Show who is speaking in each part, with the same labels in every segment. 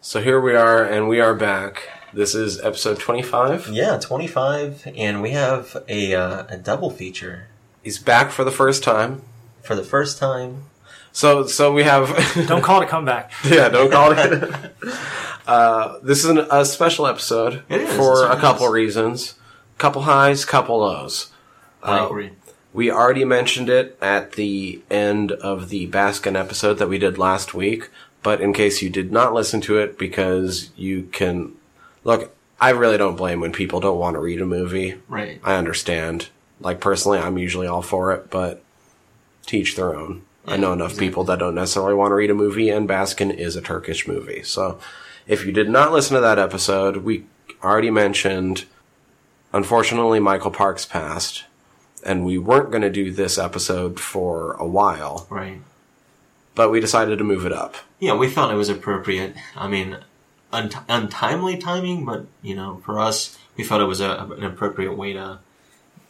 Speaker 1: So here we are, and we are back. This is episode 25.
Speaker 2: Yeah, 25, and we have a, uh, a double feature
Speaker 1: He's back for the first time.
Speaker 2: for the first time.
Speaker 1: So, so we have.
Speaker 3: Don't call it a comeback.
Speaker 1: yeah, don't call it. uh, this is an, a special episode
Speaker 2: It is,
Speaker 1: for
Speaker 2: it's
Speaker 1: a
Speaker 2: really
Speaker 1: couple
Speaker 2: nice.
Speaker 1: reasons. Couple highs, couple lows.
Speaker 2: I agree.
Speaker 1: We already mentioned it at the end of the Baskin episode that we did last week, but in case you did not listen to it, because you can look, I really don't blame when people don't want to read a movie.
Speaker 2: Right.
Speaker 1: I understand. Like personally, I'm usually all for it, but teach their own. I know enough people that don't necessarily want to read a movie, and Baskin is a Turkish movie. So, if you did not listen to that episode, we already mentioned. Unfortunately, Michael Parks passed, and we weren't going to do this episode for a while,
Speaker 2: Right.
Speaker 1: but we decided to move it up.
Speaker 2: Yeah, we thought it was appropriate. I mean, unt- untimely timing, but, you know, for us, we felt it was a, an appropriate way to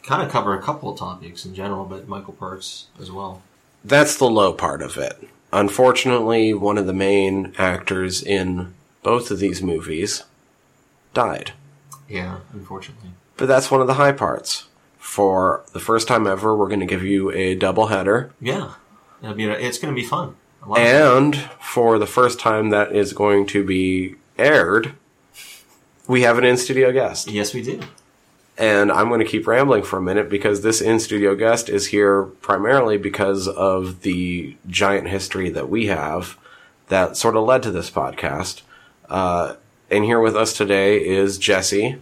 Speaker 2: kind of cover a couple of topics in general, but Michael Parks as well.
Speaker 1: that's the low part of it. Unfortunately, one of the main actors in both of these movies died.
Speaker 2: Yeah, unfortunately.
Speaker 1: But that's one of the high parts. For the first time ever, we're going to give you a double header.
Speaker 2: Yeah. It'll be, it's going to be fun. A lot of fun.
Speaker 1: And for the first time that is going to be aired, we have an in studio guest.
Speaker 2: Yes, we do.
Speaker 1: And I'm going to keep rambling for a minute because this in studio guest is here primarily because of the giant history that we have that sort of led to this podcast. Uh, and here with us today is Jesse.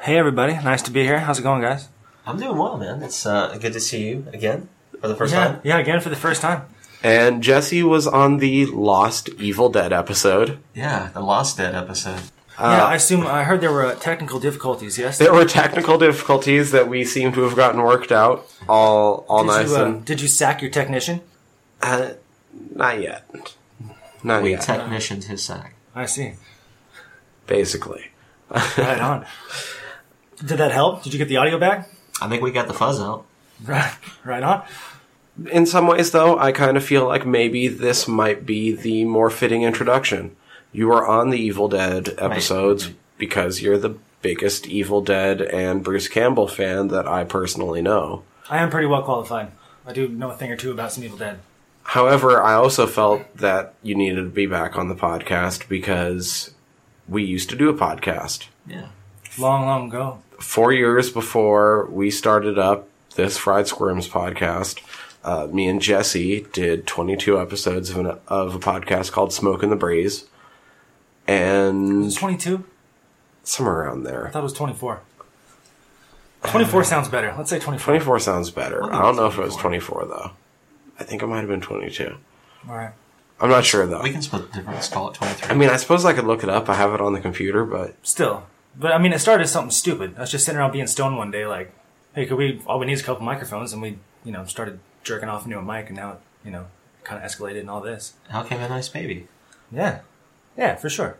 Speaker 3: Hey, everybody. Nice to be here. How's it going, guys?
Speaker 2: I'm doing well, man. It's uh, good to see you again for the first time.
Speaker 3: Yeah, again for the first time.
Speaker 1: And Jesse was on the Lost Evil Dead episode.
Speaker 2: Yeah, the Lost Dead episode.
Speaker 1: Uh,
Speaker 3: yeah, I assume I heard there were uh, technical difficulties. Yes.
Speaker 1: There were technical difficulties that we seem to have gotten worked out all all
Speaker 3: did
Speaker 1: nice
Speaker 3: you, uh,
Speaker 1: and
Speaker 3: did you sack your technician?
Speaker 1: uh, not yet, not
Speaker 2: We
Speaker 1: yet,
Speaker 2: technicians his sack.
Speaker 3: I see.
Speaker 1: basically.
Speaker 3: Right on. Did that help? Did you get the audio back?
Speaker 2: I think we got the fuzz out.
Speaker 3: Right, right on.
Speaker 1: in some ways though i kind of feel like maybe this might be the more fitting introduction you were on the evil dead episodes because you're the biggest evil dead and bruce campbell fan that i personally know
Speaker 3: I am pretty well qualified. I do know a thing or two about some Evil Dead.
Speaker 1: however i also felt that you needed to be back on the podcast because we used to do a podcast
Speaker 2: Yeah.
Speaker 3: Long, long ago.
Speaker 1: four years before we started up this Fried Squirms podcast, uh, me and Jesse did 22 episodes of, an, of a podcast called Smoke in the Breeze,
Speaker 3: It was
Speaker 1: and
Speaker 3: 22?
Speaker 1: somewhere around
Speaker 3: I
Speaker 1: there.
Speaker 3: thought it was 24. 24 sounds better. Let's say 24.
Speaker 1: 24 sounds better.
Speaker 2: think
Speaker 1: I don't
Speaker 2: it's
Speaker 1: know if it was 24 though. I think it might have been 22.
Speaker 3: All right.
Speaker 1: I'm not sure though.
Speaker 2: We can split the difference, call it
Speaker 1: I
Speaker 2: 23.
Speaker 1: mean, I suppose I could look it up. I have it on the computer, but
Speaker 3: Still. But I mean, it started as something stupid. I was just sitting around being stoned one day, like, hey, could we, all we need is a couple microphones, and we, you know, started jerking off into a mic, and now it, you know, kind of escalated and all this.
Speaker 2: How came a nice baby?
Speaker 3: Yeah. Yeah, for sure.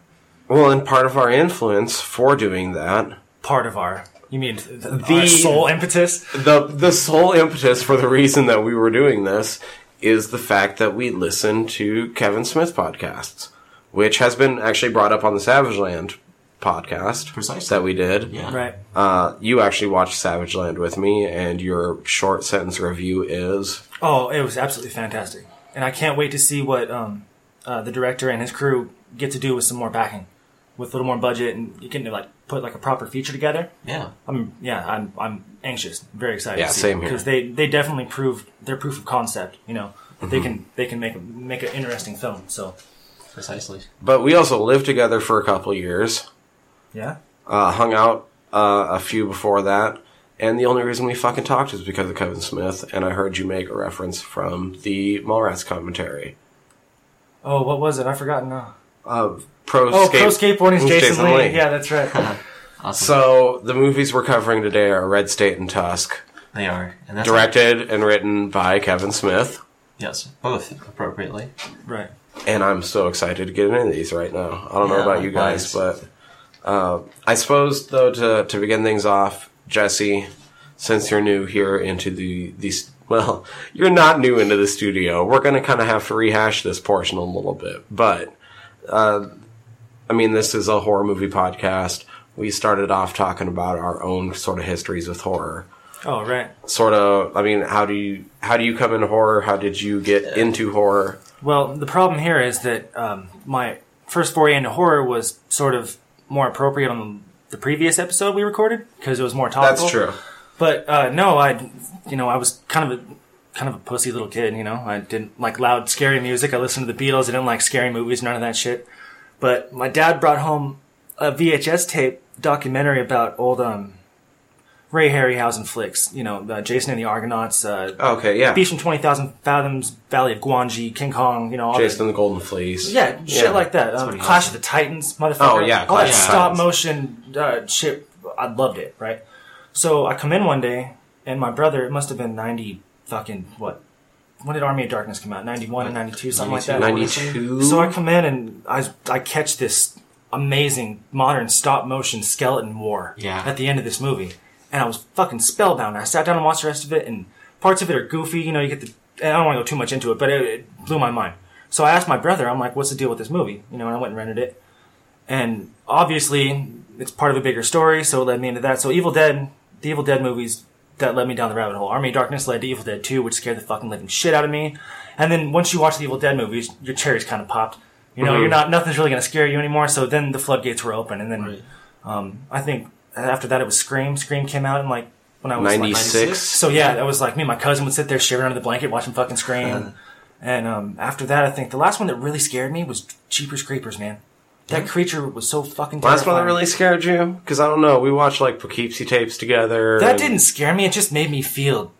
Speaker 1: well, and part of our influence for doing that
Speaker 3: Part of our, you mean, th- the
Speaker 1: The-
Speaker 3: our soul impetus?
Speaker 1: the the sole impetus for the reason that we were doing this is the fact that we listen to Kevin Smith podcasts, which has been actually brought up on the Savage Land podcast
Speaker 2: Precisely.
Speaker 1: that we did.
Speaker 2: Yeah.
Speaker 3: Right.
Speaker 1: Uh, you actually watched Savage Land with me, and your short sentence review is
Speaker 3: Oh, it was absolutely fantastic. And I can't wait to see what um, uh, the director and his crew get to do with some more backing, with a little more budget, and you can like put like a proper feature together.
Speaker 2: Yeah.
Speaker 3: I'm yeah, I'm I'm anxious, very excited.
Speaker 1: Yeah,
Speaker 3: to see
Speaker 1: same here.
Speaker 3: because they they definitely proved their proof of concept. You know, that
Speaker 1: Mhm.
Speaker 3: they can they can make make an interesting film. So
Speaker 2: Precisely.
Speaker 1: But we also lived together for a couple years,
Speaker 3: yeah,
Speaker 1: uh, hung out uh, a few before that. And the only reason we fucking talked is because of Kevin Smith, and I heard you make a reference from the Mallrats commentary.
Speaker 3: oh, what was it? I forgot now.
Speaker 1: of pro,
Speaker 3: Oh,
Speaker 1: skate-
Speaker 3: pro skateboarding is
Speaker 1: who's
Speaker 3: Jason, Lee. Yeah, that's right.
Speaker 2: Awesome.
Speaker 1: So the movies we're covering today are Red State and Tusk,
Speaker 2: they are. And that's
Speaker 1: directed and written by Kevin Smith.
Speaker 2: Yes. Both appropriately.
Speaker 3: right.
Speaker 1: And I'm so excited to get into these right now. I don't know
Speaker 2: Yeah,
Speaker 1: about you guys,
Speaker 2: likewise.
Speaker 1: but uh, I suppose though to to begin things off, Jesse, since you're new here into the these. Well, you're not new into the studio. We're going to kind of have to rehash this portion a little bit, but uh, I mean, this is a horror movie podcast. We started off talking about our own sort of histories with horror.
Speaker 3: Oh, right.
Speaker 1: Sort of, I mean, how do you how do you come into horror? How did you get into horror?
Speaker 3: Well, the problem here is that um, my first foray into horror was sort of more appropriate on the previous episode we recorded because it was more topical.
Speaker 1: That's true.
Speaker 3: But uh, no, I, you know, I was kind of a kind of a pussy little kid. You know, I didn't like loud, scary music. I listened to the Beatles. I didn't like scary movies, none of that shit. But my dad brought home a VHS tape documentary about old um, Ray Harryhausen flicks. You know, uh, Jason and the Argonauts, uh,
Speaker 1: Okay, yeah.
Speaker 3: Beast from Twenty Thousand Fathoms, Valley of Guanji, King Kong. You know, all
Speaker 1: Jason and the Golden Fleece.
Speaker 3: the, yeah, shit
Speaker 1: Yeah.
Speaker 3: like that. Um,
Speaker 2: pretty
Speaker 3: Clash
Speaker 2: awesome.
Speaker 3: of the Titans, motherfucker.
Speaker 1: Oh, yeah,
Speaker 3: all that
Speaker 1: Clash of the
Speaker 3: stop
Speaker 1: Titans.
Speaker 3: motion uh, shit. I loved it. Right. So I come in one day, and my brother. It must have been ninety fucking what? When did Army of Darkness come out? Ninety one and ninety two, something like that.
Speaker 1: 92.
Speaker 3: So I come in and I I catch this amazing modern stop motion skeleton war
Speaker 2: Yeah.
Speaker 3: at the end of this movie, and I was fucking spellbound. I sat down and watched the rest of it, and parts of it are goofy. You know, you get the and I don't want to go too much into it, but it, it blew my mind. So I asked my brother, I'm like, "What's the deal with this movie?" You know, and I went and rented it, and obviously it's part of a bigger story, so it led me into that. So Evil Dead, the Evil Dead movies that led me down the rabbit hole. Army of Darkness led to Evil Dead 2, which scared the fucking living shit out of me. And then once you watch the Evil Dead movies, your cherry's kind of popped. You know, you're not nothing's really going to scare you anymore. So then the floodgates were open, and then um, I think after that it was Scream. Scream came out in like when I was like,
Speaker 1: 96.
Speaker 3: so yeah, that was like me and my cousin would sit there shivering under the blanket watching fucking Scream. and um, after that, I think the last one that really scared me was Jeepers Creepers, man. That creature was so fucking terrifying.
Speaker 1: Last one that really scared you? Because I don't know. We watched like Poughkeepsie tapes together.
Speaker 3: That
Speaker 1: and-
Speaker 3: didn't scare me. It just made me feel.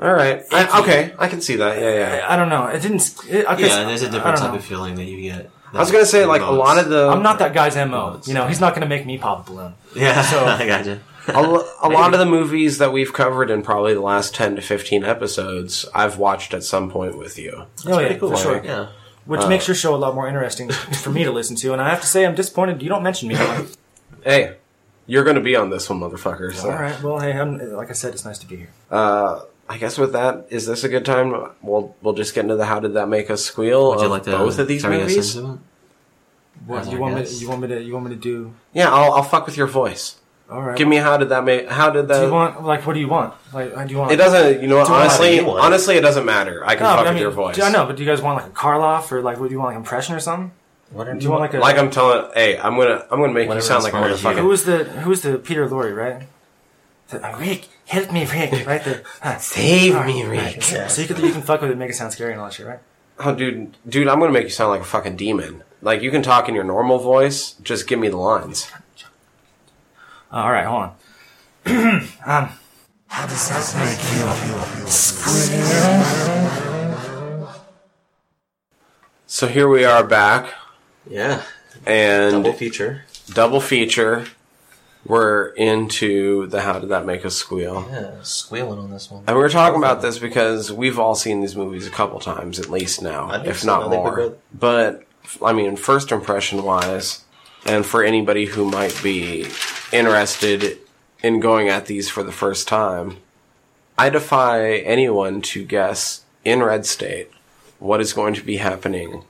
Speaker 1: All right. I, okay, I can see that. Yeah, yeah.
Speaker 3: I don't know. It didn't. sc- It, I guess,
Speaker 2: Yeah, there's a
Speaker 3: I
Speaker 2: different
Speaker 3: don't
Speaker 2: type
Speaker 3: know.
Speaker 2: of feeling that you get.
Speaker 1: I was gonna say like a lot of the
Speaker 3: I'm not that guy's mo.
Speaker 2: it's-
Speaker 3: You know, he's not gonna make me pop a balloon.
Speaker 2: Yeah,
Speaker 3: So-
Speaker 2: I gotcha.
Speaker 1: a, lo- a lot of the movies that we've covered in probably the last 10 to 15 episodes i've watched at some point with you
Speaker 3: oh yeah,
Speaker 2: Pretty cool.
Speaker 3: for sure.
Speaker 2: Yeah.
Speaker 3: Which makes your show a lot more interesting for me to listen to. And I have to say, I'm disappointed you don't mention me.
Speaker 1: hey you're gonna be on this one motherfucker so
Speaker 3: All right. Well, hey, I'm, like I said, it's nice to be here.
Speaker 1: i guess with that is this a good time we'll we'll just get into the how did that make us squeal
Speaker 2: Would you
Speaker 1: of
Speaker 2: like to
Speaker 1: both of these
Speaker 2: carry us
Speaker 1: movies
Speaker 2: into it?
Speaker 3: What,
Speaker 2: As
Speaker 3: you
Speaker 2: I
Speaker 3: want me?
Speaker 2: guess.
Speaker 3: You want me to? You want me to do?
Speaker 1: yeah I'll, I'll fuck with your voice
Speaker 3: All right.
Speaker 1: give me how did that make how did
Speaker 3: Do you
Speaker 1: that
Speaker 3: want like what do you want? Like I do you want?
Speaker 1: it doesn't you know what,
Speaker 3: Do I-
Speaker 1: honestly
Speaker 2: You want-
Speaker 1: honestly it doesn't matter i can
Speaker 3: No,
Speaker 1: fuck
Speaker 3: but I
Speaker 1: with
Speaker 3: mean,
Speaker 1: your voice
Speaker 3: do- I know, but do you guys want like a Karloff or like what do you want like impression or something?
Speaker 2: What
Speaker 3: Do you want like a
Speaker 1: Mm, like i'm telling hey i'm gonna i'm gonna make you
Speaker 2: Whatever
Speaker 1: sound like a
Speaker 2: inspires
Speaker 1: motherfucker
Speaker 2: you.
Speaker 3: who was the who was the Peter Lorre right? The, uh, Rick, help me, Rick! Right the huh.
Speaker 1: save me
Speaker 3: Right. So you can you can fuck with it, make it sound scary and all that shit, right?
Speaker 1: Oh, dude, dude, I'm gonna make you sound like a fucking demon. Like you can talk in your normal voice, just give me the lines.
Speaker 3: Uh, all right, hold on.
Speaker 1: So here we are back,
Speaker 2: Yeah.
Speaker 1: and
Speaker 2: Double
Speaker 1: double,
Speaker 2: feature.
Speaker 1: feature. We're into the how did that make us squeal?
Speaker 2: Yeah, squealing on this one.
Speaker 1: And we were talking about this because we've all seen these movies a couple times at least now,
Speaker 2: I think
Speaker 1: if
Speaker 2: so. I
Speaker 1: not
Speaker 2: think we
Speaker 1: more.
Speaker 2: both-
Speaker 1: But I mean, first impression wise, and for anybody who might be interested in going at these for the first time, I defy anyone to guess in Red State what is going to be happening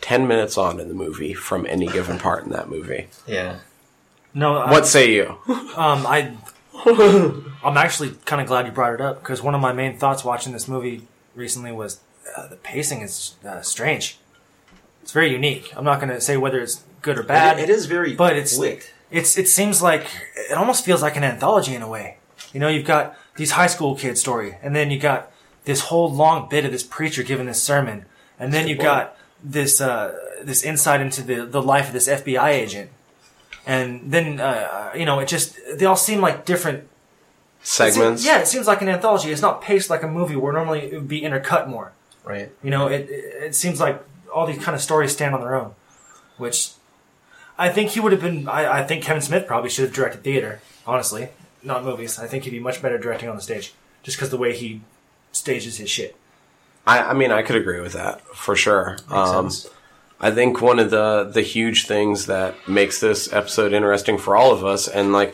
Speaker 1: 10 minutes on in the movie from any given part in that movie.
Speaker 2: Yeah.
Speaker 3: No, I,
Speaker 1: What say you?
Speaker 3: um, I I'm actually kind of glad you brought it up because one of my main thoughts watching this movie recently was uh, the pacing is uh, strange. It's very unique. I'm not going to say whether it's good or bad.
Speaker 2: it is very
Speaker 3: but it's
Speaker 2: quick.
Speaker 3: it's it seems like it almost feels like an anthology in a way. You know, you've got these high school kid story, and then you got this whole long bit of this preacher giving this sermon, and then you got this uh, this insight into the the life of this FBI agent, and then uh, you know it just they all seem like different
Speaker 1: Segments?
Speaker 3: yeah, it seems like an anthology. It's not paced like a movie where normally it would be intercut more.
Speaker 2: Right.
Speaker 3: You know, it it it seems like all these kind of stories stand on their own, which I think he would have been. I, I think Kevin Smith probably should have directed theater, honestly, not movies. I think he'd be much better directing on the stage, just because the way he stages his shit.
Speaker 1: I, I mean, I could agree with that for sure. Um,
Speaker 2: sense.
Speaker 1: I think one of the the huge things that makes this episode interesting for all of us, and like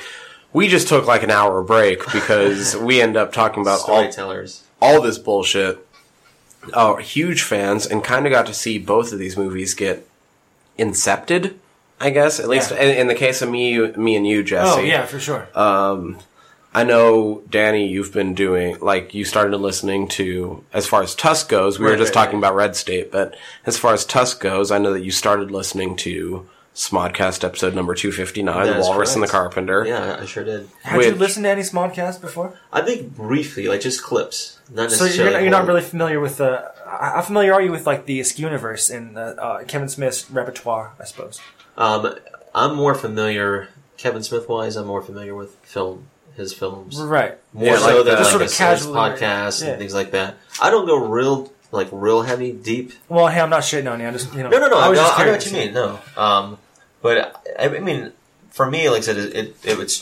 Speaker 1: we just took like an hour break because we end up talking about all
Speaker 2: Storytellers.
Speaker 1: all this bullshit. Uh, Are huge fans, and kind of got to see both of these movies get incepted I guess at least
Speaker 3: Yeah.
Speaker 1: in, in the case of me, you, me and you, Jesse.
Speaker 3: Oh yeah, for sure.
Speaker 1: I know, Danny, you've been doing like you started listening to as far as Tusk goes. We were
Speaker 2: Right,
Speaker 1: just
Speaker 2: right,
Speaker 1: talking about Red State, but as far as Tusk goes, I know that you started listening to Smodcast episode number two fifty nine,
Speaker 2: That
Speaker 1: The
Speaker 2: is
Speaker 1: Walrus and the
Speaker 2: correct.
Speaker 1: Carpenter.
Speaker 2: Yeah, I sure did.
Speaker 3: Had you
Speaker 1: which-
Speaker 3: listened to any Smodcast before?
Speaker 2: I think briefly, like just clips, not
Speaker 3: So
Speaker 2: necessarily.
Speaker 3: you're, not- you're
Speaker 2: whole-
Speaker 3: not really familiar with the. How how familiar are you with like the Isk universe and uh, uh, Kevin Smith's repertoire? I suppose.
Speaker 2: Um, I'm more familiar Kevin Smith wise. I'm more familiar with film, his films, more
Speaker 3: Right.
Speaker 1: Yeah,
Speaker 2: so
Speaker 1: like
Speaker 2: than
Speaker 1: the-
Speaker 2: like
Speaker 1: Just
Speaker 3: sort of
Speaker 2: his,
Speaker 3: casually,
Speaker 2: podcasts
Speaker 3: yeah.
Speaker 2: and things like that. I don't go real like real heavy deep.
Speaker 3: Well, hey, I'm not shitting on you. I just you know.
Speaker 2: No, no, no. I,
Speaker 3: was
Speaker 2: no,
Speaker 3: just
Speaker 2: I know
Speaker 3: curious.
Speaker 2: what you mean. No, um, but I, I mean, for me, like I said, it it, it would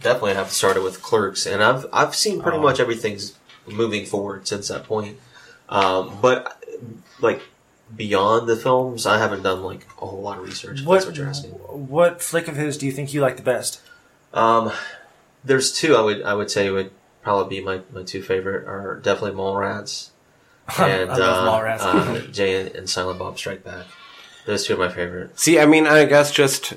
Speaker 2: definitely have started with Clerks, and I've I've seen
Speaker 3: Oh.
Speaker 2: pretty much everything's moving forward since that point. Um, but like beyond the films, I haven't done like a whole lot of research. If
Speaker 3: What
Speaker 2: that's what you're asking.
Speaker 3: what flick of his do you think you like the best?
Speaker 2: Um, there's two I would I would say would probably be my, my two favorite are definitely Mallrats and
Speaker 3: I love Mallrats.
Speaker 2: uh, uh, Jay and, and Silent Bob Strike Back. Those two are my favorite.
Speaker 1: See, I mean, I guess just.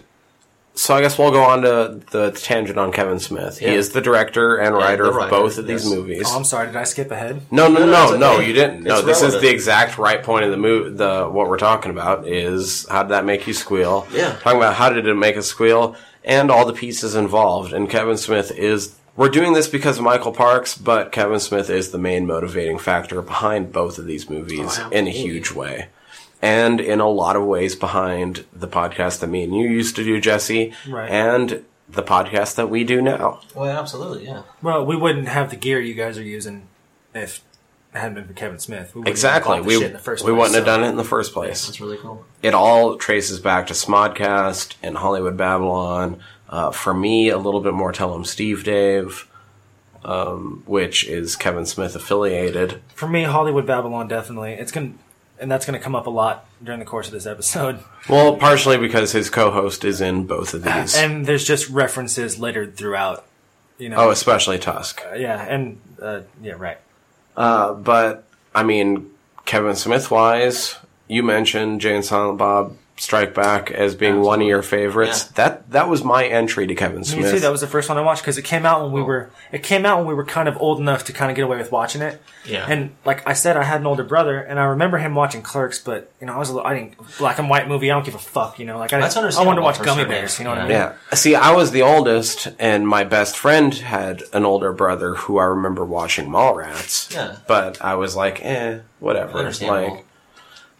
Speaker 1: So I guess we'll go on to the tangent on Kevin Smith.
Speaker 2: Yeah.
Speaker 1: He is the director and writer,
Speaker 2: the
Speaker 1: of
Speaker 2: writer,
Speaker 1: both of these
Speaker 2: yes.
Speaker 1: movies.
Speaker 3: Oh, I'm sorry. Did I skip ahead?
Speaker 1: No, no,
Speaker 2: No, no,
Speaker 1: no, no,
Speaker 2: it's okay.
Speaker 1: you didn't. No,
Speaker 2: It's
Speaker 1: this is
Speaker 2: relevant.
Speaker 1: the exact right point of the move. The what we're talking about is how did that make you squeal?
Speaker 2: Yeah.
Speaker 1: talking about how did it make us squeal and all the pieces involved. And Kevin Smith is. We're doing this because of Michael Parks, but Kevin Smith is the main motivating factor behind both of these movies
Speaker 2: Oh,
Speaker 1: in a
Speaker 2: absolutely.
Speaker 1: huge way. And in a lot of ways behind the podcast that me and you used to do, Jesse,
Speaker 3: Right.
Speaker 1: and the podcast that we do now.
Speaker 2: Well, absolutely, yeah.
Speaker 3: Well, we wouldn't have the gear you guys are using if it hadn't been for Kevin Smith. We wouldn't have
Speaker 1: Exactly.
Speaker 3: bought the
Speaker 1: We,
Speaker 3: shit in the first
Speaker 1: we
Speaker 3: place,
Speaker 1: wouldn't have
Speaker 3: so-
Speaker 1: done it in the first place.
Speaker 2: That's really cool.
Speaker 1: it all traces back to Smodcast and Hollywood Babylon. Uh, for me, a little bit more Tell 'em Steve Dave, um, which is Kevin Smith affiliated.
Speaker 3: For me, Hollywood Babylon definitely. It's gonna and that's gonna come up a lot during the course of this episode.
Speaker 1: Well, partially because his co-host is in both of these.
Speaker 3: And there's just references littered throughout. You know.
Speaker 1: oh, especially Tusk.
Speaker 3: yeah, and uh, yeah, right.
Speaker 1: But I mean, Kevin Smith wise, you mentioned Jane Silent Bob Strike Back as being one of your favorites.
Speaker 2: Yeah.
Speaker 1: That that was my entry to Kevin
Speaker 3: You
Speaker 1: Smith.
Speaker 3: see, that was the first one I watched because it came out
Speaker 2: Oh.
Speaker 3: when we were it came out when we were kind of old enough to kind of get away with watching it.
Speaker 2: Yeah.
Speaker 3: And like I said, I had an older brother, and I remember him watching Clerks, but you know, I was a little, I didn't black and white movie. I don't give a fuck, you know. Like I,
Speaker 2: That's
Speaker 3: didn't- I
Speaker 2: understandable
Speaker 3: wanted to watch
Speaker 2: for
Speaker 3: Gummy
Speaker 2: sure,
Speaker 3: Bears. You know what I
Speaker 2: yeah.
Speaker 3: mean?
Speaker 1: Yeah. See, I was the oldest, and my best friend had an older brother who I remember watching Mallrats.
Speaker 2: Yeah.
Speaker 1: But I was like, eh, whatever.
Speaker 2: Understandable.
Speaker 1: Like,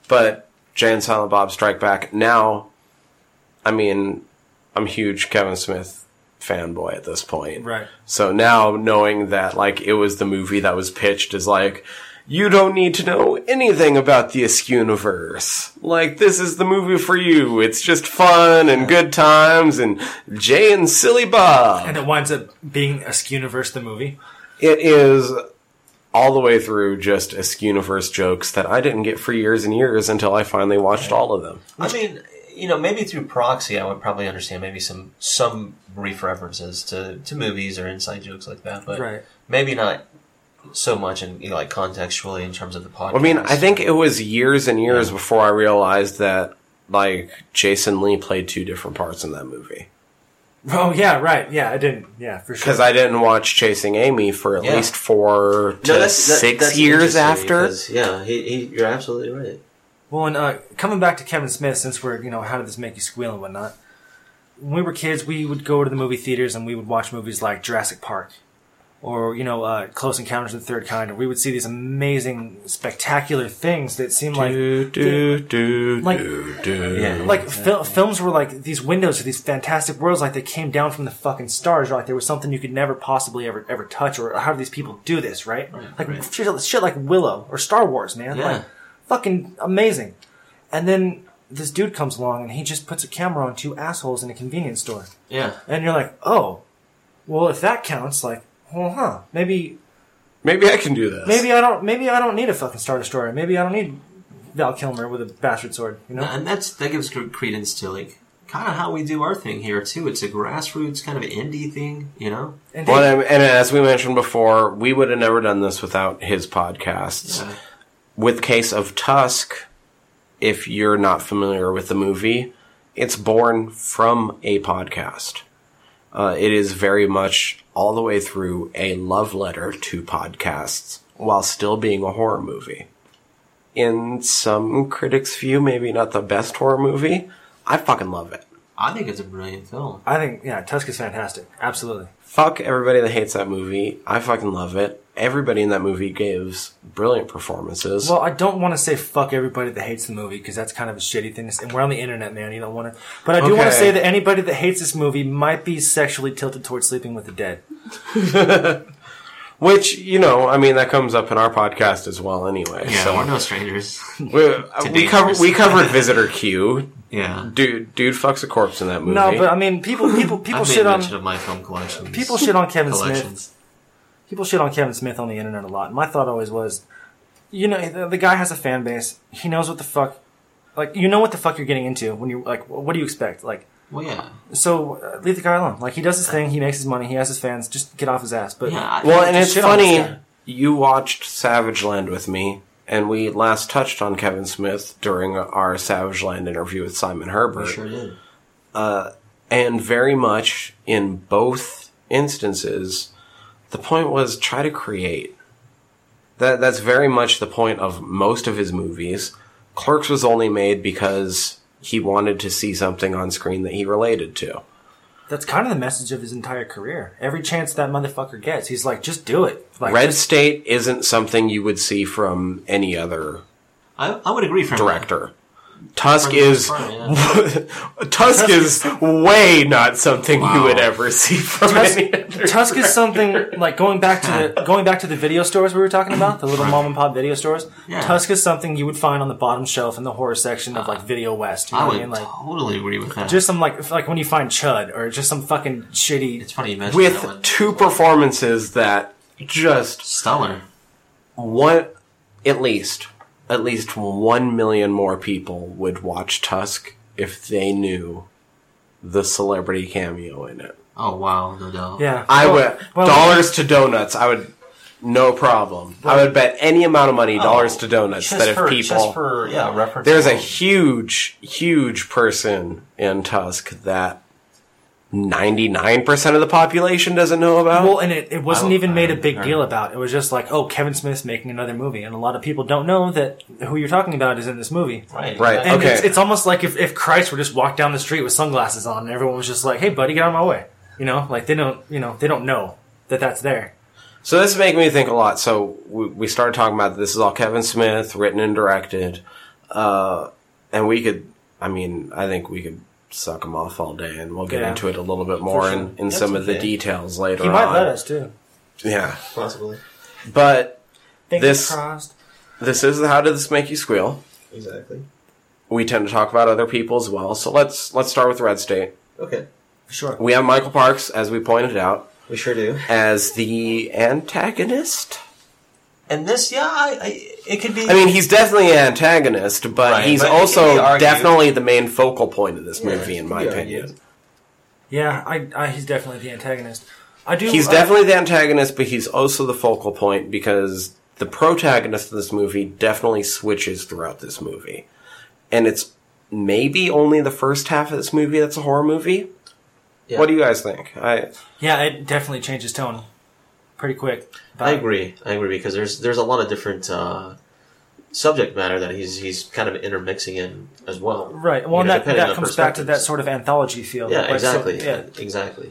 Speaker 1: but Jay and Silent Bob Strike Back. Now, I mean, I'm a huge Kevin Smith fanboy at this point.
Speaker 3: Right.
Speaker 1: So now knowing that, like, it was the movie that was pitched as like, you don't need to know anything about the Isk universe. Like, this is the movie for you. It's just fun and good times and Jay and Silly Bob.
Speaker 3: And it winds up being a Universe the movie.
Speaker 1: It is all the way through just Isk universe jokes that I didn't get for years and years until I finally watched all of them.
Speaker 2: I mean, you know, maybe through proxy, I would probably understand maybe some some brief references to, to movies or inside jokes like that, but
Speaker 3: Right.
Speaker 2: maybe not so much in you know, like contextually in terms of the podcast.
Speaker 1: I mean, I think it was years and years before I realized that, like, Jason Lee played two different parts in that movie.
Speaker 3: Oh yeah, right. Yeah, I didn't. Yeah, for sure.
Speaker 1: because I didn't watch Chasing Amy for at
Speaker 2: Yeah.
Speaker 1: least four to
Speaker 2: No, that's- that-
Speaker 1: six
Speaker 2: that's
Speaker 1: years
Speaker 2: interesting
Speaker 1: after.
Speaker 2: because, yeah, he, he, you're absolutely right.
Speaker 3: Well, and uh, coming back to Kevin Smith, since we're you know how did this make you squeal and whatnot? When we were kids, we would go to the movie theaters and we would watch movies like Jurassic Park, or you know uh, Close Encounters of the Third Kind, or we would see these amazing, spectacular things that seemed like
Speaker 1: do, do, do,
Speaker 3: Like-
Speaker 1: do, do.
Speaker 2: Yeah.
Speaker 3: like fil- films were like these windows to these fantastic worlds, like they came down from the fucking stars, or like there was something you could never possibly ever ever touch, or how do these people do this, right? like
Speaker 2: right.
Speaker 3: Shit, shit like Willow or Star Wars, man,
Speaker 2: Yeah.
Speaker 3: like fucking amazing. And then this dude comes along and he just puts a camera on two assholes in a convenience store,
Speaker 2: Yeah.
Speaker 3: and you're like, oh, well if that counts, like, well, huh, maybe
Speaker 1: Maybe I can do this.
Speaker 3: maybe I don't maybe I don't need a fucking Star Destroyer, maybe I don't need Val Kilmer with a bastard sword, you know?
Speaker 2: and that's that gives cre- credence to like kind of how we do our thing here too. It's a grassroots kind of indie thing, you know.
Speaker 3: And
Speaker 1: Well, and, and as we mentioned before, we would have never done this without his podcasts.
Speaker 2: Yeah.
Speaker 1: With Case of Tusk, if you're not familiar with the movie, it's born from a podcast. Uh, it is very much all the way through a love letter to podcasts while still being a horror movie. In some critics' view, maybe not the best horror movie. I fucking love it.
Speaker 2: I think it's a brilliant film.
Speaker 3: I think yeah, Tusk is fantastic. Absolutely.
Speaker 1: Fuck everybody that hates that movie. I fucking love it. Everybody in that movie gives brilliant performances.
Speaker 3: Well, I don't want to say fuck everybody that hates the movie because that's kind of a shitty thing to say. And we're on the internet, man. You don't want to. But I do want to
Speaker 1: Okay.
Speaker 3: say that anybody that hates this movie might be sexually tilted towards sleeping with the dead.
Speaker 1: Which, you know, I mean, that comes up in our podcast as well anyway.
Speaker 2: Yeah,
Speaker 1: so
Speaker 2: we're no strangers.
Speaker 1: we, we,
Speaker 2: dangerous.
Speaker 1: cover, we covered Visitor Q.
Speaker 2: yeah.
Speaker 1: Dude, dude fucks a corpse in that movie.
Speaker 3: No, but I mean, people, people, people
Speaker 2: I've made
Speaker 3: shit on
Speaker 2: mention of my film collections.
Speaker 3: people shit on Kevin Smith.
Speaker 2: collections.
Speaker 3: People shit on Kevin Smith on the internet a lot. My thought always was, you know, the, the guy has a fan base. He knows what the fuck. Like, you know what the fuck you're getting into when you like. What do you expect? Like,
Speaker 2: Well, yeah.
Speaker 3: so uh, leave the guy alone. Like, he does his thing. He makes his money. He has his fans. Just get off his ass. But
Speaker 2: Yeah. I-
Speaker 1: Well, and
Speaker 3: Just
Speaker 1: it's
Speaker 3: shit on this
Speaker 1: funny.
Speaker 3: guy.
Speaker 1: You watched Savage Land with me, and we last touched on Kevin Smith during our Savage Land interview with Simon Herbert.
Speaker 2: sure did.
Speaker 1: And very much in both instances, the point was try to create. That that's very much the point of most of his movies. Clerks was only made because he wanted to see something on screen that he related to.
Speaker 3: that's kind of the message of his entire career. Every chance that motherfucker gets, he's like, just do it. Like,
Speaker 1: Red State isn't something you would see from any other
Speaker 2: I, I would agree from
Speaker 1: director. Tusk
Speaker 2: From-
Speaker 1: is
Speaker 2: from- yeah.
Speaker 1: Tusk is way not something you would ever see from any other.
Speaker 3: Tusk is something like going back to the going back to the video stores we were talking about, the little mom and pop video stores.
Speaker 2: Yeah.
Speaker 3: Tusk is something you would find on the bottom shelf in the horror section of like Video West. You know
Speaker 2: I
Speaker 3: what
Speaker 2: would
Speaker 3: I mean? Like
Speaker 2: totally agree with that.
Speaker 3: just some like like when you find Chud or just some fucking shitty.
Speaker 2: it's funny you mentioned that
Speaker 1: With
Speaker 2: one.
Speaker 1: two performances that just
Speaker 2: stellar.
Speaker 1: one, at least, at least one million more people would watch Tusk if they knew the celebrity cameo in it.
Speaker 2: Oh wow, no doubt.
Speaker 3: Yeah,
Speaker 1: I
Speaker 3: Well-
Speaker 1: would
Speaker 3: well,
Speaker 1: dollars to donuts. I would no problem. I would bet any amount of money dollars to donuts
Speaker 2: Oh, Just
Speaker 1: that if
Speaker 2: for,
Speaker 1: people
Speaker 2: just for yeah reference.
Speaker 1: There's a
Speaker 2: alone.
Speaker 1: huge, huge person in Tusk that 99% of the population doesn't know about.
Speaker 3: Well, and it, it wasn't
Speaker 2: don't-
Speaker 3: even made a
Speaker 2: I-
Speaker 3: big
Speaker 2: I-
Speaker 3: deal about. It was just like, oh, Kevin Smith's making another movie, and a lot of people don't know that who you're talking about is in this movie.
Speaker 2: right,
Speaker 1: Right,
Speaker 2: exactly.
Speaker 3: And
Speaker 1: okay.
Speaker 3: it's, it's almost like if, if Christ were just walked down the street with sunglasses on, and everyone was just like, "Hey, buddy, get out of my way," you know, like they don't, you know, they don't know that that's there.
Speaker 1: so this made me think a lot. So we, we started talking about this is all Kevin Smith, written and directed. Uh, and we could, I mean, I think we could suck him off all day and we'll get
Speaker 3: Yeah.
Speaker 1: into it a little bit more
Speaker 2: sure.
Speaker 1: in, in
Speaker 2: That's
Speaker 1: some of the
Speaker 2: okay.
Speaker 1: details later
Speaker 3: He might
Speaker 1: on.
Speaker 3: let us too.
Speaker 1: Yeah.
Speaker 2: possibly
Speaker 1: But
Speaker 3: Fingers
Speaker 1: This-
Speaker 3: crossed.
Speaker 1: this is the How Did This Make You Squeal?
Speaker 2: exactly.
Speaker 1: We tend to talk about other people as well. So let's, let's start with Red State.
Speaker 2: Okay,
Speaker 3: Sure.
Speaker 1: We have Michael Parks, as we pointed out,
Speaker 2: we sure do.
Speaker 1: as the antagonist.
Speaker 2: And this, yeah, I, I it could be.
Speaker 1: I mean, he's definitely an antagonist, but
Speaker 2: Right,
Speaker 1: he's
Speaker 2: but it can
Speaker 1: also
Speaker 2: be argued.
Speaker 1: definitely the main focal point of this movie, in my
Speaker 2: yeah,
Speaker 1: opinion.
Speaker 3: Yeah, I, I he's definitely the antagonist. I do.
Speaker 1: He's
Speaker 3: uh,
Speaker 1: definitely the antagonist, but he's also the focal point because the protagonist of this movie definitely switches throughout this movie. And it's maybe only the first half of this movie that's a horror movie.
Speaker 2: Yeah.
Speaker 1: What do you guys think? I
Speaker 3: Yeah, it definitely changes tone pretty quick. But
Speaker 2: I agree. I agree because there's there's a lot of different uh, subject matter that he's he's kind of intermixing in as well.
Speaker 3: Right. Well,
Speaker 2: You know,
Speaker 3: that,
Speaker 2: depending
Speaker 3: that
Speaker 2: on
Speaker 3: comes back to that
Speaker 2: perspectives.
Speaker 3: sort of anthology feel. Like,
Speaker 2: Yeah,
Speaker 3: so-
Speaker 2: exactly.
Speaker 3: yeah.
Speaker 2: exactly.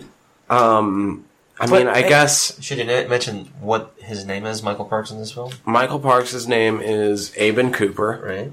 Speaker 1: um I
Speaker 3: But
Speaker 1: mean, I
Speaker 3: it-
Speaker 1: guess
Speaker 2: Should you na- mention what his name is, Michael Parks, in this film?
Speaker 1: Michael Parks' name is Aben Cooper.
Speaker 2: Right.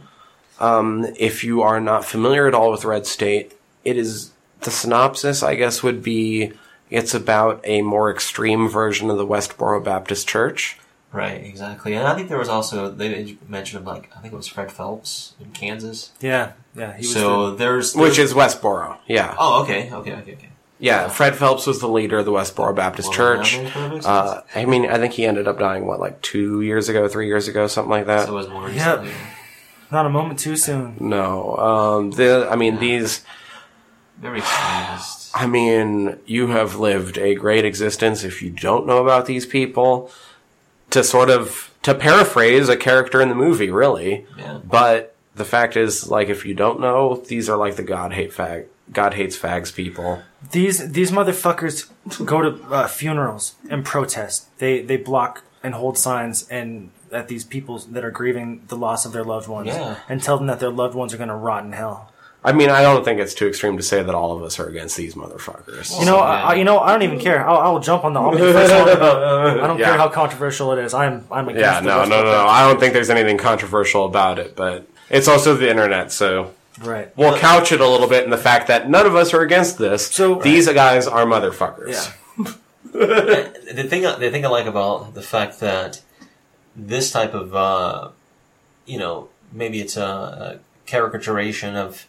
Speaker 1: Um, if you are not familiar at all with Red State, it is the synopsis, I guess, would be it's about a more extreme version of the Westboro Baptist Church.
Speaker 2: Right. Exactly. And I think there was also they mentioned like I think it was Fred Phelps in Kansas.
Speaker 3: Yeah. Yeah. He was
Speaker 2: So there's,
Speaker 1: Which is Westboro, yeah.
Speaker 2: oh okay okay okay okay.
Speaker 1: Yeah, Fred Phelps was the leader of the Westboro Baptist Church.
Speaker 2: Well, that makes- that makes sense.
Speaker 1: Uh, I mean, I think he ended up dying, what, like two years ago, three years ago, something like that?
Speaker 2: So uh, it was more
Speaker 3: Yep.
Speaker 2: recently.
Speaker 3: the- not a moment too soon.
Speaker 1: no. Um, the, I mean, these.
Speaker 2: Very fast.
Speaker 1: I mean, you have lived a great existence if you don't know about these people. To sort of to paraphrase a character in the movie, really,
Speaker 2: Yeah.
Speaker 1: but the fact is, like, if you don't know, these are like the God hate fag, God hates fags people.
Speaker 3: These these motherfuckers go to uh, funerals and protest. They they block and hold signs and at these people that are grieving the loss of their loved ones
Speaker 2: Yeah.
Speaker 3: and tell them that their loved ones are going to rot in hell.
Speaker 1: I mean, I don't think it's too extreme to say that all of us are against these motherfuckers.
Speaker 3: You know,
Speaker 2: Yeah.
Speaker 3: I, you know, I don't even care. I'll, I'll jump on the. I'll be the first one to go. I don't
Speaker 1: Yeah.
Speaker 3: care how controversial it is. I'm I'm against.
Speaker 1: yeah,
Speaker 3: the
Speaker 1: no,
Speaker 3: rest
Speaker 1: no,
Speaker 3: of
Speaker 1: no, no. I don't think there's anything controversial about it, but it's also the internet, so
Speaker 3: it. Right.
Speaker 1: we'll couch it a little bit in the fact that none of us are against this.
Speaker 3: So-
Speaker 1: these guys are motherfuckers.
Speaker 3: Yeah.
Speaker 2: the thing the thing I like about the fact that this type of uh, you know maybe it's a, a caricaturation of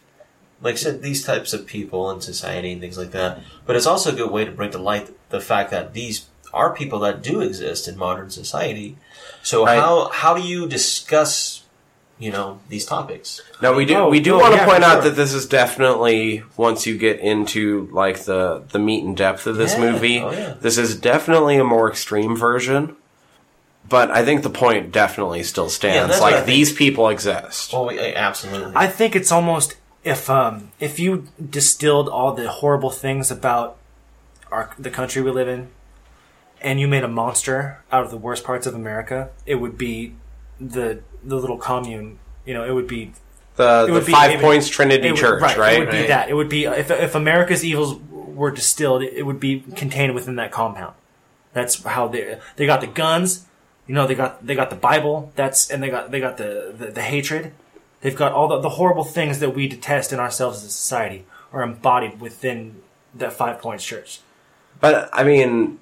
Speaker 2: like I said these types of people in society and things like that, but it's also a good way to bring to light the fact that these are people that do exist in modern society. So
Speaker 1: Right.
Speaker 2: how how do you discuss you know these topics?
Speaker 1: Now we do
Speaker 3: Oh,
Speaker 1: we do
Speaker 3: no,
Speaker 1: want to
Speaker 3: yeah,
Speaker 1: point
Speaker 3: for
Speaker 1: out
Speaker 3: sure.
Speaker 1: that this is definitely once you get into like the the meat and depth of this
Speaker 2: Yeah,
Speaker 1: movie,
Speaker 2: oh, yeah.
Speaker 1: this is definitely a more extreme version. But I think the point definitely still stands.
Speaker 2: that's what I
Speaker 1: like
Speaker 2: think.
Speaker 1: these people exist.
Speaker 2: Well, we, absolutely.
Speaker 3: I think it's almost if um, if you distilled all the horrible things about our the country we live in, and you made a monster out of the worst parts of America, it would be the the little commune. You know, it would be
Speaker 1: The, the
Speaker 3: would be-
Speaker 1: Five
Speaker 3: it would-
Speaker 1: Points Trinity
Speaker 3: it would-
Speaker 1: Church, right?
Speaker 3: It would be
Speaker 2: Right.
Speaker 3: that. It would be if if America's evils were distilled, it would be contained within that compound. That's how they they got the guns. You know, they got they got the Bible. That's and they got they got the the, the hatred. They've got all the, the horrible things that we detest in ourselves as a society are embodied within that Five Points Church.
Speaker 1: But I mean,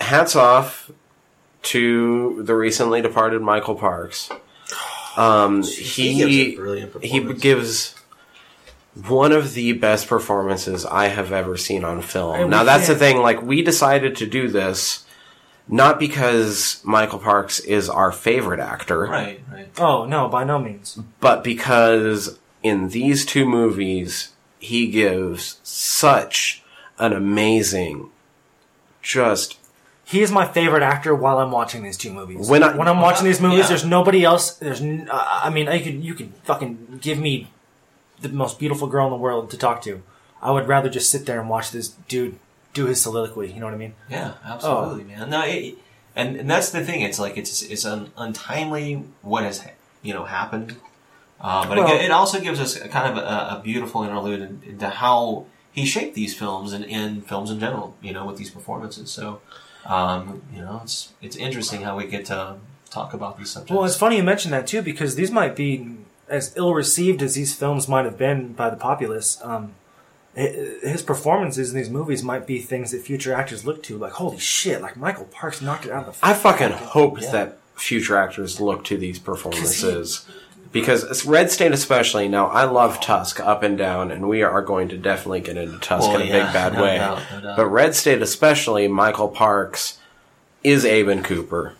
Speaker 1: hats off to the recently departed Michael Parks. Um,
Speaker 2: gives
Speaker 1: he
Speaker 2: a brilliant
Speaker 1: he
Speaker 2: performance.
Speaker 1: gives one of the best performances I have ever seen on film.
Speaker 3: And
Speaker 1: now
Speaker 3: we
Speaker 1: that's the
Speaker 3: did.
Speaker 1: thing. Like we decided to do this not because Michael Parks is our favorite actor,
Speaker 2: right, right.
Speaker 3: Oh no, by no means.
Speaker 1: but because in these two movies he gives such an amazing, just
Speaker 3: He is my favorite actor while I'm watching these two movies.
Speaker 1: When I-
Speaker 3: when I'm watching these movies,
Speaker 2: Yeah.
Speaker 3: there's nobody else. There's, n- uh, I mean, I could you could fucking give me the most beautiful girl in the world to talk to. I would rather just sit there and watch this dude do his soliloquy. You know what I mean?
Speaker 2: Yeah,
Speaker 3: Oh.
Speaker 2: absolutely, man. No, it, and and that's the thing. It's like it's it's un, untimely what has you know happened, uh, but it
Speaker 3: Well-
Speaker 2: it, it also gives us a kind of a, a beautiful interlude in- into how he shaped these films and, and films in general. You know, with these performances. So, um, you know, it's it's interesting how we get to talk about these subjects.
Speaker 3: Well, it's funny you mentioned that too because these might be as ill received as these films might have been by the populace. Um, hi- his performances in these movies might be things that future actors look to, like holy shit, like Michael Parks knocked it out of the.
Speaker 1: I fucking hope
Speaker 2: Yeah.
Speaker 1: that future actors look to these performances. Because it's Red State, especially now, I love Tusk up and down, and we are going to definitely get into Tusk
Speaker 2: Well,
Speaker 1: in a
Speaker 2: yeah,
Speaker 1: big bad
Speaker 2: no
Speaker 1: way.
Speaker 2: doubt, no doubt.
Speaker 1: But Red State, especially Michael Parks, is Aben Cooper.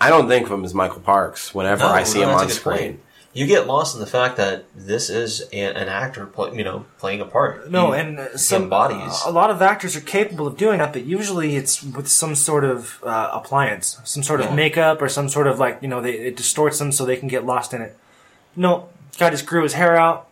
Speaker 1: I don't think of him as Michael Parks whenever
Speaker 2: Mm-hmm. No,
Speaker 1: I see
Speaker 2: no,
Speaker 1: him
Speaker 2: that's a
Speaker 1: on
Speaker 2: good
Speaker 1: screen.
Speaker 2: point. You get lost in the fact that this is a, an actor, play, you know, playing a part.
Speaker 3: No,
Speaker 2: He-
Speaker 3: and uh,
Speaker 2: he
Speaker 3: some
Speaker 2: embodies.
Speaker 3: A lot of actors are capable of doing that, but usually it's with some sort of uh, appliance, some sort of
Speaker 2: Yeah.
Speaker 3: makeup, or some sort of like you know they it distorts them so they can get lost in it. No, guy just grew his hair out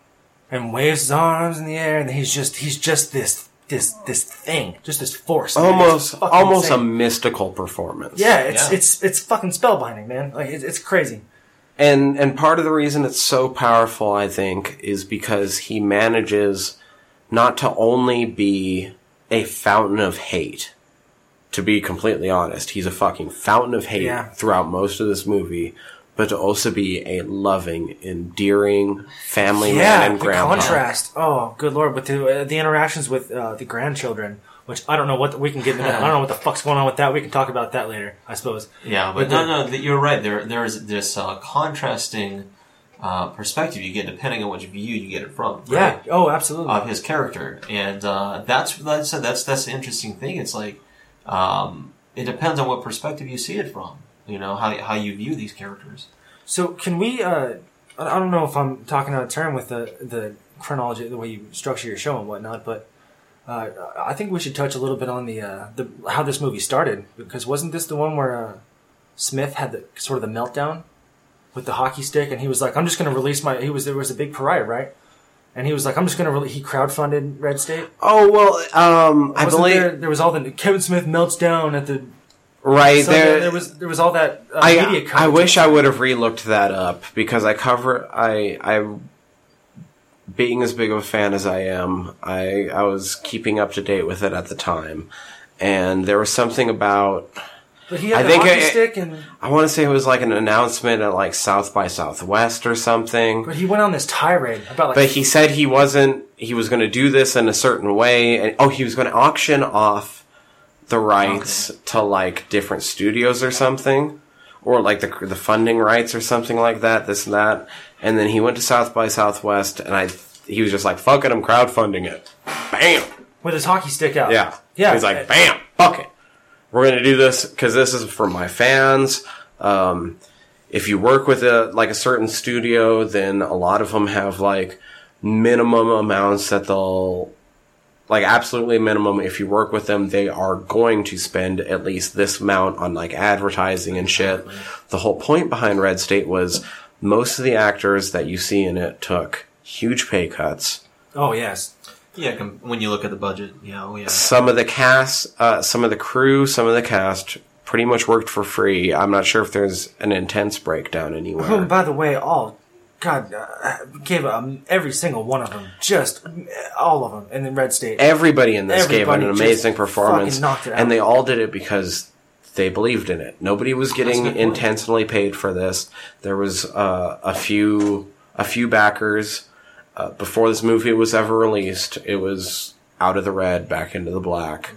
Speaker 3: and waves his arms in the air, and he's just he's just this this this thing, just this force,
Speaker 1: Almost,
Speaker 3: It's fucking
Speaker 1: almost
Speaker 3: insane.
Speaker 1: a mystical performance.
Speaker 3: yeah, it's
Speaker 2: Yeah.
Speaker 3: it's it's fucking spellbinding, man. Like it's, it's crazy.
Speaker 1: and and part of the reason it's so powerful i think is because he manages not to only be a fountain of hate to be completely honest he's a fucking fountain of hate
Speaker 3: Yeah.
Speaker 1: throughout most of this movie but to also be a loving endearing family man
Speaker 3: Yeah,
Speaker 1: and
Speaker 3: the
Speaker 1: grandpa
Speaker 3: contrast. Oh, good lord! With the uh, the interactions with uh, the grandchildren, which I don't know what we can get into. That. I don't know what the fuck's going on with that. We can talk about that later, I suppose.
Speaker 2: Yeah, but
Speaker 3: But
Speaker 2: no,
Speaker 3: the-
Speaker 2: no, th- you're right. There, there is this uh, contrasting uh, perspective you get depending on which view you get it from.
Speaker 3: Yeah.
Speaker 2: right,
Speaker 3: Oh, absolutely.
Speaker 2: Of his character, and uh, that's that's that's that's the interesting thing. It's like um, it depends on what perspective you see it from. You know how how you view these characters.
Speaker 3: so, can we? Uh, I I don't know if I'm talking out of turn with the the chronology, the way you structure your show and whatnot, but. Uh, I think we should touch a little bit on the, uh, the how this movie started because wasn't this the one where uh, Smith had the sort of the meltdown with with the hockey stick, and he was like, "I'm just going to release my." He was there was a big parade, right? And he was like, "I'm just going to." He crowdfunded Red State.
Speaker 1: Oh well, um, I
Speaker 3: Wasn't
Speaker 1: believe
Speaker 3: there, there was all the Kevin Smith melts down at the.
Speaker 1: right
Speaker 3: So
Speaker 1: there.
Speaker 3: there, there was there was all that uh, media.
Speaker 1: I,
Speaker 3: coverage.
Speaker 1: I wish I would have relooked that up because I cover I I being as big of a fan as I am, I I was keeping up to date with it at the time. And there was something about
Speaker 3: But he had
Speaker 1: I
Speaker 3: the
Speaker 1: think
Speaker 3: hockey
Speaker 1: it-
Speaker 3: stick, and
Speaker 1: I want to say it was like an announcement at like South by Southwest or something.
Speaker 3: but he went on this tirade about like
Speaker 1: But he said he wasn't. He was going to do this in a certain way, and oh, he was going to auction off the rights to like different studios or something, or like the the funding rights or something like that. This and that, and then he went to South by Southwest, and I he was just like, "Fuck it, I'm crowdfunding it." Bam.
Speaker 3: with his hockey stick out.
Speaker 1: Yeah.
Speaker 3: yeah.
Speaker 1: He's like,
Speaker 3: it-
Speaker 1: bam, fuck it. We're going to do this because this is for my fans. Um, if you work with a, like a certain studio, then a lot of them have like minimum amounts that they'll, like absolutely minimum. If you work with them, they are going to spend at least this amount on like advertising and shit. The whole point behind Red State was most of the actors that you see in it took huge pay cuts.
Speaker 3: oh yes,
Speaker 2: Yeah, com- when you look at the budget, you know, yeah.
Speaker 1: some of the cast, uh, some of the crew, some of the cast pretty much worked for free. I'm not sure if there's an intense breakdown
Speaker 3: Whom,
Speaker 1: anywhere.
Speaker 3: by the way, all God uh, gave um, every single one of them, just uh, all of them, and then Red State.
Speaker 1: Everybody in this gave an
Speaker 3: Everybody just
Speaker 1: amazing
Speaker 3: fucking
Speaker 1: performance,
Speaker 3: knocked it out.
Speaker 1: and they all did it because they believed in it. Nobody was getting
Speaker 2: good point.
Speaker 1: intentionally paid for this. There was uh, a few a few backers uh, before this movie was ever released. It was out of the red, back into the black.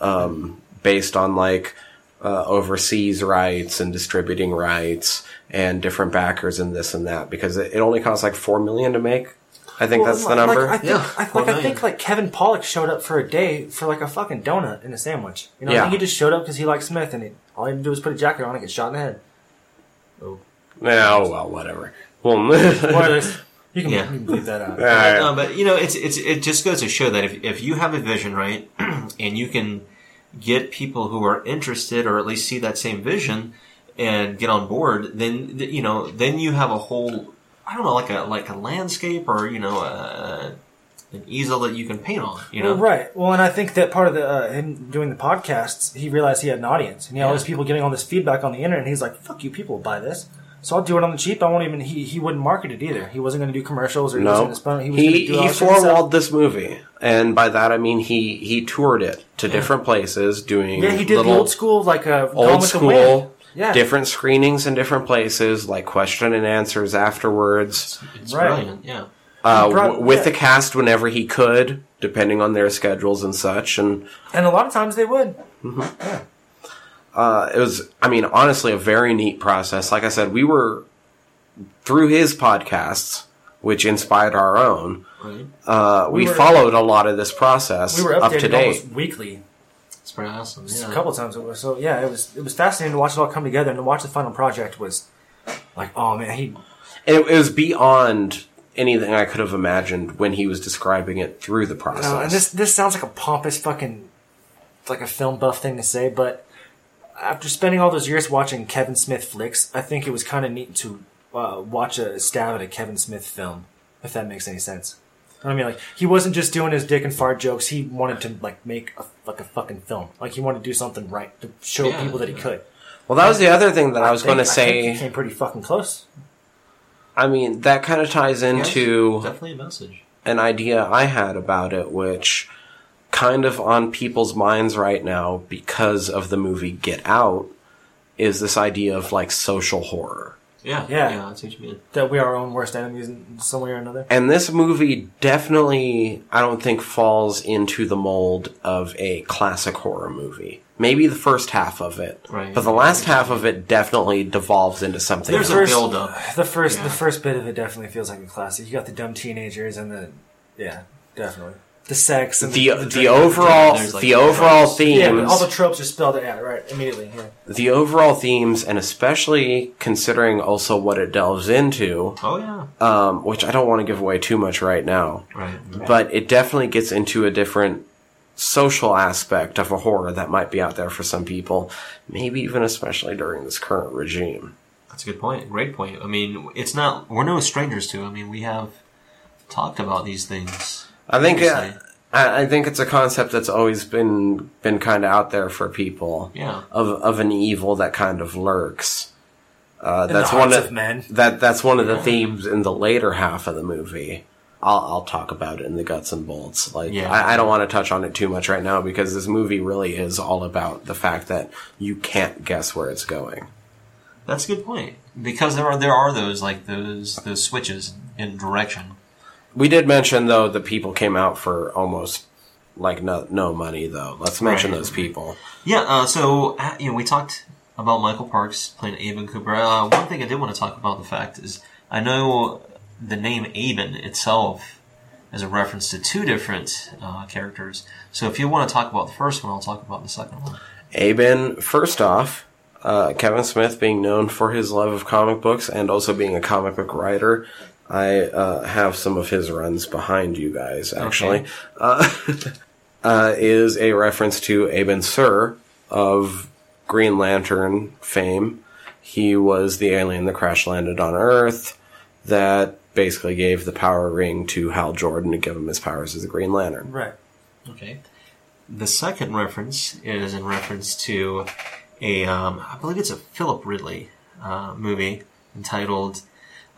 Speaker 1: um, based on like uh, overseas rights and distributing rights and different backers and this and that because it, it only costs like four million to make. I think that's the
Speaker 3: Well, like,
Speaker 1: number.
Speaker 3: I think,
Speaker 2: Yeah,
Speaker 3: I, like,
Speaker 2: well,
Speaker 3: I
Speaker 2: yeah.
Speaker 3: think like Kevin Pollock showed up for a day for like a fucking donut and a sandwich. You know, I
Speaker 1: Yeah.
Speaker 3: think he just showed up because he likes Smith, and he, all he had to do was put a jacket on and get shot in the head.
Speaker 1: yeah, oh, well, whatever. Well,
Speaker 3: Well, there's- you can
Speaker 2: Yeah.
Speaker 3: you can leave that out.
Speaker 1: alright.
Speaker 3: um,
Speaker 2: No, Uh, but you know, it's it's it just goes to show that if if you have a vision, right, and you can get people who are interested or at least see that same vision and get on board, then th- you know, then you have a whole I don't know, like a like a landscape or you know, a, an easel that you can paint on. You know,
Speaker 3: Well, right. Well, and I think that part of the uh, him doing the podcasts, he realized he had an audience, and he had all
Speaker 2: Yeah.
Speaker 3: these people getting all this feedback on the internet. And he's like, "Fuck you, people will buy this." So I'll do it on the cheap. I won't even. He, he wouldn't market it either. He wasn't going to do commercials or he wasn't
Speaker 1: no,
Speaker 3: gonna spend- He was going
Speaker 1: he
Speaker 3: to do all
Speaker 1: he
Speaker 3: this shit himself.
Speaker 1: four-walled this movie, and by that I mean he he toured it to different places doing
Speaker 3: Yeah, he did
Speaker 1: little
Speaker 3: the old school like uh, Gone
Speaker 1: old
Speaker 3: with the Wind.
Speaker 1: school.
Speaker 3: Yeah,
Speaker 1: Different screenings in different places, like question and answers afterwards.
Speaker 2: it's
Speaker 3: right.
Speaker 2: brilliant. Yeah.
Speaker 1: uh,
Speaker 3: Brought-
Speaker 1: w- with
Speaker 3: yeah.
Speaker 1: the cast whenever he could, depending on their schedules and such. And
Speaker 3: and a lot of times they would.
Speaker 1: uh, it was, I mean, honestly, a very neat process. Like I said, we were through his podcasts, which inspired our own.
Speaker 2: Right.
Speaker 1: Uh, we
Speaker 3: We were-
Speaker 1: followed a lot of this process
Speaker 3: We were
Speaker 1: up
Speaker 3: updated
Speaker 1: to date.
Speaker 3: almost weekly,
Speaker 2: It's pretty awesome.
Speaker 3: just
Speaker 2: Yeah.
Speaker 3: a couple times over. So yeah, it was it was fascinating to watch it all come together and to watch the final project was like, oh man, he
Speaker 1: And it, it was beyond anything I could have imagined when he was describing it through the process.
Speaker 3: No, Uh, and this this sounds like a pompous fucking like a film buff thing to say, but after spending all those years watching Kevin Smith flicks, I think it was kind of neat to uh, watch a stab at a Kevin Smith film, if that makes any sense. You know what I mean, like he wasn't just doing his dick and fart jokes. He wanted to like make a, like a fucking film. Like he wanted to do something right to show
Speaker 2: Yeah,
Speaker 3: people that he
Speaker 2: yeah.
Speaker 3: could.
Speaker 1: well, that was the other thing that I was
Speaker 3: Think-
Speaker 1: going to
Speaker 3: think he
Speaker 1: say.
Speaker 3: came pretty fucking close.
Speaker 1: I mean, that kind of ties into.
Speaker 2: definitely a message.
Speaker 1: an idea I had about it, which kind of on people's minds right now because of the movie Get Out, is this idea of like social horror.
Speaker 2: Yeah.
Speaker 3: Yeah.
Speaker 2: Yeah. That's what you mean.
Speaker 3: That we are our own worst enemies in some way or another.
Speaker 1: And this movie definitely, I don't think, falls into the mold of a classic horror movie. Maybe the first half of it,
Speaker 2: Right.
Speaker 1: but the last half of it definitely devolves into something.
Speaker 2: There's
Speaker 1: else.
Speaker 2: a build up.
Speaker 3: The first,
Speaker 2: Yeah.
Speaker 3: the first bit of it definitely feels like a classic. You got the dumb teenagers and the, yeah, definitely the sex and
Speaker 1: the
Speaker 3: the,
Speaker 1: the overall
Speaker 2: There's, like,
Speaker 1: the overall
Speaker 2: tropes.
Speaker 1: themes.
Speaker 3: yeah, but all the tropes are spelled out right immediately. Yeah.
Speaker 1: the overall themes, and especially considering also what it delves into,
Speaker 2: Oh yeah.
Speaker 1: um, which I don't want to give away too much right now,
Speaker 2: Right.
Speaker 1: but it definitely gets into a different social aspect of a horror that might be out there for some people, maybe even especially during this current regime.
Speaker 2: That's a good point. Great point. I mean, it's not we're no strangers to. it. I mean, we have talked about these things.
Speaker 1: I think uh,
Speaker 2: previously.
Speaker 1: I, I think it's a concept that's always been been kind of out there for people.
Speaker 2: Yeah.
Speaker 1: Of of an evil that kind of lurks. Uh,
Speaker 3: the
Speaker 1: that's one
Speaker 3: hearts
Speaker 1: of,
Speaker 3: of men.
Speaker 1: that that's one of the themes in the later half of the movie. I'll, I'll talk about it in the guts and bolts. Like
Speaker 2: Yeah.
Speaker 1: I, I don't want to touch on it too much right now because this movie really is all about the fact that you can't guess where it's going.
Speaker 2: That's a good point because there are there are those like those those switches in direction.
Speaker 1: We did mention though the people came out for almost like no no money though. Let's mention
Speaker 2: Right.
Speaker 1: those people.
Speaker 2: Yeah. Uh, so uh, you know, we talked about Michael Parks playing Aben Cooper. Uh, one thing I did want to talk about the fact is I know the name Aben itself is a reference to two different uh, characters. So if you want to talk about the first one, I'll talk about the second one.
Speaker 1: Aben, first off, uh, Kevin Smith being known for his love of comic books and also being a comic book writer. I uh, have some of his runs behind you guys, actually.
Speaker 2: Okay.
Speaker 1: Uh, uh, is a reference to Aben Sur of Green Lantern fame. He was the alien that crash landed on Earth that basically gave the power ring to Hal Jordan to give him his powers as a Green Lantern.
Speaker 3: Right.
Speaker 2: Okay. The second reference is in reference to a, um, I believe it's a Philip Ridley uh, movie entitled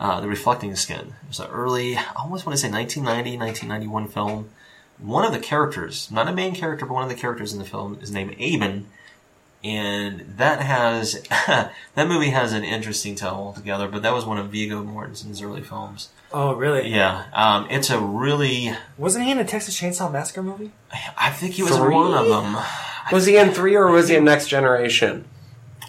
Speaker 2: uh, The Reflecting Skin. It was an early, I almost want to say 1990, 1991 film. One of the characters, not a main character, but one of the characters in the film is named Aben. And that has, that movie has an interesting tale altogether, but that was one of Vigo Mortensen's early films.
Speaker 3: Oh, really?
Speaker 2: Yeah, um, it's a really,
Speaker 3: Wasn't he in a Texas Chainsaw Massacre movie?
Speaker 2: I think he was in
Speaker 1: Three?
Speaker 2: one of them.
Speaker 1: Was he in three or was he in Next Generation?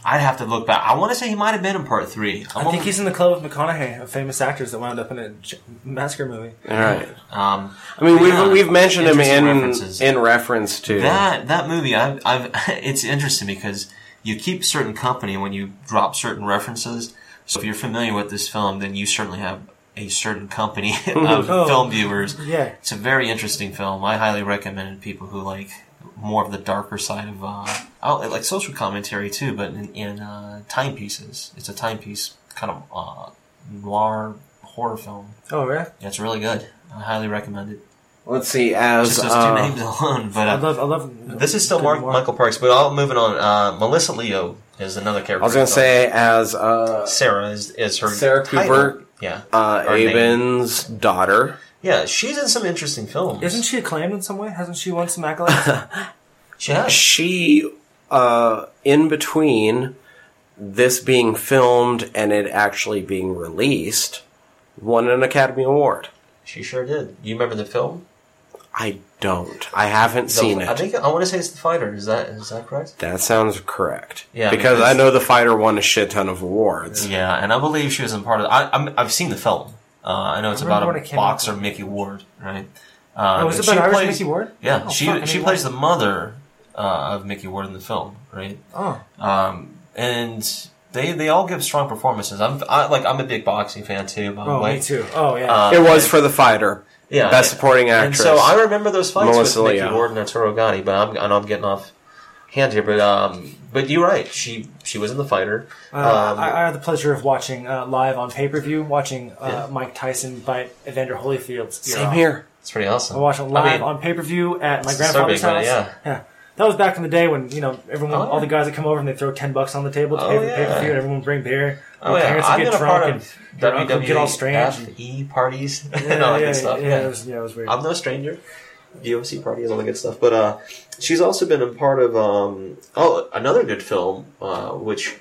Speaker 2: I'd have to look back. I want to say he might have been in part three. I'm
Speaker 3: I think he's in the club of McConaughey, of famous actors that wound up in a ch- massacre movie.
Speaker 1: All right.
Speaker 2: Um,
Speaker 1: I mean, we've,
Speaker 2: yeah,
Speaker 1: we've mentioned him
Speaker 2: interesting
Speaker 1: in
Speaker 2: references.
Speaker 1: in reference to
Speaker 2: that that movie. I've, I've it's interesting because you keep certain company when you drop certain references. So if you're familiar with this film, then you certainly have a certain company of
Speaker 3: Oh.
Speaker 2: film viewers.
Speaker 3: Yeah.
Speaker 2: It's a very interesting film. I highly recommend it to people who like more of the darker side of uh, I like social commentary too, but in, in uh, timepieces. It's a timepiece kind of uh, noir horror film.
Speaker 3: Oh, really?
Speaker 2: Yeah, it's really good. I highly recommend it.
Speaker 1: Let's see, as
Speaker 2: Just those
Speaker 1: uh,
Speaker 2: two names alone, but
Speaker 3: I
Speaker 2: uh,
Speaker 3: love, I love.
Speaker 2: this is still
Speaker 3: good
Speaker 2: Mark,
Speaker 3: noir.
Speaker 2: Michael Parks. But I'll moving on. Uh, Melissa Leo is another character.
Speaker 1: I was gonna say as uh,
Speaker 2: Sarah is, is her
Speaker 1: Sarah
Speaker 2: title.
Speaker 1: Cooper,
Speaker 2: Yeah,
Speaker 1: uh,
Speaker 2: Her name.
Speaker 1: Aben's daughter.
Speaker 2: Yeah, she's in some interesting films.
Speaker 3: Isn't she acclaimed in some way? Hasn't she won some accolades?
Speaker 2: she? Has.
Speaker 1: She uh, in between this being filmed and it actually being released, won an Academy Award.
Speaker 2: She sure did. You remember the film?
Speaker 1: I don't. I haven't
Speaker 2: The-
Speaker 1: seen
Speaker 2: I
Speaker 1: it.
Speaker 2: think I want to say it's The Fighter. Is that is that correct?
Speaker 1: That sounds correct.
Speaker 2: Yeah,
Speaker 1: because
Speaker 2: because-
Speaker 1: I know the fighter won a shit ton of awards.
Speaker 2: Yeah, and I believe she was in part of. I, I'm, I've seen the film. Uh, I know it's
Speaker 3: I remember
Speaker 2: about
Speaker 3: when it
Speaker 2: a
Speaker 3: came out.
Speaker 2: boxer, Mickey Ward, right? Uh,
Speaker 3: oh, was
Speaker 2: and
Speaker 3: it about
Speaker 2: she
Speaker 3: Irish
Speaker 2: plays-
Speaker 3: Mickey Ward?
Speaker 2: Yeah,
Speaker 3: Oh,
Speaker 2: she
Speaker 3: fuck, I
Speaker 2: she
Speaker 3: didn't
Speaker 2: plays
Speaker 3: watch-
Speaker 2: the mother uh, of Mickey Ward in the film, right?
Speaker 3: Oh,
Speaker 2: Um, and they they all give strong performances. I'm I, like I'm a big boxing fan too. By the
Speaker 3: oh,
Speaker 2: way,
Speaker 3: me too. Oh, yeah.
Speaker 2: Uh,
Speaker 1: It was for the fighter.
Speaker 2: Yeah,
Speaker 1: Best supporting
Speaker 2: and
Speaker 1: actress.
Speaker 2: so I remember those fights
Speaker 1: Melissa
Speaker 2: with Mickey
Speaker 1: Leo.
Speaker 2: Ward and Arturo Gotti. But I'm I know I'm getting off hand here, but um, but you're right. She she was in the fighter.
Speaker 3: Uh,
Speaker 2: um,
Speaker 3: I, I had the pleasure of watching uh, live on pay per view, watching uh,
Speaker 2: Yeah.
Speaker 3: Mike Tyson bite Evander Holyfield's. ear
Speaker 1: Same
Speaker 3: off.
Speaker 1: here.
Speaker 2: it's pretty awesome.
Speaker 3: I watched it live
Speaker 2: I mean,
Speaker 3: on pay per view at my
Speaker 2: it's
Speaker 3: grandfather's
Speaker 2: disturbing,
Speaker 3: house.
Speaker 2: but
Speaker 3: That was back in the day when you know everyone,
Speaker 2: Oh, yeah.
Speaker 3: all the guys that come over and they throw ten bucks on the table to
Speaker 2: Oh,
Speaker 3: pay for the
Speaker 2: yeah.
Speaker 3: pay per view, and everyone would bring beer.
Speaker 2: Oh
Speaker 3: My
Speaker 2: yeah,
Speaker 3: parents would
Speaker 2: I've
Speaker 3: get
Speaker 2: been a
Speaker 3: drunk
Speaker 2: part
Speaker 3: and
Speaker 2: of
Speaker 3: their uncle would get all strange.
Speaker 2: WWE E parties and all that good stuff.
Speaker 3: yeah,
Speaker 2: yeah.
Speaker 3: It was, yeah, it was weird.
Speaker 2: I'm no stranger. VOC parties, all that good stuff. But uh, she's also been a part of um, oh another good film, uh, which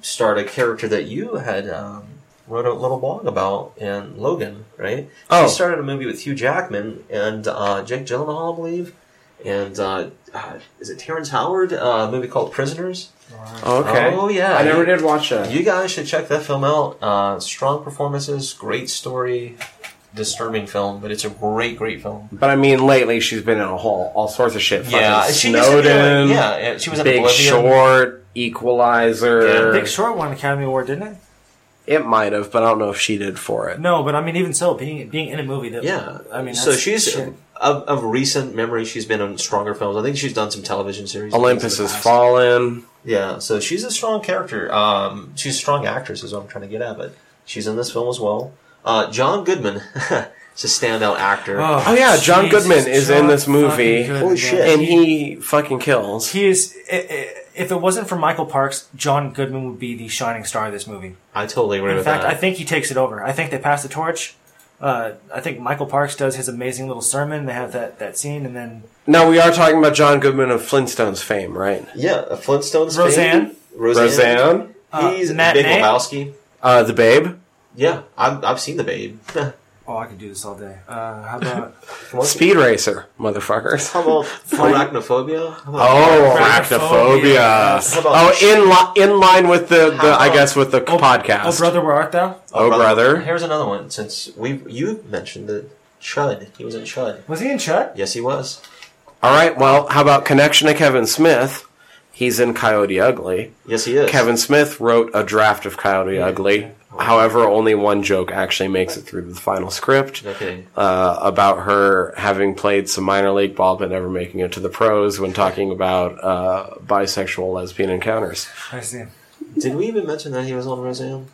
Speaker 2: starred a character that you had um, wrote a little blog about in Logan, right?
Speaker 1: Oh.
Speaker 2: She started a movie with Hugh Jackman and uh, Jake Gyllenhaal, I believe, and uh, uh, is it Terrence Howard? Uh, a movie called Prisoners.
Speaker 1: Okay.
Speaker 2: Oh, yeah.
Speaker 1: I never did watch that.
Speaker 2: You guys should check that film out. Uh, strong performances, great story, disturbing film, but it's a great, great film.
Speaker 1: but I mean, lately she's been in a whole all sorts of shit. Fucking
Speaker 2: Yeah, she used to be
Speaker 1: Snowden.
Speaker 2: a- yeah, yeah, she was in
Speaker 1: Big
Speaker 2: Oblivion.
Speaker 1: Short, Equalizer.
Speaker 2: Yeah,
Speaker 3: Big Short won an Academy Award, didn't it?
Speaker 1: It might have, but I don't know if she did for it.
Speaker 3: No, but I mean, even so, being being in a movie that
Speaker 2: Yeah,
Speaker 3: I mean,
Speaker 2: so
Speaker 3: that's
Speaker 2: she's
Speaker 3: shit.
Speaker 2: of, of recent memory. She's been on stronger films. I think she's done some television series.
Speaker 1: Olympus
Speaker 2: in the
Speaker 1: has
Speaker 2: past.
Speaker 1: fallen.
Speaker 2: Yeah, so she's a strong character. Um, she's a strong actress, is what I'm trying to get at. But she's in this film as well. Uh, John Goodman is a standout actor.
Speaker 1: Oh yeah, John
Speaker 3: Jesus,
Speaker 1: Goodman is
Speaker 3: John
Speaker 1: in this movie.
Speaker 3: fucking Goodman.
Speaker 2: Holy shit.
Speaker 1: and he fucking kills.
Speaker 3: He is. i- i- If it wasn't for Michael Parks, John Goodman would be the shining star of this movie.
Speaker 2: I totally agree
Speaker 3: In
Speaker 2: with
Speaker 3: fact,
Speaker 2: that.
Speaker 3: I think he takes it over. I think they pass the torch. Uh, I think Michael Parks does his amazing little sermon. They have that, that scene, and then
Speaker 1: now we are talking about John Goodman of Flintstones fame, right?
Speaker 2: yeah, a Flintstones.
Speaker 3: Roseanne?
Speaker 2: fan. Roseanne.
Speaker 1: Roseanne,
Speaker 3: Uh,
Speaker 2: He's Big
Speaker 3: Matinee?
Speaker 2: Lebowski.
Speaker 1: uh, the Babe.
Speaker 2: Yeah, I've, I've seen the Babe.
Speaker 3: oh, I could do this all day. Uh, how about
Speaker 1: Speed Racer, motherfuckers.
Speaker 2: How about arachnophobia? How about-
Speaker 1: Oh,
Speaker 3: Arachnophobia.
Speaker 1: arachnophobia.
Speaker 2: How about-
Speaker 1: Oh, in li- in line with the, the
Speaker 2: How
Speaker 1: I
Speaker 2: about-
Speaker 1: guess with the podcast.
Speaker 3: Oh, brother, where art thou?
Speaker 1: Oh, brother.
Speaker 2: Here's another one. Since we you mentioned it, Chud. He was in Chud.
Speaker 3: Was he in Chud?
Speaker 2: Yes, he was.
Speaker 1: All right. Well, how about connection to Kevin Smith? He's in Coyote Ugly.
Speaker 2: Yes, he is.
Speaker 1: Kevin Smith wrote a draft of Coyote Ugly. However, only one joke actually makes it through the final script.
Speaker 2: No kidding.
Speaker 1: uh, about her having played some minor league ball but never making it to the pros when talking about uh, bisexual lesbian encounters.
Speaker 3: I see him.
Speaker 2: Did we even mention that he was on Roseanne?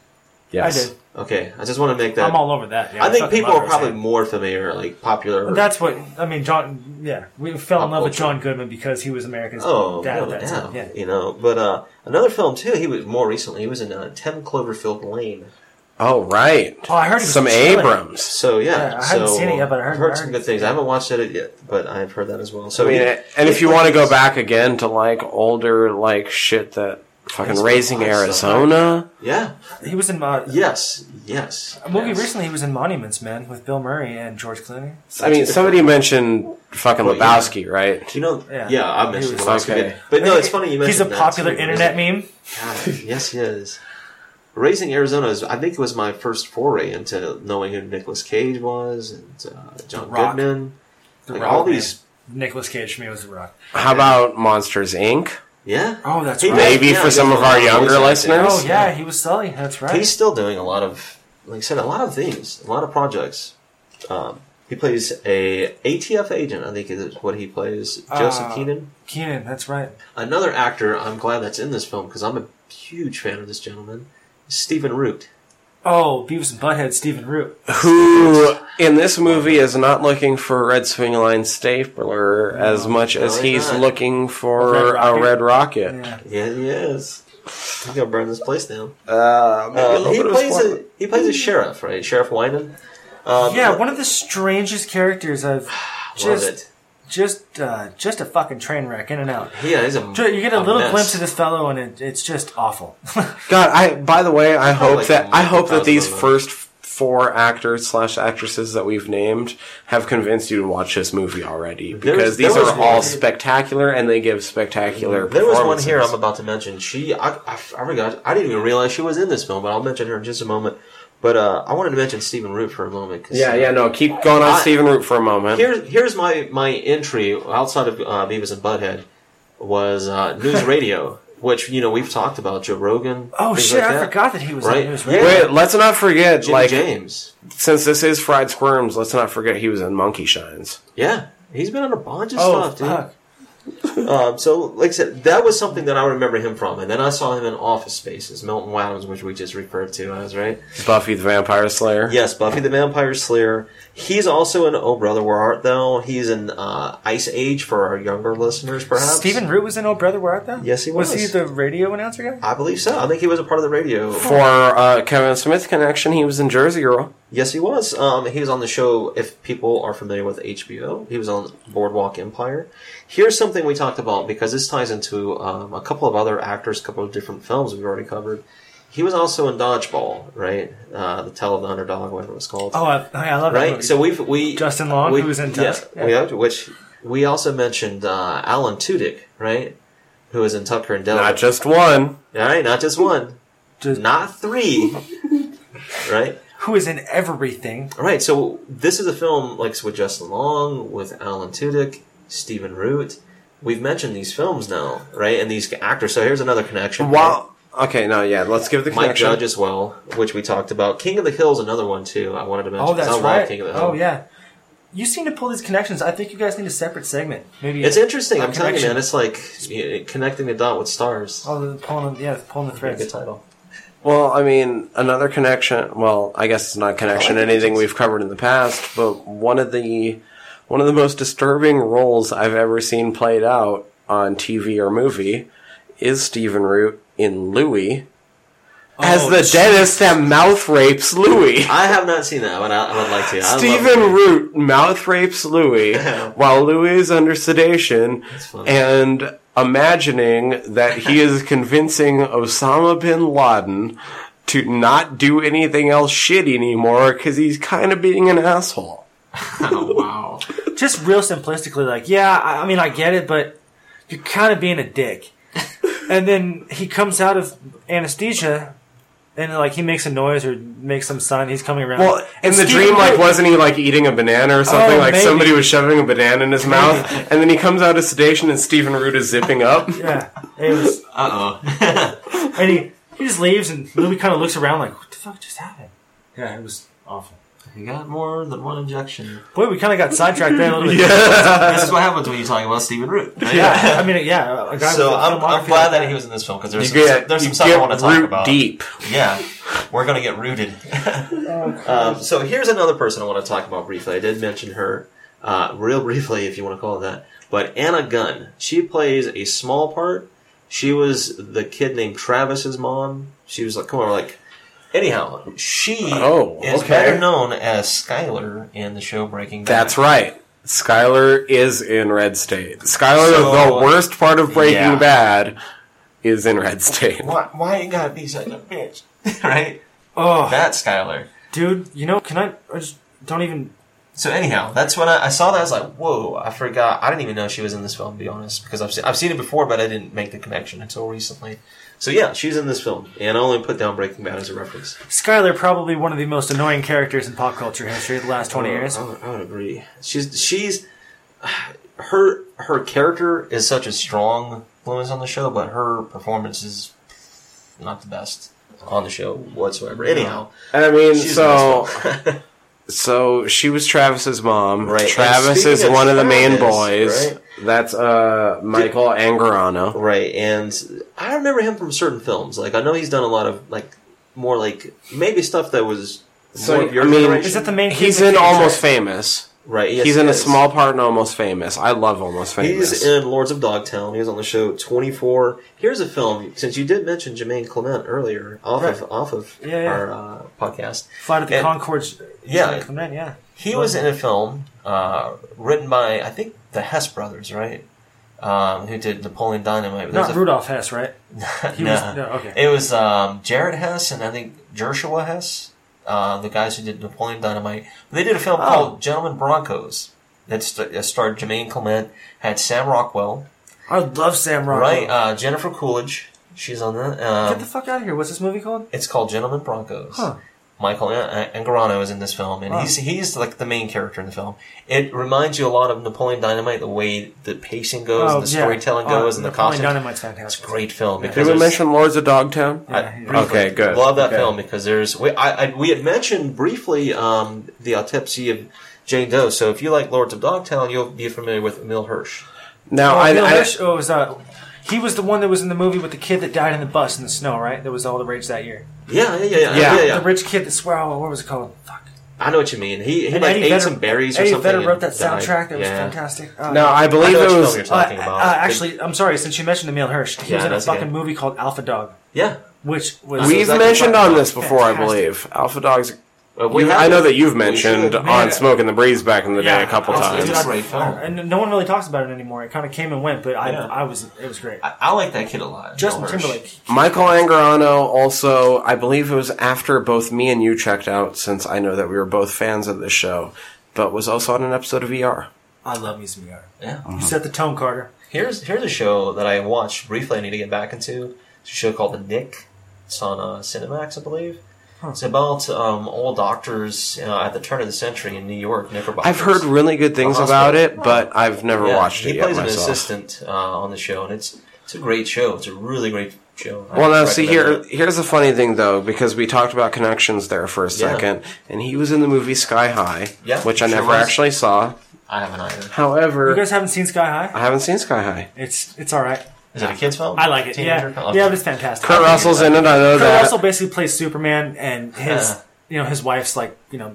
Speaker 1: Yes.
Speaker 3: I did.
Speaker 2: Okay, I just want to make that.
Speaker 3: I'm all over that. Yeah,
Speaker 2: I think
Speaker 3: fucking
Speaker 2: people
Speaker 3: love
Speaker 2: are probably
Speaker 3: Roseanne.
Speaker 2: more familiar, like popular.
Speaker 3: That's what I mean, John. Yeah, we fell in
Speaker 2: Pop
Speaker 3: love with
Speaker 2: culture.
Speaker 3: John Goodman because he was America's
Speaker 2: oh,
Speaker 3: dad
Speaker 2: no
Speaker 3: at that
Speaker 2: doubt,
Speaker 3: time. Yeah.
Speaker 2: you know. But uh, another film too. He was more recently. He was in uh, Ten Cloverfield Lane.
Speaker 1: Oh, right.
Speaker 3: Oh, I heard he was
Speaker 1: Some
Speaker 3: chilling.
Speaker 1: Abrams.
Speaker 2: So yeah,
Speaker 3: Yeah, I haven't
Speaker 2: so,
Speaker 3: seen it yet, but I heard-
Speaker 2: I've
Speaker 3: I
Speaker 2: heard some
Speaker 3: heard-
Speaker 2: good things. I haven't watched it yet, but I've heard that as well. So
Speaker 1: I mean,
Speaker 2: he-
Speaker 1: and if you want to go back again to like older like shit that fucking
Speaker 2: That's
Speaker 1: raising
Speaker 2: what I was-
Speaker 1: Arizona.
Speaker 2: yeah,
Speaker 3: He was in uh,
Speaker 2: yes, yes.
Speaker 3: a movie
Speaker 2: yes.
Speaker 3: recently. He was in Monuments Man with Bill Murray and George Clooney.
Speaker 1: I mean, somebody mentioned fucking
Speaker 2: Well, yeah.
Speaker 1: Lebowski, right?
Speaker 2: You know,
Speaker 3: Yeah.
Speaker 2: yeah, I mentioned
Speaker 3: He
Speaker 2: it
Speaker 1: was-
Speaker 2: last
Speaker 1: Okay.
Speaker 2: week. But no, it's funny you mentioned
Speaker 3: He's a
Speaker 2: that,
Speaker 3: popular
Speaker 2: too.
Speaker 3: internet meme.
Speaker 2: God, yes, he is. Raising Arizona is, I think, was my first foray into knowing who Nicolas Cage was and uh, John
Speaker 3: Rock.
Speaker 2: Goodman.
Speaker 3: The
Speaker 2: Like
Speaker 3: Rock
Speaker 2: all
Speaker 3: Man.
Speaker 2: these,
Speaker 3: Nicolas Cage for me was the Rock.
Speaker 1: How about Monsters Inc?
Speaker 2: yeah.
Speaker 3: Oh, that's
Speaker 2: He
Speaker 3: right.
Speaker 2: does-
Speaker 1: Maybe
Speaker 2: yeah,
Speaker 1: for
Speaker 2: he does
Speaker 1: some
Speaker 2: a
Speaker 1: of
Speaker 2: lot
Speaker 1: our
Speaker 2: voice
Speaker 1: younger
Speaker 2: acting.
Speaker 1: listeners.
Speaker 3: Oh yeah, he was Sully. That's right.
Speaker 2: He's still doing a lot of, like I said, a lot of things, a lot of projects. Um, he plays a ATF agent, I think is what he plays. Joseph
Speaker 3: Uh,
Speaker 2: Keenan,
Speaker 3: Keenan. That's right.
Speaker 2: another actor. I'm glad that's in this film because I'm a huge fan of this gentleman, Stephen Root.
Speaker 3: Oh, Beavis and Butthead. Stephen Root.
Speaker 1: who in this movie is not looking for a red swing line stapler as much as
Speaker 2: no, he's
Speaker 1: he's
Speaker 2: not.
Speaker 1: looking for
Speaker 3: A red
Speaker 1: a
Speaker 3: rocket?
Speaker 1: red rocket.
Speaker 3: Yeah.
Speaker 2: Yeah, he is. He's gonna burn this place down.
Speaker 1: Uh, maybe a
Speaker 2: Uh,
Speaker 1: little
Speaker 2: he
Speaker 1: bit of
Speaker 2: plays
Speaker 1: spoiler.
Speaker 2: a he plays a sheriff, right? Sheriff Wyman. Um,
Speaker 3: Yeah, one of the strangest characters I've
Speaker 2: love
Speaker 3: just
Speaker 2: it.
Speaker 3: just uh, just a fucking train wreck in and out.
Speaker 2: Yeah, he's a.
Speaker 3: Sure, You get a little
Speaker 2: mess.
Speaker 3: glimpse of this fellow, and it, it's just awful. Oh,
Speaker 1: God, I. By the way, I hope
Speaker 2: like
Speaker 1: that I hope that these
Speaker 2: 100,000
Speaker 1: first four actors slash actresses that we've named have convinced you to watch this movie already because
Speaker 2: was- there
Speaker 1: these
Speaker 2: was
Speaker 1: are all
Speaker 2: one-
Speaker 1: spectacular and they give spectacular.
Speaker 2: There was one here I'm
Speaker 1: performances.
Speaker 2: about to mention. She, I, I, I forgot. I didn't even realize she was in this film, but I'll mention her in just a moment. But uh, I wanted to mention Stephen Root for a moment. 'cause,
Speaker 1: Yeah,
Speaker 2: uh,
Speaker 1: yeah. No, keep going on
Speaker 2: I-
Speaker 1: Stephen Root for a moment.
Speaker 2: Here's here's my my entry outside of uh, Beavis and Butthead was uh, news radio, which you know we've talked about Joe Rogan.
Speaker 3: oh
Speaker 2: things
Speaker 3: shit,
Speaker 2: like
Speaker 3: I
Speaker 2: that.
Speaker 3: forgot that he was
Speaker 2: Right?
Speaker 3: on news.
Speaker 2: Yeah.
Speaker 1: Wait, let's not forget.
Speaker 2: Jimmy
Speaker 1: like,
Speaker 2: James.
Speaker 1: since this is Fried Squirms, let's not forget he was in Monkey Shines.
Speaker 2: Yeah, he's been on a bunch of
Speaker 3: Oh
Speaker 2: stuff, dude.
Speaker 3: fuck.
Speaker 2: Um, so, like I said, that was something that I remember him from, and then I saw him in Office Spaces, Milton Wadhams, which we just referred to as, right?
Speaker 1: Buffy the Vampire Slayer.
Speaker 2: Yes, Buffy the Vampire Slayer. He's also in Oh Brother Where Art Thou. He's in uh, Ice Age for our younger listeners, perhaps.
Speaker 3: Stephen Root was in Oh Brother Where Art Thou?
Speaker 2: Yes, he
Speaker 3: Was
Speaker 2: was.
Speaker 3: he the radio announcer guy?
Speaker 2: I believe so. I think he was a part of the radio.
Speaker 1: For uh, Kevin Smith connection, he was in Jersey Girl.
Speaker 2: Yes, he was. Um, he was on the show. If people are familiar with HBO, he was on Boardwalk Empire. Here's something we talked about because this ties into um, a couple of other actors, a couple of different films we've already covered. He was also in Dodgeball, right? Uh, the Tale of the Underdog, whatever it was called.
Speaker 3: Oh, I, I love that movie.
Speaker 2: right. So we've we
Speaker 3: Justin Long,
Speaker 2: we,
Speaker 3: who was in
Speaker 2: yeah,
Speaker 3: Tusk.
Speaker 2: we have- which we also mentioned uh, Alan Tudyk, right? Who was in Tucker and Dale?
Speaker 1: Not just one.
Speaker 2: All right, not just one,
Speaker 3: Just-
Speaker 2: not three, right?
Speaker 3: who is in everything?
Speaker 2: All right, so this is a film like with Justin Long, with Alan Tudyk, Stephen Root. We've mentioned these films now, right? And these actors. So here's another connection.
Speaker 1: While Okay, no, yeah, let's give the
Speaker 2: Mike
Speaker 1: connection.
Speaker 2: Judge as well, which we talked about. King of the Hill's another one too. I wanted to mention.
Speaker 3: Oh,
Speaker 2: 'cause
Speaker 3: that's
Speaker 2: I love
Speaker 3: right.
Speaker 2: King of the Hill.
Speaker 3: Oh, yeah. You seem to pull these connections. I think you guys need a separate segment. Maybe
Speaker 2: It's interesting.
Speaker 3: a
Speaker 2: I'm telling you,
Speaker 3: connection.
Speaker 2: man. It's like yeah, connecting the dot with stars.
Speaker 3: Oh, the pulling, yeah, pulling the
Speaker 2: Pretty good
Speaker 3: threads.
Speaker 2: title.
Speaker 1: Well, I mean, another connection. Well, I guess it's not a connection to anything we've covered in the past, but one of the one of the most disturbing roles I've ever seen played out on TV or movie is Stephen Root in Louis as
Speaker 3: Oh,
Speaker 1: the
Speaker 3: shit.
Speaker 1: dentist that mouth rapes Louis.
Speaker 2: I have not seen that, but I, I would like to. I love
Speaker 1: Stephen
Speaker 2: it.
Speaker 1: Root mouth rapes Louis while Louis is under sedation
Speaker 2: funny.
Speaker 1: and imagining that he is convincing Osama bin Laden to not do anything else shitty anymore because he's kind of being an asshole.
Speaker 2: Oh, wow.
Speaker 3: Just real simplistically, like, yeah, I, I mean, I get it, but you're kind of being a dick. and then he comes out of anesthesia, and like he makes a noise or makes some sign. He's coming around.
Speaker 1: Well, in
Speaker 3: And
Speaker 1: the
Speaker 3: Stephen
Speaker 1: dream, like,
Speaker 3: Root-
Speaker 1: wasn't he like eating a banana or something?
Speaker 3: Oh,
Speaker 1: like
Speaker 3: maybe.
Speaker 1: somebody was shoving a banana in his mouth, and then he comes out of sedation and Stephen Root is zipping up.
Speaker 3: Yeah, it was,
Speaker 2: Uh oh.
Speaker 3: and he he just leaves, and Louis kind of looks around like, what the fuck just happened? Yeah, it was awful.
Speaker 2: you got more than one injection.
Speaker 3: Boy, we kind of got sidetracked there a little bit.
Speaker 2: This is what happens when you're talking about Stephen Root.
Speaker 3: Yeah, I mean, yeah. A guy
Speaker 2: So
Speaker 3: with a
Speaker 2: I'm, I'm
Speaker 3: filmography
Speaker 2: glad
Speaker 3: like
Speaker 2: that he was in this film because there's
Speaker 1: You
Speaker 2: some,
Speaker 1: get,
Speaker 2: there's some
Speaker 1: you
Speaker 2: stuff I
Speaker 1: get
Speaker 2: want to talk
Speaker 1: Root
Speaker 2: about.
Speaker 1: deep.
Speaker 2: Yeah, we're gonna get rooted. um, so here's another person I want to talk about briefly. I did mention her uh, real briefly, if you want to call it that. But Anna Gunn, she plays a small part. She was the kid named Travis's mom. She was like, come on, like. Anyhow, she
Speaker 1: Oh,
Speaker 2: is
Speaker 1: okay.
Speaker 2: better known as Skylar in the show Breaking Bad.
Speaker 1: That's right. Skylar is in Red State. Skylar,
Speaker 2: So-
Speaker 1: the worst part of Breaking
Speaker 2: Yeah.
Speaker 1: Bad, is in Red State.
Speaker 2: Why, why you gotta be such a bitch? right?
Speaker 3: Oh,
Speaker 2: That's Skylar.
Speaker 3: dude, you know, can I? I just don't even.
Speaker 2: So anyhow, that's when I, I saw that. I was like, "Whoa!" I forgot. I didn't even know she was in this film, to be honest, because I've seen, I've seen it before, but I didn't make the connection until recently. So yeah, she's in this film, and I only put down Breaking Bad as a reference.
Speaker 3: Skylar probably one of the most annoying characters in pop culture history of the last twenty
Speaker 2: I would-
Speaker 3: years.
Speaker 2: I would, I would agree. She's she's her her character is such a strong influence on the show, but her performance is not the best on the show whatsoever. Anyhow,
Speaker 1: I mean,
Speaker 2: she's
Speaker 1: so
Speaker 2: in this film.
Speaker 1: so she was Travis's mom.
Speaker 2: Right, and
Speaker 1: Travis
Speaker 2: speaking
Speaker 1: is
Speaker 2: of
Speaker 1: one of the main
Speaker 2: Travis,
Speaker 1: boys.
Speaker 2: right?
Speaker 1: That's uh Michael Angarano.
Speaker 2: Right, and I remember him from certain films. Like I know he's done a lot of like more like maybe stuff that was
Speaker 1: So,
Speaker 2: more of your
Speaker 1: I mean-
Speaker 2: generation.
Speaker 3: Is that the main? kid
Speaker 1: He's
Speaker 3: that
Speaker 1: in
Speaker 3: came
Speaker 1: Almost
Speaker 3: back?
Speaker 1: Famous.
Speaker 2: right? yes,
Speaker 1: He's
Speaker 2: he
Speaker 1: in a
Speaker 2: is.
Speaker 1: small part in Almost Famous. I love Almost Famous.
Speaker 2: He's in Lords of Dogtown. He was on the show Twenty Four. Here's a film since you did mention Jermaine Clement earlier off of off of
Speaker 3: Yeah, yeah.
Speaker 2: our uh, podcast.
Speaker 3: Flight of the
Speaker 2: and-
Speaker 3: Concords.
Speaker 2: Yeah.
Speaker 3: Clement, yeah.
Speaker 2: He was in a film uh, written by I think the Hess brothers, right? Um, who did Napoleon Dynamite? But there's
Speaker 3: Not
Speaker 2: a-
Speaker 3: Rudolph Hess, right? He was-
Speaker 2: Nah.
Speaker 3: no, okay.
Speaker 2: It was um, Jared Hess and I think Joshua Hess, uh, the guys who did Napoleon Dynamite. They did a film called Gentlemen Broncos that, st- that starred Jermaine Clement, had Sam Rockwell,
Speaker 3: I love Sam Rockwell.
Speaker 2: right? Uh, Jennifer Coolidge, she's on that. Um,
Speaker 3: Get the fuck out of here! What's this movie called?
Speaker 2: it's called Gentlemen Broncos.
Speaker 3: Huh.
Speaker 2: Michael An- Angarano is in this film, and
Speaker 3: Wow.
Speaker 2: he's he's like the main character in the film. It reminds you a lot of Napoleon Dynamite, the way the pacing goes, and the storytelling goes, and the
Speaker 3: Oh, Napoleon
Speaker 2: costume.
Speaker 3: Dynamite's
Speaker 2: It's
Speaker 3: fantastic.
Speaker 2: a great film. because
Speaker 1: Did we
Speaker 2: there's-
Speaker 1: mention Lords of Dogtown?
Speaker 3: Yeah,
Speaker 2: I-
Speaker 3: yeah.
Speaker 2: briefly.
Speaker 1: Okay, good.
Speaker 2: Love that
Speaker 1: Okay.
Speaker 2: film because there's we I, I we had mentioned briefly um, the autopsy of Jane Doe. So if you like Lords of Dogtown, you'll be familiar with Emil Hirsch.
Speaker 1: Now,
Speaker 3: Oh,
Speaker 1: I,
Speaker 3: Bill
Speaker 1: I-
Speaker 3: Hirsch- oh, it was, uh, he was the one that was in the movie with the kid that died in the bus in the snow, right? That was all the rage that year.
Speaker 2: Yeah, yeah, yeah, yeah.
Speaker 1: Yeah.
Speaker 2: yeah,
Speaker 3: The rich kid that swore, oh, what was it called? Fuck.
Speaker 2: I know what you mean. He he
Speaker 3: And
Speaker 2: like
Speaker 3: Eddie
Speaker 2: ate
Speaker 3: Vedder-
Speaker 2: some berries or
Speaker 3: Eddie
Speaker 2: something.
Speaker 3: Vedder
Speaker 2: and
Speaker 3: wrote that
Speaker 2: died.
Speaker 3: soundtrack. That was
Speaker 2: Yeah.
Speaker 3: fantastic. Oh,
Speaker 1: no, I
Speaker 2: I
Speaker 1: believe
Speaker 2: know
Speaker 1: it
Speaker 2: which
Speaker 1: was.
Speaker 2: film you're
Speaker 3: Uh,
Speaker 2: talking about.
Speaker 3: uh, actually, I'm sorry. Since you mentioned Emil Hirsch, he
Speaker 2: Yeah,
Speaker 3: was in a
Speaker 2: that's
Speaker 3: fucking
Speaker 2: good.
Speaker 3: movie called Alpha Dog,
Speaker 2: yeah.
Speaker 3: which was
Speaker 1: We've
Speaker 2: exactly
Speaker 1: mentioned
Speaker 2: what I'm
Speaker 1: on this before, I
Speaker 3: Fantastic.
Speaker 1: believe. Alpha Dogs.
Speaker 2: Uh, we
Speaker 1: you-
Speaker 2: have
Speaker 1: I know
Speaker 2: it.
Speaker 1: that you've
Speaker 2: We
Speaker 1: mentioned
Speaker 2: should.
Speaker 1: on
Speaker 3: Man.
Speaker 1: Smoke and the Breeze back in the day a couple
Speaker 2: I'll-
Speaker 1: times.
Speaker 2: It's a great film.
Speaker 3: Uh, and no one really talks about it anymore. It kind of came and went, but I,
Speaker 2: Yeah.
Speaker 3: I was, it was great.
Speaker 2: I, I like that kid a lot. Emil
Speaker 3: Justin
Speaker 2: Hirsch.
Speaker 3: Timberlake.
Speaker 1: Michael Angarano also, I believe it was after both me and you checked out, since I know that we were both fans of this show, but was also on an episode of ER.
Speaker 3: I love me some ER.
Speaker 2: Yeah.
Speaker 3: You set the tone, Carter.
Speaker 2: Here's here's a show that I watched briefly. I need to get back into. It's a show called The Nick. It's on uh, Cinemax, I believe. It's about um, old doctors uh, at the turn of the century in New York, knickerbockers.
Speaker 1: I've heard really good things
Speaker 2: The
Speaker 1: about
Speaker 2: hospital.
Speaker 1: it, but I've never
Speaker 2: Yeah,
Speaker 1: watched it
Speaker 2: he
Speaker 1: yet
Speaker 2: plays an
Speaker 1: myself.
Speaker 2: assistant uh, on the show, and it's it's a great show. It's a really great chill.
Speaker 1: Well,
Speaker 2: I
Speaker 1: now see here.
Speaker 2: recommend it.
Speaker 1: Here's the funny thing, though, because we talked about connections there for a
Speaker 2: Yeah.
Speaker 1: second, and he was in the movie Sky High,
Speaker 2: Yeah,
Speaker 1: which I
Speaker 2: sure
Speaker 1: never
Speaker 2: was.
Speaker 1: actually saw.
Speaker 2: I haven't either.
Speaker 1: However,
Speaker 3: You guys haven't seen Sky High?
Speaker 1: I haven't seen Sky High.
Speaker 3: It's it's all right.
Speaker 2: Is it a kids' film?
Speaker 3: I like it.
Speaker 2: Teenager
Speaker 3: Yeah,
Speaker 2: film? Okay.
Speaker 3: yeah, but it's fantastic.
Speaker 1: Kurt Russell's in it. I know
Speaker 3: Kurt
Speaker 1: that.
Speaker 3: Russell basically plays Superman, and his
Speaker 2: Huh.
Speaker 3: you know his wife's like you know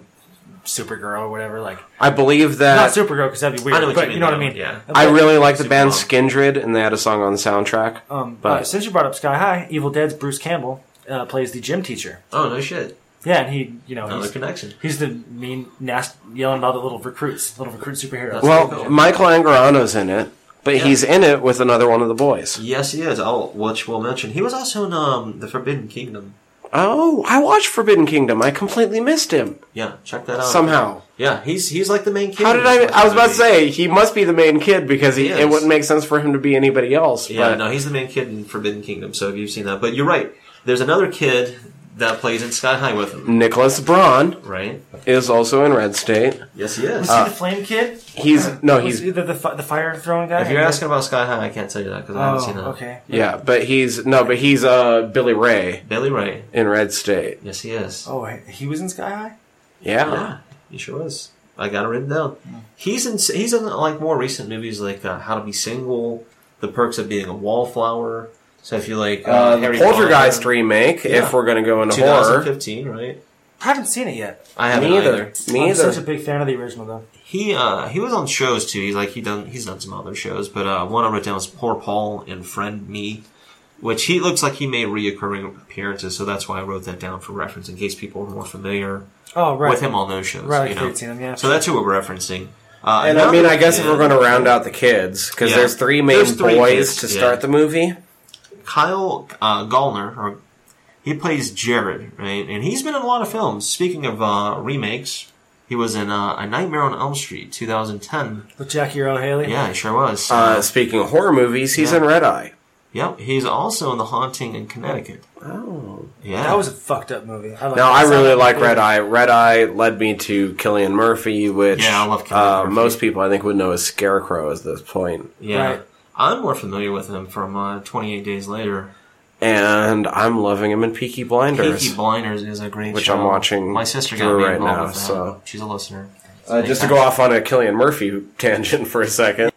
Speaker 3: Supergirl or whatever. Like
Speaker 1: I believe
Speaker 3: not
Speaker 1: that.
Speaker 3: Supergirl because that'd be weird.
Speaker 2: Uh, I know what
Speaker 3: but
Speaker 2: you
Speaker 3: you,
Speaker 2: mean,
Speaker 3: know what I
Speaker 2: though,
Speaker 3: mean.
Speaker 2: yeah.
Speaker 1: I really like the
Speaker 2: Supergirl.
Speaker 1: band Skindred, and they had a song on the soundtrack.
Speaker 3: Um,
Speaker 1: But-
Speaker 3: but since you brought up Sky High, Evil Dead's Bruce Campbell uh, plays the gym teacher.
Speaker 2: Oh no shit!
Speaker 3: Yeah, and he you know
Speaker 2: Another
Speaker 3: he's,
Speaker 2: connection.
Speaker 3: he's the mean nasty yelling at all the little recruits, little recruit superheroes.
Speaker 1: well,
Speaker 2: cool.
Speaker 1: Michael Angarano's in it, but
Speaker 2: Yeah.
Speaker 1: he's in it with another one of the boys.
Speaker 2: Yes, he is. I'll, which we'll mention. He was also in um, the Forbidden Kingdom.
Speaker 1: Oh, I watched Forbidden Kingdom. I completely missed him
Speaker 2: Yeah, check that out
Speaker 1: Oh. somehow.
Speaker 2: Yeah, he's he's like the main kid.
Speaker 1: How
Speaker 2: in
Speaker 1: did I?
Speaker 2: this
Speaker 1: I was about to say
Speaker 2: movie.
Speaker 1: he must be the main kid because he,
Speaker 2: He
Speaker 1: it
Speaker 2: is.
Speaker 1: wouldn't make sense for him to be anybody else.
Speaker 2: Yeah,
Speaker 1: but
Speaker 2: no, he's the main kid in Forbidden Kingdom. So if you've seen that, but you're right. There's another kid that plays in Sky High with him,
Speaker 1: Nicholas Braun
Speaker 2: right? Uh,
Speaker 1: is also in Red State.
Speaker 2: Yes, he is.
Speaker 3: was he the Flame Kid?
Speaker 1: He's no,
Speaker 3: was
Speaker 1: he's
Speaker 3: either the fi- the fire throwing guy.
Speaker 2: if you're
Speaker 3: or-
Speaker 2: asking about Sky High, I can't tell you that because I haven't
Speaker 3: oh,
Speaker 2: seen that.
Speaker 3: okay.
Speaker 1: yeah, but he's no, but he's uh Billy Ray
Speaker 2: Billy Ray.
Speaker 1: in Red State.
Speaker 2: Yes, he is.
Speaker 3: Oh, he he was in Sky High.
Speaker 1: Yeah,
Speaker 2: Yeah, he sure is. I got it written down. He's in he's in like more recent movies like uh, How to Be Single, The Perks of Being a Wallflower. So if you like uh,
Speaker 1: Uh, the
Speaker 2: Harry
Speaker 1: Poltergeist
Speaker 2: Potter,
Speaker 1: remake.
Speaker 2: Yeah.
Speaker 1: If we're gonna go into horror,
Speaker 2: 2015, right?
Speaker 3: I haven't seen it yet.
Speaker 2: I haven't
Speaker 1: me
Speaker 2: either.
Speaker 1: either. Me
Speaker 3: I'm such a
Speaker 1: either.
Speaker 3: big fan of the original though.
Speaker 2: He uh, he was on shows too. He's like he done he's done some other shows, but uh, one I wrote down was Poor Paul and Friend Me, which he looks like he made reoccurring appearances. So that's why I wrote that down for reference in case people are more familiar
Speaker 3: Oh right.
Speaker 2: with him on those shows.
Speaker 3: Right,
Speaker 2: you
Speaker 3: if
Speaker 2: know?
Speaker 3: they'd seen him, yeah.
Speaker 2: So that's who we're referencing. Uh,
Speaker 1: And I
Speaker 2: another
Speaker 1: mean, I guess if
Speaker 2: kid-
Speaker 1: we're gonna round out the kids because
Speaker 2: Yeah.
Speaker 1: there's three main
Speaker 2: There's three
Speaker 1: boys
Speaker 2: kids,
Speaker 1: to
Speaker 2: yeah.
Speaker 1: start the movie.
Speaker 2: Kyle uh, Gallner, or he plays Jared, right? And he's been in a lot of films. Speaking of uh, remakes, he was in uh, A Nightmare on Elm Street, 2010.
Speaker 3: With Jackie Earl Haley.
Speaker 2: Yeah, he sure was.
Speaker 1: Uh, speaking of horror movies, he's
Speaker 2: Yeah.
Speaker 1: in Red Eye.
Speaker 2: yep, he's also in The Haunting in Connecticut.
Speaker 1: Oh.
Speaker 2: Yeah,
Speaker 3: That was a fucked up movie. I like
Speaker 1: No, I really like Red Eye. Red Eye led me to Killian Murphy, which
Speaker 2: Yeah, I love Cillian
Speaker 1: uh,
Speaker 2: Murphy.
Speaker 1: most people I think would know as Scarecrow at this point.
Speaker 2: yeah.
Speaker 3: Right.
Speaker 2: I'm more familiar with him from uh, 28 Days Later.
Speaker 1: And I'm loving him in Peaky Blinders.
Speaker 2: Peaky Blinders is a great
Speaker 1: Which
Speaker 2: show.
Speaker 1: I'm watching
Speaker 2: My sister got
Speaker 1: through
Speaker 2: me
Speaker 1: right
Speaker 2: involved
Speaker 1: now,
Speaker 2: with that.
Speaker 1: so-
Speaker 2: She's a listener.
Speaker 1: Uh, just to go off on a Killian Murphy tangent for a second.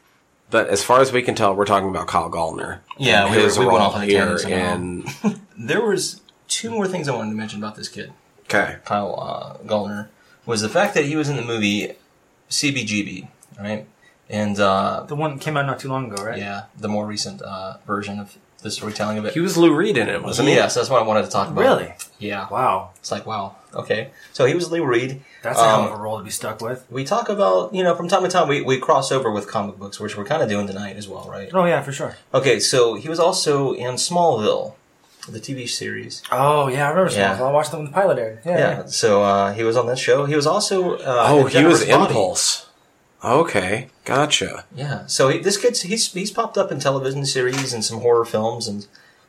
Speaker 1: But as far as we can tell, we're talking about Kyle Gallner.
Speaker 4: Yeah,
Speaker 1: And
Speaker 4: we-
Speaker 1: his
Speaker 2: we went
Speaker 1: role
Speaker 2: off on a
Speaker 1: here
Speaker 2: tangent
Speaker 1: in
Speaker 4: There was two more things I wanted to mention about this kid,
Speaker 1: okay,
Speaker 4: Kyle uh, Gallner, was the fact that he was in the movie CBGB, right? And uh,
Speaker 3: The one that came out not too long ago, right?
Speaker 4: yeah, the more recent uh, version of the storytelling of it.
Speaker 1: he was Lou Reed in it, wasn't he?
Speaker 4: yeah, so that's what I wanted to talk about.
Speaker 3: Really?
Speaker 4: Yeah.
Speaker 3: Wow.
Speaker 4: It's like wow. Okay, so he was Lou Reed. Um,
Speaker 3: That's a
Speaker 1: Um,
Speaker 3: hell of a role to be stuck with.
Speaker 4: We talk about you know from time to time we, we cross over with comic books, which we're kind of doing tonight as well, right?
Speaker 3: Oh yeah, for sure.
Speaker 4: Okay, so he was also in Smallville, the TV series.
Speaker 3: Oh yeah, I remember
Speaker 4: Yeah.
Speaker 3: Smallville. I watched that when the pilot aired. Yeah.
Speaker 4: Yeah. So uh, he was on that show. He was also uh,
Speaker 1: Oh,
Speaker 4: in
Speaker 1: he was
Speaker 4: Jennifer's Body.
Speaker 1: Impulse. Okay, gotcha.
Speaker 4: Yeah. So he, this kid's he's he's popped up in television series and some horror films and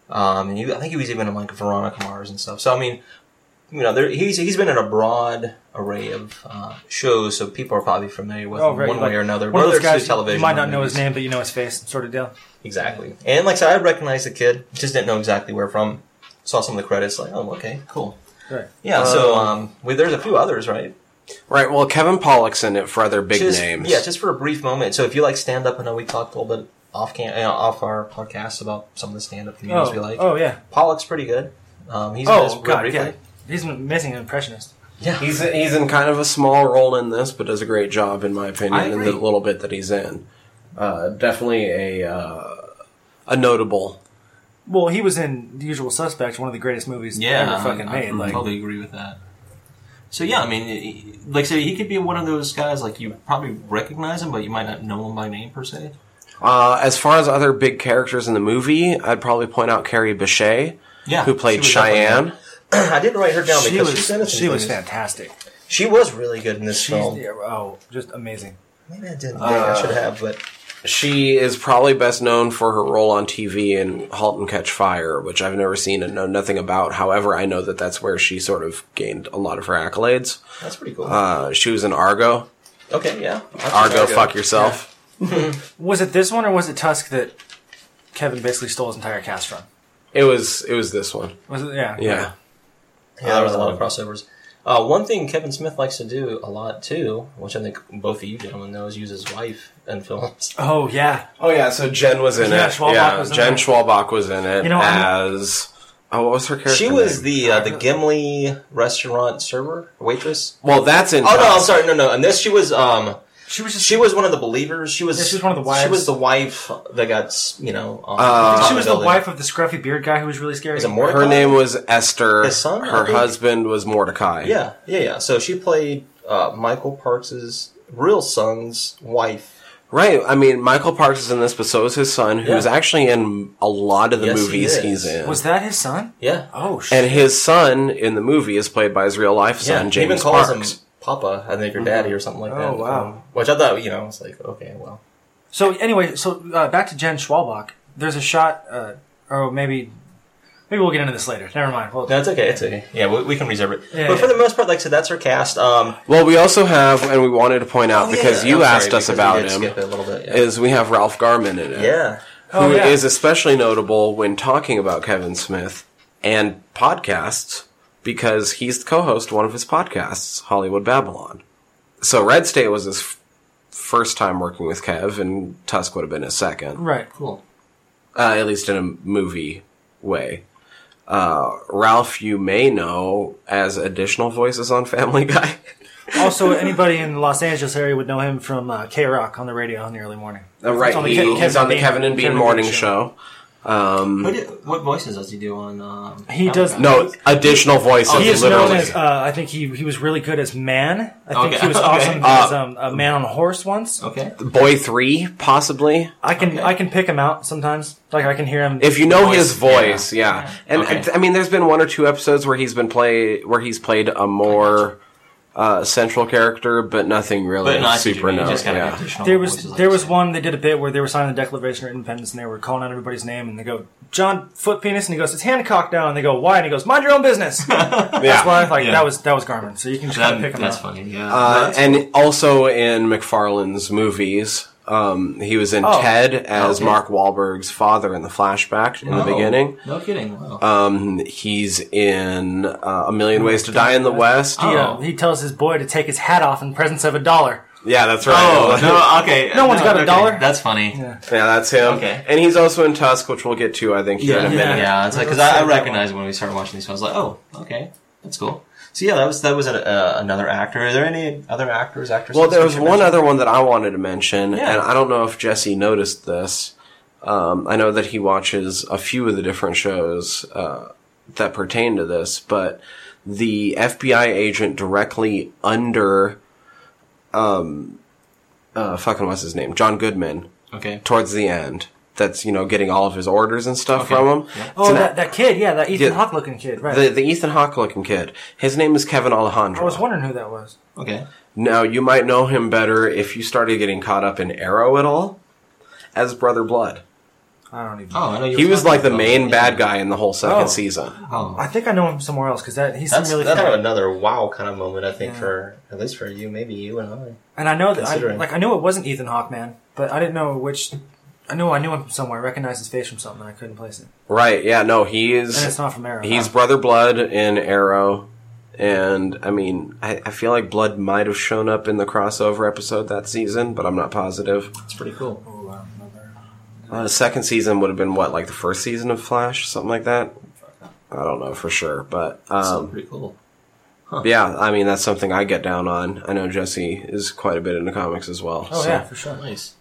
Speaker 4: um and he, I think he was even in like Veronica Mars and stuff. So I mean, you know, there, he's he's been in a broad array of uh, shows, so people are probably familiar with
Speaker 3: Oh,
Speaker 4: him
Speaker 3: right.
Speaker 4: one
Speaker 3: like,
Speaker 4: way or another.
Speaker 3: One of
Speaker 4: whether
Speaker 3: those
Speaker 4: it's through
Speaker 3: guys.
Speaker 4: television,
Speaker 3: you might
Speaker 4: or
Speaker 3: not know his
Speaker 4: movies.
Speaker 3: name, but you know his face, sort of deal.
Speaker 4: exactly. And like I said, I recognized the kid, just didn't know exactly where from. Saw some of the credits, like oh okay, cool.
Speaker 3: Right.
Speaker 4: Yeah. so um, we, there's a few others, right?
Speaker 1: Right. Well, Kevin Pollock's in it for other big
Speaker 4: just,
Speaker 1: names.
Speaker 4: Yeah, just for a brief moment. So if you like stand up, I know we talked a little bit off cam- uh, off our podcast about some of the stand up comedians
Speaker 3: Oh,
Speaker 4: we like.
Speaker 3: oh yeah.
Speaker 4: Pollock's pretty good. Um, he's in this
Speaker 3: Oh
Speaker 4: real
Speaker 3: god,
Speaker 4: briefly.
Speaker 3: yeah. He's an amazing impressionist.
Speaker 4: yeah.
Speaker 1: He's he's in kind of a small role in this, but does a great job in my
Speaker 2: I
Speaker 1: opinion in the
Speaker 2: agree.
Speaker 1: little bit that he's in. Uh, definitely a uh, a notable.
Speaker 3: Well, he was in The Usual Suspects, one of the greatest movies
Speaker 2: yeah,
Speaker 3: ever fucking
Speaker 2: I, I
Speaker 3: made. Like,
Speaker 2: totally agree with that. So yeah, I mean, he- like I said, he could be one of those guys like you probably recognize him, but you might not know him by name per se.
Speaker 1: Uh, as far as other big characters in the movie, I'd probably point out Carrie Bechet,
Speaker 2: Yeah,
Speaker 1: who played
Speaker 2: she was definitely-
Speaker 1: Cheyenne.
Speaker 4: I didn't write her down
Speaker 3: she
Speaker 4: because
Speaker 3: was
Speaker 4: she sent us.
Speaker 3: she was
Speaker 4: things.
Speaker 3: fantastic.
Speaker 4: She was really good in this
Speaker 3: She's
Speaker 4: film.
Speaker 3: yeah, oh, just amazing.
Speaker 4: Maybe I didn't. Maybe
Speaker 2: Uh,
Speaker 4: I should have. But
Speaker 1: She is probably best known for her role on TV in *Halt and Catch Fire*, which I've never seen and know nothing about. However, I know that that's where she sort of gained a lot of her accolades.
Speaker 4: that's pretty cool.
Speaker 1: Uh, she was in *Argo*.
Speaker 4: okay, yeah.
Speaker 1: Argo, fuck yourself.
Speaker 3: Was it this one or was it Tusk that Kevin basically stole his entire cast from?
Speaker 1: It was it was this one.
Speaker 3: Was it? Yeah.
Speaker 1: Yeah.
Speaker 4: Yeah, there was a lot of crossovers. Uh, one thing Kevin Smith likes to do a lot too, which I think both of you gentlemen know, is use his wife in films.
Speaker 3: Oh yeah.
Speaker 1: Oh yeah, so Jen was in
Speaker 3: Yeah,
Speaker 1: it.
Speaker 3: Schwalbach
Speaker 1: yeah,
Speaker 3: was in
Speaker 1: Jen
Speaker 3: it.
Speaker 1: Schwalbach was in it
Speaker 3: You know, I'm-
Speaker 1: as oh, what was her character?
Speaker 4: She was
Speaker 1: name?
Speaker 4: the uh, the Gimli restaurant server waitress.
Speaker 1: well. That's in.
Speaker 4: Oh no, I'm sorry, no, no. And this she was um
Speaker 3: She was just.
Speaker 4: she was one of the believers. She was
Speaker 3: Yeah, she was one of the wives.
Speaker 4: She was the wife that got you know. Um,
Speaker 1: Uh,
Speaker 4: top
Speaker 3: she
Speaker 4: of
Speaker 3: was the
Speaker 4: building.
Speaker 3: wife of the scruffy beard guy who was really scary.
Speaker 4: Is it Mordecai?
Speaker 1: Her name was Esther.
Speaker 4: His son, I
Speaker 1: her
Speaker 4: think?
Speaker 1: husband was Mordecai.
Speaker 4: Yeah, yeah, yeah. So she played uh, Michael Parks' real son's wife.
Speaker 1: Right. I mean, Michael Parks is in this, but so is his son, who's
Speaker 4: Yeah.
Speaker 1: actually in a lot of the
Speaker 4: Yes, he
Speaker 1: movies
Speaker 4: is.
Speaker 1: he's in.
Speaker 3: Was that his son?
Speaker 4: Yeah.
Speaker 3: Oh shit.
Speaker 1: and his son in the movie is played by his real life son,
Speaker 4: he
Speaker 1: James
Speaker 4: even calls
Speaker 1: Parks.
Speaker 4: him Papa, I
Speaker 2: Mm-hmm.
Speaker 4: think, or Daddy, or something like that. Um,
Speaker 3: Oh, wow.
Speaker 4: Which I thought, you know, it's like okay, well,
Speaker 3: So anyway, so uh, back to Jen Schwalbach. There's a shot, uh, or maybe, maybe we'll get into this later. Never mind. Hold
Speaker 4: no, it's okay, it's okay. Yeah, we, we can reserve it.
Speaker 3: Yeah,
Speaker 4: but for
Speaker 3: yeah.
Speaker 4: the most part, like I said, that's her cast. Um,
Speaker 1: Well, we also have, and we wanted to point out because
Speaker 4: Oh, yeah,
Speaker 1: you
Speaker 4: I'm sorry,
Speaker 1: asked
Speaker 4: because
Speaker 1: us
Speaker 4: we
Speaker 1: about
Speaker 4: did
Speaker 1: him,
Speaker 4: skip it a little bit. Yeah.
Speaker 1: is we have Ralph Garman in it.
Speaker 4: yeah.
Speaker 1: who
Speaker 3: Oh,
Speaker 1: is
Speaker 3: yeah.
Speaker 1: especially notable when talking about Kevin Smith and podcasts because he's the co-host of one of his podcasts, Hollywood Babylon. So Red State was his f- first time working with Kev, and Tusk would have been his second,
Speaker 3: Right.
Speaker 2: Cool.
Speaker 1: uh, at least in a movie way. Uh, Ralph, you may know as additional voices on Family Guy.
Speaker 3: Also, anybody in the Los Angeles area would know him from uh, K Rock on the radio in the early morning.
Speaker 1: Uh, right,
Speaker 3: It's on the
Speaker 1: he-
Speaker 3: Ke-
Speaker 1: he's
Speaker 3: Kevin
Speaker 1: on the
Speaker 3: Bean-
Speaker 1: Kevin and Bean
Speaker 3: Kevin
Speaker 1: morning
Speaker 3: Bean
Speaker 1: show.
Speaker 2: Who did- what voices does he do on? Um,
Speaker 3: He
Speaker 2: Family
Speaker 3: does-
Speaker 2: Guy?
Speaker 1: No, additional voices.
Speaker 3: He is
Speaker 1: literally.
Speaker 3: known as. Uh, I think he he was really good as Man. I think
Speaker 2: Okay.
Speaker 3: he was
Speaker 2: Okay. Uh,
Speaker 3: awesome as um, a man on a horse once.
Speaker 2: Okay.
Speaker 1: Boy Three, possibly.
Speaker 3: I can I can pick him out sometimes. Like I can hear him.
Speaker 1: If you know
Speaker 2: Voice,
Speaker 1: his voice, yeah. And
Speaker 2: Okay.
Speaker 1: I- I mean, there's been one or two episodes where he's been play where he's played a more uh, central character, but nothing really
Speaker 2: But not
Speaker 1: super known.
Speaker 2: Just kind
Speaker 1: yeah.
Speaker 2: of additional
Speaker 3: there was
Speaker 2: voices, like
Speaker 3: there
Speaker 2: you
Speaker 3: was
Speaker 2: said.
Speaker 3: one they did a bit where they were signing the Declaration of Independence and they were calling out everybody's name and they go John Foot Penis and he goes it's Hancock now and they go why and he goes mind your own business. That's why like
Speaker 2: Yeah.
Speaker 3: that was that was Garmin. So you can just kind of
Speaker 2: That,
Speaker 3: pick him
Speaker 2: that's
Speaker 3: out.
Speaker 2: funny. Yeah.
Speaker 1: Uh, and also in McFarlane's movies, um, he was in
Speaker 3: Oh.
Speaker 1: Ted as
Speaker 2: Okay.
Speaker 1: Mark Wahlberg's father in the flashback in
Speaker 2: Oh,
Speaker 1: the beginning.
Speaker 2: No kidding. Wow.
Speaker 1: Um, he's in uh, A Million Ways to Die in the West.
Speaker 2: Oh.
Speaker 3: Yeah, he tells his boy to take his hat off in presence of a dollar.
Speaker 1: Yeah, that's right.
Speaker 2: oh no. Okay.
Speaker 3: No one's got a
Speaker 2: okay.
Speaker 3: dollar?
Speaker 2: That's funny.
Speaker 3: Yeah.
Speaker 1: Yeah, that's him.
Speaker 2: Okay.
Speaker 1: And he's also in Tusk, which we'll get to, I think, here in a
Speaker 2: yeah,
Speaker 1: minute.
Speaker 2: Yeah, it's like because I, I recognized when we started watching these films, like, oh, okay, that's cool. So yeah, that was that was a, uh, another actor. Are there any other actors, actresses?
Speaker 1: Well, there
Speaker 2: we
Speaker 1: was
Speaker 2: should
Speaker 1: one
Speaker 2: mention?
Speaker 1: other one that I wanted to mention,
Speaker 2: Yeah.
Speaker 1: and I don't know if Jesse noticed this. Um, I know that he watches a few of the different shows uh, that pertain to this, but the FBI agent directly under, um, uh, fucking what's his name, John Goodman,
Speaker 2: Okay.
Speaker 1: towards the end. That's you know getting all of his orders and stuff from him.
Speaker 3: Oh,
Speaker 1: It's an-
Speaker 3: that, that kid, yeah, that Ethan
Speaker 1: Yeah.
Speaker 3: Hawke looking kid, right?
Speaker 1: the the Ethan Hawke looking kid. His name is Kevin Alejandro.
Speaker 3: I was wondering who that was.
Speaker 2: Okay.
Speaker 1: Now, you might know him better if you started getting caught up in Arrow at all as Brother Blood.
Speaker 3: I don't even.
Speaker 2: Oh, I know you
Speaker 1: He
Speaker 2: were
Speaker 1: was
Speaker 2: talking
Speaker 1: like the
Speaker 2: about-
Speaker 1: main bad guy in the whole second
Speaker 3: Oh.
Speaker 1: season.
Speaker 2: Oh,
Speaker 3: I think I know him somewhere else because that he's some
Speaker 4: That's,
Speaker 3: really.
Speaker 4: that's kind of
Speaker 3: funny-
Speaker 4: another wow kind of moment, I think,
Speaker 3: Yeah.
Speaker 4: for at least for you, maybe you and I.
Speaker 3: and I know that I,
Speaker 4: considering.
Speaker 3: like I knew it wasn't Ethan Hawke, man, but I didn't know which. I knew I knew him from somewhere. I recognized his face from something. and I couldn't place it,
Speaker 1: Right, yeah, no, he
Speaker 3: and it's
Speaker 1: is.
Speaker 3: not from Arrow.
Speaker 1: He's Brother Blood in Arrow. And, I mean, I, I feel like Blood might have shown up in the crossover episode that season, but I'm not positive.
Speaker 2: that's pretty cool.
Speaker 3: Oh, I don't remember.
Speaker 1: Uh, second season would have been what, like the first season of Flash? Something like that? I don't know for sure, but.
Speaker 2: So
Speaker 1: Um,
Speaker 2: pretty cool.
Speaker 1: yeah, I mean, that's something I get down on. I know Jesse is quite a bit into comics as well.
Speaker 3: Oh
Speaker 1: so-
Speaker 3: yeah, for sure.
Speaker 2: Nice.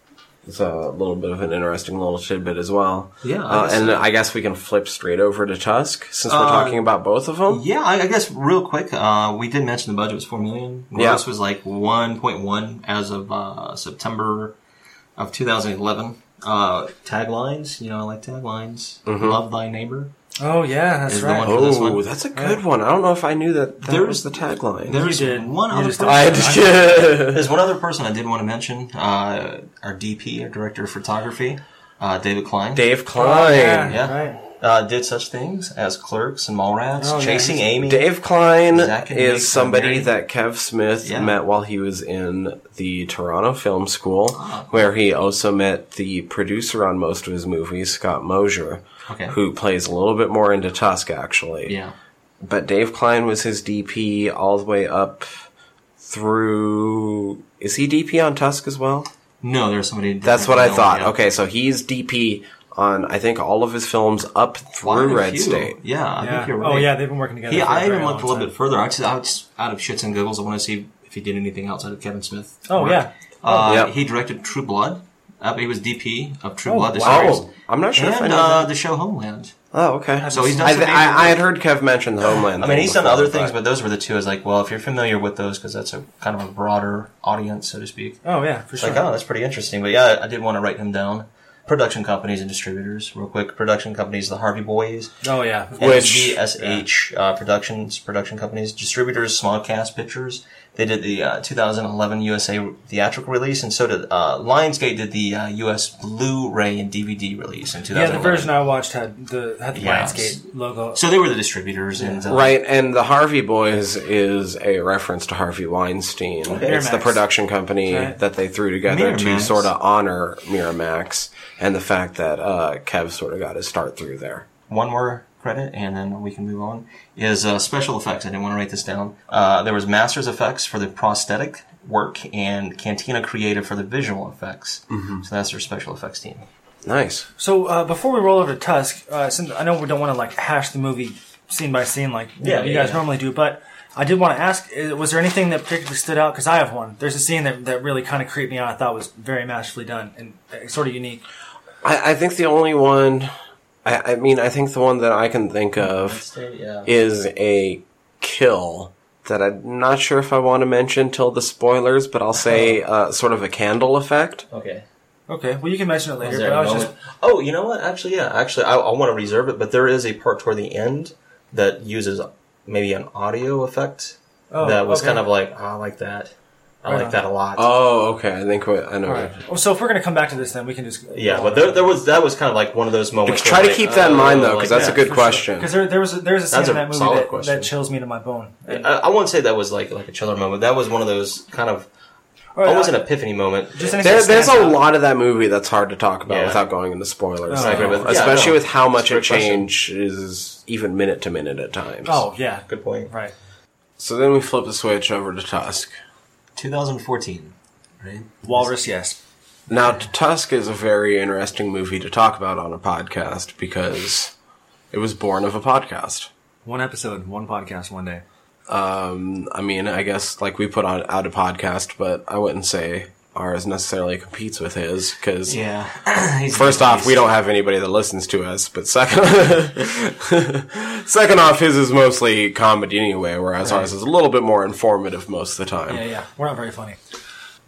Speaker 1: It's a little bit of an interesting little tidbit as well.
Speaker 2: Yeah, I
Speaker 1: Uh,
Speaker 2: guess
Speaker 1: and
Speaker 2: so.
Speaker 1: I guess we can flip straight over to Tusk since we're
Speaker 2: Uh,
Speaker 1: talking about both of them.
Speaker 2: Yeah, I, I guess real quick, uh, we did mention the budget was four million. Gross
Speaker 1: Yeah.
Speaker 2: was like one point one as of uh, September of 2011. Uh, taglines, you know, I like taglines. Love thy neighbor.
Speaker 3: Oh yeah, that's
Speaker 2: Is the
Speaker 3: right.
Speaker 2: one- For this
Speaker 1: Oh, that's a good one. I don't know if I knew that. That
Speaker 2: There-
Speaker 1: was the tagline.
Speaker 2: There is
Speaker 3: did.
Speaker 2: one
Speaker 3: You
Speaker 2: other
Speaker 3: just
Speaker 2: person.
Speaker 3: did.
Speaker 1: I just
Speaker 2: There's one other person I did want to mention. Uh, our DP, our director of photography, uh, David Klein.
Speaker 1: Dave Klein.
Speaker 3: yeah,
Speaker 2: Yeah.
Speaker 3: right.
Speaker 2: uh, did such things as Clerks and Mallrats,
Speaker 3: Oh, yeah,
Speaker 2: Chasing
Speaker 3: he's-
Speaker 2: Amy.
Speaker 1: Dave Klein
Speaker 2: Zack and Nick are
Speaker 1: is somebody
Speaker 2: married.
Speaker 1: that Kev Smith
Speaker 5: Yeah.
Speaker 1: met while he was in the Toronto Film School,
Speaker 5: Oh.
Speaker 1: where he also met the producer on most of his movies, Scott Mosier,
Speaker 5: Okay.
Speaker 1: who plays a little bit more into Tusk, actually.
Speaker 5: Yeah.
Speaker 1: But Dave Klein was his DP all the way up through. Is he DP on Tusk as well?
Speaker 5: No, there's somebody.
Speaker 1: That's what I thought.
Speaker 5: Yeah.
Speaker 1: Okay, so he's DP on, I think, all of his films up
Speaker 5: Quite
Speaker 1: through
Speaker 5: a
Speaker 1: Red
Speaker 5: few.
Speaker 1: State.
Speaker 5: Yeah, I
Speaker 3: Yeah.
Speaker 5: think you're right.
Speaker 3: Oh yeah, they've been working together.
Speaker 5: Yeah,
Speaker 3: for
Speaker 5: I even
Speaker 3: very
Speaker 5: looked a
Speaker 3: long
Speaker 5: little bit further. I just, I just out of shits and giggles, I want to see if he did anything outside of Kevin Smith.
Speaker 3: Oh,
Speaker 5: work.
Speaker 3: yeah.
Speaker 5: Uh,
Speaker 1: Yep.
Speaker 5: He directed True Blood. Uh, he was DP of True
Speaker 3: Oh,
Speaker 5: Blood, the
Speaker 3: wow.
Speaker 5: series,
Speaker 1: Oh, I'm not sure if I
Speaker 5: and
Speaker 1: know.
Speaker 5: uh, the show Homeland.
Speaker 1: Oh, okay.
Speaker 5: So he's done
Speaker 1: I,
Speaker 5: some
Speaker 1: th- I, I had
Speaker 5: major-
Speaker 1: heard Kev mention the Homeland.
Speaker 2: I mean,
Speaker 1: thing
Speaker 2: he's done
Speaker 1: before,
Speaker 2: other things, but those were the two. I was like, well, if you're familiar with those, because that's a kind of a broader audience, so to speak.
Speaker 3: Oh yeah, for
Speaker 2: It's
Speaker 3: sure.
Speaker 2: like, oh, that's pretty interesting. But yeah, I did want to write him down. Production companies and distributors, real quick. Production companies, the Harvey Boys,
Speaker 3: oh yeah.
Speaker 1: Which-
Speaker 2: SH uh, Productions, production companies, distributors, Smodcast Pictures. They did the uh, 2011 USA theatrical release, and so did uh, Lionsgate did the uh, US Blu-ray and DVD release in 2011.
Speaker 3: Yeah, the version I watched had the had the
Speaker 2: Yeah.
Speaker 3: Lionsgate logo.
Speaker 5: So they were the distributors, and uh,
Speaker 1: Right, and the Harvey Boys is a reference to Harvey Weinstein. It's the
Speaker 3: Miramax.
Speaker 1: production company
Speaker 3: Right.
Speaker 1: that they threw together to
Speaker 5: Miramax.
Speaker 1: sort of honor Miramax and the fact that uh, Kev sort of got his start through there.
Speaker 2: one more credit and then we can move on is uh, special effects i didn't want to write this down uh, there was masters effects for the prosthetic work and cantina creative for the visual effects so that's their special effects team
Speaker 1: Nice.
Speaker 3: So uh, before we roll over to Tusk, uh, since I know we don't want to like hash the movie scene by scene like you,
Speaker 2: Yeah,
Speaker 3: know, you
Speaker 2: yeah,
Speaker 3: guys
Speaker 2: yeah.
Speaker 3: normally do, but I did want to ask: uh, Was there anything that particularly stood out? Because I have one. There's a scene that, that really kind of creeped me out. I thought was very masterfully done and uh, sort of unique.
Speaker 1: I, I think the only one, I, I mean, I think the one that I can think of
Speaker 2: yeah
Speaker 1: is a kill that I'm not sure if I want to mention till the spoilers, but I'll say uh, sort of a candle effect.
Speaker 2: okay
Speaker 3: Okay, well you can mention it later, but I was just
Speaker 2: oh you know what actually yeah actually i, I want to reserve it but there is a part toward the end that uses maybe an audio effect
Speaker 3: oh,
Speaker 2: that was
Speaker 3: okay.
Speaker 2: kind of like "Oh, i like that i
Speaker 3: Right
Speaker 2: like
Speaker 3: on.
Speaker 2: that a lot
Speaker 1: Oh, okay. I think what, I know.
Speaker 3: All right. Well, so if we're gonna come back to this, then we can just
Speaker 2: yeah but there, there was that was kind of like one of those moments
Speaker 1: Try
Speaker 2: where,
Speaker 1: to
Speaker 2: like,
Speaker 1: keep that in mind though,
Speaker 2: oh,
Speaker 1: because
Speaker 2: like
Speaker 1: that's
Speaker 2: that.
Speaker 1: a good question.
Speaker 3: because there there was a, there's a scene
Speaker 2: That's
Speaker 3: in
Speaker 2: a
Speaker 3: that movie
Speaker 2: solid
Speaker 3: that,
Speaker 2: question.
Speaker 3: that chills me to my bone. And-
Speaker 2: I, I wouldn't say that was like like a chiller moment. That was one of those kind of
Speaker 3: All right,
Speaker 2: almost
Speaker 3: I-
Speaker 2: an epiphany moment.
Speaker 3: just anything
Speaker 1: There,
Speaker 3: that
Speaker 1: there's a
Speaker 3: stands out.
Speaker 1: lot of that movie that's hard to talk about
Speaker 2: Yeah.
Speaker 1: without going into spoilers.
Speaker 3: No, I agree
Speaker 1: though.
Speaker 2: with- yeah,
Speaker 1: Especially
Speaker 2: no.
Speaker 1: with how much it
Speaker 2: That's a great
Speaker 1: changes even minute to minute at times.
Speaker 3: Oh yeah,
Speaker 2: Good point.
Speaker 3: right.
Speaker 1: So then we flip the switch over to Tusk.
Speaker 5: 2014, right?
Speaker 3: Walrus, yes.
Speaker 1: Now, Tusk is a very interesting movie to talk about on a podcast because it was born of a podcast.
Speaker 3: One episode, one podcast, one day.
Speaker 1: I mean, I guess like we put on, out a podcast, but I wouldn't say ours necessarily competes with his because
Speaker 5: Yeah. He's-
Speaker 1: First off,
Speaker 5: he's-
Speaker 1: we don't have anybody that listens to us, but second, second off, his is mostly comedy anyway, whereas ours is a little bit more informative most of the time.
Speaker 3: Yeah, yeah. We're not very funny.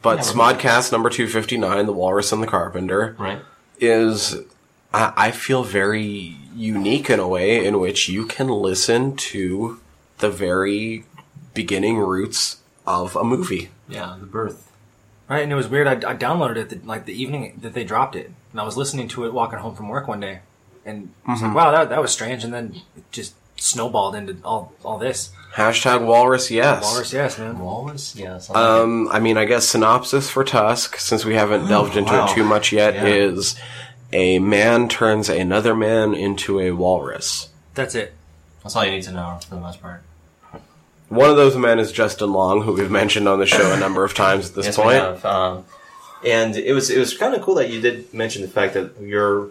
Speaker 1: But Smodcast number 259, The Walrus and the Carpenter,
Speaker 5: Right.
Speaker 1: is, I, I feel very unique in a way in which you can listen to the very beginning roots of a movie.
Speaker 5: Yeah, the birth.
Speaker 3: Right, and it was weird. I, I downloaded it the, like the evening that they dropped it, and I was listening to it walking home from work one day, and I was like, "Wow, that, that was strange." And then it just snowballed into all all this.
Speaker 1: Hashtag Walrus, yes.
Speaker 3: Walrus, yes, man.
Speaker 5: Walrus? Yeah. it's
Speaker 2: Uh,
Speaker 5: like-
Speaker 1: Um, I mean, I guess synopsis for Tusk, since we
Speaker 2: Oh,
Speaker 1: haven't delved into
Speaker 5: wow.
Speaker 1: it too much yet,
Speaker 5: Yeah.
Speaker 1: is a man turns another man into a walrus.
Speaker 3: That's it.
Speaker 5: That's all you need to know for the most part.
Speaker 1: One of those men is Justin Long, who we've mentioned on the show a number of times at this
Speaker 2: Yes, we
Speaker 1: point.
Speaker 2: have. Um, and it was it was kind of cool that you did mention the fact that your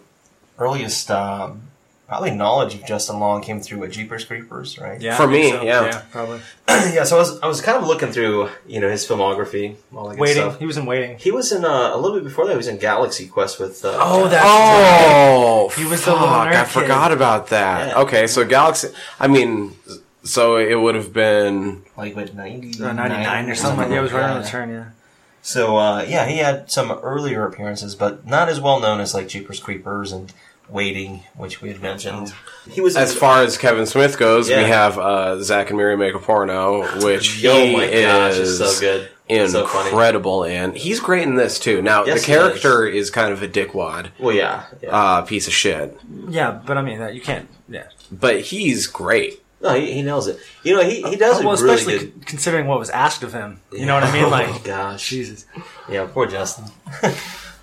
Speaker 2: earliest um, probably knowledge of Justin Long came through with Jeepers Creepers, right?
Speaker 3: Yeah,
Speaker 1: For
Speaker 3: I think
Speaker 1: me,
Speaker 3: so.
Speaker 1: yeah.
Speaker 3: probably
Speaker 2: yeah. So I was I was kind of looking through you know his filmography, all that good
Speaker 3: waiting.
Speaker 2: stuff.
Speaker 3: He was in waiting.
Speaker 2: He was in uh, a little bit before that. He was in Galaxy Quest with uh,
Speaker 3: Oh, that's
Speaker 1: Oh,
Speaker 3: He was the
Speaker 1: fuck!
Speaker 3: little
Speaker 1: I
Speaker 3: nerd
Speaker 1: forgot
Speaker 3: kid.
Speaker 1: about that.
Speaker 2: Yeah.
Speaker 1: Okay, so Galaxy. I mean, so it would have been.
Speaker 2: like with ninety
Speaker 3: ninety nine Uh, or something. Yeah, it was right on the turn. Yeah.
Speaker 2: So uh, yeah, he had some earlier appearances, but not as well known as like Jeepers Creepers and Waiting, which we had mentioned. He was
Speaker 1: As far as Kevin Smith goes,
Speaker 2: Yeah.
Speaker 1: we have uh, Zach and Mary make a porno, which
Speaker 2: oh
Speaker 1: he
Speaker 2: my
Speaker 1: is
Speaker 2: gosh, it's so good.
Speaker 6: So funny.
Speaker 1: incredible and he's great in this too. Now
Speaker 6: Yes,
Speaker 1: the
Speaker 6: he is.
Speaker 1: character is. kind of a dickwad,
Speaker 6: Well, yeah, yeah.
Speaker 1: uh, piece of shit,
Speaker 3: Yeah, but I mean that you can't. Yeah,
Speaker 1: but he's great.
Speaker 6: no, he, he nails it. You know, he, he does
Speaker 3: well,
Speaker 6: a really
Speaker 3: especially
Speaker 6: good.
Speaker 3: con- considering what was asked of him. You know what I mean? Like,
Speaker 6: oh my gosh,
Speaker 3: Jesus.
Speaker 6: yeah, poor Justin.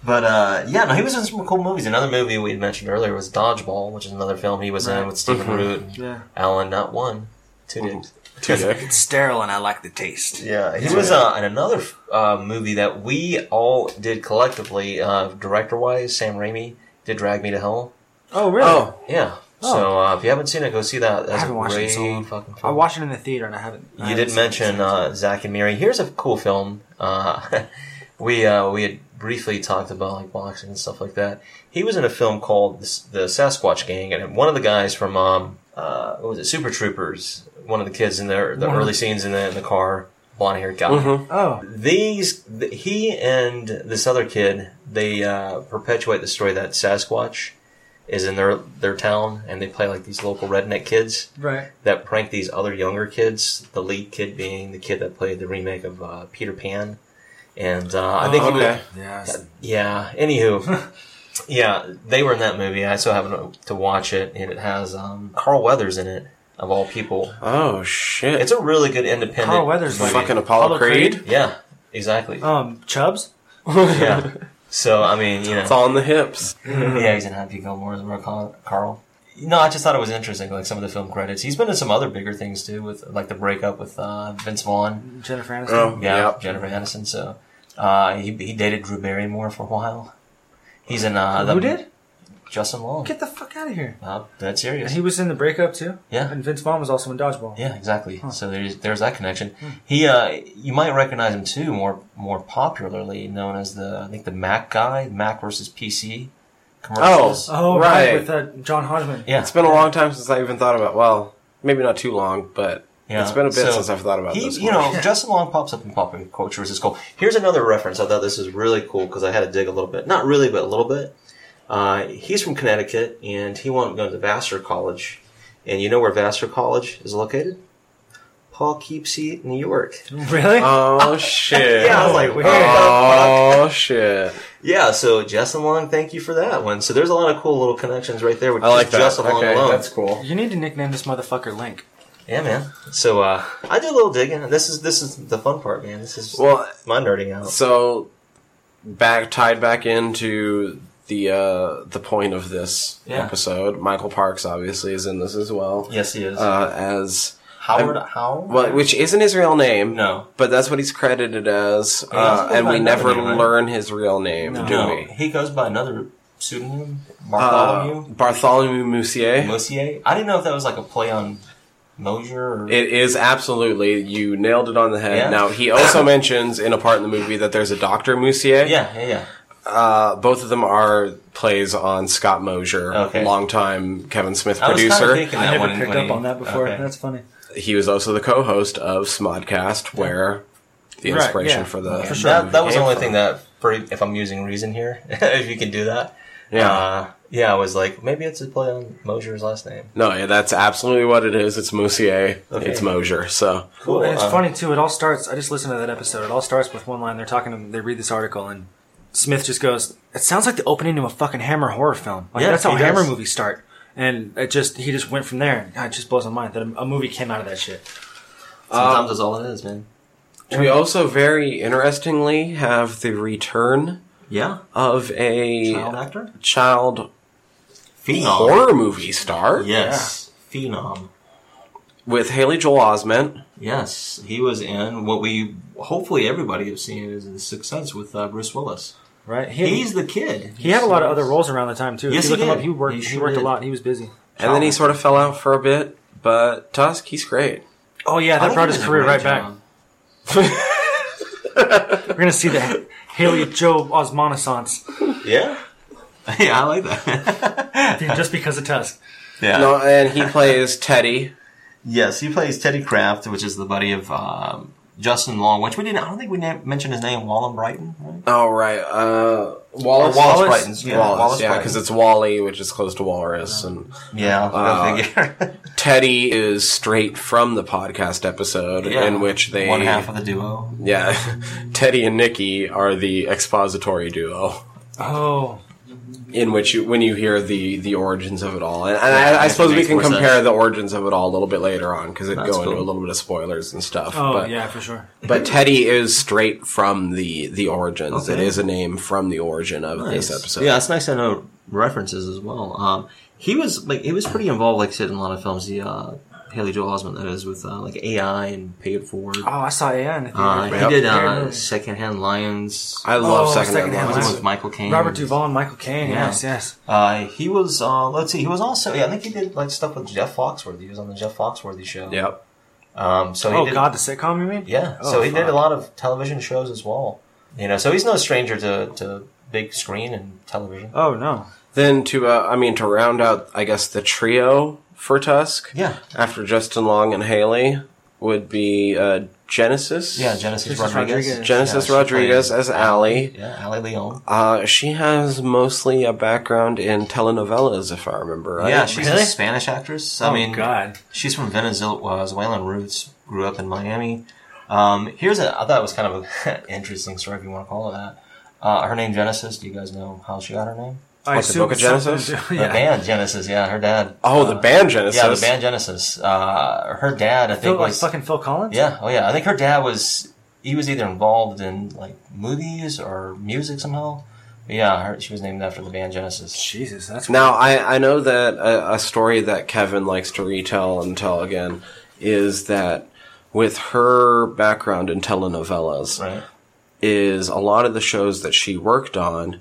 Speaker 2: But uh, yeah, no, he was in some cool movies. Another movie we had mentioned earlier was Dodgeball, which is another film he was in with Stephen
Speaker 6: Mm-hmm.
Speaker 2: Root and
Speaker 3: Yeah.
Speaker 2: Alan Not One. Two dicks.
Speaker 1: Two dick.
Speaker 3: It's sterile, and I like the taste.
Speaker 2: Yeah, he was uh, in another uh, movie that we all did collectively, uh, director wise. Sam Raimi did Drag Me to Hell.
Speaker 3: Oh, really?
Speaker 1: Oh,
Speaker 2: Yeah.
Speaker 3: Oh.
Speaker 2: So uh, if you haven't seen it, go see that. That's
Speaker 3: I haven't
Speaker 2: a
Speaker 3: watched it
Speaker 2: great
Speaker 3: in so long.
Speaker 2: fucking film.
Speaker 3: I watched it in the theater, and I haven't.
Speaker 2: You
Speaker 3: I haven't
Speaker 2: did
Speaker 3: seen it
Speaker 2: mention
Speaker 3: since.
Speaker 2: uh, Zach and Miri. Here's a cool film. Uh, we uh, we had briefly talked about like boxing and stuff like that. He was in a film called the, S- the Sasquatch Gang, and one of the guys from um, uh, what was it Super Troopers? One of the kids in there, the
Speaker 3: One of
Speaker 2: early
Speaker 3: the-
Speaker 2: scenes in the in the car, blonde haired guy.
Speaker 3: Oh,
Speaker 2: These th- he and this other kid they uh, perpetuate the story that Sasquatch is in their their town, and they play like these local redneck kids
Speaker 3: right.
Speaker 2: that prank these other younger kids. The lead kid being the kid that played the remake of uh, Peter Pan, and uh, I think he was-
Speaker 1: okay.
Speaker 3: Yeah.
Speaker 2: yeah. Anywho, yeah, they were in that movie. I still haven't uh, to watch it, and it has um, Carl Weathers in it of all people.
Speaker 1: Oh shit!
Speaker 2: It's a really good independent.
Speaker 3: Carl Weathers,
Speaker 2: movie.
Speaker 3: like-
Speaker 1: fucking Apollo,
Speaker 3: Apollo
Speaker 1: Creed.
Speaker 3: Creed?
Speaker 2: yeah, exactly.
Speaker 3: Um, Chubbs.
Speaker 2: Yeah. So I mean, you know,
Speaker 1: It's all in the hips.
Speaker 2: Yeah, he's in Happy Gilmore as well, Carl- Carl. No, I just thought it was interesting, like some of the film credits. He's been in some other bigger things too, with like the breakup with uh, Vince Vaughn,
Speaker 3: Jennifer Aniston.
Speaker 1: Oh
Speaker 2: yeah,
Speaker 1: yeah.
Speaker 2: Jennifer Aniston. So uh, he he dated Drew Barrymore for a while. He's in uh, the,
Speaker 3: Who did?
Speaker 2: Justin Long.
Speaker 3: Get the fuck out of here.
Speaker 2: uh, that's
Speaker 3: And
Speaker 2: serious.
Speaker 3: he was in the breakup too.
Speaker 2: Yeah.
Speaker 3: And Vince Vaughn was also in Dodgeball.
Speaker 2: Yeah, exactly. So there's there's that connection.
Speaker 3: Hmm.
Speaker 2: He uh, you might recognize him too, more more popularly known as the I think the Mac guy, Mac versus PC commercials.
Speaker 3: Oh right,
Speaker 1: Right.
Speaker 3: with uh, John Hodgman.
Speaker 2: yeah,
Speaker 1: It's been a long time since I even thought about. Well, maybe not too long, but
Speaker 2: Yeah.
Speaker 1: it's been a bit
Speaker 2: So,
Speaker 1: since I've thought about
Speaker 2: He,
Speaker 1: this.
Speaker 2: you know, Justin Long pops up in popular culture, which is cool. Here's another reference. I thought this was really cool because I had to dig a little bit. Not really, but a little bit. Uh, he's from Connecticut, and he wound up going to Vassar College. And you know where Vassar College is located? Poughkeepsie, New York.
Speaker 3: Really?
Speaker 2: Um,
Speaker 1: Oh shit!
Speaker 2: Yeah, I was like, where the
Speaker 1: oh shit!
Speaker 2: Yeah, so Justin Long, thank you for that one. So there's a lot of cool little connections right there with
Speaker 1: I like
Speaker 2: just
Speaker 1: that.
Speaker 2: Justin Long
Speaker 1: okay,
Speaker 2: alone.
Speaker 1: that's cool.
Speaker 3: you need to nickname this motherfucker Link.
Speaker 2: Yeah, man. So uh, I do a little digging. This is this is the fun part, man. This is
Speaker 1: Well,
Speaker 2: my nerding out.
Speaker 1: so back tied back into the uh, the point of this
Speaker 2: Yeah.
Speaker 1: episode, Michael Parks obviously is in this as well.
Speaker 2: Yes, he is.
Speaker 1: Uh, as
Speaker 2: Howard Howard.
Speaker 1: well, which isn't his real name.
Speaker 2: No.
Speaker 1: but that's what he's credited as,
Speaker 2: Yeah, that's
Speaker 1: uh,
Speaker 2: what
Speaker 1: and
Speaker 2: I
Speaker 1: we
Speaker 2: know
Speaker 1: never
Speaker 2: him, right?
Speaker 1: learn his real name, do
Speaker 2: No,
Speaker 1: we?
Speaker 2: he goes by another pseudonym,
Speaker 1: Uh,
Speaker 2: Bartholomew
Speaker 1: Bartholomew Moussier.
Speaker 2: Mosier. I didn't know if that was like a play on Mosier. Or...
Speaker 1: It is absolutely you nailed it on the head.
Speaker 2: Yeah.
Speaker 1: Now he also mentions in a part in the movie that there's a Doctor Moussier.
Speaker 2: yeah, yeah, yeah.
Speaker 1: Uh, both of them are plays on Scott Mosier,
Speaker 2: Okay.
Speaker 1: longtime Kevin Smith
Speaker 2: I was kinda
Speaker 1: producer.
Speaker 2: thinking that
Speaker 3: I never
Speaker 2: when-
Speaker 3: picked
Speaker 2: when
Speaker 3: up
Speaker 2: he-
Speaker 3: on that before.
Speaker 2: okay.
Speaker 3: That's funny.
Speaker 1: he was also the co-host of Smodcast, where the
Speaker 3: Right,
Speaker 1: inspiration
Speaker 3: yeah.
Speaker 1: for the
Speaker 3: For sure.
Speaker 2: that, that was the
Speaker 1: came
Speaker 2: only
Speaker 1: from.
Speaker 2: thing that, for, if I'm using reason here, if you can do that.
Speaker 1: Yeah.
Speaker 2: Uh, yeah, I was like, maybe it's a play on Mosier's last name.
Speaker 1: No, yeah, that's absolutely what it is. It's Moussier.
Speaker 2: Okay.
Speaker 1: It's Mosier. So
Speaker 2: Cool.
Speaker 3: And it's
Speaker 2: uh,
Speaker 3: funny too. It all starts. I just listened to that episode. It all starts with one line. They're talking. To, they read this article, and Smith just goes, "It sounds like the opening to a fucking Hammer horror film. Like
Speaker 2: Yeah,
Speaker 3: that's
Speaker 2: he
Speaker 3: how
Speaker 2: does.
Speaker 3: Hammer movies start." And it just he just went from there. God, it just blows my mind that a, a movie came out of that shit.
Speaker 2: Sometimes that's all it is, man.
Speaker 1: we also very interestingly have the return
Speaker 2: Yeah.
Speaker 1: of a
Speaker 2: Child actor?
Speaker 1: child
Speaker 2: Phenom.
Speaker 1: horror movie star
Speaker 2: Yes. Phenom.
Speaker 1: with Haley Joel Osment.
Speaker 2: Yes. He was in what we, hopefully everybody has seen is in Sixth Sense with uh, Bruce Willis.
Speaker 3: Right? He,
Speaker 2: He's the kid.
Speaker 3: he had a lot of other roles around the time too.
Speaker 2: Yes,
Speaker 3: if you
Speaker 2: he
Speaker 3: look him up,
Speaker 2: did.
Speaker 3: he worked.
Speaker 2: He
Speaker 3: He,
Speaker 2: sure
Speaker 3: worked
Speaker 2: did.
Speaker 3: a lot. He was busy.
Speaker 1: And then he sort of fell out for a bit, but Tusk, he's great.
Speaker 3: Oh yeah,
Speaker 2: I
Speaker 3: that
Speaker 2: think
Speaker 3: brought
Speaker 2: he
Speaker 3: his
Speaker 2: does a
Speaker 3: career
Speaker 2: great
Speaker 3: right
Speaker 2: job.
Speaker 3: back. We're gonna see the Haley Joe Osmonaissance
Speaker 2: Yeah. Yeah, I like that.
Speaker 3: just because of Tusk.
Speaker 2: yeah.
Speaker 1: No, and he plays Teddy.
Speaker 2: Yes, he plays Teddy Kraft, which is the buddy of um,
Speaker 7: Justin Long, which we didn't. I don't think we na- mentioned his name. Wallen Brighton, right?
Speaker 1: Oh right, uh, Wallace.
Speaker 2: Or Wallace Brighton's, yeah,
Speaker 1: Wallace,
Speaker 2: Wallace
Speaker 1: yeah,
Speaker 2: Brighton.
Speaker 1: because it's Wally, which is close to Walrus, and
Speaker 7: Yeah,
Speaker 1: Uh,
Speaker 7: go figure.
Speaker 1: Teddy is straight from the podcast episode
Speaker 7: Yeah.
Speaker 1: in which they
Speaker 7: one half of the duo.
Speaker 1: yeah, Teddy and Nikki are the expository duo.
Speaker 3: Oh,
Speaker 1: in which you, when you hear the the origins of it all, and, and I, I suppose we
Speaker 7: makes
Speaker 1: can
Speaker 7: more
Speaker 1: compare
Speaker 7: sense.
Speaker 1: the origins of it all a little bit later on because it go
Speaker 7: That's
Speaker 1: into
Speaker 7: cool.
Speaker 1: a little bit of spoilers and stuff.
Speaker 3: oh
Speaker 1: but,
Speaker 3: yeah, for sure.
Speaker 1: but Teddy is straight from the the origins. It
Speaker 7: Okay.
Speaker 1: is a name from the origin of this episode.
Speaker 7: Yeah, it's nice to know references as well. Um, he was like he was pretty involved, like said in a lot of films. The uh, Haley Joel Osment that is with uh, like AI and Pay It Forward.
Speaker 3: Oh, I saw AI in the theater.
Speaker 2: Ah,
Speaker 7: Uh,
Speaker 1: Yep.
Speaker 7: He did
Speaker 3: Very
Speaker 7: uh,
Speaker 3: nice.
Speaker 7: Secondhand Lions.
Speaker 1: I love
Speaker 3: Oh,
Speaker 1: Second
Speaker 3: Second
Speaker 1: Hand
Speaker 3: Hand
Speaker 7: That
Speaker 1: Lives.
Speaker 7: was with Michael Caine.
Speaker 3: Robert Duvall and Michael Caine.
Speaker 7: Yeah.
Speaker 3: Yes, yes.
Speaker 7: Uh, he was.
Speaker 2: Uh, let's see. He was also. Yeah, I think he did like stuff with Jeff Foxworthy. He was on the Jeff Foxworthy show.
Speaker 1: Yep.
Speaker 2: Um. So he
Speaker 3: Oh
Speaker 2: did,
Speaker 3: God, the sitcom you mean?
Speaker 2: Yeah.
Speaker 3: Oh,
Speaker 2: so he did
Speaker 3: fuck.
Speaker 2: a lot of television shows as well. You know. So he's no stranger to to big screen and television.
Speaker 3: Oh no.
Speaker 1: Then to uh, I mean to round out I guess the trio for Tusk.
Speaker 2: Yeah.
Speaker 1: After Justin Long and Haley would be uh, Genesis.
Speaker 2: Yeah. Genesis,
Speaker 3: Genesis
Speaker 2: Rodriguez.
Speaker 3: Rodriguez.
Speaker 1: Genesis
Speaker 2: Yeah, she
Speaker 1: Rodriguez
Speaker 2: played-
Speaker 1: as Allie.
Speaker 2: Yeah. Ali Leon.
Speaker 1: Uh, she has mostly a background in telenovelas, if I remember right.
Speaker 2: Yeah. She's
Speaker 3: Really?
Speaker 2: a Spanish actress. I
Speaker 3: Oh
Speaker 2: mean,
Speaker 3: God.
Speaker 2: She's from Venezuela, uh, Venezuelan roots, grew up in Miami. Um, here's a, I thought it was kind of an interesting story, if you want to call it that. Uh, her name Genesis. Do you guys know how she got her name?
Speaker 3: I
Speaker 1: Like the
Speaker 3: assume
Speaker 1: Book of
Speaker 3: something
Speaker 1: Genesis?
Speaker 3: to-
Speaker 2: The
Speaker 3: yeah.
Speaker 2: band Genesis. Yeah, her dad.
Speaker 1: Oh, the band Genesis.
Speaker 2: uh, Yeah, the band Genesis. Uh, her dad, I
Speaker 3: Phil,
Speaker 2: think,
Speaker 3: like
Speaker 2: was.
Speaker 3: fucking Phil Collins.
Speaker 2: Yeah, oh yeah. I think her dad was. He was either involved in like movies or music somehow. But yeah, her, she was named after the band Genesis.
Speaker 3: Jesus, that's
Speaker 1: Now, I, I know that a, a story that Kevin likes to retell and tell again is that with her background in telenovelas,
Speaker 2: Right.
Speaker 1: is a lot of the shows that she worked on,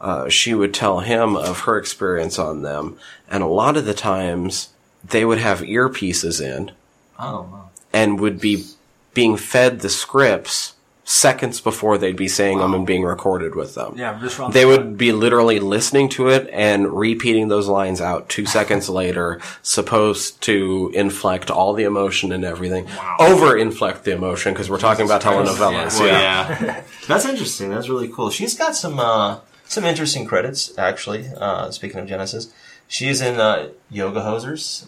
Speaker 1: uh, she would tell him of her experience on them. And a lot of the times, they would have earpieces in.
Speaker 2: Oh. Wow.
Speaker 1: and would be being fed the scripts seconds before they'd be saying them and being recorded with them.
Speaker 3: yeah. Just
Speaker 2: Oh,
Speaker 3: wrong.
Speaker 1: They would be literally listening to it and repeating those lines out two seconds later, supposed to inflect all the emotion and everything. Over inflect the emotion because we're talking about telenovelas.
Speaker 7: Well,
Speaker 1: yeah.
Speaker 7: yeah. That's interesting. That's really cool. She's
Speaker 2: She's got some uh, some interesting credits actually. Uh, speaking of Genesis, she's in uh, Yoga Hosers.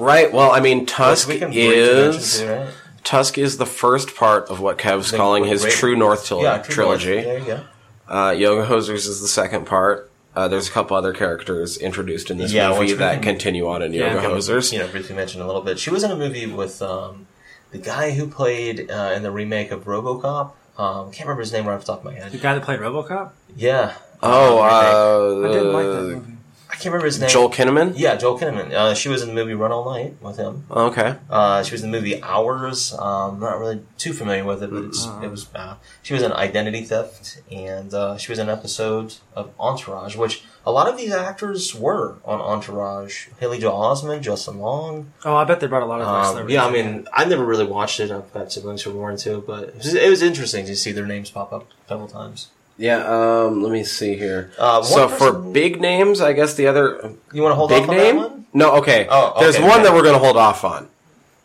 Speaker 1: Right. Well, I mean, Tusk
Speaker 2: We can break
Speaker 1: is
Speaker 2: dimensions here, right?
Speaker 1: Tusk is the first part of what Kev's calling his
Speaker 2: great-
Speaker 1: True North tril-
Speaker 2: yeah, True North.
Speaker 1: trilogy.
Speaker 2: There you go.
Speaker 1: Uh, Yoga Hosers is the second part. Uh, there's a couple other characters introduced in this
Speaker 2: Yeah, which
Speaker 1: movie
Speaker 2: we
Speaker 1: that
Speaker 2: can-
Speaker 1: continue on in
Speaker 3: Yeah,
Speaker 1: Yoga
Speaker 3: we can-
Speaker 1: Hosers.
Speaker 2: You know, briefly mentioned a little bit. She was in a movie with um, the guy who played uh, in the remake of RoboCop. Um, can't remember his name right off the top of my
Speaker 3: The
Speaker 2: head.
Speaker 3: guy that played RoboCop.
Speaker 2: Yeah.
Speaker 1: Oh,
Speaker 2: remake.
Speaker 3: I didn't like that
Speaker 1: uh,
Speaker 3: movie.
Speaker 2: I can't remember his name.
Speaker 1: Joel Kinnaman.
Speaker 2: Yeah, Joel Kinnaman. Uh, she was in the movie Run All Night with him.
Speaker 1: Okay,
Speaker 2: Uh, she was in the movie Hours. Um, not really too familiar with it, but it's,
Speaker 1: Uh-huh.
Speaker 2: it was. Uh, she was in Identity Theft, and uh, she was in an episode of Entourage, which a lot of these actors were on Entourage. Haley Joel Osment, Justin Long.
Speaker 3: Oh, I bet they brought a lot of
Speaker 2: Um,
Speaker 3: celebrities.
Speaker 2: yeah, I mean, I never really watched it. I've got siblings who were into it, but it was, it was interesting to see their names pop up several times.
Speaker 1: yeah. Um, let me see here.
Speaker 2: Uh, one
Speaker 1: so for
Speaker 2: person-
Speaker 1: big names, I guess the other
Speaker 2: You want to hold
Speaker 1: big
Speaker 2: off on
Speaker 1: name.
Speaker 2: that one?
Speaker 1: No, okay.
Speaker 2: Oh, okay,
Speaker 1: There's one
Speaker 2: okay.
Speaker 1: that we're gonna hold off on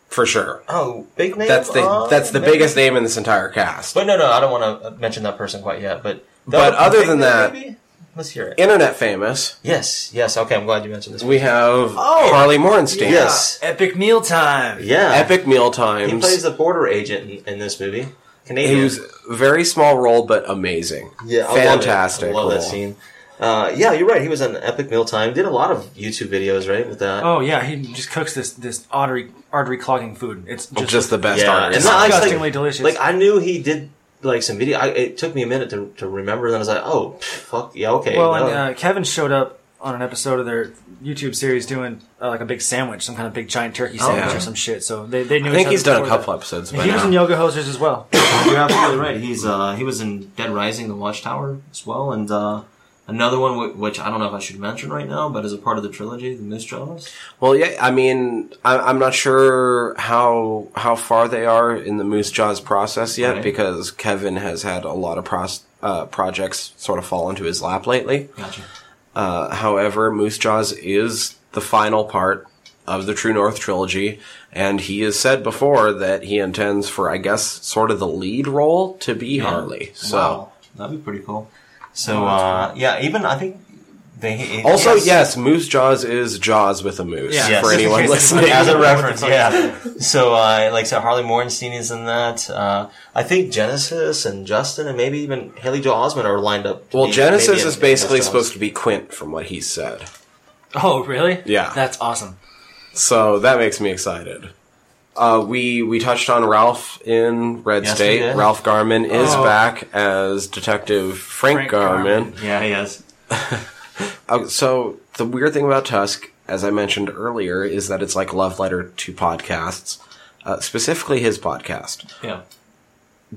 Speaker 1: for sure.
Speaker 2: Oh, big name.
Speaker 1: That's the
Speaker 2: Uh,
Speaker 1: that's the
Speaker 2: maybe.
Speaker 1: biggest name in this entire cast.
Speaker 2: But no, no, I don't want to mention that person quite yet. But
Speaker 1: But other
Speaker 2: big
Speaker 1: than
Speaker 2: name,
Speaker 1: that-
Speaker 2: maybe? let's hear it.
Speaker 1: Internet famous.
Speaker 2: Yes, yes. Okay, I'm glad you mentioned this.
Speaker 1: We have
Speaker 2: Oh,
Speaker 1: Harley Morenstein.
Speaker 2: yes.
Speaker 3: epic meal time.
Speaker 2: Yeah.
Speaker 1: Epic Meal Times.
Speaker 2: He plays the border agent in, in this movie. Canadian.
Speaker 1: It was a very small role, but amazing.
Speaker 2: yeah, I love it.
Speaker 1: fantastic.
Speaker 2: I love that
Speaker 1: role.
Speaker 2: scene. Uh, yeah, you're right. He was on Epic Meal Time. Did a lot of YouTube videos, right? With that.
Speaker 3: Oh yeah, he just cooks this this artery artery clogging food. It's just,
Speaker 1: Just the best
Speaker 2: yeah,
Speaker 1: artist.
Speaker 2: and not- I was
Speaker 3: disgustingly delicious.
Speaker 2: Like I knew he did like some video. I, it took me a minute to, to remember. Then I was like, oh, pff, fuck yeah, okay.
Speaker 3: well,
Speaker 2: no.
Speaker 3: and uh, Kevin showed up on an episode of their YouTube series doing uh, like a big sandwich, some kind of big giant turkey sandwich
Speaker 1: Oh, yeah.
Speaker 3: or some shit. So they they knew.
Speaker 1: I think he's done a couple episodes by
Speaker 3: He was
Speaker 1: now.
Speaker 3: in yoga hosers as well.
Speaker 7: you're absolutely right. He's uh, he was in Dead Rising, The Watchtower as well, and uh, another one w- which I don't know if I should mention right now, but is a part of the trilogy, The Mistress.
Speaker 1: well, yeah, I mean, I, I'm not sure how how far they are in the Moose Jaws process yet
Speaker 7: Right.
Speaker 1: because Kevin has had a lot of pros, uh, projects sort of fall into his lap lately.
Speaker 7: Gotcha.
Speaker 1: Uh, however, Moose Jaws is the final part of the True North trilogy, and he has said before that he intends for, I guess, sort of the lead role to be Harley. So.
Speaker 2: Wow. that'd be pretty cool. So
Speaker 3: that's
Speaker 2: uh, yeah, even I think they
Speaker 1: Also, yes. Moose Jaws is Jaws with a moose.
Speaker 3: Yeah.
Speaker 1: For
Speaker 3: Yes.
Speaker 1: anyone
Speaker 3: Yes.
Speaker 1: listening,
Speaker 2: as
Speaker 3: Yes.
Speaker 2: a reference,
Speaker 3: What the
Speaker 2: yeah. So, uh, like, so Harley Morenstein is in that. Uh, I think Genesis and Justin and maybe even Haley Joel Osment are lined up. to
Speaker 1: well,
Speaker 2: be- maybe
Speaker 1: Genesis
Speaker 2: in-
Speaker 1: is
Speaker 2: in
Speaker 1: basically
Speaker 2: those
Speaker 1: supposed
Speaker 2: jobs.
Speaker 1: to be Quint, from what he said.
Speaker 3: Oh, really?
Speaker 1: Yeah.
Speaker 3: That's awesome.
Speaker 1: So that makes me excited. Uh, we we touched on Ralph in Red
Speaker 2: Yes, we
Speaker 1: State.
Speaker 2: did.
Speaker 1: Ralph Garman is
Speaker 3: Oh.
Speaker 1: back as Detective Frank,
Speaker 3: Frank
Speaker 1: Garman.
Speaker 3: Garman.
Speaker 2: Yeah, he is.
Speaker 1: Uh, so the weird thing about Tusk, as I mentioned earlier, is that it's like love letter to podcasts, uh, specifically his podcast.
Speaker 2: Yeah.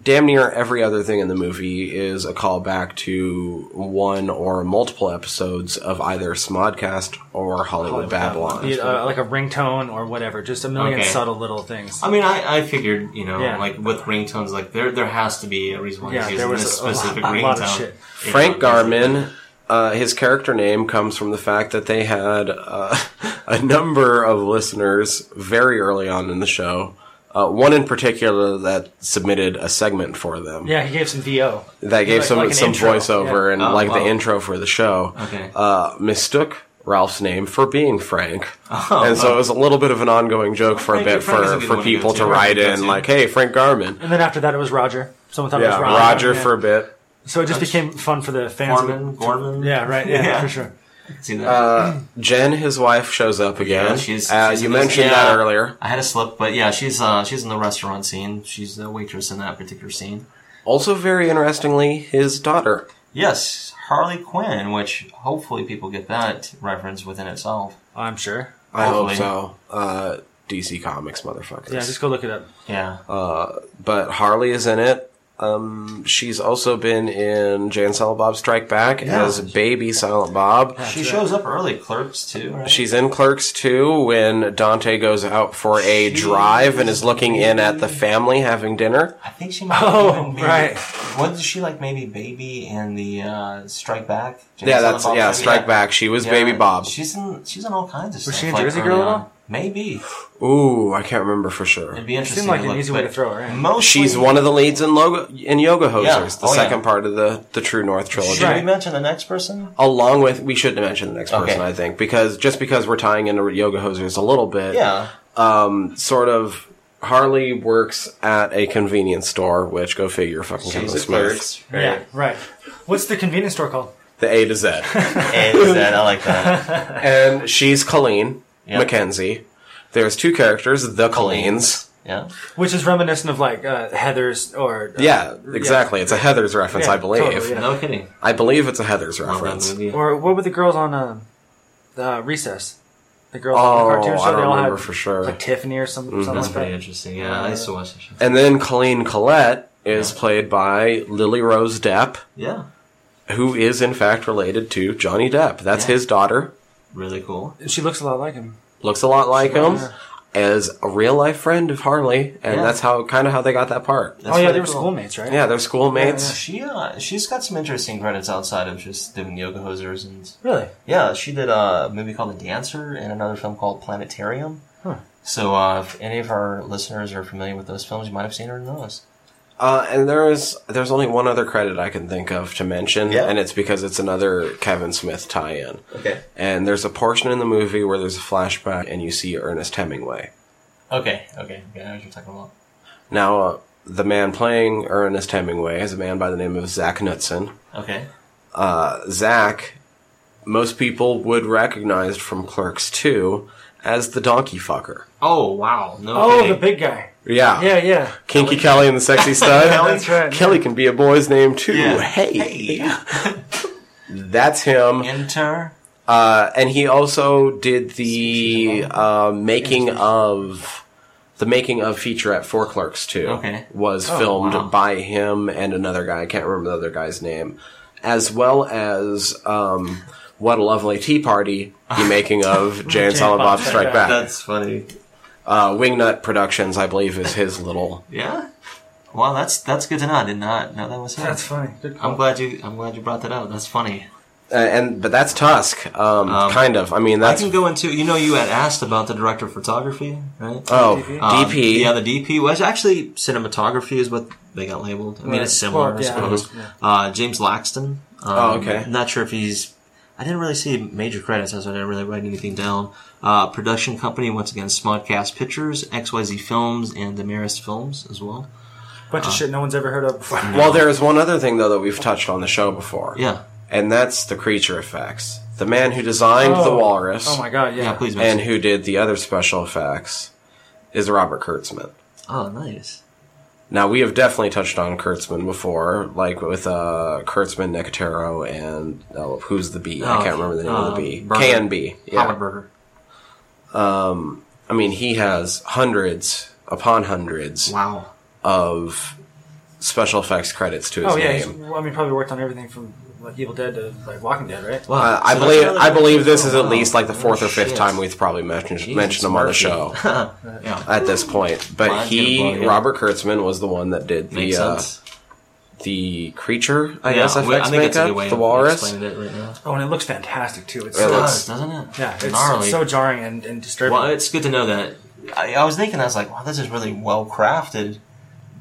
Speaker 1: damn near every other thing in the movie is a callback to one or multiple episodes of either Smodcast or Hollywood
Speaker 2: Hollywood
Speaker 1: Babylon.
Speaker 2: Babylon.
Speaker 3: Be it, uh, like a ringtone or whatever. Just a million
Speaker 2: Okay.
Speaker 3: subtle little things.
Speaker 2: I mean, I, I figured, you know,
Speaker 3: Yeah.
Speaker 2: like with ringtones, like there there has to be a reason why
Speaker 3: Yeah,
Speaker 2: he's using
Speaker 3: there was
Speaker 2: this
Speaker 3: a lot-
Speaker 2: specific
Speaker 3: a lot of
Speaker 2: ringtone.
Speaker 3: shit.
Speaker 2: You
Speaker 1: Frank
Speaker 2: know,
Speaker 1: Garmin, uh, his character name comes from the fact that they had uh, a number of listeners very early on in the show. Uh, one in particular that submitted a segment for them.
Speaker 3: Yeah, he gave some VO.
Speaker 1: that gave
Speaker 3: Like-
Speaker 1: some
Speaker 3: like an
Speaker 1: some
Speaker 3: intro,
Speaker 1: voiceover
Speaker 3: yeah.
Speaker 1: and
Speaker 2: Oh,
Speaker 1: like the
Speaker 2: wow.
Speaker 1: intro for the show.
Speaker 2: Okay.
Speaker 1: Uh, mistook Ralph's name for being Frank, and so it was a little bit of an ongoing joke for a
Speaker 2: Oh. Frank-
Speaker 1: bit
Speaker 2: Frank is a
Speaker 1: for,
Speaker 2: good
Speaker 1: for
Speaker 2: one to go
Speaker 1: people
Speaker 2: to.
Speaker 1: to write
Speaker 2: That's
Speaker 1: in
Speaker 2: it.
Speaker 1: like, "Hey, Frank Garmin."
Speaker 3: And then after that, it was Roger. Someone thought it
Speaker 1: Yeah,
Speaker 3: was Roger.
Speaker 1: Roger
Speaker 3: yeah.
Speaker 1: for a bit.
Speaker 3: So it just became fun for the fans. of it.
Speaker 2: Gorman, Gorman.
Speaker 3: Yeah, right. Yeah,
Speaker 2: Yeah.
Speaker 3: for sure.
Speaker 2: See that?
Speaker 1: Jen, his wife, shows up again.
Speaker 2: Yeah, she's-
Speaker 1: Uh,
Speaker 2: she's
Speaker 1: you
Speaker 2: in this-
Speaker 1: mentioned
Speaker 2: yeah.
Speaker 1: that earlier.
Speaker 2: I had a slip, but yeah, she's uh, she's in the restaurant scene. She's the waitress in that particular scene.
Speaker 1: Also, very interestingly, his daughter.
Speaker 2: Yes, Harley Quinn, which hopefully people get that reference within itself.
Speaker 3: I'm sure.
Speaker 1: I
Speaker 2: Hopefully.
Speaker 1: hope so. Uh, DC Comics, motherfuckers.
Speaker 3: Yeah, just go look it up.
Speaker 2: Yeah,
Speaker 1: but Harley is in it. Um, she's also been in Jay and Silent Bob Strike Back as baby Silent Bob.
Speaker 2: she shows up early. Clerks too. Right?
Speaker 1: She's in Clerks too when Dante goes out for a
Speaker 2: She-
Speaker 1: drive and is looking in at the family having dinner.
Speaker 2: I think she might. have
Speaker 3: Oh,
Speaker 2: even
Speaker 3: right.
Speaker 2: Wasn't she like maybe baby and the uh, Strike Back?
Speaker 1: yeah,
Speaker 2: James
Speaker 1: that's
Speaker 2: Bond
Speaker 1: yeah.
Speaker 2: movie?
Speaker 1: Strike Back. She was Baby
Speaker 2: Yeah,
Speaker 1: Bob.
Speaker 2: She's in she's in all kinds of stuff.
Speaker 3: she a
Speaker 2: like,
Speaker 3: Jersey
Speaker 2: early
Speaker 3: girl at
Speaker 2: on.
Speaker 3: all?
Speaker 2: Maybe
Speaker 1: Ooh, I can't remember for sure.
Speaker 2: it'd be interesting.
Speaker 3: Seemed like
Speaker 2: to
Speaker 3: an
Speaker 2: look,
Speaker 3: easy way
Speaker 2: but
Speaker 3: to throw her in.
Speaker 2: Mostly,
Speaker 1: She's one of the leads in logo in Yoga Hosers,
Speaker 2: Yeah.
Speaker 1: the
Speaker 2: Oh, yeah.
Speaker 1: second part of the the True North trilogy.
Speaker 2: Should
Speaker 3: Right.
Speaker 2: we mention the next person?
Speaker 1: Along with, we shouldn't mention the next
Speaker 2: Okay.
Speaker 1: person, I think, because just because we're tying into Yoga Hosers a little bit,
Speaker 2: Yeah.
Speaker 1: sort of Harley works at a convenience store, which go figure, fucking Kevin
Speaker 2: She's a
Speaker 1: Smith.
Speaker 2: clerks.
Speaker 3: Yeah, right. What's the convenience store called?
Speaker 1: The A to Z.
Speaker 2: And that I like that.
Speaker 1: and she's Colleen
Speaker 2: Yeah.
Speaker 1: Mackenzie. There's two characters, the Colleens.
Speaker 2: Yeah.
Speaker 3: Which is reminiscent of like uh, Heather's or uh,
Speaker 1: Yeah, exactly. It's a Heather's reference,
Speaker 3: Yeah,
Speaker 1: I believe.
Speaker 3: totally, yeah.
Speaker 2: No kidding.
Speaker 1: I believe it's a Heather's reference.
Speaker 2: Or
Speaker 3: or what were the girls on uh, uh, Recess? The girls
Speaker 1: Oh,
Speaker 3: on the cartoon show.
Speaker 1: I don't
Speaker 3: they all
Speaker 1: remember
Speaker 3: had,
Speaker 1: for sure.
Speaker 3: Like Tiffany or something. something
Speaker 2: That's
Speaker 3: like
Speaker 2: pretty
Speaker 3: that.
Speaker 2: interesting. Yeah, I used to watch that show.
Speaker 1: And then Colleen Collette is played by Lily Rose Depp,
Speaker 2: Yeah.
Speaker 1: who is in fact related to Johnny Depp. That's
Speaker 2: Yeah.
Speaker 1: his daughter.
Speaker 2: Really cool.
Speaker 3: She looks a lot like him.
Speaker 1: Looks a lot like him.
Speaker 3: Yeah.
Speaker 1: As a real life friend of Harley, and
Speaker 2: Yeah.
Speaker 1: that's how kind of how they got that part.
Speaker 2: That's
Speaker 3: oh yeah,
Speaker 2: really
Speaker 3: they were
Speaker 2: cool.
Speaker 3: schoolmates, right?
Speaker 1: Yeah, they're schoolmates.
Speaker 2: She uh, she's got some interesting credits outside of just doing yoga hosers and
Speaker 3: Really?
Speaker 2: yeah, she did a movie called The Dancer and another film called Planetarium. So uh, if any of our listeners are familiar with those films, you might have seen her in those.
Speaker 1: Uh, and there is there's only one other credit I can think of to mention,
Speaker 2: Yeah.
Speaker 1: and it's because it's another Kevin Smith tie-in.
Speaker 2: Okay.
Speaker 1: And there's a portion in the movie where there's a flashback, and you see Ernest Hemingway.
Speaker 2: Okay. Okay. Yeah, I know what you're talking about.
Speaker 1: Now, uh, the man playing Ernest Hemingway is a man by the name of Zach Knutson.
Speaker 2: Okay.
Speaker 1: Uh, Zach, most people would recognize from Clerks 2 as the donkey fucker.
Speaker 2: Oh wow. No.
Speaker 3: Oh,
Speaker 2: kidding.
Speaker 3: the big guy.
Speaker 1: Yeah,
Speaker 3: Yeah, yeah.
Speaker 1: Kinky Kelly and the Sexy Stud.
Speaker 3: That's right,
Speaker 1: Kelly can be a boy's name too.
Speaker 2: Yeah.
Speaker 1: Hey, that's him.
Speaker 2: Enter.
Speaker 1: Uh, and he also did the uh, making of the making of featurette for Clerks too.
Speaker 2: Okay. Oh,
Speaker 1: was filmed
Speaker 2: wow.
Speaker 1: by him and another guy. I can't remember the other guy's name, as well as um, what a lovely tea party. The making of Jay and Silent Bob Strike Back.
Speaker 2: That's funny.
Speaker 1: Uh, Wingnut Productions, I believe, is his little.
Speaker 2: Yeah. Wow, that's that's good to know. I did not know that was him.
Speaker 3: That's funny. Good
Speaker 2: I'm
Speaker 3: call.
Speaker 2: glad you I'm glad you brought that up. That's funny.
Speaker 1: uh, and but that's Tusk. Um,
Speaker 2: Um,
Speaker 1: kind of. I mean,
Speaker 2: I
Speaker 1: that's
Speaker 2: can go into. You know, you had asked about the director of photography, right?
Speaker 1: oh
Speaker 3: DP.
Speaker 2: Um,
Speaker 1: DP.
Speaker 2: yeah, the DP was actually cinematography is what they got labeled. I mean,
Speaker 3: Right.
Speaker 2: it's similar.
Speaker 3: Well,
Speaker 2: I
Speaker 3: yeah.
Speaker 2: suppose.
Speaker 3: Mhm.
Speaker 2: Uh, James Laxton. Um,
Speaker 1: Oh, okay.
Speaker 2: I'm not sure if he's. I didn't really see major credits, so I didn't really write anything down. Uh, production company once again, Smodcast Pictures, XYZ Films, and Damaris Films as well. Uh-huh.
Speaker 3: Bunch of shit no one's ever heard of before.
Speaker 1: Well, there is one other thing though that we've touched on the show before.
Speaker 2: Yeah,
Speaker 1: and that's the creature effects. The man who designed the
Speaker 3: Oh.
Speaker 1: walrus
Speaker 3: Oh my god, yeah.
Speaker 2: yeah. Please
Speaker 1: and
Speaker 2: mention.
Speaker 1: who did the other special effects is Robert Kurtzman.
Speaker 2: oh, nice.
Speaker 1: Now we have definitely touched on Kurtzman before, like with uh, Kurtzman, Nicotero, and uh, who's the bee? I
Speaker 2: Oh,
Speaker 1: can't remember the name of the
Speaker 2: uh,
Speaker 1: bee.
Speaker 2: Burger.
Speaker 1: K and B. Yeah.
Speaker 2: Hollenberger.
Speaker 1: I mean, he has hundreds upon hundreds
Speaker 2: Wow.
Speaker 1: of special effects credits to his
Speaker 3: Oh yeah, he's,
Speaker 1: name.
Speaker 3: well, I mean, probably worked on everything from like Evil Dead to like Walking Dead, right?
Speaker 2: Wow.
Speaker 1: Uh,
Speaker 2: So
Speaker 1: I
Speaker 2: that's
Speaker 1: believe
Speaker 2: another
Speaker 1: I believe
Speaker 2: director.
Speaker 1: this is at
Speaker 2: Wow.
Speaker 1: least like the fourth
Speaker 2: Oh,
Speaker 1: or fifth
Speaker 2: shit.
Speaker 1: time we've probably mentioned
Speaker 2: Jesus
Speaker 1: mentioned him on the
Speaker 2: Murphy.
Speaker 1: show.
Speaker 2: yeah.
Speaker 1: at this point. But
Speaker 2: Mine's gonna blow
Speaker 1: he,
Speaker 2: you.
Speaker 1: Robert Kurtzman, was the one that did the
Speaker 2: Makes
Speaker 1: uh,
Speaker 2: sense.
Speaker 1: the creature, I
Speaker 2: Yeah,
Speaker 1: guess,
Speaker 2: we-
Speaker 1: effects
Speaker 2: I think it's a good way
Speaker 1: makeup, the
Speaker 2: of
Speaker 1: walrus.
Speaker 2: explaining it right now.
Speaker 3: Oh, and it looks fantastic too. It's
Speaker 1: It
Speaker 2: It
Speaker 3: so,
Speaker 1: looks-
Speaker 2: does, doesn't it?
Speaker 3: yeah, it's
Speaker 2: gnarly.
Speaker 3: so jarring and, and disturbing.
Speaker 2: Well, it's good to know that. I, I was thinking, I was like, wow, this is really well crafted.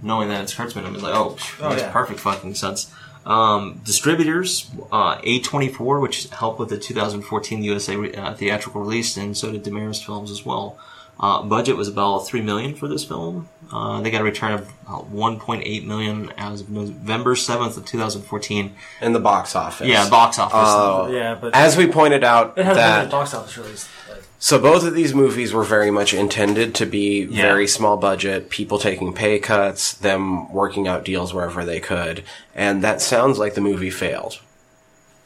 Speaker 2: Knowing that it's Kurtzman, I was like, oh, phew,
Speaker 3: Oh,
Speaker 2: makes
Speaker 3: yeah.
Speaker 2: perfect fucking sense. Um, distributors, uh, A24, which helped with the 2014 USA re- uh, theatrical release, and so did Damaris Films as well. Uh, budget was about three million for this film. Uh, they got a return of uh, 1.8 million as of November 7th of 2014.
Speaker 1: in the box office.
Speaker 2: Yeah, box office.
Speaker 1: Uh,
Speaker 3: yeah, but
Speaker 1: As we pointed out,
Speaker 3: it hasn't been a
Speaker 1: that
Speaker 3: box office release. Like,
Speaker 1: so both of these movies were very much intended to be
Speaker 2: Yeah.
Speaker 1: very small budget, people taking pay cuts, them working out deals wherever they could, and that sounds like the movie failed.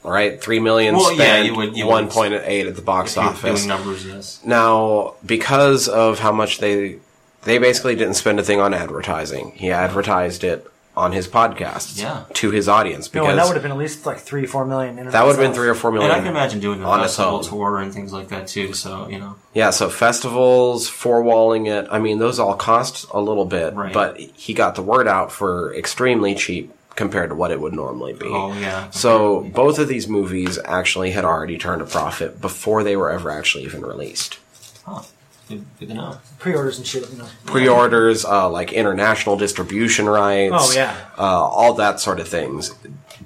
Speaker 1: All right, three million
Speaker 2: Well,
Speaker 1: spent,
Speaker 2: yeah, you would- you would-
Speaker 1: one point eight at the box office.
Speaker 2: Doing numbers, yes.
Speaker 1: Now, because of how much they they basically didn't spend a thing on advertising. He advertised it on his podcast
Speaker 2: Yeah.
Speaker 1: to his audience
Speaker 3: no,
Speaker 1: because
Speaker 3: and that would have been at least like three, four million. in
Speaker 1: that would have been
Speaker 3: itself.
Speaker 1: three or four million.
Speaker 2: And I can imagine doing a
Speaker 1: on its
Speaker 2: festival
Speaker 1: own.
Speaker 2: tour and things like that too. So you know,
Speaker 1: Yeah, so festivals, four walling it. I mean, those all cost a little bit,
Speaker 2: Right.
Speaker 1: but he got the word out for extremely cheap compared to what it would normally be.
Speaker 2: oh yeah.
Speaker 1: So both of these movies actually had already turned a profit before they were ever actually even released.
Speaker 2: Huh. Good, good to know.
Speaker 3: pre-orders and shit. You know.
Speaker 1: pre-orders, uh, like international distribution rights.
Speaker 3: Oh, yeah.
Speaker 1: uh, all that sort of things.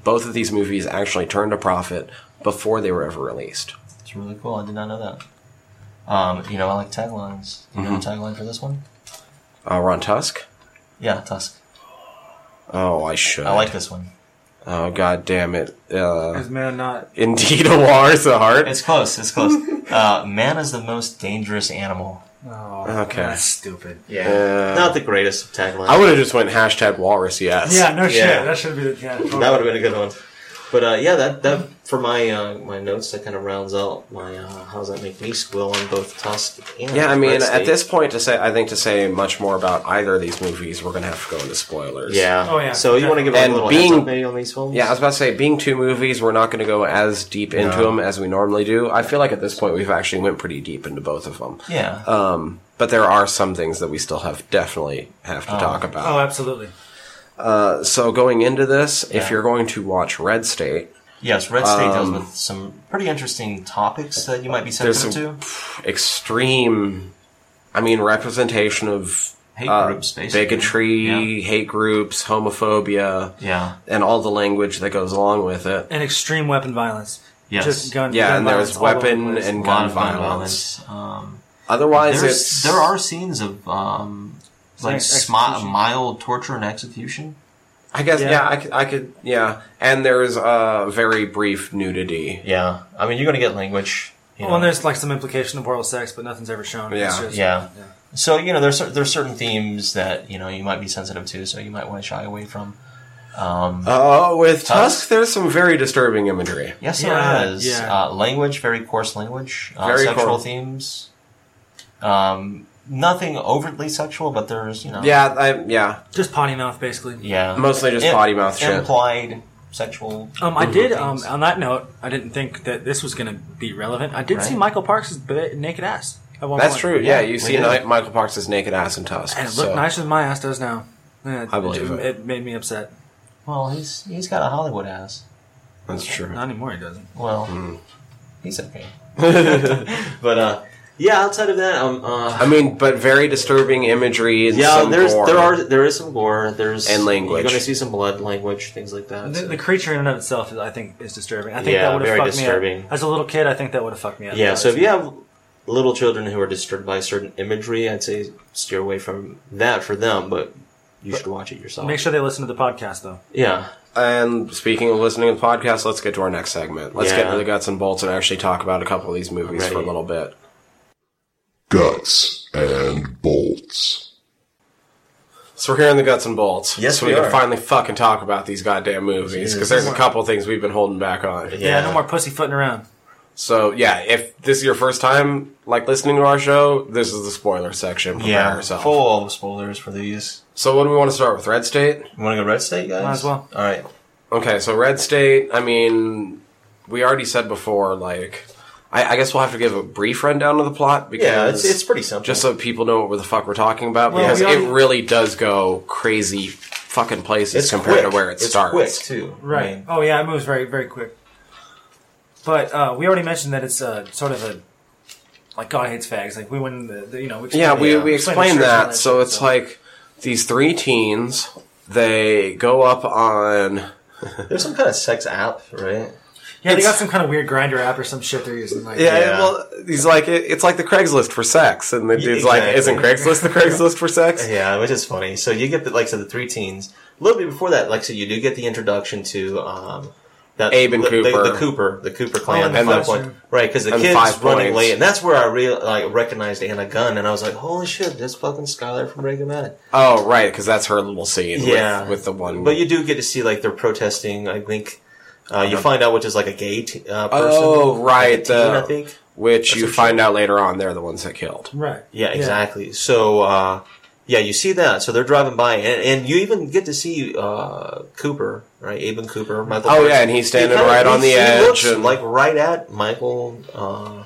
Speaker 1: Both of these movies actually turned a profit before they were ever released.
Speaker 2: It's really cool. I did not know that. Um, you know, I like taglines. You know the
Speaker 4: Mm-hmm.
Speaker 2: tagline for this one?
Speaker 1: Uh, Ron Tusk.
Speaker 2: Yeah, Tusk.
Speaker 1: Oh, I should.
Speaker 2: I like this one.
Speaker 1: Oh, god damn it. Uh,
Speaker 3: Is man not?
Speaker 1: indeed, a war is the heart.
Speaker 2: It's close. It's close. uh, man is the most dangerous animal.
Speaker 3: Oh,
Speaker 1: Okay.
Speaker 3: That's stupid.
Speaker 2: Yeah.
Speaker 1: Uh,
Speaker 4: Not the greatest of taglines.
Speaker 1: I would have just went hashtag walrus. Yes.
Speaker 3: Yeah, no shit.
Speaker 4: Yeah.
Speaker 3: That should be the yeah.
Speaker 4: that would have been a good one. But uh, yeah, that that for my uh, my notes that kind of rounds out my uh, how does that make me squill on both Tusk and
Speaker 1: Yeah, I mean,
Speaker 4: Red
Speaker 1: at
Speaker 4: State.
Speaker 1: this point, to say, I think to say much more about either of these movies, we're gonna have to go into spoilers.
Speaker 4: yeah,
Speaker 3: Oh, yeah.
Speaker 4: So you want to give
Speaker 1: And
Speaker 4: a little
Speaker 1: being-
Speaker 4: heads up maybe on these films?
Speaker 1: Yeah, I was about to say, being two movies, we're not going to go as deep into
Speaker 2: No.
Speaker 1: them as we normally do. I feel like at this point we've actually went pretty deep into both of them.
Speaker 2: Yeah.
Speaker 1: Um, but there are some things that we still have definitely have to talk
Speaker 3: Oh,
Speaker 1: about.
Speaker 3: absolutely.
Speaker 1: Uh, so going into this, if
Speaker 2: Oh. Yeah.
Speaker 1: you're going to watch Red State,
Speaker 2: yes, Red State deals
Speaker 1: um,
Speaker 2: with some pretty interesting topics that you might be
Speaker 1: there's
Speaker 2: sensitive
Speaker 1: some
Speaker 2: to.
Speaker 1: pff, extreme, I mean, representation of
Speaker 2: Hate
Speaker 1: uh,
Speaker 2: groups, basically.
Speaker 1: bigotry, hate groups, homophobia,
Speaker 2: Yeah.
Speaker 1: and all the language that goes along with it.
Speaker 3: And extreme weapon violence.
Speaker 2: Yes.
Speaker 3: Just gun.
Speaker 1: Yeah,
Speaker 3: gun
Speaker 1: and there's
Speaker 3: violence all over the
Speaker 1: weapon
Speaker 3: place.
Speaker 1: and
Speaker 2: A lot
Speaker 1: gun
Speaker 2: of gun
Speaker 1: violence.
Speaker 2: violence. Um,
Speaker 1: Otherwise,
Speaker 2: There's-
Speaker 1: it's
Speaker 2: there are scenes of um, like
Speaker 3: Ex-
Speaker 2: smi-
Speaker 3: execution.
Speaker 2: mild torture and execution.
Speaker 1: I guess yeah,
Speaker 3: Yeah.
Speaker 1: I, could, I could yeah, and there's uh, very brief nudity.
Speaker 4: yeah. I mean, you're going to get language. You know.
Speaker 3: Well, and there's like some implication of oral sex, but nothing's ever shown. It's
Speaker 1: Yeah.
Speaker 3: just-
Speaker 4: yeah. So you know, there's cer- there's certain themes that you know you might be sensitive to, so you might want to shy away from. Um,
Speaker 1: Oh, with Tusk,
Speaker 4: Tusk?
Speaker 1: there's some very disturbing imagery.
Speaker 4: yes, there
Speaker 3: Yeah,
Speaker 4: is
Speaker 3: yeah.
Speaker 4: Uh, language, very coarse language, uh,
Speaker 1: Very
Speaker 4: sexual
Speaker 1: coarse.
Speaker 4: themes. Um, nothing overtly sexual, but there's you know
Speaker 1: Yeah, I, yeah,
Speaker 3: Just potty mouth, basically.
Speaker 4: yeah
Speaker 1: mostly just
Speaker 4: Im-
Speaker 1: potty mouth shit.
Speaker 4: implied sexual.
Speaker 3: Um, I did. Um,
Speaker 4: things.
Speaker 3: on that note, I didn't think that this was going to be relevant. I did see
Speaker 4: Right.
Speaker 3: Michael Parks' ba- naked ass. At one
Speaker 1: That's
Speaker 3: point.
Speaker 1: true. Yeah,
Speaker 4: Yeah,
Speaker 1: you
Speaker 4: we
Speaker 1: see
Speaker 4: did.
Speaker 1: Ni- Michael Parks' naked ass in Tusk.
Speaker 3: and it looked
Speaker 1: so-
Speaker 3: nicer than my ass does now. Yeah,
Speaker 1: I believe it.
Speaker 3: made me upset.
Speaker 4: Well, he's he's got a Hollywood ass.
Speaker 1: That's true.
Speaker 3: Not anymore. He doesn't.
Speaker 2: Well, he's okay. Hmm. but uh, yeah, outside of that, um, uh,
Speaker 1: I mean, but very disturbing imagery. And
Speaker 2: yeah,
Speaker 1: some
Speaker 2: there's
Speaker 1: gore.
Speaker 2: there are there is some gore. There's
Speaker 1: And language.
Speaker 2: You're gonna see some blood, language, things like that.
Speaker 3: The,
Speaker 2: so-
Speaker 3: the creature in and of itself, is, I think, is disturbing. I think
Speaker 2: Yeah,
Speaker 3: that would have
Speaker 2: very
Speaker 3: fucked me
Speaker 2: disturbing.
Speaker 3: up. As a little kid, I think that would have fucked me up.
Speaker 2: yeah, so if you have little children who are disturbed by certain imagery, I'd say steer away from that for them. But you should watch it yourself.
Speaker 3: Make sure they listen to the podcast, though.
Speaker 2: yeah,
Speaker 1: And speaking of listening to podcasts, let's get to our next segment. Let's get
Speaker 2: Yeah.
Speaker 1: to the guts and bolts and actually talk about a couple of these movies
Speaker 2: I'm
Speaker 1: for a
Speaker 2: ready.
Speaker 1: little bit.
Speaker 8: Guts and bolts.
Speaker 1: So we're here in the guts and bolts.
Speaker 2: Yes,
Speaker 1: so
Speaker 2: we
Speaker 1: can
Speaker 2: are.
Speaker 1: finally fucking talk about these goddamn movies because there's a couple things we've been holding back on.
Speaker 3: Yeah,
Speaker 2: Yeah.
Speaker 3: no more pussyfooting around.
Speaker 1: So yeah, if this is your first time like listening to our show, this is the spoiler section. Prepare yourself.
Speaker 2: full of spoilers for these.
Speaker 1: So what do we want to start with? Red State.
Speaker 2: You want to go Red State, guys?
Speaker 3: Might as well.
Speaker 2: All right.
Speaker 1: Okay, so Red State. I mean, we already said before. Like, I, I guess we'll have to give a brief rundown of the plot because
Speaker 2: Yeah, it's it's pretty simple.
Speaker 1: just so people know what the fuck we're talking about
Speaker 3: Well,
Speaker 1: because
Speaker 3: we already-
Speaker 1: it really does go crazy fucking places compared to
Speaker 2: quick.
Speaker 1: where it
Speaker 2: it's
Speaker 1: starts.
Speaker 2: Quick too, I
Speaker 3: Right.
Speaker 2: mean,
Speaker 3: Oh yeah, it moves very very quick. But uh, we already mentioned that it's uh, sort of a like God hates fags. Like we went, the, the, you know, we
Speaker 1: Yeah, we,
Speaker 2: Yeah.
Speaker 1: we
Speaker 3: Explain
Speaker 1: explained
Speaker 3: the
Speaker 1: that.
Speaker 3: church
Speaker 1: So
Speaker 3: and
Speaker 1: it's like these three teens, they go up on.
Speaker 2: there's some kind of sex app, right?
Speaker 3: yeah, they got some kind of weird grinder app or some shit they're using. Like,
Speaker 1: Yeah,
Speaker 2: Yeah.
Speaker 1: well, he's like, it, it's like the Craigslist for sex. And the
Speaker 2: Yeah,
Speaker 1: dude's like,
Speaker 2: exactly.
Speaker 1: isn't Craigslist the Craigslist for sex?
Speaker 2: Yeah, which is funny. So you get the like so the three teens. A little bit before that, like so you do get the introduction to um that
Speaker 1: Abe and
Speaker 2: the, the-
Speaker 1: Cooper.
Speaker 2: the, Cooper, the Cooper clan,
Speaker 3: and the
Speaker 2: at that
Speaker 3: Five Points.
Speaker 2: point, right? Because the
Speaker 1: And
Speaker 2: kids
Speaker 1: Five
Speaker 2: running
Speaker 1: Points.
Speaker 2: late, and that's where I real like recognized Anna Gunn, and I was like, holy shit, that's fucking Skylar from Breaking Bad.
Speaker 1: Oh, right, because that's her little scene
Speaker 2: Yeah.
Speaker 1: with, with the one.
Speaker 2: But you do get to see like they're protesting. I think uh, you find out which is like a gay t- uh, person.
Speaker 1: Oh, right,
Speaker 2: Like a teen,
Speaker 1: the-
Speaker 2: I think.
Speaker 1: which you
Speaker 2: what she-
Speaker 1: find out later on they're the ones that killed.
Speaker 3: right.
Speaker 2: Yeah, exactly. So, uh, yeah, you see that. So they're driving by, and, and you even get to see uh, Cooper, right? Aben Cooper, Michael.
Speaker 1: Oh,
Speaker 2: Jackson.
Speaker 1: yeah, and he's standing
Speaker 2: kinda-
Speaker 1: right on the
Speaker 2: he
Speaker 1: edge
Speaker 2: looks,
Speaker 1: and-
Speaker 2: like right at Michael. Uh,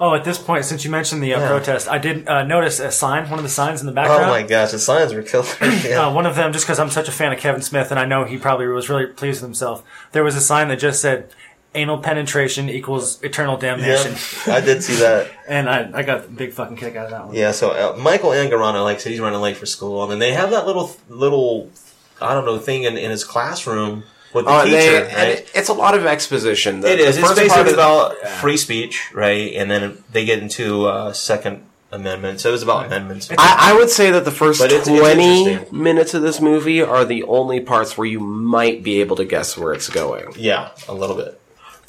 Speaker 3: Oh, at this point, since you mentioned the uh,
Speaker 2: Yeah.
Speaker 3: protest, I did uh, notice a sign, one of the signs in the background.
Speaker 2: oh my gosh, the signs were killer. yeah.
Speaker 3: Uh, one of them, just because I'm such a fan of Kevin Smith, and I know he probably was really pleased with himself. There was a sign that just said, "Anal penetration equals eternal damnation,"
Speaker 2: Yeah, I did see that.
Speaker 3: and I, I got a big fucking kick out of that one.
Speaker 2: Yeah, so uh, Michael Angarano, like I said, he's running late for school, and then they have that little little I don't know thing in, in his classroom with the
Speaker 1: Uh,
Speaker 2: teacher.
Speaker 1: they-
Speaker 2: right?
Speaker 1: and it- it's a lot of exposition. The-
Speaker 2: Oh, It is.
Speaker 1: the
Speaker 2: It's
Speaker 1: first part
Speaker 2: basically
Speaker 1: of the-
Speaker 2: about free speech, right? And then they get into uh, Second Amendment. So it was about amendments.
Speaker 1: I, I would say that the first
Speaker 2: But it's- it's
Speaker 1: 20
Speaker 2: interesting.
Speaker 1: minutes of this movie are the only parts where you might be able to guess where it's going.
Speaker 2: yeah, a little bit.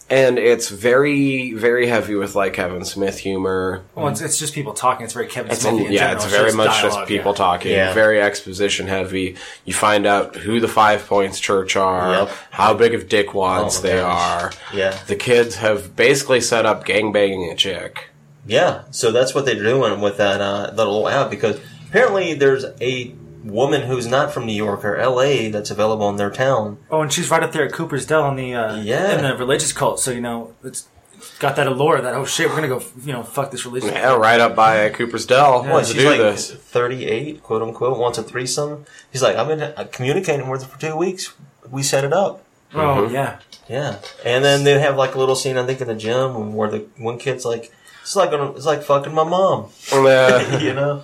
Speaker 1: And it's very, very heavy with like Kevin Smith humor.
Speaker 3: Well, it's, it's just people talking. It's very Kevin
Speaker 1: It's
Speaker 3: Smith.
Speaker 1: yeah, it's very much just people talking.
Speaker 2: Yeah.
Speaker 1: Very exposition heavy. You find out who the Five Points Church are,
Speaker 2: Yep.
Speaker 1: how big of dickwads
Speaker 2: Oh my
Speaker 1: they
Speaker 2: gosh.
Speaker 1: are.
Speaker 2: Yeah.
Speaker 1: The kids have basically set up gangbanging a chick.
Speaker 2: Yeah. So that's what they're doing with that uh, that little app because apparently there's a woman who's not from New York or L.A. that's available in their town.
Speaker 3: Oh, and she's right up there at Cooper's Dell on the uh,
Speaker 2: Yeah.
Speaker 3: in the religious cult. So you know it's got that allure that oh shit we're gonna go you know fuck this religion.
Speaker 1: Yeah, right up by Cooper's Dell.
Speaker 2: Well,
Speaker 1: to
Speaker 2: she's
Speaker 1: do
Speaker 2: like
Speaker 1: this.
Speaker 2: 38, quote unquote, wants a threesome. He's like, I've been uh, communicating with her for two weeks. We set it up.
Speaker 3: Oh
Speaker 1: Mm-hmm.
Speaker 3: yeah,
Speaker 2: Yeah, and then they have like a little scene I think in the gym where the one kid's like, "It's like it's like fucking my mom,"
Speaker 1: And, uh,
Speaker 2: you know.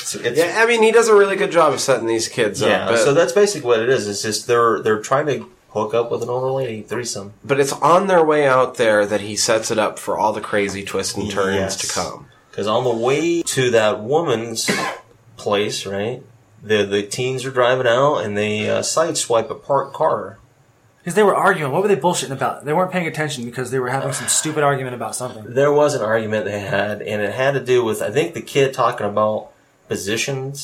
Speaker 2: It's, it's,
Speaker 1: yeah, I mean, he does a really good job of setting these kids
Speaker 2: yeah.
Speaker 1: up. But,
Speaker 2: so that's basically what it is. It's just they're they're trying to hook up with an older lady threesome.
Speaker 1: but it's on their way out there that he sets it up for all the crazy twists and turns
Speaker 2: Yes.
Speaker 1: to come.
Speaker 2: Because on the way to that woman's place, right, the the teens are driving out and they uh, sideswipe a parked car.
Speaker 3: because they were arguing. What were they bullshitting about? They weren't paying attention because they were having some stupid argument about something.
Speaker 2: There was an argument they had, and it had to do with I think the kid talking about positions,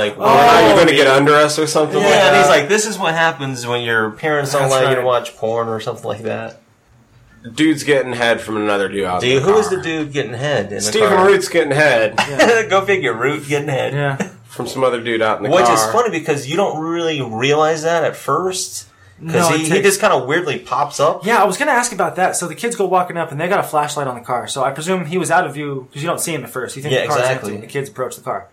Speaker 2: like
Speaker 3: Oh,
Speaker 1: Are you going to get under us or something?
Speaker 2: Oh, Yeah,
Speaker 1: like
Speaker 2: and
Speaker 1: that?
Speaker 2: he's like, this is what happens when your parents don't
Speaker 3: That's
Speaker 2: allow you to
Speaker 3: right.
Speaker 2: watch porn or something like that.
Speaker 1: dude's getting head from another dude out in
Speaker 2: Dude,
Speaker 1: the
Speaker 2: who is the
Speaker 1: car.
Speaker 2: dude getting head? In
Speaker 1: Stephen
Speaker 2: the
Speaker 1: Root's getting head
Speaker 2: Root. Go figure, Root getting head.
Speaker 3: Yeah,
Speaker 1: from some other dude out in the
Speaker 2: Which
Speaker 1: car.
Speaker 2: is funny because you don't really realize that at first. Because
Speaker 3: No,
Speaker 2: he,
Speaker 3: it
Speaker 2: he
Speaker 3: takes-
Speaker 2: just kind of weirdly pops up.
Speaker 3: yeah. I was gonna ask about that. So the kids go walking up and they got a flashlight on the car. So I presume he was out of view because you don't see him at first. You think
Speaker 2: Yeah,
Speaker 3: the car's
Speaker 2: exactly.
Speaker 3: empty. The kids approach the car.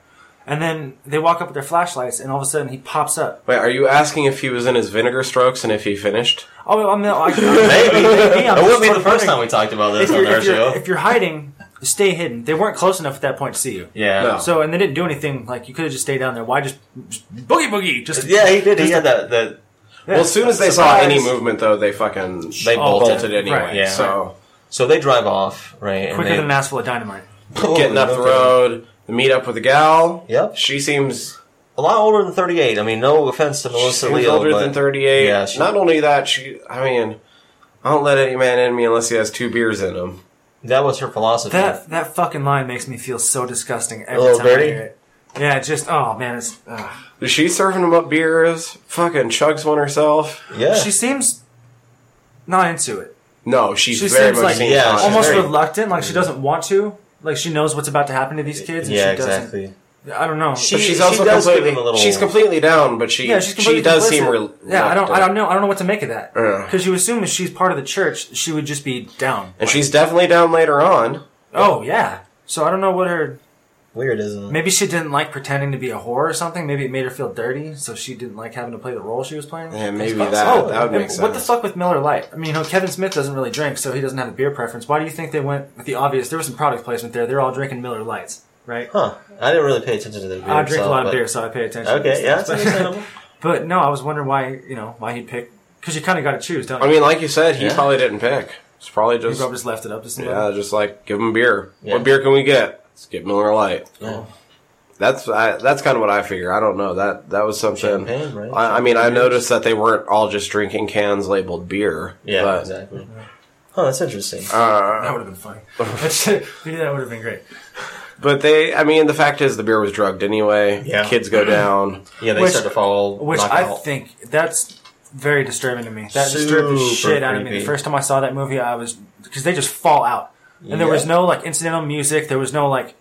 Speaker 3: And then they walk up with their flashlights, and all of a sudden he pops up.
Speaker 1: Wait, are you asking if he was in his vinegar strokes and if he finished?
Speaker 3: Oh, I'm not. I, maybe, maybe I'm
Speaker 2: It wouldn't be
Speaker 3: just
Speaker 2: the first
Speaker 3: wondering.
Speaker 2: time we talked about this
Speaker 3: If
Speaker 2: on
Speaker 3: you're,
Speaker 2: our
Speaker 3: if, you're,
Speaker 2: show.
Speaker 3: if you're hiding, stay hidden. They weren't close enough at that point to see you.
Speaker 2: Yeah.
Speaker 1: No.
Speaker 3: So and they didn't do anything. Like you could have just stayed down there. Why just, just boogie boogie? Just
Speaker 2: Yeah, he did. He had that. that
Speaker 1: Well, as soon as they
Speaker 3: Surprise.
Speaker 1: saw any movement, though, they fucking
Speaker 2: they
Speaker 3: Oh,
Speaker 2: bolted.
Speaker 1: bolted anyway.
Speaker 3: Right,
Speaker 2: yeah.
Speaker 1: So
Speaker 2: So they drive off, right? and
Speaker 3: quicker
Speaker 2: they-
Speaker 3: than an ass full of dynamite.
Speaker 1: getting up the road, meet up with the gal.
Speaker 2: Yep.
Speaker 1: She seems
Speaker 2: A lot older than 38. I mean, no offense to Melissa
Speaker 1: she was
Speaker 2: Leo,
Speaker 1: older
Speaker 2: but
Speaker 1: than thirty eight.
Speaker 2: Yeah, she-
Speaker 1: Not only that, she. I mean, I don't let any man in me unless he has two beers in him.
Speaker 2: that was her philosophy.
Speaker 3: That that fucking line makes me feel so disgusting every
Speaker 2: Little
Speaker 3: time I
Speaker 2: dirty?
Speaker 3: hear it. Yeah, just oh man, it's, ugh.
Speaker 1: Is she serving him up beers? Fucking chugs one herself.
Speaker 2: yeah.
Speaker 3: she seems not into it.
Speaker 1: No, she's
Speaker 3: She
Speaker 1: very
Speaker 3: seems
Speaker 1: much
Speaker 3: like-
Speaker 1: seems
Speaker 2: Yeah,
Speaker 1: conscious.
Speaker 2: she's
Speaker 3: Almost
Speaker 2: very-
Speaker 3: reluctant, like she doesn't want to. Like she knows what's about to happen to these kids, and
Speaker 2: yeah,
Speaker 3: she doesn't.
Speaker 2: exactly.
Speaker 3: I don't know.
Speaker 2: She-
Speaker 1: But she's
Speaker 2: she
Speaker 1: also
Speaker 2: does give
Speaker 1: completely
Speaker 2: him a little-
Speaker 1: she's completely down, but she
Speaker 3: yeah, she's completely
Speaker 1: she does
Speaker 3: complicit.
Speaker 1: seem re-
Speaker 3: yeah. I don't. I
Speaker 1: reluctant.
Speaker 3: don't know. I don't know what to make of that.
Speaker 1: Yeah.
Speaker 3: Because you assume if she's part of the church, she would just be down.
Speaker 1: and she's definitely down later on.
Speaker 3: Oh yeah. So I don't know what her.
Speaker 2: Weird, isn't it?
Speaker 3: Maybe she didn't like pretending to be a whore or something. Maybe it made her feel dirty, so she didn't like having to play the role she was playing.
Speaker 1: Yeah, maybe
Speaker 2: possible.
Speaker 1: that
Speaker 3: Oh,
Speaker 1: that would
Speaker 3: and
Speaker 1: make sense.
Speaker 3: what the fuck with Miller Lite? I mean, you know, Kevin Smith doesn't really drink, so he doesn't have a beer preference. Why do you think they went with the obvious? There was some product placement there. They're all drinking Miller Lights, right?
Speaker 2: Huh. I didn't really pay attention to the beer.
Speaker 3: I drink a
Speaker 2: itself,
Speaker 3: lot of
Speaker 2: but-
Speaker 3: beer, so I pay attention. to
Speaker 2: Okay,
Speaker 3: these
Speaker 2: yeah,
Speaker 3: things.
Speaker 2: that's understandable.
Speaker 3: But no, I was wondering why you know why he picked because you kind of got to choose, don't you?
Speaker 1: I mean, like you said, he
Speaker 2: Yeah.
Speaker 1: probably didn't pick. It's probably
Speaker 3: you
Speaker 1: just
Speaker 3: probably just left it up to somebody.
Speaker 1: yeah, just like give him beer.
Speaker 2: Yeah.
Speaker 1: What beer can we get? Let's get Miller Lite.
Speaker 2: Yeah.
Speaker 1: That's I, that's kind of what I figure. I don't know that that was something.
Speaker 2: Champagne, right?
Speaker 1: I, I mean, I noticed that they weren't all just drinking cans labeled beer.
Speaker 2: Yeah,
Speaker 1: but,
Speaker 2: exactly. Huh, that's interesting.
Speaker 1: Uh,
Speaker 3: That would have been funny. That's- yeah, that would have been great.
Speaker 1: but they, I mean, the fact is the beer was drugged anyway.
Speaker 2: Yeah.
Speaker 1: kids go down.
Speaker 2: yeah, they
Speaker 3: which-
Speaker 2: start to fall.
Speaker 3: Which
Speaker 2: knock
Speaker 3: I
Speaker 2: out.
Speaker 3: think that's very disturbing to me. That disturbed the
Speaker 2: Super
Speaker 3: shit out of me. The
Speaker 2: creepy.
Speaker 3: first time I saw that movie, I was because they just fall out, and there
Speaker 2: Yeah.
Speaker 3: was no like incidental music. There was no like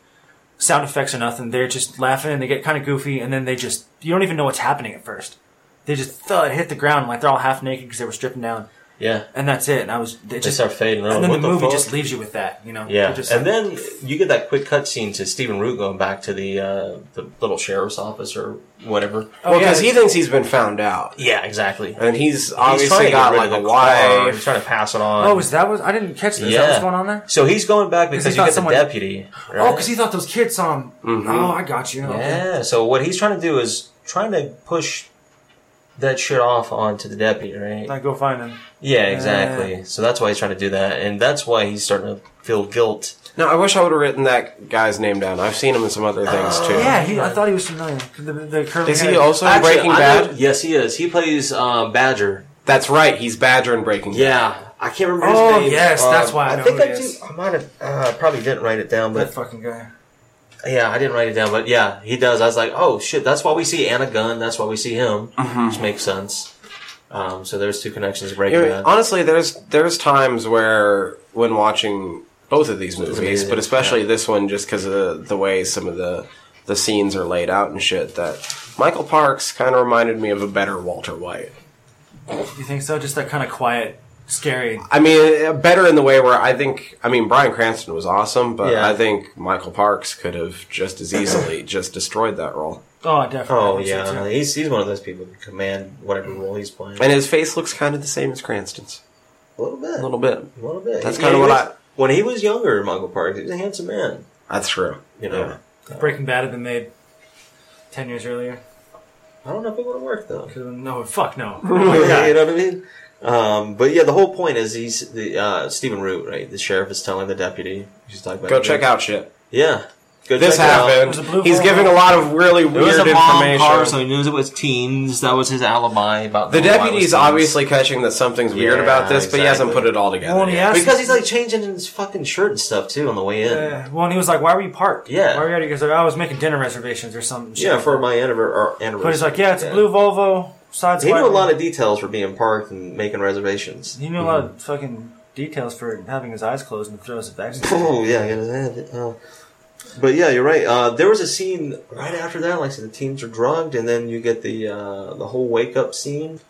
Speaker 3: sound effects or nothing. They're just laughing and they get kind of goofy, and then they just you don't even know what's happening at first. They just thud hit the ground like they're all half naked because they were stripping down,
Speaker 2: Yeah.
Speaker 3: and that's it. And I was they
Speaker 2: They
Speaker 3: just
Speaker 2: start fading.
Speaker 3: and then the,
Speaker 2: what
Speaker 3: movie
Speaker 2: fuck?
Speaker 3: just leaves you with that, you know.
Speaker 2: Yeah,
Speaker 3: You're just
Speaker 2: and
Speaker 3: like,
Speaker 2: then you get that quick cut scene to Stephen Root going back to the uh, the little sheriff's office or whatever.
Speaker 3: oh,
Speaker 1: Well,
Speaker 3: yeah,
Speaker 1: because he
Speaker 3: it's-
Speaker 1: thinks he's been found out,
Speaker 2: Yeah, exactly. He's
Speaker 1: and he's
Speaker 2: trying
Speaker 1: obviously
Speaker 2: to get
Speaker 1: got
Speaker 2: rid
Speaker 1: like
Speaker 2: of
Speaker 1: a
Speaker 2: the car. He's
Speaker 1: wife.
Speaker 2: trying to pass it on.
Speaker 3: oh, is that was I didn't catch this. Is that what's going on there?
Speaker 2: So he's going back
Speaker 3: he
Speaker 2: because you
Speaker 3: thought
Speaker 2: got
Speaker 3: someone-
Speaker 2: the deputy.
Speaker 3: Oh,
Speaker 2: Right?
Speaker 3: because he thought those kids saw him.
Speaker 2: Mm-hmm.
Speaker 3: Oh, I got you. Okay.
Speaker 2: yeah. So what he's trying to do is trying to push that shit off onto the deputy, right?
Speaker 3: Now go find him.
Speaker 2: yeah, exactly. so that's why he's trying to do that, and that's why he's starting to feel guilt.
Speaker 1: No, I wish I would have written that guy's name down. I've seen him in some other things
Speaker 2: Oh,
Speaker 1: too.
Speaker 3: Yeah, he, I thought he was familiar. The, the curly
Speaker 1: Is
Speaker 3: hair.
Speaker 1: he also in Breaking
Speaker 2: I
Speaker 1: Bad?
Speaker 2: know- yes, he is. He plays uh, Badger.
Speaker 1: That's right. He's Badger in Breaking Bad.
Speaker 2: Yeah, I can't remember.
Speaker 3: Oh,
Speaker 2: his name.
Speaker 3: yes, that's why I know
Speaker 2: think
Speaker 3: who
Speaker 2: I
Speaker 3: he is.
Speaker 2: did. I might have. Uh, I probably didn't write it down,
Speaker 3: That
Speaker 2: but
Speaker 3: fucking guy.
Speaker 2: yeah, I didn't write it down. But yeah, he does. I was like, oh shit, that's why we see Anna Gunn. That's why we see him,
Speaker 3: Mm-hmm.
Speaker 2: which makes sense. Um, so there's two connections breaking
Speaker 1: You know,
Speaker 2: that.
Speaker 1: honestly, there's there's times where when watching both of these movies,
Speaker 2: movies,
Speaker 1: but especially this one, just because of the way some of the the scenes are laid out and shit, that Michael Parks kind of reminded me of a better Walter White.
Speaker 3: You think so? Just that kind of quiet, scary.
Speaker 1: I mean, uh, better in the way where I think, I mean, Brian Cranston was awesome, but
Speaker 2: Yeah.
Speaker 1: I think Michael Parks could have just as easily just destroyed that role.
Speaker 3: Oh, definitely.
Speaker 2: Oh
Speaker 3: I think so,
Speaker 2: yeah,
Speaker 3: too.
Speaker 2: he's he's one of those people who command whatever role he's playing.
Speaker 1: And his face looks kind of the same as Cranston's,
Speaker 2: a little bit,
Speaker 1: a little bit.
Speaker 2: a little bit.
Speaker 1: That's
Speaker 2: Yeah,
Speaker 1: kinda
Speaker 2: he
Speaker 1: what
Speaker 2: was-
Speaker 1: I-
Speaker 2: When he was younger, Michael Parks, he was a handsome man.
Speaker 1: That's true.
Speaker 2: You know,
Speaker 1: Yeah.
Speaker 3: If Breaking Bad had been made ten years earlier.
Speaker 2: I don't know if it would have worked though.
Speaker 3: could've been- No, fuck no.
Speaker 2: yeah, you know what I mean? Um, but yeah, the whole point is he's the uh, Stephen Root, right? The sheriff is telling the deputy. She's talking about
Speaker 1: Go
Speaker 2: it.
Speaker 1: check out shit.
Speaker 2: Yeah, go
Speaker 1: This
Speaker 2: check it out.
Speaker 1: happened.
Speaker 3: was a blue
Speaker 1: He's
Speaker 3: phone.
Speaker 1: giving a lot of really
Speaker 2: It was
Speaker 1: weird
Speaker 2: a mom
Speaker 1: information.
Speaker 2: car, so he knew it was teens. That was his alibi about
Speaker 1: The
Speaker 2: why it was
Speaker 1: deputy's
Speaker 2: teens.
Speaker 1: obviously catching that something's weird
Speaker 2: Yeah,
Speaker 1: about this, but he hasn't
Speaker 2: exactly.
Speaker 1: put it all together.
Speaker 3: Well, and he
Speaker 1: yet.
Speaker 3: asked,
Speaker 2: because he's like changing his fucking shirt and stuff too on the way in.
Speaker 3: uh, well, and he was like, "Why were you parked?
Speaker 2: Yeah.
Speaker 3: why were you?" Because like, I was making dinner reservations or something.
Speaker 2: Yeah, for my anniver- or anniversary.
Speaker 3: But he's like, "Yeah, it's a blue Volvo side."
Speaker 2: He knew a lot of details for being parked and making reservations.
Speaker 3: He knew a lot of fucking details for having his eyes closed and throws it back.
Speaker 2: Oh yeah, yeah. Uh, but yeah, you're right. Uh, there was a scene right after that, like I said, the teens are drugged, and then you get the uh, the whole wake up scene.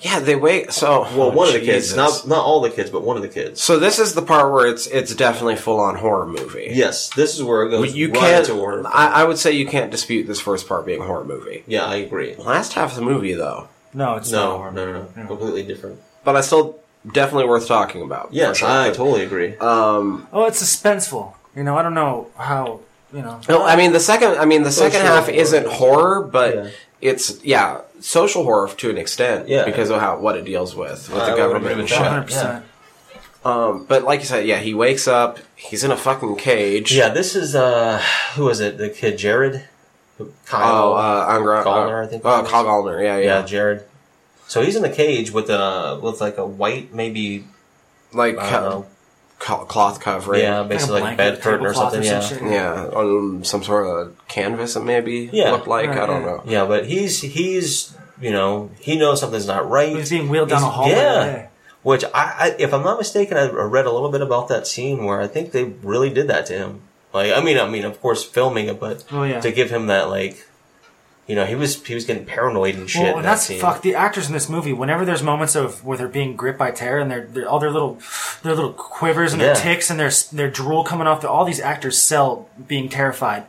Speaker 1: Yeah, they wait. So
Speaker 2: Well,
Speaker 1: one
Speaker 2: one of the kids, not not all the kids, but one of the kids.
Speaker 1: so this is the part where it's it's definitely full on horror movie.
Speaker 2: Yes, this is where it
Speaker 1: Well,
Speaker 2: goes.
Speaker 1: you
Speaker 2: right
Speaker 1: can't.
Speaker 2: into horror.
Speaker 1: I, I would say you can't dispute this first part being a horror movie.
Speaker 2: yeah, I agree.
Speaker 1: Last half of the movie, though,
Speaker 3: No, it's not
Speaker 2: No,
Speaker 3: horror.
Speaker 2: no, no, no, completely different.
Speaker 1: but I still definitely worth talking about. for
Speaker 2: Yes,
Speaker 1: sure.
Speaker 2: I totally agree.
Speaker 1: Um,
Speaker 3: Oh, it's suspenseful. You know, I don't know how. You know,
Speaker 1: no, I mean the second. I mean the second
Speaker 2: Social
Speaker 1: half
Speaker 2: horror.
Speaker 1: isn't horror, but
Speaker 2: Yeah.
Speaker 1: it's yeah social horror to an extent.
Speaker 2: Yeah.
Speaker 1: because of how what it deals with with
Speaker 2: I
Speaker 1: the
Speaker 2: would
Speaker 1: government
Speaker 2: agree
Speaker 1: and
Speaker 2: with
Speaker 1: shit.
Speaker 2: that.
Speaker 3: 100. percent
Speaker 1: Um, but like you said, yeah, he wakes up. He's in a fucking cage.
Speaker 9: Yeah, this is uh, who was it? The kid Jared, Kyle.
Speaker 1: Oh, uh, Angra,
Speaker 9: Gallner, I think
Speaker 1: Oh,
Speaker 9: it was.
Speaker 1: Kyle Gallner. Yeah, yeah.
Speaker 9: yeah,
Speaker 2: Uh,
Speaker 9: Jared. So he's in the cage with a with like a white maybe
Speaker 1: Like
Speaker 9: I
Speaker 1: co-
Speaker 9: don't know
Speaker 1: co- cloth covering.
Speaker 9: yeah basically like, a bed curtain or something yeah
Speaker 1: Yeah, on some sort of canvas, it maybe
Speaker 9: Yeah.
Speaker 1: looked like.
Speaker 3: Right,
Speaker 1: I don't
Speaker 3: yeah.
Speaker 1: know.
Speaker 9: yeah but he's he's you know he knows something's not right
Speaker 3: He was being wheeled down a
Speaker 9: He's-
Speaker 3: hallway.
Speaker 9: yeah.
Speaker 3: Yeah.
Speaker 9: Which I, I, if I'm not mistaken, I read a little bit about that scene where I think they really did that to him. Like, I mean, I mean, of course, filming it, but
Speaker 3: Oh, yeah.
Speaker 9: to give him that, like, you know, he was he was getting paranoid and shit.
Speaker 3: Well,
Speaker 9: in
Speaker 3: and
Speaker 9: that
Speaker 3: that's
Speaker 9: scene.
Speaker 3: fuck. The actors in this movie, whenever there's moments of where they're being gripped by terror and they're, all their little, their little quivers and
Speaker 9: Yeah.
Speaker 3: their ticks and their their drool coming off, the, all these actors sell being terrified.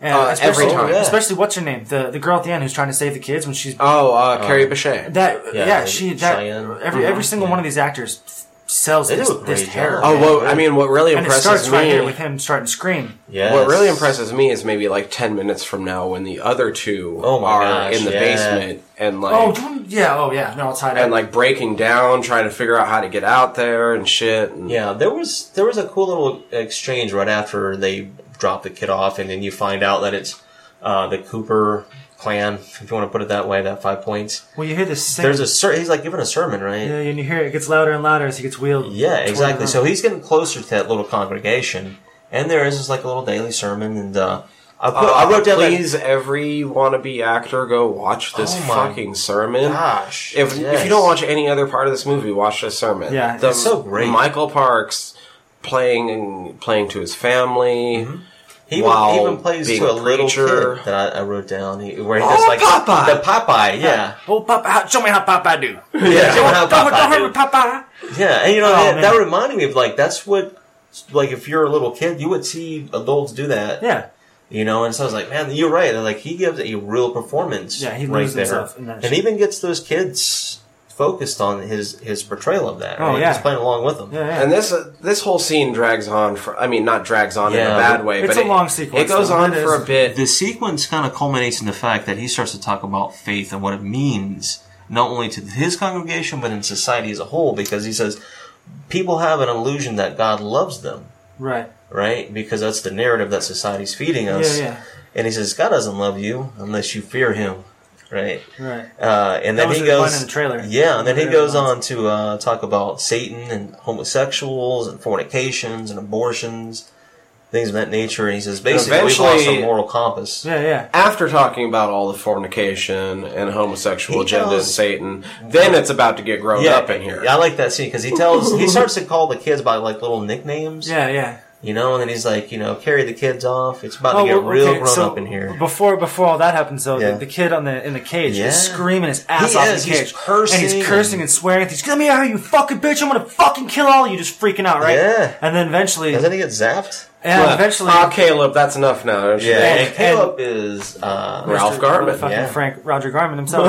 Speaker 3: And
Speaker 1: Uh, every
Speaker 3: especially-
Speaker 1: time.
Speaker 3: especially what's her name, the the girl at the end who's trying to save the kids when she's
Speaker 1: Oh, uh, Carrie Bechet.
Speaker 3: that yeah,
Speaker 9: yeah,
Speaker 3: she that
Speaker 9: Cheyenne. Uh-huh.
Speaker 3: every every single one of these actors f- sells
Speaker 9: They do
Speaker 3: this,
Speaker 9: a great
Speaker 3: this
Speaker 9: job.
Speaker 3: terror.
Speaker 1: oh, well, I mean, what really
Speaker 3: and it starts
Speaker 1: impresses
Speaker 3: right
Speaker 1: me.
Speaker 3: here with him starting to scream.
Speaker 9: Yes.
Speaker 1: What really impresses me is maybe like ten minutes from now when the other two
Speaker 9: Oh my
Speaker 1: are
Speaker 9: gosh,
Speaker 1: in the
Speaker 9: yeah.
Speaker 1: basement and like
Speaker 3: Oh, do you want- yeah, oh yeah, no, it's high.
Speaker 1: and like breaking down, trying to figure out how to get out there and shit. And,
Speaker 9: Yeah, there was there was a cool little exchange right after they drop the kid off, and then you find out that it's uh, the Cooper clan, if you want to put it that way. That five points.
Speaker 3: well, you hear this. Sing,
Speaker 9: There's a ser- he's like giving a sermon, right?
Speaker 3: yeah, and you hear it gets louder and louder as he gets wheeled.
Speaker 9: Yeah, exactly.
Speaker 3: around.
Speaker 9: So he's getting closer to that little congregation, and there is this like a little daily sermon, and uh, I, put,
Speaker 1: Uh,
Speaker 9: I wrote down
Speaker 1: please, every wannabe actor, go watch this
Speaker 9: Oh my
Speaker 1: fucking sermon.
Speaker 9: that. Gosh,
Speaker 1: If, if
Speaker 9: yes.
Speaker 1: you don't watch any other part of this movie, watch this sermon.
Speaker 3: Yeah,
Speaker 1: the,
Speaker 9: it's so great.
Speaker 1: Michael Parks playing playing to his family.
Speaker 9: Mm-hmm. he even,
Speaker 1: while
Speaker 9: he even plays
Speaker 1: being
Speaker 9: to
Speaker 1: a
Speaker 9: a little
Speaker 1: preacher-
Speaker 9: kid that I, I wrote down, he, where he
Speaker 1: Oh,
Speaker 9: does like
Speaker 1: Popeye!
Speaker 9: the Popeye, yeah,
Speaker 3: Oh, Papa, how- show me how Papa do.
Speaker 9: yeah, yeah.
Speaker 3: Don't,
Speaker 9: how
Speaker 3: don't, don't
Speaker 9: Popeye
Speaker 3: hurt
Speaker 9: did.
Speaker 3: me, Papa.
Speaker 9: Yeah, and you know
Speaker 3: Oh,
Speaker 9: that, that
Speaker 3: man.
Speaker 9: reminded me of like that's what like if you're a little kid, you would see adults do that,
Speaker 3: Yeah,
Speaker 9: you know. And so I was like, man, you're right. And like he gives a real performance,
Speaker 3: Yeah, he
Speaker 9: right
Speaker 3: loses
Speaker 9: there,
Speaker 3: himself in that
Speaker 9: and
Speaker 3: shit.
Speaker 9: even gets those kids focused on his his portrayal of that.
Speaker 3: Oh,
Speaker 9: Right?
Speaker 3: yeah.
Speaker 9: he's playing along with them.
Speaker 3: yeah, yeah.
Speaker 1: And this this whole scene drags on for I mean not drags on in a
Speaker 9: Yeah.
Speaker 1: bad way,
Speaker 3: It's
Speaker 1: but
Speaker 3: a
Speaker 1: it-
Speaker 3: long
Speaker 1: It
Speaker 3: sequence,
Speaker 1: goes
Speaker 3: though.
Speaker 1: on
Speaker 3: It
Speaker 1: for
Speaker 3: is.
Speaker 1: a bit.
Speaker 10: The sequence kind of culminates in the fact that he starts to talk about faith and what it means, not only to his congregation, but in
Speaker 9: society as a whole because he says people have an illusion that God loves them,
Speaker 3: right.
Speaker 9: right? Because that's the narrative that society's feeding
Speaker 3: Yeah,
Speaker 9: us.
Speaker 3: yeah,
Speaker 9: And he says God doesn't love you unless you fear Him, right?
Speaker 3: right.
Speaker 9: Uh, and
Speaker 3: That
Speaker 9: then
Speaker 3: was
Speaker 9: he
Speaker 3: the line
Speaker 9: goes
Speaker 3: in the trailer.
Speaker 9: Yeah, and then he
Speaker 3: Yeah,
Speaker 9: goes
Speaker 3: the lines.
Speaker 9: on to uh, talk about Satan and homosexuals and fornications and abortions, things of that nature. And he says basically we lost
Speaker 1: eventually-
Speaker 9: a moral compass.
Speaker 3: Yeah, yeah.
Speaker 1: After talking about all the fornication and homosexual
Speaker 9: He
Speaker 1: agenda and
Speaker 9: tells-
Speaker 1: Satan, then it's about to get grown up in here.
Speaker 9: I like that scene because he tells he starts to call the kids by like little nicknames.
Speaker 3: Yeah, yeah.
Speaker 9: You know, and then he's like, you know, carry the kids off. It's about to get
Speaker 3: Oh, well,
Speaker 9: real
Speaker 3: okay,
Speaker 9: grown
Speaker 3: so
Speaker 9: up in here.
Speaker 3: Before before all that happens, though,
Speaker 9: Yeah.
Speaker 3: the, the kid on the in the cage
Speaker 9: Yeah.
Speaker 3: is screaming his ass
Speaker 9: He
Speaker 3: off
Speaker 9: is.
Speaker 3: in
Speaker 9: He's
Speaker 3: the cage,
Speaker 9: cursing
Speaker 3: and he's cursing and swearing. at these, Get me out here, you fucking bitch! I'm gonna fucking kill all of you. Just freaking out, right?
Speaker 9: Yeah.
Speaker 3: And then eventually,
Speaker 9: Doesn't he get zapped?
Speaker 3: and
Speaker 1: But,
Speaker 3: eventually,
Speaker 1: ah, Caleb, that's enough now. don't you
Speaker 9: Yeah,
Speaker 1: think?
Speaker 9: and
Speaker 3: and-
Speaker 9: Caleb is uh,
Speaker 1: Ralph Garman,
Speaker 3: fucking
Speaker 9: yeah.
Speaker 3: Frank Roger Garman himself.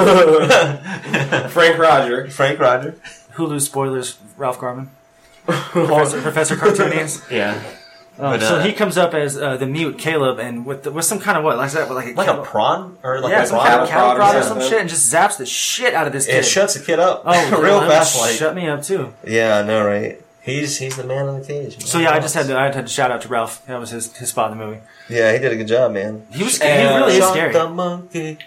Speaker 1: Frank Roger.
Speaker 9: Frank Roger.
Speaker 3: Hulu spoilers, Ralph Garman. Professor, Professor Cartoonians.
Speaker 9: Yeah,
Speaker 3: Um,
Speaker 9: But,
Speaker 3: so
Speaker 9: uh,
Speaker 3: he comes up as uh, the mute Caleb, and with the, with some kind of what, like that, with like a
Speaker 9: like
Speaker 3: cattle-
Speaker 9: a prawn or like
Speaker 3: yeah,
Speaker 9: a
Speaker 3: some
Speaker 9: prawn.
Speaker 3: kind of cattle
Speaker 1: prod or
Speaker 3: prod or some
Speaker 1: something.
Speaker 3: shit, and just zaps the shit out of this kid.
Speaker 9: It shuts the kid up
Speaker 3: oh,
Speaker 9: real
Speaker 3: well, that
Speaker 9: fast. Like,
Speaker 3: Shut me up too.
Speaker 9: Yeah, I know, right? He's he's the man in the cage. man.
Speaker 3: So yeah, I just had to, I had to shout out to Ralph. That was his, his spot in the movie.
Speaker 9: Yeah, he did a good job, man.
Speaker 3: He was scary. he really is
Speaker 9: Shot
Speaker 3: scary.
Speaker 9: The monkey.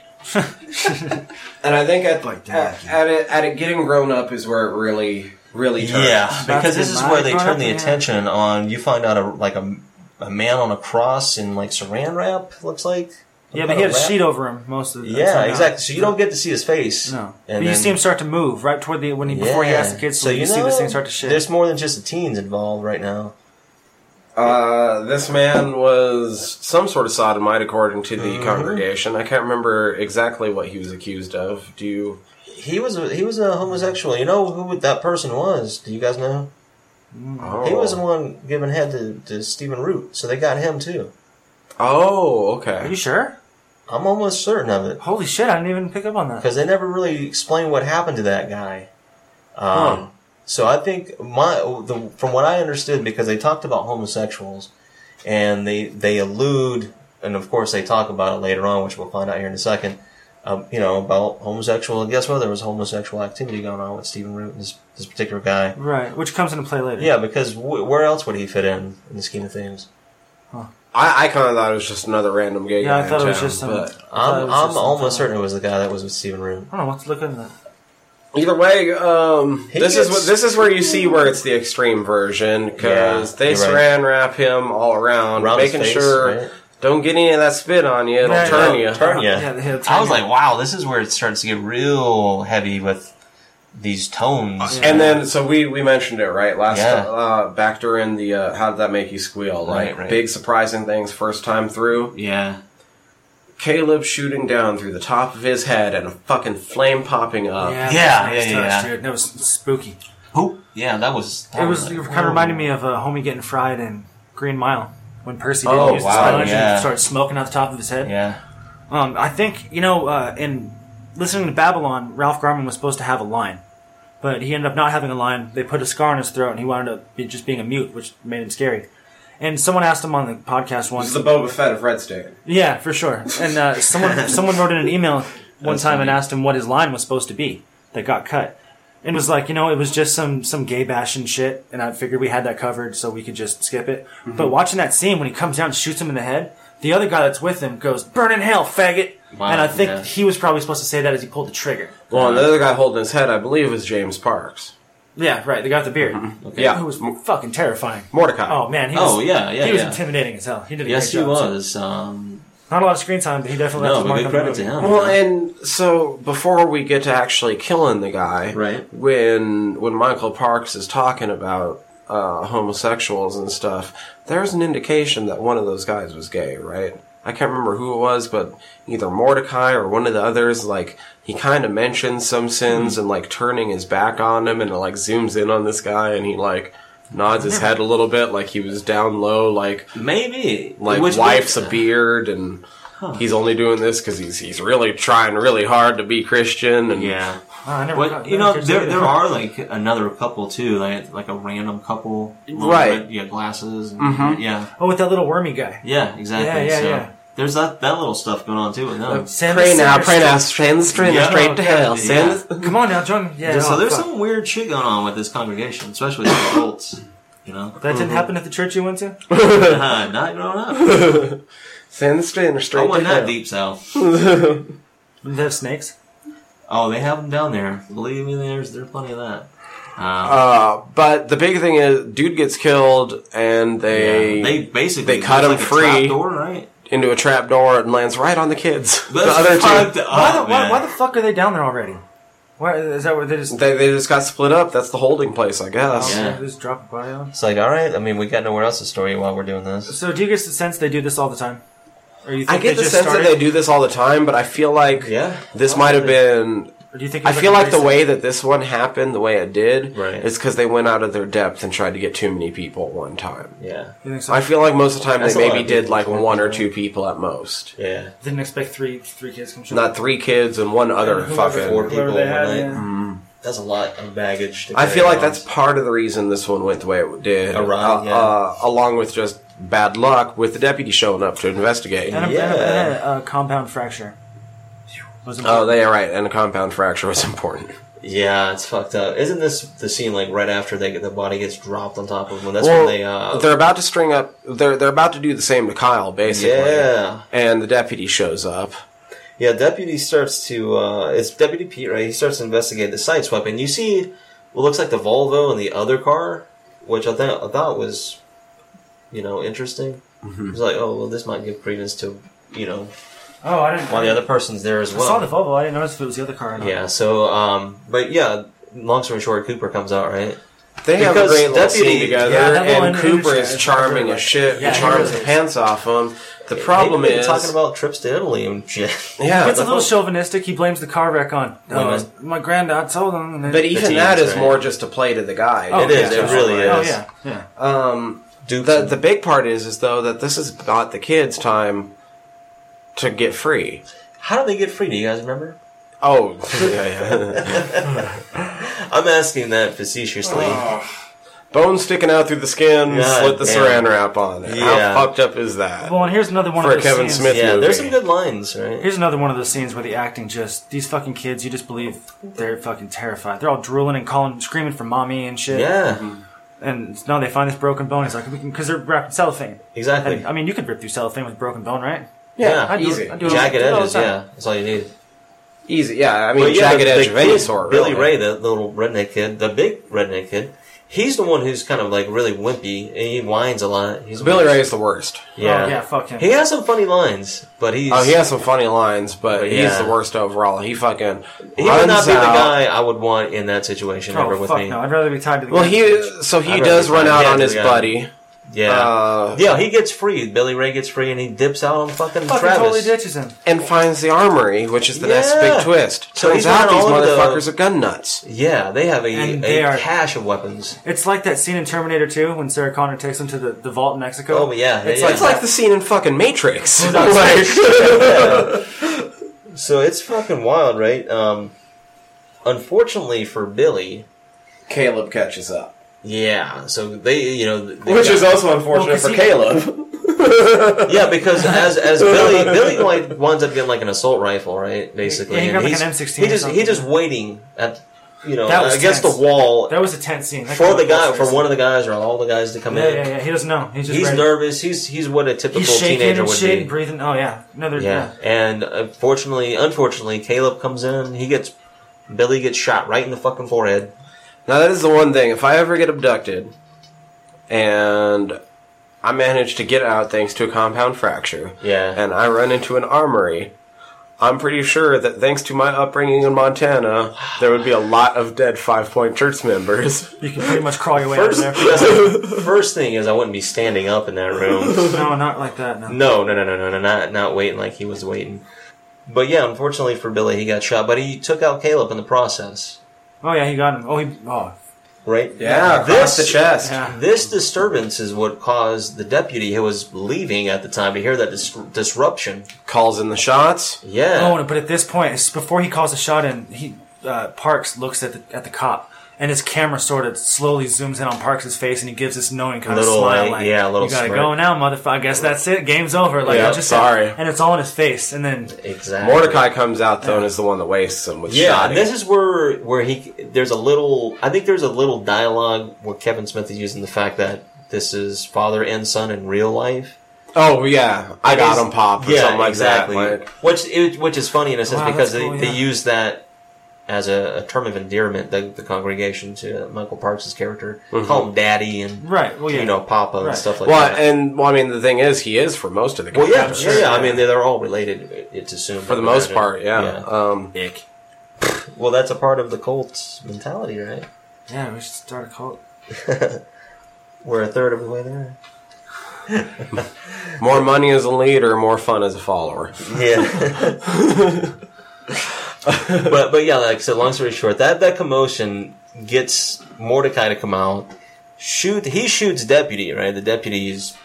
Speaker 1: And I think at, at, at, it, at it getting grown up is where it really, really turns.
Speaker 9: Yeah, because
Speaker 3: That's
Speaker 9: this is
Speaker 3: my
Speaker 9: where they
Speaker 3: God,
Speaker 9: turn the
Speaker 3: yeah.
Speaker 9: attention on. You find out a like a, a man on a cross in like Saran wrap looks like.
Speaker 3: Yeah, but he had a
Speaker 9: Wrap.
Speaker 3: sheet over him most of the time.
Speaker 9: Yeah, exactly. So you don't get to see his face.
Speaker 3: No, but
Speaker 9: And
Speaker 3: you
Speaker 9: then-
Speaker 3: see him start to move right toward the when he before he
Speaker 9: Yeah.
Speaker 3: asks the kids. So, you, see this
Speaker 9: know,
Speaker 3: thing start to shift.
Speaker 9: There's more than just the teens involved right now.
Speaker 1: Uh, this man was some sort of sodomite, according to the
Speaker 3: Mm-hmm.
Speaker 1: congregation. I can't remember exactly what he was accused of. Do you?
Speaker 9: He was a, he was a homosexual. You know who that person was? Do you guys know?
Speaker 1: Oh.
Speaker 9: He was the one giving head to, to Stephen Root, so they got him too.
Speaker 1: Oh,
Speaker 3: Are
Speaker 1: okay.
Speaker 3: you sure?
Speaker 9: I'm almost certain of it
Speaker 3: Holy shit! I didn't even pick up on that.
Speaker 9: because they never really explained what happened to that guy. Um,
Speaker 1: Huh.
Speaker 9: So I think my the, from what I understood, because they talked about homosexuals, and they they allude, and of course they talk about it later on, which we'll find out here in a second. Um, you know about homosexual. Guess what? There was homosexual activity going on with Stephen Root and this this particular guy.
Speaker 3: Right, which comes into play later.
Speaker 9: Yeah, because w- where else would he fit in in the scheme of things?
Speaker 1: I, I kind of thought it was just another random gay
Speaker 3: Yeah,
Speaker 1: guy.
Speaker 3: I thought
Speaker 1: in
Speaker 3: it was
Speaker 1: town,
Speaker 3: just some. I
Speaker 1: But
Speaker 3: thought it
Speaker 9: I'm,
Speaker 3: was
Speaker 9: I'm
Speaker 3: just some
Speaker 9: almost
Speaker 3: kind
Speaker 9: certain it was the guy that was with Stephen Root.
Speaker 3: of- I don't know. We'll have to look into that.
Speaker 1: either way, um,
Speaker 9: He
Speaker 1: this is
Speaker 9: gets-
Speaker 1: what this is where you see where it's the extreme version because
Speaker 9: Yeah,
Speaker 1: they
Speaker 9: you're right.
Speaker 1: saran wrap him all around,
Speaker 9: Around his
Speaker 1: making
Speaker 9: face,
Speaker 1: sure
Speaker 9: right?
Speaker 1: don't get any of that spit on you. It'll
Speaker 3: Yeah,
Speaker 1: turn
Speaker 9: yeah,
Speaker 1: you.
Speaker 9: turn you.
Speaker 3: Yeah, he'll
Speaker 2: I
Speaker 3: tell
Speaker 2: was
Speaker 3: you.
Speaker 2: like, wow, this is
Speaker 9: where it starts to get real heavy with these tones.
Speaker 1: And then, so we we mentioned it right last
Speaker 9: Yeah.
Speaker 1: uh, back during the uh, how did that make you squeal? Like
Speaker 9: Right, right.
Speaker 1: big surprising things first time through.
Speaker 2: yeah.
Speaker 1: Caleb shooting down through the top of his head and a fucking flame popping up.
Speaker 3: Yeah,
Speaker 2: Yeah,
Speaker 3: that was
Speaker 2: yeah, yeah,
Speaker 3: nice touch,
Speaker 2: yeah.
Speaker 3: dude. That was spooky.
Speaker 2: Who? Yeah, that was. That
Speaker 3: It was
Speaker 2: like,
Speaker 3: it kind of reminded me of a homie getting fried in Green Mile when Percy didn't
Speaker 1: Oh,
Speaker 3: use
Speaker 1: wow,
Speaker 3: the sponge
Speaker 2: yeah.
Speaker 3: and started smoking out the top of his head.
Speaker 2: Yeah.
Speaker 3: Um, I think you know, uh, in listening to Babylon, Ralph Garman was supposed to have a line, but he ended up not having a line. They put a scar on his throat, and he wound up be, just being a mute, which made him scary. And someone asked him on the podcast once,
Speaker 1: It's the Boba Fett of Red State.
Speaker 3: yeah, for sure. And uh, someone someone wrote in an email one time and asked him what his line was supposed to be that got cut, and was like, you know, it was just some some gay bashing shit, and I figured we had that covered, so we could just skip it.
Speaker 2: Mm-hmm.
Speaker 3: But watching that scene when he comes down and shoots him in the head, the other guy that's with him goes, "Burn in hell, faggot,"
Speaker 2: Wow,
Speaker 3: and I think
Speaker 2: yeah.
Speaker 3: he was probably supposed to say that as he pulled the trigger.
Speaker 1: Well, and the other guy holding his head, I believe, was James Parks.
Speaker 3: Yeah, right. The guy with the beard,
Speaker 1: Yeah,
Speaker 3: who was fucking terrifying.
Speaker 1: Mordecai.
Speaker 3: Oh man, he was,
Speaker 2: Mm-hmm. Oh, yeah, yeah,
Speaker 3: he was
Speaker 2: yeah.
Speaker 3: intimidating as hell. He did a
Speaker 2: Yes,
Speaker 3: great
Speaker 2: he
Speaker 3: job. too.
Speaker 2: was. Um,
Speaker 3: Not a lot of screen time, but he definitely
Speaker 2: no,
Speaker 3: left his
Speaker 2: but
Speaker 3: mark
Speaker 2: good
Speaker 3: on the
Speaker 2: credit
Speaker 3: movie.
Speaker 2: to him.
Speaker 1: Well,
Speaker 2: yeah.
Speaker 1: and so before we get to actually killing the guy,
Speaker 2: Right.
Speaker 1: When when Michael Parks is talking about uh, homosexuals and stuff, there's an indication that one of those guys was gay, right? I can't remember who it was, but either Mordecai or one of the others, like he kind of mentions some
Speaker 2: Mm-hmm.
Speaker 1: sins and like turning his back on him, and it like zooms in on this guy, and he like nods his head a little bit, like he was down low, like
Speaker 2: maybe
Speaker 1: like
Speaker 2: Which-
Speaker 1: wipes a beard and he's only doing this because he's he's really trying really hard to be Christian and
Speaker 2: Yeah.
Speaker 3: Oh, I never
Speaker 2: But
Speaker 3: got-
Speaker 2: you
Speaker 3: never
Speaker 2: know,
Speaker 3: cared
Speaker 2: there
Speaker 3: about
Speaker 2: there
Speaker 3: it.
Speaker 2: are like another couple too, like like a random couple,
Speaker 1: Right. Mm-hmm.
Speaker 2: With, yeah, glasses. And, Yeah,
Speaker 3: Oh, with that little wormy guy.
Speaker 2: yeah, exactly.
Speaker 3: Yeah, yeah,
Speaker 2: so
Speaker 3: yeah.
Speaker 2: There's that that little stuff going on too with them.
Speaker 3: Send
Speaker 1: pray
Speaker 3: us
Speaker 1: now,
Speaker 3: sinners
Speaker 1: pray now,
Speaker 3: to-
Speaker 1: send the sinner
Speaker 2: Yeah.
Speaker 1: straight to hell.
Speaker 2: Yeah.
Speaker 1: Send the-
Speaker 3: Come on now, join me. Yeah.
Speaker 2: so
Speaker 3: oh,
Speaker 2: there's
Speaker 3: fuck.
Speaker 2: some weird shit going on with this congregation, especially the adults. You know,
Speaker 3: That
Speaker 1: Mm-hmm.
Speaker 3: didn't happen at the church you went to.
Speaker 2: uh, not growing up.
Speaker 1: send the sinner
Speaker 2: I
Speaker 1: straight to
Speaker 2: went
Speaker 1: hell.
Speaker 2: that deep south.
Speaker 3: They have snakes.
Speaker 2: Oh, they have them down there. Believe me, there's there's plenty of that. Uh,
Speaker 1: Uh, but the big thing is, dude gets killed and they
Speaker 2: yeah, they basically
Speaker 1: they cut
Speaker 2: there's
Speaker 1: him
Speaker 2: like a
Speaker 1: free.
Speaker 2: trap door, right?
Speaker 1: into a trap door and lands right on the kids. The
Speaker 2: That's
Speaker 1: other
Speaker 2: fucked
Speaker 1: two.
Speaker 2: up,
Speaker 3: why, the, why,
Speaker 2: man.
Speaker 3: why the fuck are they down there already? Why is that where they just
Speaker 1: They, they just got split up. That's the holding place, I guess.
Speaker 2: Yeah.
Speaker 3: they just drop a body on?
Speaker 9: It's like, all right. I mean, we got nowhere else to story while we're doing this.
Speaker 3: So do you get the sense they do this all the time? Or you think
Speaker 1: I get
Speaker 3: they
Speaker 1: the
Speaker 3: just
Speaker 1: sense
Speaker 3: started?
Speaker 1: that they do this all the time, but I feel like
Speaker 9: Yeah.
Speaker 1: this might have been
Speaker 3: Or do you think it
Speaker 1: I
Speaker 3: was
Speaker 1: feel
Speaker 3: a
Speaker 1: like the
Speaker 3: recent-
Speaker 1: way that this one happened, the way it did,
Speaker 9: Right.
Speaker 1: is because they went out of their depth and tried to get too many people at one time.
Speaker 9: Yeah,
Speaker 3: You think so?
Speaker 1: I feel like most of the time
Speaker 9: That's a
Speaker 1: they
Speaker 9: lot
Speaker 1: maybe
Speaker 9: of
Speaker 1: did
Speaker 9: people,
Speaker 1: like
Speaker 9: four
Speaker 1: one or
Speaker 9: people.
Speaker 1: two people at most,
Speaker 9: yeah.
Speaker 3: Didn't expect three three kids come.
Speaker 1: not three kids and one other
Speaker 3: Whoever-
Speaker 1: fucking.
Speaker 9: Four people
Speaker 3: Whoever they had,
Speaker 9: overnight.
Speaker 3: yeah.
Speaker 1: Mm,
Speaker 9: That's a lot of baggage. To
Speaker 1: I
Speaker 9: carry
Speaker 1: feel like
Speaker 9: on.
Speaker 1: that's part of the reason this one went the way it did,
Speaker 9: Awry,
Speaker 1: uh,
Speaker 9: yeah.
Speaker 1: uh, along with just bad luck with the deputy showing up to investigate.
Speaker 3: And a,
Speaker 9: Yeah.
Speaker 3: and a- and a, uh, compound fracture. Was it-
Speaker 1: Oh, they are right, and a compound fracture was important.
Speaker 9: yeah, it's fucked up. Isn't this the scene like right after they get the body gets dropped on top of them? That's
Speaker 1: well,
Speaker 9: when they uh,
Speaker 1: they're about to string up. They're they're about to do the same to Kyle, basically.
Speaker 9: yeah,
Speaker 1: And the deputy shows up.
Speaker 9: yeah. Deputy starts to uh, it's Deputy Pete, right? He starts to investigate the sideswipe, and you see what looks like the Volvo and the other car, which I thought I thought was you know interesting.
Speaker 1: Mm-hmm.
Speaker 9: It's like, oh well, this might give credence to you know
Speaker 3: oh, I didn't.
Speaker 9: while the other person's there as
Speaker 3: I
Speaker 9: well.
Speaker 3: saw the Volvo. I didn't notice if it was the other car. Or not.
Speaker 9: Yeah, so um but yeah, long story short, Cooper comes out, right?
Speaker 1: They have a
Speaker 11: Because
Speaker 1: great little
Speaker 11: Deputy-
Speaker 1: scene together,
Speaker 3: yeah, that little
Speaker 1: and
Speaker 3: interview
Speaker 1: Cooper is
Speaker 3: guy is
Speaker 1: charming
Speaker 3: really
Speaker 1: as shit.
Speaker 3: Yeah,
Speaker 1: he
Speaker 3: he
Speaker 1: charms
Speaker 3: really
Speaker 1: the
Speaker 3: is.
Speaker 1: pants off him. The problem
Speaker 9: They've been
Speaker 1: is
Speaker 9: talking about trips to Italy and shit. Oh,
Speaker 1: yeah,
Speaker 3: It's a
Speaker 1: the
Speaker 3: little
Speaker 1: whole-
Speaker 3: chauvinistic. He blames the car wreck on
Speaker 9: Women.
Speaker 3: uh, my granddad told him. and then-
Speaker 1: But even
Speaker 11: teens,
Speaker 1: that is
Speaker 11: right?
Speaker 1: more just a play to the guy.
Speaker 3: Oh,
Speaker 9: It is,
Speaker 3: yeah.
Speaker 9: it really
Speaker 3: oh,
Speaker 9: is.
Speaker 3: yeah, yeah.
Speaker 9: Dupes
Speaker 1: The
Speaker 9: and-
Speaker 1: the big part is is though that this is not the kids' time to get free.
Speaker 9: How did they get free? Do you guys remember?
Speaker 1: Oh, yeah, yeah.
Speaker 9: I'm asking that facetiously.
Speaker 1: bone sticking out through the skin,
Speaker 9: God
Speaker 1: slit the
Speaker 9: damn.
Speaker 1: saran wrap on it.
Speaker 9: Yeah.
Speaker 1: How fucked up is that?
Speaker 3: Well, and here's another one
Speaker 1: For
Speaker 3: of those
Speaker 1: Kevin
Speaker 3: scenes.
Speaker 1: Smith.
Speaker 9: yeah,
Speaker 1: movie.
Speaker 9: there's some good lines, right?
Speaker 3: Here's another one of those scenes where the acting just these fucking kids. You just believe they're fucking terrified. They're all drooling and calling, screaming for mommy and shit.
Speaker 9: Yeah,
Speaker 3: And now they find this broken bone. He's like, we can because they're wrapped in cellophane.
Speaker 9: exactly.
Speaker 3: And, I mean, you could rip through cellophane with a broken bone, right?
Speaker 9: yeah,
Speaker 3: I do,
Speaker 1: easy.
Speaker 3: I do it-
Speaker 9: jagged
Speaker 3: I do it all the
Speaker 9: edges.
Speaker 3: time. Oh,
Speaker 9: Yeah, that's all you need.
Speaker 1: Easy, yeah. I mean,
Speaker 9: But yeah,
Speaker 1: jagged
Speaker 9: the-
Speaker 1: edge
Speaker 9: the
Speaker 1: of any
Speaker 9: kid,
Speaker 1: sort.
Speaker 9: Billy
Speaker 1: really.
Speaker 9: Ray, the little redneck kid, the big redneck kid, he's the one who's kind of like really wimpy and he whines a lot. He's
Speaker 1: Billy Ray is the worst.
Speaker 9: Yeah,
Speaker 3: Oh, yeah, fuck him.
Speaker 9: He has some funny lines, but he's
Speaker 1: Oh, he has some funny lines, but he's
Speaker 9: Yeah.
Speaker 1: the worst overall. He fucking
Speaker 9: he
Speaker 1: runs
Speaker 9: would not be
Speaker 1: out.
Speaker 9: the guy I would want in that situation ever
Speaker 3: Oh
Speaker 9: with
Speaker 3: fuck
Speaker 9: me.
Speaker 3: no! I'd rather be tied to the.
Speaker 1: Well,
Speaker 3: ground.
Speaker 1: he so he
Speaker 9: I'd
Speaker 1: does
Speaker 9: rather
Speaker 1: run
Speaker 9: be
Speaker 1: out
Speaker 9: the
Speaker 1: on
Speaker 9: guy
Speaker 1: his
Speaker 9: than the guy.
Speaker 1: buddy.
Speaker 9: Yeah,
Speaker 1: Uh,
Speaker 9: yeah, he gets free. Billy Ray gets free, and he dips out on fucking,
Speaker 3: fucking
Speaker 9: Travis.
Speaker 3: totally ditches him.
Speaker 1: and finds the armory, which is the next
Speaker 9: Yeah.
Speaker 1: big twist.
Speaker 9: So
Speaker 1: Turns
Speaker 9: he's
Speaker 1: out
Speaker 9: got
Speaker 1: these
Speaker 9: all of the-
Speaker 1: motherfuckers are gun nuts.
Speaker 9: Yeah, they have a,
Speaker 3: And they
Speaker 9: a
Speaker 3: are-
Speaker 9: cache of weapons.
Speaker 3: It's like that scene in Terminator 2 when Sarah Connor takes him to the, the vault in Mexico.
Speaker 9: Oh, yeah,
Speaker 3: It's
Speaker 9: yeah,
Speaker 3: like
Speaker 1: It's like
Speaker 3: that.
Speaker 1: the scene in fucking Matrix. Like-
Speaker 9: So it's fucking wild, right? Um, unfortunately for Billy,
Speaker 1: Caleb catches up,
Speaker 9: yeah. So they, you know, they
Speaker 1: which
Speaker 9: got-
Speaker 1: is also unfortunate
Speaker 3: Well, 'cause
Speaker 1: for
Speaker 3: he-
Speaker 1: Caleb.
Speaker 9: yeah, because as as Billy Billy like winds up getting like an assault rifle, right? Basically,
Speaker 3: Yeah, he
Speaker 9: and
Speaker 3: grabbed, like,
Speaker 9: he's-
Speaker 3: an M16
Speaker 9: He
Speaker 3: or
Speaker 9: just he
Speaker 3: something.
Speaker 9: just waiting at you know
Speaker 3: That was
Speaker 9: against
Speaker 3: tense.
Speaker 9: the wall
Speaker 3: That was a tense scene. That
Speaker 9: for
Speaker 3: could
Speaker 9: the
Speaker 3: have been
Speaker 9: guy
Speaker 3: closer.
Speaker 9: for one of the guys or all the guys to come
Speaker 3: Yeah,
Speaker 9: in.
Speaker 3: yeah, yeah. He doesn't know. He's just
Speaker 9: He's
Speaker 3: ready.
Speaker 9: nervous. He's he's what a typical
Speaker 3: He's shaking
Speaker 9: teenager
Speaker 3: and
Speaker 9: would
Speaker 3: shit,
Speaker 9: be.
Speaker 3: and breathing. Oh yeah, another
Speaker 9: Yeah, and unfortunately, unfortunately, Caleb comes in. He gets Billy gets shot right in the fucking forehead.
Speaker 1: Now that is the one thing. If I ever get abducted, and I manage to get out thanks to a compound fracture,
Speaker 9: Yeah.
Speaker 1: and I run into an armory. I'm pretty sure that thanks to my upbringing in Montana, there would be a lot of dead Five Point Church members.
Speaker 3: You can pretty much crawl your way
Speaker 9: First,
Speaker 3: out of there.
Speaker 9: first thing is I wouldn't be standing up in that room.
Speaker 3: No, not like that. No.
Speaker 9: No, no, no, no, no, no, not not waiting like he was waiting. But yeah, unfortunately for Billy, he got shot, but he took out Caleb in the process.
Speaker 3: Oh yeah, he got him. Oh, he. Oh,
Speaker 9: Right?
Speaker 1: Yeah, across the chest.
Speaker 3: yeah.
Speaker 9: This disturbance is what caused the deputy who was leaving at the time to hear that dis- disruption.
Speaker 1: Calls in the shots.
Speaker 9: Yeah.
Speaker 3: Oh, no, but at this point, it's before he calls a shot in, he uh, Parks looks at the at the cop, and his camera sort of slowly zooms in on Parks' face, and he gives this knowing kind
Speaker 9: Little,
Speaker 3: of smile,
Speaker 9: like,
Speaker 3: like,
Speaker 9: yeah, a little
Speaker 3: "You gotta
Speaker 9: smirk.
Speaker 3: go now, motherfucker. I guess that's it. Game's over." Like,
Speaker 1: Yeah,
Speaker 3: I just
Speaker 1: sorry.
Speaker 3: and it's all in his face, and then
Speaker 9: Exactly.
Speaker 1: Mordecai comes out though and is the one that wastes him with
Speaker 9: Yeah,
Speaker 1: shotting.
Speaker 9: and this is where where he there's a little I think there's a little dialogue where Kevin Smith is using the fact that this is father and son in real life.
Speaker 1: oh yeah, I got
Speaker 9: is-
Speaker 1: him pop or something like that. Like,
Speaker 9: which it, which is funny in a sense
Speaker 3: Wow,
Speaker 9: because
Speaker 3: that's
Speaker 9: they,
Speaker 3: cool,
Speaker 9: they
Speaker 3: yeah.
Speaker 9: use that as a, a term of endearment the, the congregation to Michael Parks' character call him daddy and
Speaker 3: right, well, yeah,
Speaker 9: you know Papa
Speaker 3: Right.
Speaker 9: Mm-hmm. and stuff like
Speaker 1: well,
Speaker 9: that.
Speaker 1: and well, I mean, the thing is, he is for most of the
Speaker 9: well, yeah,
Speaker 1: characters.
Speaker 9: yeah, yeah. I mean, they're, they're all related. It's assumed
Speaker 1: for the most part, yeah. Um,
Speaker 9: Ick. Well, that's a part of the cult's mentality, right?
Speaker 3: yeah, we should start a cult.
Speaker 9: We're a third of the way there.
Speaker 1: more money as a leader, more fun as a follower.
Speaker 9: Yeah. but but yeah, like so. Long story short, that that commotion gets Mordecai to come out. Shoot, he shoots deputy right. The deputy's.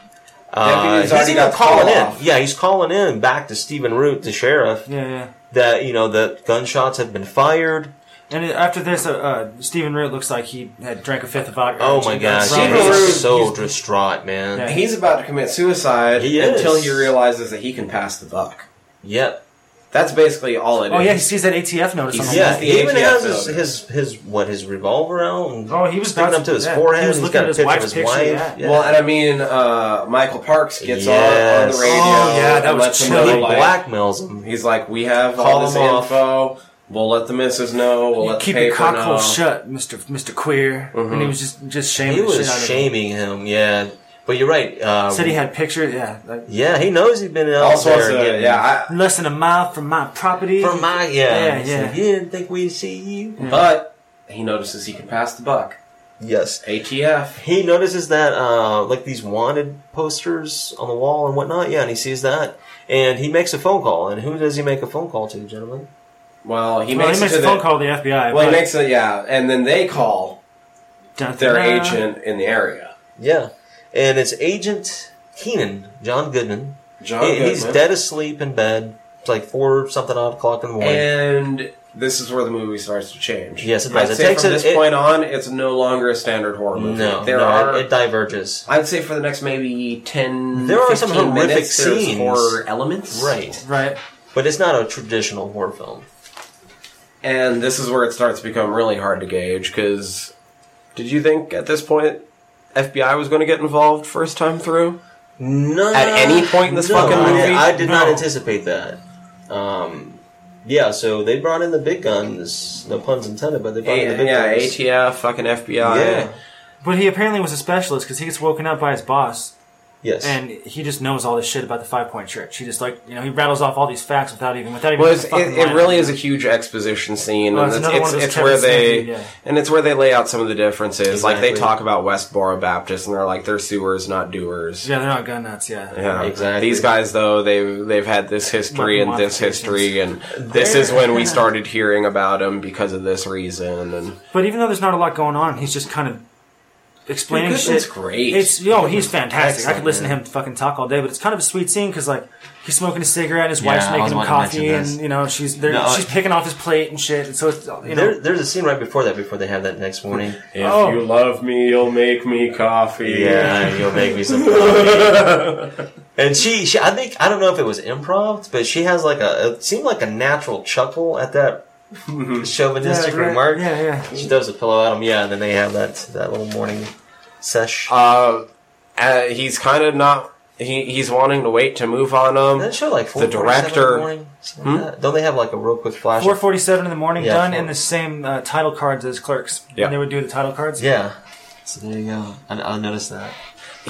Speaker 9: Uh,
Speaker 1: Deputy's
Speaker 9: he's
Speaker 1: already
Speaker 9: even
Speaker 1: got the call
Speaker 9: calling in.
Speaker 1: off.
Speaker 9: Yeah, he's calling in back to Stephen Root, the sheriff,
Speaker 3: Yeah, yeah.
Speaker 9: that you know the gunshots have been fired.
Speaker 3: And it- after this, uh, uh, Stephen Root looks like he had drank a fifth of vodka.
Speaker 9: Oh my gosh,
Speaker 3: Right.
Speaker 1: Stephen
Speaker 9: he
Speaker 1: Root-
Speaker 9: was so distraught, man.
Speaker 3: Yeah.
Speaker 1: He's about to commit suicide
Speaker 9: He is.
Speaker 1: until he realizes that he can pass the buck.
Speaker 9: Yep.
Speaker 1: That's basically all it is.
Speaker 3: Oh yeah, he sees that ATF notice.
Speaker 1: He's-
Speaker 3: on the
Speaker 9: Yeah,
Speaker 3: wall.
Speaker 1: the
Speaker 9: he even
Speaker 1: ATF
Speaker 9: has his,
Speaker 1: building.
Speaker 9: his his what his revolver out. And
Speaker 3: Oh, he was
Speaker 9: sticking up to his
Speaker 3: yeah,
Speaker 9: forehead.
Speaker 3: He was
Speaker 9: He's
Speaker 3: looking
Speaker 9: got
Speaker 3: at his
Speaker 9: a picture of
Speaker 3: wife's
Speaker 9: his
Speaker 3: picture.
Speaker 9: wife.
Speaker 3: Yeah.
Speaker 9: Yeah.
Speaker 1: Well, and I mean, uh, Michael Parks gets on, on
Speaker 9: Yes.
Speaker 1: the radio.
Speaker 3: Oh, yeah, that
Speaker 1: and
Speaker 3: was
Speaker 1: lets him
Speaker 9: He
Speaker 3: chilling.
Speaker 1: know,
Speaker 3: Really
Speaker 1: like-
Speaker 9: blackmails him.
Speaker 1: He's like, we have all
Speaker 9: Call
Speaker 1: this
Speaker 9: him off.
Speaker 1: info. We'll let the missus know. We'll
Speaker 3: You
Speaker 1: let
Speaker 3: keep
Speaker 1: the paper Mm-hmm.
Speaker 3: your cock
Speaker 1: know.
Speaker 3: hole shut, Mister Mister Queer. And he was just just shaming.
Speaker 9: He
Speaker 3: the shit out
Speaker 9: was
Speaker 3: of him.
Speaker 9: shaming him, yeah. But you're right. Uh,
Speaker 3: Said he had pictures. Yeah, like,
Speaker 9: yeah, he knows he's been out
Speaker 1: All sorts
Speaker 9: there.
Speaker 1: of
Speaker 9: getting,
Speaker 1: yeah. I,
Speaker 3: less than a mile from my property.
Speaker 9: from my yeah,
Speaker 3: Yeah,
Speaker 9: He's
Speaker 3: yeah.
Speaker 9: like, you didn't think we'd see you.
Speaker 1: But he notices he can pass the buck. E
Speaker 4: Yes.
Speaker 1: ATF.
Speaker 9: He notices that, uh, like these wanted posters on the wall and whatnot. Yeah, and he sees that, and he makes a phone call. And who does he make a phone call to, gentlemen?
Speaker 1: Well, he
Speaker 3: Well,
Speaker 1: makes,
Speaker 3: he makes
Speaker 1: it
Speaker 3: a
Speaker 1: to
Speaker 3: phone
Speaker 1: the,
Speaker 3: call to the FBI.
Speaker 1: Well, he
Speaker 3: but-
Speaker 1: makes it, yeah, and then they call
Speaker 3: Dun- dun-
Speaker 1: their
Speaker 3: dun.
Speaker 1: agent in the area.
Speaker 9: Yeah, and it's Agent Keenan, John Goodman.
Speaker 1: John
Speaker 9: He- He's
Speaker 1: Goodman.
Speaker 9: dead asleep in bed. It's like four something odd o'clock in the morning.
Speaker 1: And this is where the movie starts to change.
Speaker 9: Yes, it
Speaker 1: I'd
Speaker 9: does. It
Speaker 1: say
Speaker 9: takes
Speaker 1: from
Speaker 9: it-
Speaker 1: this
Speaker 9: it-
Speaker 1: point on, it's no longer a standard horror movie.
Speaker 9: no,
Speaker 1: there
Speaker 9: no,
Speaker 1: are.
Speaker 9: it, it diverges.
Speaker 1: I'd say for the next maybe ten.
Speaker 9: There are some
Speaker 1: 15
Speaker 9: horrific
Speaker 1: minutes, there's
Speaker 9: scenes.
Speaker 1: horror elements,
Speaker 9: Right,
Speaker 3: Right.
Speaker 9: but it's not a traditional horror film.
Speaker 1: And this is where it starts to become really hard to gauge because did you think at this point FBI was going to get involved first time through?
Speaker 9: No,
Speaker 1: At any point in this
Speaker 9: Uh, no,
Speaker 1: fucking
Speaker 9: I did-
Speaker 1: movie?
Speaker 9: I did not
Speaker 3: No.
Speaker 9: anticipate that. Um, yeah, so they brought in the big guns. No puns intended, but they brought in the
Speaker 1: A-
Speaker 9: big
Speaker 1: yeah,
Speaker 9: guns.
Speaker 1: ATF, fucking FBI.
Speaker 9: Yeah.
Speaker 3: But he apparently was a specialist because he gets woken up by his boss
Speaker 9: Yes.
Speaker 3: and he just knows all this shit about the Five Point Church. He just like you know he rattles off all these facts without even without even.
Speaker 1: Well,
Speaker 3: having
Speaker 1: it's,
Speaker 3: a fucking
Speaker 1: it, it
Speaker 3: lineup.
Speaker 1: really is a huge exposition scene,
Speaker 3: Well,
Speaker 1: and
Speaker 3: it's
Speaker 1: it's,
Speaker 3: another one
Speaker 1: it's,
Speaker 3: of those
Speaker 1: it's
Speaker 3: Kevin
Speaker 1: where
Speaker 3: Smith
Speaker 1: they
Speaker 3: movies, yeah.
Speaker 1: and it's where they lay out some of the differences. Like they
Speaker 9: Exactly.
Speaker 1: talk about Westboro Baptist, and they're like they're sewers, not doers.
Speaker 3: Yeah, they're not gun nuts. Yeah.
Speaker 1: Yeah.
Speaker 9: Exactly.
Speaker 1: These guys, though, they've they've had this history
Speaker 3: Weapon
Speaker 1: and this
Speaker 3: modifications.
Speaker 1: history, and this is when we started hearing about him because of this reason. And
Speaker 3: But even though there's not a lot going on, he's just kind of explaining
Speaker 1: Dude, Goodman's
Speaker 3: shit.
Speaker 1: great.
Speaker 3: It's yo, he's fantastic. I
Speaker 9: Excellent,
Speaker 3: could listen
Speaker 9: man.
Speaker 3: to him fucking talk all day. But it's kind of a sweet scene because like he's smoking a cigarette, and his
Speaker 2: Yeah,
Speaker 3: wife's
Speaker 2: I was
Speaker 3: making him
Speaker 2: wanting to
Speaker 3: coffee,
Speaker 2: mention
Speaker 3: and
Speaker 2: this.
Speaker 3: you know she's they're-
Speaker 2: No,
Speaker 3: she's
Speaker 2: I-
Speaker 3: picking off his plate and shit. And so it's you know
Speaker 9: there, there's a scene right before that, before they have that next morning.
Speaker 1: if
Speaker 3: Oh. you
Speaker 1: love me, you'll make me coffee.
Speaker 9: you'll make me some coffee. and she, she, I think, I don't know if it was improv, but she has like a, it seemed like a natural chuckle at that
Speaker 1: Mm-hmm.
Speaker 9: chauvinistic
Speaker 3: right.
Speaker 9: remark.
Speaker 3: Yeah, yeah.
Speaker 9: She throws a pillow at him, um, yeah, and then they have that, that little morning sesh.
Speaker 1: Uh, uh, he's kind of not. He, he's wanting to wait to move on him.
Speaker 9: Doesn't it show like four
Speaker 1: The director-
Speaker 9: morning? Something like that? Don't they have like a real quick flash?
Speaker 3: Four
Speaker 9: Of,
Speaker 3: forty-seven in the morning,
Speaker 9: Yeah,
Speaker 3: done
Speaker 9: four-
Speaker 3: in the same uh, title cards as clerks.
Speaker 1: Yeah.
Speaker 3: And they would do the title cards.
Speaker 9: yeah,
Speaker 2: So there you go. I, I noticed that.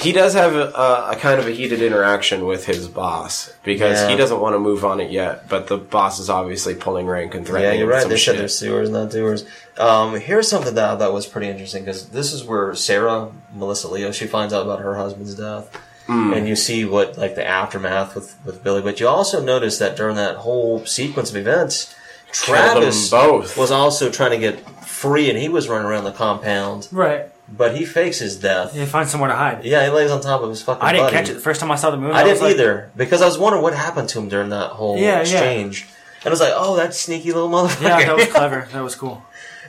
Speaker 1: he does have a, a, a kind of a heated interaction with his boss because
Speaker 9: Yeah.
Speaker 1: he doesn't want to move on it yet, but the boss is obviously pulling rank and
Speaker 9: yeah,
Speaker 1: threatening
Speaker 9: you're
Speaker 1: him with
Speaker 9: right.
Speaker 1: some
Speaker 9: They said
Speaker 1: shit.
Speaker 9: they're sewers, not doers. Um, here's something that I thought was pretty interesting because this is where Sarah Melissa Leo she finds out about her husband's death, and you see what like the aftermath with with Billy. But you also notice that during that whole sequence of events,
Speaker 1: Killed them
Speaker 9: Travis
Speaker 1: both.
Speaker 9: was also trying to get free, and he was running around the compound,
Speaker 3: Right.
Speaker 9: but he fakes his death. Yeah,
Speaker 3: They find somewhere to hide.
Speaker 9: he lays on top of his fucking.
Speaker 3: I didn't
Speaker 9: buddy.
Speaker 3: catch it the first time I saw the movie.
Speaker 9: I
Speaker 3: was
Speaker 9: didn't
Speaker 3: like,
Speaker 9: either because I was wondering what happened to him during that whole
Speaker 3: Yeah, yeah.
Speaker 9: exchange. And I was like, "Oh, that sneaky little motherfucker!"
Speaker 3: Yeah, that was clever. That was cool.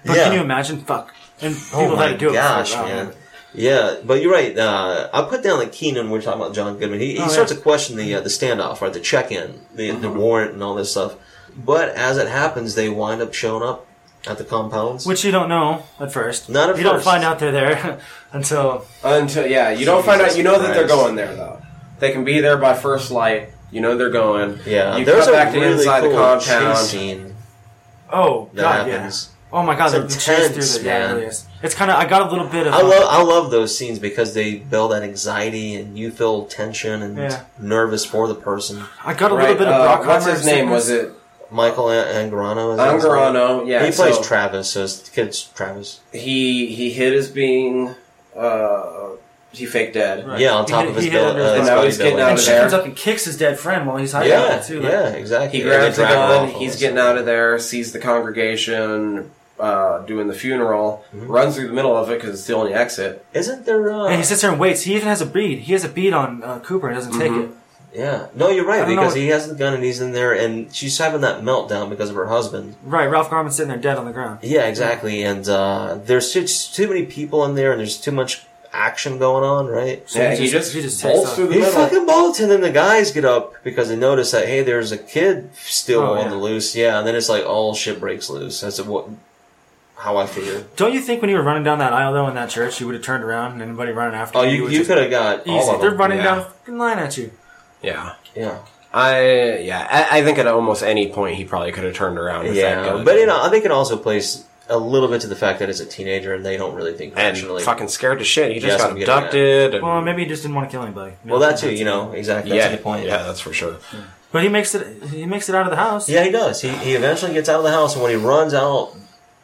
Speaker 3: But
Speaker 9: Yeah.
Speaker 3: can you imagine? Fuck. And people
Speaker 9: oh
Speaker 3: had
Speaker 9: my
Speaker 3: to do it.
Speaker 9: gosh,
Speaker 3: before. Wow.
Speaker 9: man. Yeah, but you're right. Uh, I put down like Keenan. We're talking about John Goodman. He,
Speaker 3: Oh,
Speaker 9: he starts
Speaker 3: yeah. Uh-huh.
Speaker 9: to question the uh, the standoff, right? The check in, the, the warrant, and all this stuff. But as it happens, they wind up showing up at the compounds.
Speaker 3: Which you don't know at first.
Speaker 9: Not at
Speaker 3: you don't
Speaker 9: first.
Speaker 3: find out they're there until
Speaker 1: Until yeah, you don't find out. You know that they're
Speaker 9: Christ.
Speaker 1: going there though. They can be there by first light. You know they're going.
Speaker 9: yeah,
Speaker 1: you
Speaker 9: there's
Speaker 1: cut
Speaker 9: a
Speaker 1: back to
Speaker 9: really
Speaker 1: inside
Speaker 9: cool
Speaker 1: the
Speaker 9: chase
Speaker 1: compound.
Speaker 9: scene
Speaker 3: oh
Speaker 9: that
Speaker 3: god, yeah.
Speaker 9: happens.
Speaker 3: Oh my god,
Speaker 9: It's
Speaker 3: the the chase
Speaker 9: intense,
Speaker 3: through the yeah, it
Speaker 9: man.
Speaker 3: really is. It's kind of I got a little bit of uh,
Speaker 9: I love I love those scenes because they build that anxiety and you feel tension and
Speaker 3: Yeah.
Speaker 9: nervous for the person.
Speaker 3: I got a
Speaker 1: Right,
Speaker 3: little bit
Speaker 1: uh,
Speaker 3: of Brock
Speaker 1: what's his name? Was it
Speaker 9: Michael An- Angarano. is that his name?
Speaker 1: Angarano? Yeah,
Speaker 9: he plays
Speaker 1: so
Speaker 3: Uh.
Speaker 9: Travis, so his kid's Travis.
Speaker 1: He he hit as being uh, he faked dead.
Speaker 9: Yeah, on top
Speaker 3: He-
Speaker 9: of his
Speaker 3: he had
Speaker 9: bill.
Speaker 3: under
Speaker 9: Uh,
Speaker 3: his
Speaker 9: his
Speaker 1: belt.
Speaker 9: buddy
Speaker 1: He's getting
Speaker 9: Billy.
Speaker 1: out
Speaker 3: And
Speaker 1: of
Speaker 3: she
Speaker 1: there.
Speaker 3: comes up and kicks his dead friend while he's hiding
Speaker 9: Yeah,
Speaker 3: out too. like-
Speaker 9: yeah, exactly.
Speaker 1: He
Speaker 9: And they
Speaker 1: grabs the
Speaker 9: drag her
Speaker 1: gun.
Speaker 9: off all
Speaker 1: He's
Speaker 9: this
Speaker 1: getting
Speaker 9: stuff.
Speaker 1: out of there. Sees the congregation uh, doing the funeral. Runs through the middle of it because it's the only exit.
Speaker 9: Isn't there? Uh,
Speaker 3: And he sits there and waits. He even has a bead. He has a bead on uh, Cooper and doesn't
Speaker 1: Mm-hmm.
Speaker 3: take it.
Speaker 9: yeah, no, Oh, you're
Speaker 3: I
Speaker 9: right
Speaker 3: don't
Speaker 9: because
Speaker 3: know.
Speaker 9: he has the gun and he's in there, and she's having that meltdown because of her husband.
Speaker 3: Right, Ralph Garman's sitting there dead on the ground.
Speaker 9: Yeah, exactly. And uh, there's too, too many people in there, and there's too much action going on, right?
Speaker 3: So
Speaker 1: yeah, he just,
Speaker 3: he just takes
Speaker 1: bolts
Speaker 3: off.
Speaker 1: through the
Speaker 9: He
Speaker 1: middle.
Speaker 9: fucking bolts, and then the guys get up because they notice that hey, there's a kid still
Speaker 3: Oh,
Speaker 9: on
Speaker 3: yeah.
Speaker 9: the loose. Yeah, and then it's like all shit breaks loose. That's what how I figure.
Speaker 3: Don't you think when you were running down that aisle though in that church, you would have turned around and anybody running after
Speaker 9: Oh,
Speaker 3: you?
Speaker 9: you
Speaker 3: would
Speaker 9: you
Speaker 3: just-
Speaker 9: could have got all
Speaker 3: easy.
Speaker 9: of
Speaker 3: They're
Speaker 9: them.
Speaker 3: running
Speaker 1: yeah.
Speaker 3: down a fucking line at you.
Speaker 1: yeah,
Speaker 9: Yeah,
Speaker 1: I yeah. I, I think at almost any point he probably could have turned around. With that
Speaker 9: yeah.
Speaker 1: gun.
Speaker 9: But you know, I think it also plays a little bit to the fact that it's a teenager and they don't really think
Speaker 1: and
Speaker 9: rationally.
Speaker 1: fucking scared to shit. He just
Speaker 9: Yes,
Speaker 1: got
Speaker 9: I'm getting that.
Speaker 1: abducted. And,
Speaker 3: Well, maybe he just didn't want to kill anybody.
Speaker 9: Well, that too, you know, exactly. That's
Speaker 1: yeah,
Speaker 9: a good point.
Speaker 1: yeah, that's for sure.
Speaker 3: But he makes it. He makes it out of the house.
Speaker 9: Yeah, he does. He, he eventually gets out of the house, and when he runs out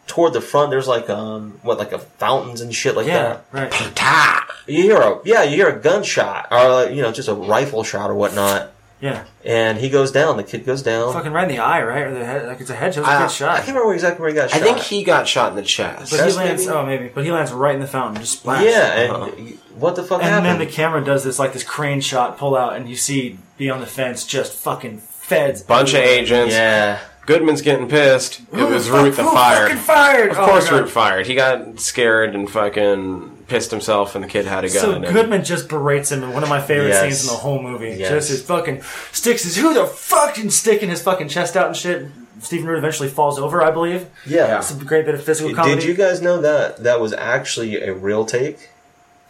Speaker 9: toward the front, there's like um what like a fountains and shit like
Speaker 3: Yeah,
Speaker 9: that.
Speaker 3: right.
Speaker 9: You hear a yeah, you hear a gunshot or uh, you know just a rifle shot or whatnot,
Speaker 3: Yeah,
Speaker 9: and he goes down. The kid goes down.
Speaker 3: fucking right in the eye, right, or the head. Like it's a headshot.
Speaker 1: I-
Speaker 3: Good
Speaker 9: I
Speaker 3: shot.
Speaker 9: can't remember exactly where he got
Speaker 1: I
Speaker 9: shot.
Speaker 1: think he got shot in the chest.
Speaker 3: But he
Speaker 9: Chest,
Speaker 3: lands.
Speaker 9: maybe?
Speaker 3: Oh, maybe. But he lands right in the fountain, just splash.
Speaker 9: yeah, and what the fuck
Speaker 3: And then
Speaker 9: happened?
Speaker 3: the camera does this like this crane shot pull out, and you see beyond the fence just fucking feds.
Speaker 1: Bunch of agents.
Speaker 9: yeah,
Speaker 1: Goodman's getting pissed. It was
Speaker 3: Fuck,
Speaker 1: Root the
Speaker 3: who
Speaker 1: fired.
Speaker 3: Fucking fired.
Speaker 1: Of
Speaker 3: Oh,
Speaker 1: course,
Speaker 3: my God.
Speaker 1: Root fired. He got scared and fucking pissed himself, and the kid had a gun.
Speaker 3: So
Speaker 1: and-
Speaker 3: Goodman just berates him in one of my favorite
Speaker 9: Yes.
Speaker 3: scenes in the whole movie.
Speaker 9: Yes.
Speaker 3: Just his fucking sticks his who the fucking sticking his fucking chest out and shit. Stephen Root eventually falls over, I believe.
Speaker 9: yeah.
Speaker 3: It's a great bit of physical comedy.
Speaker 9: Did you guys know that that was actually a real take?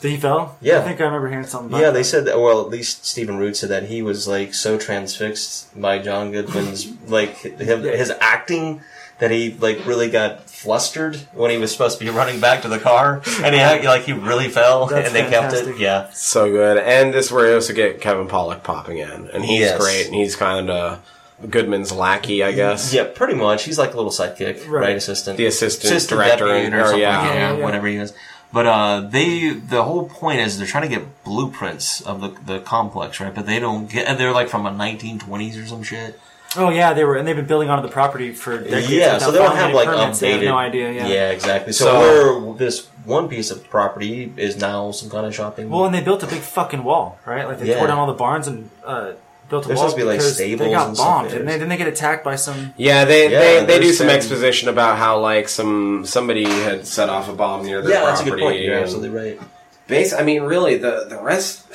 Speaker 3: That he fell?
Speaker 9: Yeah.
Speaker 3: I think I remember hearing something about
Speaker 9: yeah,
Speaker 3: that.
Speaker 9: they said that. Well, at least Stephen Root said that he was like so transfixed by John Goodman's like him, his acting that he like really got flustered when he was supposed to be running back to the car, and he act- like he really fell,
Speaker 3: That's
Speaker 9: and they kept
Speaker 3: fantastic.
Speaker 9: it. Yeah,
Speaker 1: So good. And this is where you also get Kevin Pollock popping in. And he's
Speaker 9: Yes.
Speaker 1: great. And he's kind of Goodman's lackey, I guess.
Speaker 9: yeah, pretty much. He's like a little sidekick, right?
Speaker 3: Right.
Speaker 9: assistant,
Speaker 1: The assistant director
Speaker 9: deputy
Speaker 1: and- or yeah.
Speaker 9: like that,
Speaker 3: Yeah, yeah, yeah.
Speaker 9: whatever he is.
Speaker 2: But uh, they the whole point is they're trying to get blueprints of the, the complex, right? But they don't get. and They're like from a 1920s or some shit.
Speaker 3: Oh yeah, they were and they've been building onto the property for decades.
Speaker 9: Yeah,
Speaker 3: without
Speaker 9: so they don't
Speaker 3: filing
Speaker 9: have
Speaker 3: any
Speaker 9: like
Speaker 3: permits.
Speaker 9: updated.
Speaker 3: They have no idea, yeah.
Speaker 9: exactly. So,
Speaker 1: So-
Speaker 9: where this one piece of property is now some kind of shopping.
Speaker 3: Well, and they built a big fucking wall, right? Like they
Speaker 9: Yeah.
Speaker 3: tore down all the barns and uh, built a
Speaker 9: They're
Speaker 3: wall
Speaker 9: supposed to be, like,
Speaker 3: because
Speaker 9: stables
Speaker 3: they got
Speaker 9: and stuff
Speaker 3: bombed,
Speaker 9: there.
Speaker 3: didn't they? Didn't they get attacked by some?
Speaker 1: Yeah, they,
Speaker 9: Yeah,
Speaker 1: they, they do
Speaker 9: there's
Speaker 1: some
Speaker 9: been-
Speaker 1: exposition about how like some somebody had set off a bomb near their
Speaker 9: yeah, that's a
Speaker 1: property.
Speaker 9: good point. You're
Speaker 1: and
Speaker 9: absolutely right.
Speaker 1: Base, I mean, really, the the rest,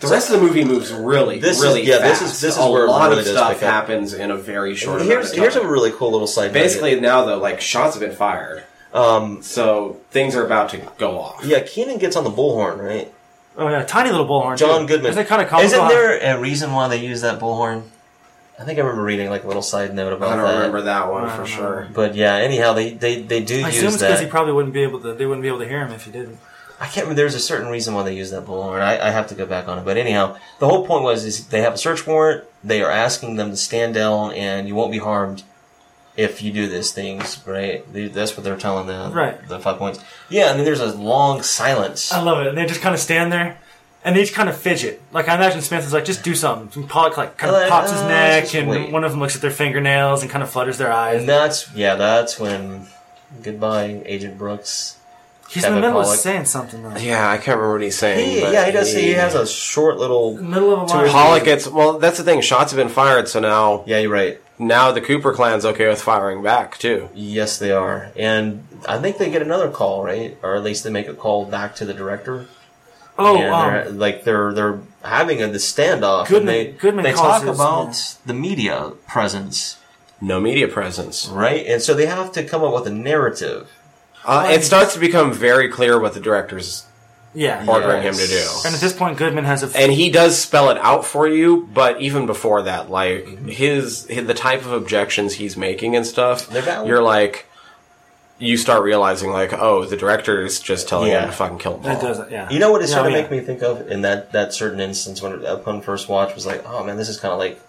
Speaker 1: the rest of the movie moves really,
Speaker 9: This is-
Speaker 1: really
Speaker 9: yeah, this
Speaker 1: fast.
Speaker 9: is- this is
Speaker 1: a
Speaker 9: where it
Speaker 1: lot
Speaker 9: really
Speaker 1: of
Speaker 9: does
Speaker 1: stuff
Speaker 9: pick up.
Speaker 1: happens in a very short. amount
Speaker 9: Here's
Speaker 1: of time.
Speaker 9: here's a really cool little side. nugget.
Speaker 1: basically now though, like shots have been fired,
Speaker 9: um,
Speaker 1: so things are about to go off.
Speaker 9: yeah, Keenan gets on the bullhorn, right?
Speaker 3: Oh yeah, tiny little bullhorn.
Speaker 9: John
Speaker 3: too.
Speaker 9: Goodman.
Speaker 3: Isn't it kind of comical?
Speaker 9: Isn't
Speaker 3: how-
Speaker 9: there a reason why they use that bullhorn? I think I remember reading like a little side note about
Speaker 1: I don't
Speaker 9: that.
Speaker 1: remember that one
Speaker 3: I don't
Speaker 1: for
Speaker 3: know.
Speaker 1: sure.
Speaker 9: But yeah, anyhow, they they, they do
Speaker 3: I assume
Speaker 9: use
Speaker 3: it's because he
Speaker 9: that.
Speaker 3: probably wouldn't be able to. They wouldn't be able to hear him if he didn't.
Speaker 9: I can't remember. There's a certain reason why they use that bullhorn. I, I have to go back on it. But anyhow, the whole point was is they have a search warrant. They are asking them to stand down, and you won't be harmed if you do these things, right? They, that's what they're telling the
Speaker 3: Right.
Speaker 9: the five points. Yeah, and then there's a long silence.
Speaker 3: I love it. And they just kind of stand there, and they each kind of fidget. Like I imagine Smith is like, just do something. And Pollock like kind
Speaker 9: Like,
Speaker 3: of pops his
Speaker 9: uh, just
Speaker 3: neck, and
Speaker 9: wait.
Speaker 3: one of them looks at their fingernails and kind of flutters their eyes.
Speaker 9: And that's yeah, that's when goodbye, Agent Brooks.
Speaker 3: He's in the
Speaker 9: Kevin
Speaker 3: middle
Speaker 9: Pollak.
Speaker 3: of saying something though.
Speaker 1: Yeah, I can't remember what he's saying.
Speaker 9: He,
Speaker 1: but
Speaker 9: yeah, he does. He, has a short little.
Speaker 3: Middle of a line.
Speaker 1: Pollock gets well. That's the thing. Shots have been fired, so now
Speaker 9: Yeah, you're right.
Speaker 1: now the Cooper clan's okay with firing back too.
Speaker 9: Yes, they are, and I think they get another call, right? Or at least they make a call back to the director.
Speaker 3: Oh,
Speaker 9: and
Speaker 3: um,
Speaker 9: they're, like they're they're having a, this standoff.
Speaker 3: Goodman-
Speaker 9: and they,
Speaker 3: Goodman
Speaker 9: they
Speaker 3: calls
Speaker 9: talk
Speaker 3: his-
Speaker 9: about
Speaker 2: The media presence.
Speaker 1: No media presence.
Speaker 9: right, and so they have to come up with a narrative.
Speaker 1: Uh, it starts to become very clear what the director's
Speaker 3: yeah.
Speaker 1: ordering
Speaker 9: Yes.
Speaker 1: him to do.
Speaker 3: And at this point, Goodman has a. f-
Speaker 1: And he does spell it out for you, but even before that, like his, his the type of objections he's making and stuff,
Speaker 9: They're valid.
Speaker 1: you're like, you start realizing like, oh, the director is just telling
Speaker 9: Yeah.
Speaker 1: him to fucking kill him.
Speaker 3: it doesn't. Yeah.
Speaker 9: You know what it
Speaker 3: Yeah,
Speaker 9: sort of
Speaker 3: yeah.
Speaker 9: make me think of in that that certain instance when upon first watch was like, oh man, this is kind of like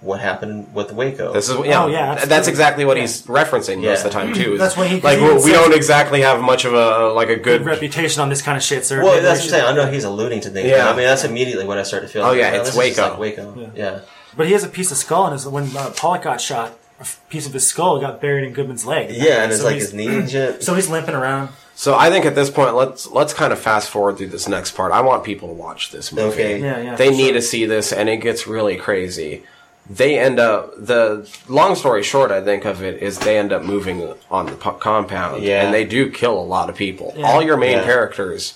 Speaker 9: what happened with Waco.
Speaker 1: This is yeah,
Speaker 3: Oh, yeah,
Speaker 1: that's,
Speaker 3: absolutely.
Speaker 1: exactly what he's referencing
Speaker 9: Yeah.
Speaker 1: most of the time too. is
Speaker 3: That's what he-
Speaker 1: like.
Speaker 3: he
Speaker 1: we-
Speaker 3: even
Speaker 1: we
Speaker 3: says-
Speaker 1: don't exactly have much of a like a good.
Speaker 3: reputation on this kind of shit, sir.
Speaker 9: Well,
Speaker 3: Maybe
Speaker 9: that's
Speaker 3: we
Speaker 9: what I'm
Speaker 3: should-
Speaker 9: saying. I know he's alluding to things.
Speaker 1: Yeah.
Speaker 9: Yeah. I mean, that's immediately what I started feeling.
Speaker 1: Oh, yeah,
Speaker 9: Like,
Speaker 1: it's
Speaker 9: this is just
Speaker 1: Waco.
Speaker 9: Like Waco. Yeah.
Speaker 3: But he has a piece of skull, and his, when uh, Pollock got shot, a f- piece of his skull got buried in Goodman's leg.
Speaker 9: Yeah, and it's like
Speaker 3: he's,
Speaker 9: his knee and shit.
Speaker 3: So he's limping around.
Speaker 1: So I think at this point, let's let's kind of fast forward through this next part. I want people to watch this movie.
Speaker 9: Okay.
Speaker 3: Yeah, yeah.
Speaker 1: they
Speaker 3: for
Speaker 1: need
Speaker 3: sure.
Speaker 1: to see this and it gets really crazy they end up the long story short i think of it is they end up moving on the po- compound
Speaker 9: Yeah.
Speaker 1: and they do kill a lot of people
Speaker 3: Yeah.
Speaker 1: all your main
Speaker 9: Yeah.
Speaker 1: characters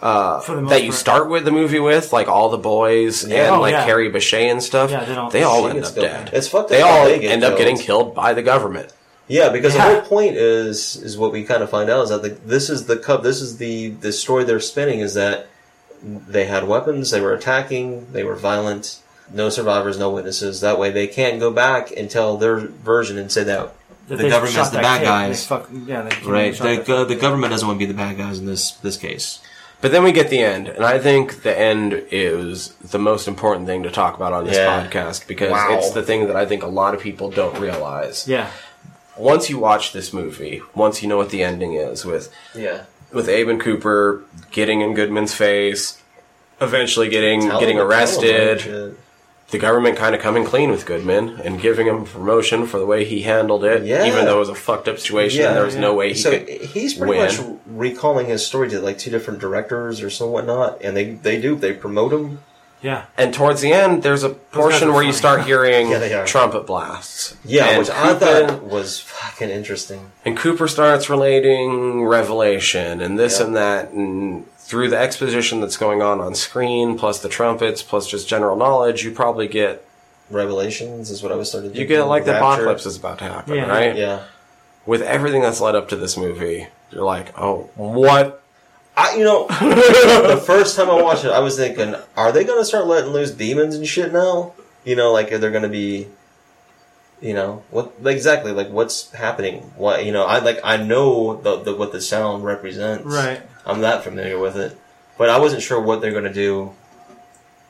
Speaker 3: for the most
Speaker 1: that you
Speaker 3: part.
Speaker 1: start with the movie with like all the boys and
Speaker 3: Oh,
Speaker 1: like
Speaker 3: yeah.
Speaker 1: carrie Bechet and stuff
Speaker 3: Yeah, they don't-
Speaker 1: they all
Speaker 9: She
Speaker 1: end
Speaker 9: gets
Speaker 1: up
Speaker 9: killed.
Speaker 1: dead
Speaker 9: It's fucked up
Speaker 1: they
Speaker 9: how
Speaker 1: all
Speaker 9: they get
Speaker 1: end up
Speaker 9: killed.
Speaker 1: getting killed by the government
Speaker 9: Yeah, because
Speaker 3: Yeah.
Speaker 9: the whole point is is what we kind of find out is that the, this is the cub. This is the the story they're spinning is that they had weapons, they were attacking, they were violent. No survivors, no witnesses. That way, they can't go back and tell their version and say that.
Speaker 3: That
Speaker 2: the
Speaker 3: they
Speaker 2: government's
Speaker 3: shot
Speaker 2: the
Speaker 3: that
Speaker 2: bad
Speaker 3: kid, and they
Speaker 2: guys.
Speaker 3: fuck- yeah, they came
Speaker 2: Right.
Speaker 3: and shot that
Speaker 2: The, uh, the government doesn't want to be the bad guys in this this case.
Speaker 1: but then we get the end and i think the end is the most important thing to talk about on this
Speaker 9: Yeah.
Speaker 1: podcast because
Speaker 9: Wow.
Speaker 1: it's the thing that i think a lot of people don't realize
Speaker 3: Yeah.
Speaker 1: once you watch this movie, once you know what the ending is with
Speaker 9: Yeah.
Speaker 1: with Abe and Cooper getting in Goodman's face, eventually getting getting
Speaker 9: Tell them-
Speaker 1: arrested,
Speaker 9: tell them
Speaker 1: the government kind of coming clean with Goodman and giving him promotion for the way he handled it,
Speaker 9: Yeah.
Speaker 1: even though it was a fucked up situation
Speaker 9: Yeah,
Speaker 1: and there was no way he
Speaker 9: so
Speaker 1: could.
Speaker 9: he's pretty
Speaker 1: win.
Speaker 9: much recalling his story to like two different directors or some whatnot, and they they do they promote him.
Speaker 3: Yeah.
Speaker 1: And towards the end, there's a portion
Speaker 3: are
Speaker 1: where you
Speaker 3: funny.
Speaker 1: start hearing
Speaker 9: Yeah, they are.
Speaker 1: trumpet blasts.
Speaker 9: Yeah,
Speaker 1: And
Speaker 9: which I
Speaker 1: Cooper-
Speaker 9: thought was fucking interesting.
Speaker 1: And Cooper starts relating revelation and this
Speaker 9: Yeah.
Speaker 1: and that, and through the exposition that's going on on screen, plus the trumpets, plus just general knowledge, you probably get
Speaker 9: Revelations is what I was starting.
Speaker 1: you get like the
Speaker 9: Rapture.
Speaker 1: apocalypse is about to happen,
Speaker 3: Yeah.
Speaker 1: right?
Speaker 9: Yeah,
Speaker 1: With everything that's led up to this movie, you're like, oh, what?
Speaker 9: I you know the first time I watched it, I was thinking, are they going to start letting loose demons and shit now? You know, like are they going to be, you know, what exactly like what's happening? What you know, I like I know the, the what the sound represents.
Speaker 3: Right.
Speaker 9: I'm that familiar with it, but I wasn't sure what they're going to do.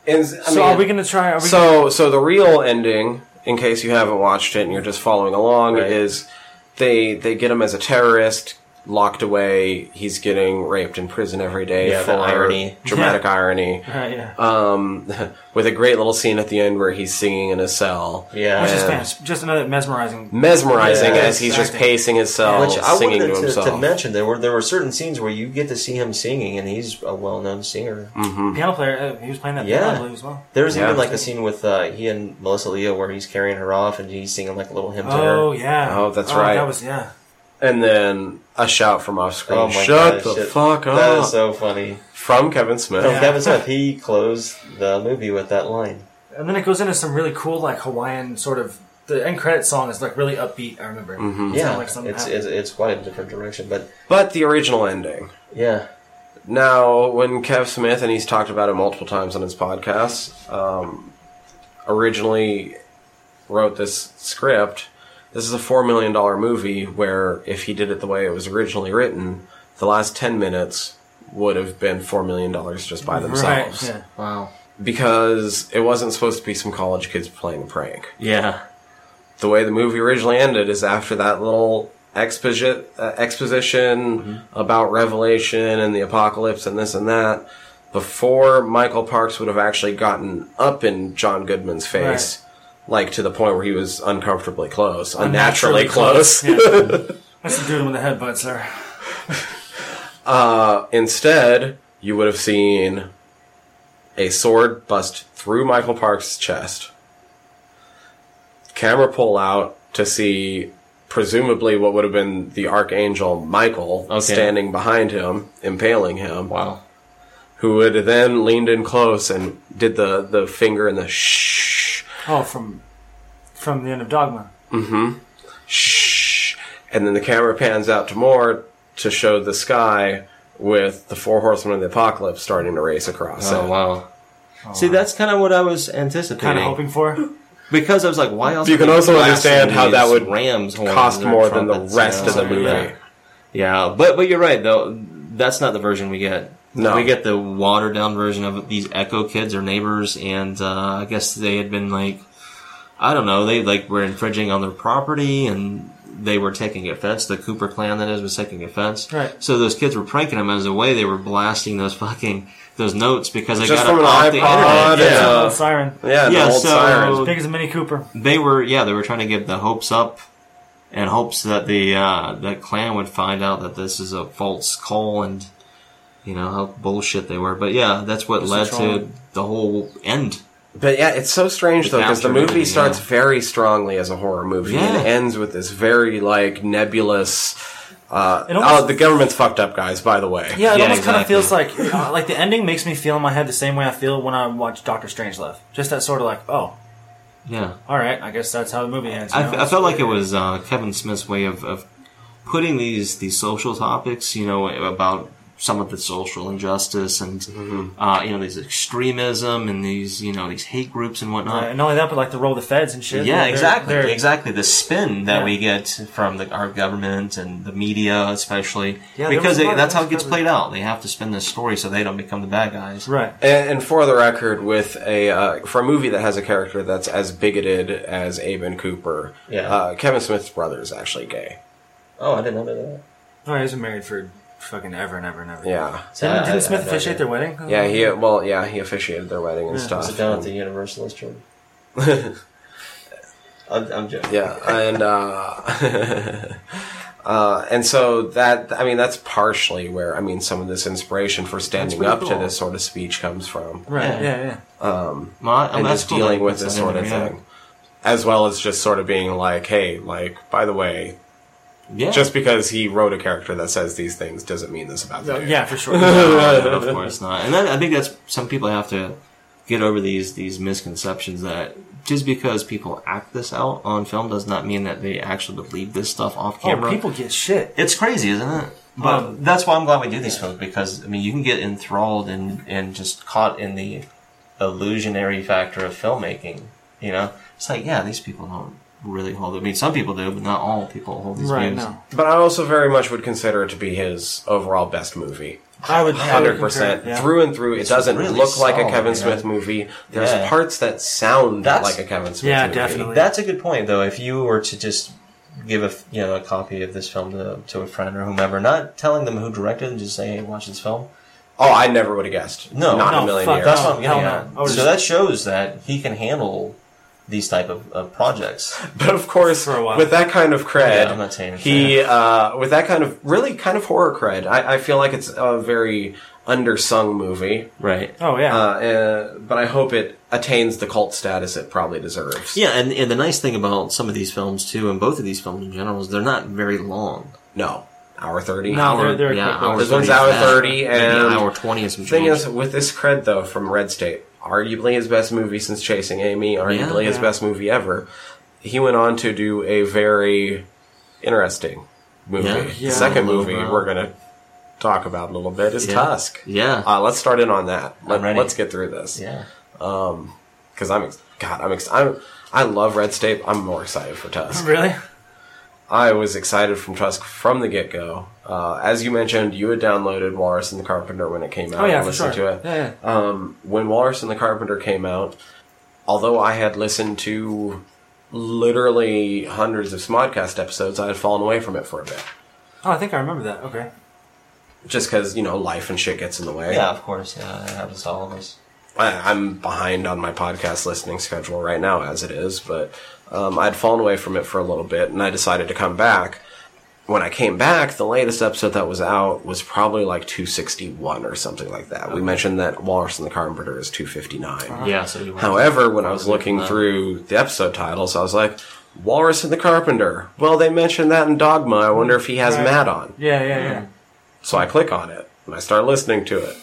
Speaker 1: And, I
Speaker 3: so
Speaker 1: mean-
Speaker 3: are we gonna try? Are we
Speaker 1: So,
Speaker 3: gonna,
Speaker 1: so the real ending, in case you haven't watched it and you're just following along,
Speaker 9: Right.
Speaker 1: is they they get him as a terrorist, locked away. He's getting raped in prison every day.
Speaker 9: Yeah, the
Speaker 1: for
Speaker 9: irony.
Speaker 1: dramatic irony.
Speaker 3: Right, yeah.
Speaker 1: Um, with a great little scene at the end where he's singing in his cell,
Speaker 9: Yeah,
Speaker 3: Which is
Speaker 1: yeah.
Speaker 3: fast. Just another mesmerizing.
Speaker 1: mesmerizing
Speaker 9: Yeah,
Speaker 1: as he's just
Speaker 3: exactly.
Speaker 1: pacing his cell,
Speaker 9: Which I
Speaker 1: singing
Speaker 9: wanted
Speaker 1: to,
Speaker 9: to, to,
Speaker 1: himself.
Speaker 9: mention there were there were certain scenes where you get to see him singing, and he's a well known singer.
Speaker 3: Piano player. Uh, he was playing that
Speaker 9: Yeah.
Speaker 3: piano, I believe, as well.
Speaker 9: There's
Speaker 1: Hmm. Yeah.
Speaker 9: even like a scene with uh, he and Melissa Leo where he's carrying her off, and he's singing like a little hymn to her.
Speaker 3: Oh yeah.
Speaker 1: Oh, that's right.
Speaker 3: That was yeah.
Speaker 1: and then a shout from off screen,
Speaker 9: Oh my
Speaker 1: "Shut
Speaker 9: gosh,
Speaker 1: the
Speaker 9: it-
Speaker 1: fuck
Speaker 9: That
Speaker 1: up!"
Speaker 9: is so funny.
Speaker 1: from Kevin Smith.
Speaker 9: From
Speaker 3: Yeah.
Speaker 9: Kevin Smith, he closed the movie with that line.
Speaker 3: And then it goes into some really cool like Hawaiian sort of. The end credit song is like really upbeat. I remember. Mm-hmm.
Speaker 9: Yeah,
Speaker 3: like something
Speaker 9: it's,
Speaker 3: happened.
Speaker 9: it's it's quite a different direction, but
Speaker 1: But the original ending.
Speaker 9: yeah,
Speaker 1: Now, when Kev Smith, and he's talked about it multiple times on his podcast, um, originally wrote this script, this is a $4 million movie where if he did it the way it was originally written, the last 10 minutes would have been $4 million just by
Speaker 3: Right.
Speaker 1: themselves.
Speaker 3: Yeah.
Speaker 9: wow,
Speaker 1: Because it wasn't supposed to be some college kids playing a prank.
Speaker 9: yeah,
Speaker 1: The way the movie originally ended is after that little exposi- uh, exposition about Revelation and the apocalypse and this and that, before Michael Parks would have actually gotten up in John Goodman's face, like to the point where he was uncomfortably close, unnaturally, close.
Speaker 3: That's the dude with the headbutts there.
Speaker 1: Instead, you would have seen a sword bust through Michael Parks' chest. Camera pull out to see presumably what would have been the archangel Michael standing behind him, impaling him.
Speaker 9: wow,
Speaker 1: Who would have then leaned in close and did the the finger and the shh
Speaker 3: Oh, from from the end of Dogma.
Speaker 1: shh, and then the camera pans out to more to show the sky with the four horsemen of the apocalypse starting to race
Speaker 9: Oh,
Speaker 1: across it.
Speaker 9: wow. See, that's kind of what I was anticipating
Speaker 3: Kind of hoping for.
Speaker 9: because I was like, why else?
Speaker 1: You can
Speaker 9: are they
Speaker 1: also
Speaker 9: blasting
Speaker 1: understand how
Speaker 9: these
Speaker 1: that would
Speaker 9: Rams horns
Speaker 1: cost
Speaker 9: and
Speaker 1: more than the
Speaker 9: trumpets,
Speaker 1: rest
Speaker 9: you
Speaker 1: of the
Speaker 9: know?
Speaker 1: movie.
Speaker 9: Yeah. Yeah, but but you're right though. That's not the version we get.
Speaker 1: No.
Speaker 9: we get the watered down version of these Echo kids or neighbors, and uh, I guess they had been like, I don't know, they like were infringing on their property and they were taking offense. The Cooper clan that is was taking offense.
Speaker 3: Right.
Speaker 9: So those kids were pranking them as a way they were blasting those fucking those notes because they
Speaker 1: Just
Speaker 9: got
Speaker 1: from
Speaker 9: it
Speaker 1: an
Speaker 9: off the
Speaker 1: iPod and-
Speaker 9: internet.
Speaker 3: Some
Speaker 1: Yeah.
Speaker 3: old siren.
Speaker 1: Yeah, the
Speaker 9: Yeah,
Speaker 1: old
Speaker 9: so-
Speaker 1: sirens.
Speaker 3: Big as a Mini Cooper.
Speaker 9: they were yeah they were trying to get the hopes up and hopes that the uh the clan would find out that this is a false call and you know how bullshit they were but yeah that's what led to
Speaker 3: trolling.
Speaker 9: the whole end
Speaker 1: But yeah, it's so strange though because the
Speaker 9: capture
Speaker 1: movie
Speaker 9: it,
Speaker 1: starts
Speaker 9: yeah.
Speaker 1: very strongly as a horror movie
Speaker 9: Yeah.
Speaker 1: and ends with this very like nebulous. Uh,
Speaker 3: It almost-
Speaker 1: oh, the government's fucked up, guys. By the way,
Speaker 3: Yeah, it
Speaker 9: Yeah,
Speaker 3: almost kind of
Speaker 9: exactly.
Speaker 3: feels like uh, like the ending makes me feel in my head the same way I feel when I watch Doctor Strangelove. Just that sort of like, oh,
Speaker 9: yeah
Speaker 3: all right, I guess that's how the movie ends. you
Speaker 9: I,
Speaker 3: know?
Speaker 9: I felt like it was uh, Kevin Smith's way of, of putting these these social topics, you know, about
Speaker 2: some of the social injustice and uh, you know these extremism and these you know these hate groups and whatnot.
Speaker 3: Uh, and not only that, but like the role of the feds and shit.
Speaker 9: Yeah,
Speaker 3: They're-
Speaker 9: exactly,
Speaker 3: they're-
Speaker 9: exactly. The spin that
Speaker 3: Yeah.
Speaker 9: we get from the, our government and the media, especially,
Speaker 3: Yeah, there
Speaker 9: because
Speaker 3: was a
Speaker 9: they,
Speaker 3: lot of
Speaker 9: that's how
Speaker 3: that
Speaker 9: it gets
Speaker 3: covered.
Speaker 9: played out. They have to spin this story so they don't become the bad guys.
Speaker 3: right.
Speaker 1: And, and for the record, with a uh, for a movie that has a character that's as bigoted as Aben Cooper,
Speaker 9: Yeah.
Speaker 1: uh, Kevin Smith's brother is actually gay.
Speaker 9: Oh, I didn't know that.
Speaker 3: Oh, he's been married for fucking ever and ever and ever.
Speaker 1: Yeah,
Speaker 3: Didn't,
Speaker 9: I- I-
Speaker 3: didn't Smith
Speaker 9: I- I-
Speaker 3: officiate their wedding?
Speaker 1: yeah. He well, yeah, he officiated their wedding and stuff.
Speaker 9: Was it down at
Speaker 1: and-
Speaker 9: the Universalist Church? I'm, I'm joking.
Speaker 1: yeah, and uh, uh, and so that I mean that's partially where I mean some of this inspiration for standing
Speaker 2: pretty
Speaker 1: up to
Speaker 2: cool.
Speaker 1: this sort of speech comes from,
Speaker 3: Right. Yeah. Yeah.
Speaker 2: Well, I-
Speaker 1: and
Speaker 2: that's
Speaker 1: just
Speaker 2: cool
Speaker 1: dealing
Speaker 2: that-
Speaker 1: with
Speaker 2: that's
Speaker 1: this
Speaker 2: in
Speaker 1: sort
Speaker 2: there,
Speaker 1: of
Speaker 2: yeah.
Speaker 1: thing, as well as just sort of being like, hey, like by the way,
Speaker 2: Yeah,
Speaker 1: just because he wrote a character that says these things doesn't mean this about the dude.
Speaker 3: Yeah, for sure.
Speaker 2: of course not. And then I think that's some people have to get over these these misconceptions that just because people act this out on film does not mean that they actually believe this stuff off camera.
Speaker 3: oh, people get shit.
Speaker 9: It's crazy, isn't it? But
Speaker 3: Um,
Speaker 9: that's why I'm glad we do these films because I mean you can get enthralled and and just caught in the illusionary factor of filmmaking. You know, it's like yeah, these people don't really hold. I mean, some people do, but not all people hold these
Speaker 3: Right
Speaker 9: views.
Speaker 3: now,
Speaker 1: But I also very much would consider it to be his overall best movie.
Speaker 3: I would
Speaker 1: hundred percent through and through. It doesn't
Speaker 9: really
Speaker 1: look like a
Speaker 9: solid,
Speaker 1: Kevin
Speaker 9: yeah.
Speaker 1: Smith movie. There's
Speaker 9: Yeah.
Speaker 1: parts that sound
Speaker 9: That's-
Speaker 1: like a Kevin Smith.
Speaker 3: Yeah,
Speaker 1: movie.
Speaker 3: definitely.
Speaker 9: That's a good point, though. If you were to just give a you know a copy of this film to, to a friend or whomever, not telling them who directed, and just say, "Hey, watch this film."
Speaker 1: Oh, I never would have guessed.
Speaker 9: No,
Speaker 1: not
Speaker 3: no,
Speaker 1: in a million
Speaker 3: Oh, fuck,
Speaker 1: years.
Speaker 9: That's
Speaker 3: No,
Speaker 9: what I'm getting
Speaker 3: hell
Speaker 9: at.
Speaker 3: no. I was
Speaker 9: So
Speaker 3: just-
Speaker 9: that shows that he can handle these type of, of projects.
Speaker 1: But of course,
Speaker 3: For a while.
Speaker 1: with that kind of cred,
Speaker 9: Yeah, I'm not saying it's
Speaker 1: he uh, with that kind of really kind of horror cred, I, I feel like it's a very undersung movie.
Speaker 2: right.
Speaker 3: Oh yeah.
Speaker 1: Uh, uh, but I hope it attains the cult status it probably deserves.
Speaker 2: Yeah, and, and the nice thing about some of these films too, and both of these films in general, is they're not very long.
Speaker 1: No, hour thirty.
Speaker 3: No, they're- they're
Speaker 2: yeah,
Speaker 3: quick ones.
Speaker 1: This one's
Speaker 2: 30 is
Speaker 1: hour
Speaker 2: bad.
Speaker 1: 30
Speaker 2: Maybe
Speaker 1: and-
Speaker 2: hour twenty is some
Speaker 1: thing
Speaker 2: change.
Speaker 1: is with this cred though from Red State, arguably his best movie since Chasing Amy, arguably his
Speaker 3: Yeah.
Speaker 1: best movie ever. He went on to do a very interesting movie.
Speaker 2: Yeah.
Speaker 1: The
Speaker 3: Yeah.
Speaker 1: second movie
Speaker 2: Luma.
Speaker 1: we're gonna talk about a little bit is
Speaker 2: Yeah.
Speaker 1: Tusk.
Speaker 2: yeah,
Speaker 1: Uh, let's start in on that. Let,
Speaker 9: I'm ready.
Speaker 1: us get through this
Speaker 9: Yeah.
Speaker 1: because I'm ex- God. I'm, ex- I'm I love Red State. I'm more excited for Tusk.
Speaker 3: really?
Speaker 1: I was excited from Tusk from the get go. Uh, as you mentioned, you had downloaded Walrus and the Carpenter when it came out.
Speaker 3: Oh yeah,
Speaker 1: and
Speaker 3: for sure.
Speaker 1: listened to it
Speaker 3: Yeah, yeah.
Speaker 1: um, when Walrus and the Carpenter came out, although I had listened to literally hundreds of Smodcast episodes, I had fallen away from it for a bit.
Speaker 3: Oh, I think I remember that. Okay.
Speaker 1: Just because, you know, life and shit gets in the way.
Speaker 9: Yeah, of course. Yeah, it happens to all of us.
Speaker 1: I, I'm behind on my podcast listening schedule right now, as it is, but um, I'd fallen away from it for a little bit and I decided to come back. When I came back, the latest episode that was out was probably like 261 or something like that. We mentioned that Walrus and the Carpenter is 259.
Speaker 2: yeah. So you
Speaker 1: However, when I was looking through the episode titles, I was like, Walrus and the Carpenter. Well, they mentioned that in Dogma. I wonder if he has
Speaker 3: Right.
Speaker 1: Matt on.
Speaker 3: Yeah, yeah, yeah.
Speaker 1: So I click on it and I start listening to it.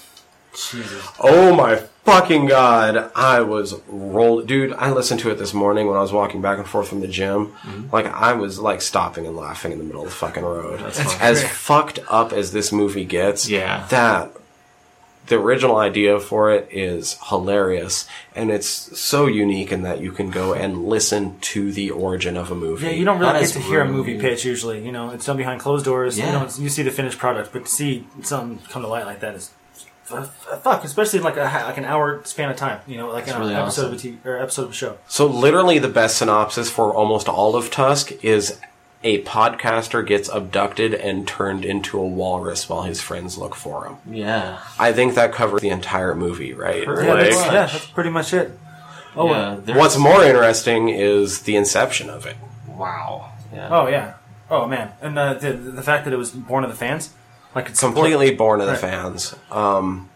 Speaker 3: Jesus.
Speaker 1: Oh my fucking god! I was roll, dude. I listened to it this morning when I was walking back and forth from the gym.
Speaker 3: Mm-hmm.
Speaker 1: Like I was like stopping and laughing in the middle of the fucking road. as fucked up as this movie gets,
Speaker 2: Yeah.
Speaker 1: that the original idea for it is hilarious, and it's so unique in that you can go and listen to the origin of a movie.
Speaker 3: Yeah, you don't really
Speaker 2: That
Speaker 3: get
Speaker 2: is
Speaker 3: to hear a
Speaker 2: really
Speaker 3: movie
Speaker 2: weird.
Speaker 3: pitch usually. You know, it's done behind closed doors.
Speaker 2: Yeah.
Speaker 3: You don't you see the finished product, but to see something come to light like that is f- f- fuck, especially in like a ha- like an hour span of time. You know, like an
Speaker 2: really
Speaker 3: episode
Speaker 2: awesome.
Speaker 3: of a TV, or episode of a show.
Speaker 1: So literally the best synopsis for almost all of Tusk is a podcaster gets abducted and turned into a walrus while his friends look for him.
Speaker 2: yeah.
Speaker 1: I think that covers the entire movie, right?
Speaker 2: Correct.
Speaker 3: Yeah,
Speaker 1: Like,
Speaker 3: that's, yeah, that's pretty much it. Oh,
Speaker 2: yeah
Speaker 3: uh,
Speaker 2: there's-
Speaker 1: what's more interesting is the inception of it.
Speaker 2: wow. Yeah.
Speaker 3: oh yeah, oh man, and uh, the the fact that it was born of the fans, like it's
Speaker 1: Completely born of the
Speaker 3: Right.
Speaker 1: fans. Um,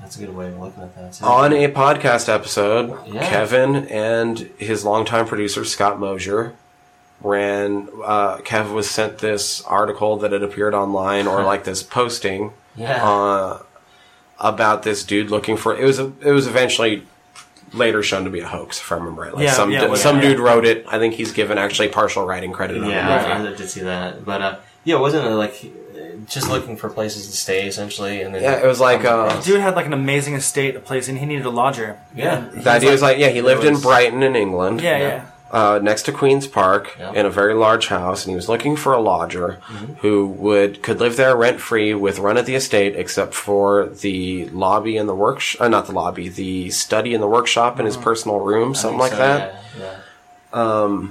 Speaker 9: That's a good way of looking at that. Too.
Speaker 1: on a podcast episode,
Speaker 2: Yeah.
Speaker 1: Kevin and his longtime producer Scott Mosier ran. Uh, Kev was sent this article that had appeared online, or like this posting
Speaker 2: Yeah.
Speaker 1: uh, about this dude looking for it was a, it was eventually later shown to be a hoax if I remember right. Like
Speaker 3: Yeah,
Speaker 1: some
Speaker 3: yeah,
Speaker 1: du-
Speaker 3: yeah,
Speaker 1: some
Speaker 3: yeah.
Speaker 1: dude wrote it. I think he's given actually partial writing credit. on the
Speaker 9: yeah,
Speaker 1: movie.
Speaker 9: I, I did see that, but uh, yeah, wasn't it like uh, just looking for places to stay essentially, and then
Speaker 1: Yeah, it was like uh,
Speaker 3: Dude had like an amazing estate, a place, and he needed a lodger.
Speaker 9: yeah,
Speaker 1: the idea was like yeah, he lived in
Speaker 9: was-
Speaker 1: Brighton in England.
Speaker 3: Yeah, yeah.
Speaker 1: uh, next to Queens Park
Speaker 9: Yeah.
Speaker 1: in a very large house, and he was looking for a lodger who would could live there rent free with run at the estate, except for the lobby and the workshop, uh, not the lobby, the study and the workshop in his personal room, something like
Speaker 9: So,
Speaker 1: that.
Speaker 9: Yeah, yeah.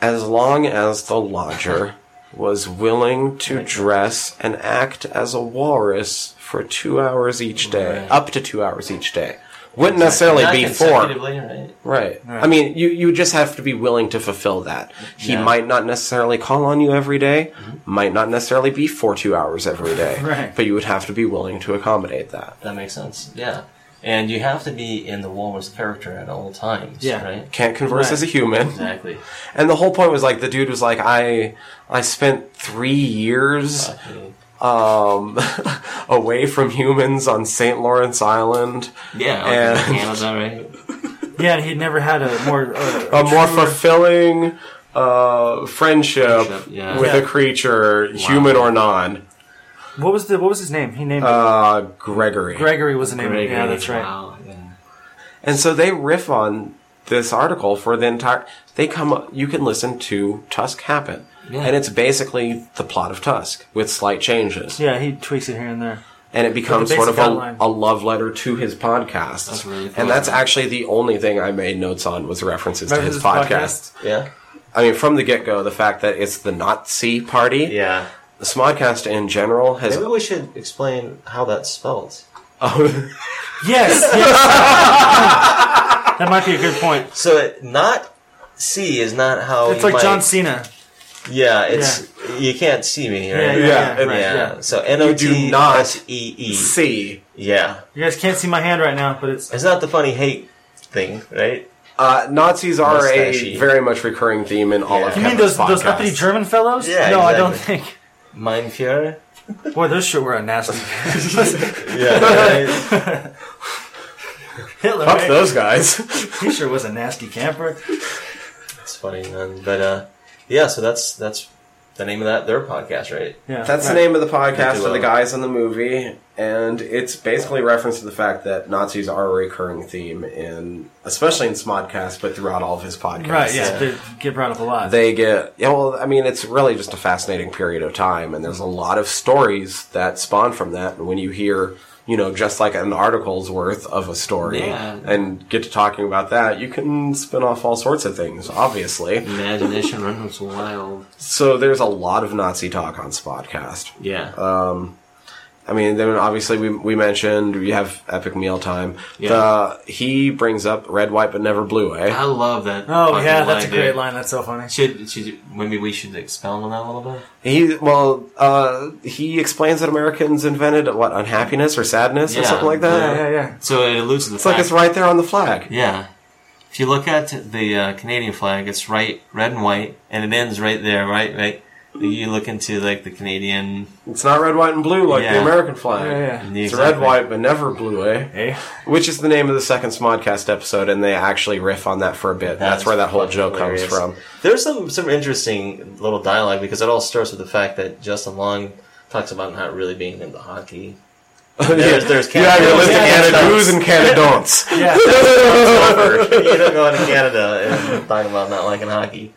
Speaker 1: As long as the lodger was willing to dress and act as a walrus for two hours each day,
Speaker 9: Right.
Speaker 1: up to two hours each day. Wouldn't necessarily be
Speaker 9: Not
Speaker 1: four.
Speaker 9: consecutively, right?
Speaker 1: Right. I mean, you, you just have to be willing to fulfill that. He
Speaker 9: Yeah. Mm-hmm.
Speaker 1: might not necessarily call on you every day, might not necessarily be for two hours every day,
Speaker 3: Right.
Speaker 1: but you would have to be willing to accommodate that.
Speaker 9: That makes sense. Yeah, and you have to be in the walrus character at all times.
Speaker 3: Yeah.
Speaker 9: right.
Speaker 1: Can't converse
Speaker 3: Right.
Speaker 1: as a human.
Speaker 9: Exactly.
Speaker 1: And the whole point was like, the dude was like, I, I spent three years, um, away from humans on St. Lawrence Island.
Speaker 2: Yeah, like
Speaker 1: And-
Speaker 2: Canada, right?
Speaker 3: Yeah, and he'd never had a more. Uh,
Speaker 1: A more fulfilling, uh, friendship,
Speaker 2: Friendship, yeah.
Speaker 1: with
Speaker 3: Yeah.
Speaker 1: a creature, human or non.
Speaker 3: what was the what was his name? He named it.
Speaker 1: Uh, Gregory.
Speaker 3: Gregory was the name.
Speaker 2: Gregory,
Speaker 3: yeah, that's right.
Speaker 2: Wow, yeah.
Speaker 1: And so they riff on this article for the entire. They come. up- You can listen to Tusk happen,
Speaker 2: Yeah.
Speaker 1: and it's basically the plot of Tusk with slight changes,
Speaker 3: Yeah, he tweaks it here and there.
Speaker 1: and it becomes
Speaker 3: the
Speaker 1: sort of
Speaker 3: basic
Speaker 1: a,
Speaker 3: outline.
Speaker 1: a love letter to his podcast.
Speaker 2: That's really cool.
Speaker 1: and that's actually the only thing I made notes on was references to
Speaker 3: Remember
Speaker 1: his,
Speaker 3: his
Speaker 1: podcast.
Speaker 3: podcast?
Speaker 9: Yeah.
Speaker 1: I mean, from the get go, the fact that it's the Nazi party,
Speaker 9: Yeah.
Speaker 1: the Smodcast in general has.
Speaker 9: Maybe we should explain how that's spelled.
Speaker 1: Oh,
Speaker 3: Yes. yes. that might be a good point.
Speaker 9: So it, not C is not how
Speaker 3: It's
Speaker 9: you
Speaker 3: like
Speaker 9: might-
Speaker 3: John Cena.
Speaker 9: Yeah, it's you can't see me, right?
Speaker 3: Yeah,
Speaker 1: yeah,
Speaker 9: yeah.
Speaker 1: right,
Speaker 9: So N O
Speaker 1: do
Speaker 9: T
Speaker 1: not
Speaker 9: S E E.
Speaker 1: C.
Speaker 9: Yeah,
Speaker 3: You guys can't see my hand right now, but it's
Speaker 9: it's not the funny hate thing, right?
Speaker 1: Uh, Nazis are a
Speaker 9: Mustachy.
Speaker 1: very much recurring theme in all of.
Speaker 3: You mean
Speaker 1: Kevin's
Speaker 3: those those
Speaker 1: podcasts.
Speaker 3: uppity German fellows?
Speaker 9: Yeah,
Speaker 3: no, I don't
Speaker 9: exactly.
Speaker 3: think.
Speaker 9: Mein Führer.
Speaker 3: Boy, those sure were a nasty
Speaker 9: Yeah. right?
Speaker 3: Hitler.
Speaker 1: Fuck
Speaker 3: man,
Speaker 1: those guys.
Speaker 3: He sure was a nasty camper.
Speaker 9: it's funny, man. But uh, yeah, so that's that's the name of that their podcast, right?
Speaker 3: Yeah,
Speaker 1: That's the
Speaker 3: right.
Speaker 1: name of the podcast
Speaker 9: Good
Speaker 1: for the
Speaker 9: lord.
Speaker 1: guys in the movie, and it's basically a reference to the fact that Nazis are a recurring theme in, especially in Smodcast, but throughout all of his podcasts.
Speaker 3: Right, yeah, they get brought up a lot.
Speaker 1: They get, yeah, well, I mean, it's really just a fascinating period of time, and there's a lot of stories that spawn from that. And when you hear, you know, just like an article's worth of a story
Speaker 2: Yeah.
Speaker 1: and get to talking about that, you can spin off all sorts of things, obviously.
Speaker 2: Imagination runs wild.
Speaker 1: So there's a lot of Nazi talk on Spotcast.
Speaker 2: Yeah.
Speaker 1: I mean, then obviously we we mentioned we have epic meal time.
Speaker 2: Yeah.
Speaker 1: The, he brings up red, white, but never blue. Eh?
Speaker 9: Uh-huh.
Speaker 2: I love that.
Speaker 3: oh
Speaker 2: fucking
Speaker 3: yeah, that's a
Speaker 2: dude.
Speaker 3: great line. That's so funny.
Speaker 2: Should, should maybe we should expound on that a little bit?
Speaker 1: He well, uh, he explains that Americans invented what unhappiness or sadness or
Speaker 2: Yeah.
Speaker 1: something like that.
Speaker 3: Yeah, yeah, yeah.
Speaker 2: So it alludes to the
Speaker 1: It's
Speaker 2: fact.
Speaker 1: like it's right there on the flag.
Speaker 2: Yeah. If you look at the uh, Canadian flag, it's right red and white, and it ends right there, right? Right. You look into like the Canadian.
Speaker 1: It's not red, white, and blue like the
Speaker 2: Yeah.
Speaker 1: American flag.
Speaker 3: Yeah, yeah.
Speaker 2: and the
Speaker 1: It's
Speaker 2: exact-
Speaker 1: red, white, but never blue. Eh?
Speaker 3: Hey,
Speaker 1: Which is the name of the second Smodcast episode, and they actually riff on that for a bit. That's
Speaker 9: is
Speaker 1: where that whole
Speaker 9: fucking
Speaker 1: joke
Speaker 9: hilarious.
Speaker 1: comes from.
Speaker 9: There's some some interesting little dialogue because it all starts with the fact that Justin Long talks about not really being into hockey.
Speaker 3: Oh,
Speaker 9: There's- there's
Speaker 1: you have your
Speaker 9: Canada-
Speaker 1: list of
Speaker 9: Canada
Speaker 1: Canada
Speaker 9: does.
Speaker 1: do's and Canada don'ts.
Speaker 3: yeah,
Speaker 9: you know, going to Canada and talking about not liking hockey.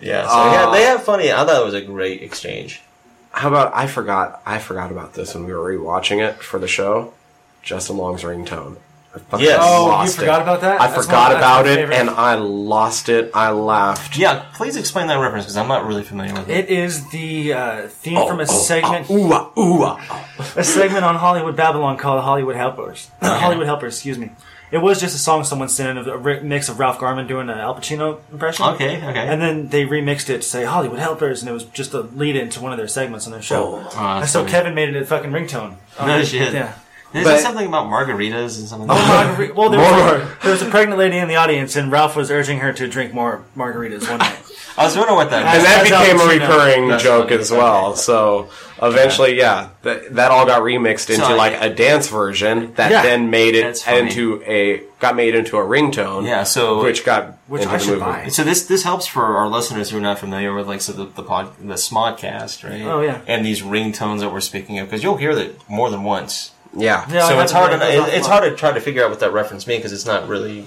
Speaker 9: Yeah, so yeah, they have funny. I thought it was a great exchange.
Speaker 1: How about I forgot I forgot about this when we were rewatching it for the show. Justin Long's ringtone. I fucking
Speaker 9: Yes. Oh,
Speaker 3: you
Speaker 1: lost
Speaker 3: forgot
Speaker 1: it.
Speaker 3: about that?
Speaker 1: I
Speaker 3: That's
Speaker 1: forgot
Speaker 3: my- that's
Speaker 1: about
Speaker 3: my
Speaker 1: it,
Speaker 3: favorite.
Speaker 1: and I lost it. I laughed.
Speaker 2: Yeah, please explain that reference because I'm not really familiar with it.
Speaker 3: it is the uh, theme from a
Speaker 1: Oh,
Speaker 3: segment,
Speaker 1: oh, ooh, ah, ooh, ah. Oh,
Speaker 3: a segment on Hollywood Babylon called Hollywood Helpers. Hollywood Helpers, excuse me. It was just a song someone sent in of a ri- mix of Ralph Garman doing an Al Pacino impression.
Speaker 2: Okay, okay.
Speaker 3: And then they remixed it to say Hollywood Helpers, and it was just a lead into one of their segments on their show.
Speaker 1: Oh.
Speaker 2: Oh,
Speaker 3: and
Speaker 2: that's
Speaker 3: so
Speaker 2: funny.
Speaker 3: Kevin made it a fucking ringtone. Um,
Speaker 2: No shit.
Speaker 3: Yeah.
Speaker 9: There's
Speaker 1: But-
Speaker 9: something about margaritas and something.
Speaker 3: Oh, margarita. Well, there
Speaker 1: More.
Speaker 3: was, there was a pregnant lady in the audience, and Ralph was urging her to drink more margaritas one night.
Speaker 9: I was wondering what that.
Speaker 1: and
Speaker 9: Was.
Speaker 1: that
Speaker 3: That's
Speaker 1: became a
Speaker 3: Al Pacino.
Speaker 1: recurring
Speaker 9: That's
Speaker 1: joke
Speaker 9: funny.
Speaker 1: as well. So eventually, yeah, that, that all got remixed into
Speaker 9: So,
Speaker 1: like
Speaker 9: yeah.
Speaker 1: a dance version that
Speaker 3: Yeah.
Speaker 1: then made
Speaker 9: That's
Speaker 1: it
Speaker 9: funny.
Speaker 1: into a got made into a ringtone.
Speaker 9: Yeah, so-
Speaker 1: which got
Speaker 3: Which
Speaker 1: into
Speaker 3: I
Speaker 1: the
Speaker 3: should
Speaker 1: movie.
Speaker 3: buy.
Speaker 9: So this this helps for our listeners who are not familiar with like so the the pod the Smodcast, right?
Speaker 3: Oh, yeah.
Speaker 9: And these ringtones that we're speaking of because you'll hear that more than once.
Speaker 1: Yeah.
Speaker 3: Yeah,
Speaker 2: So
Speaker 3: I
Speaker 2: it's
Speaker 3: had
Speaker 2: hard.
Speaker 3: to
Speaker 2: To,
Speaker 3: write those
Speaker 2: it- it's
Speaker 3: off.
Speaker 2: hard to try to figure out what that reference means because it's not really.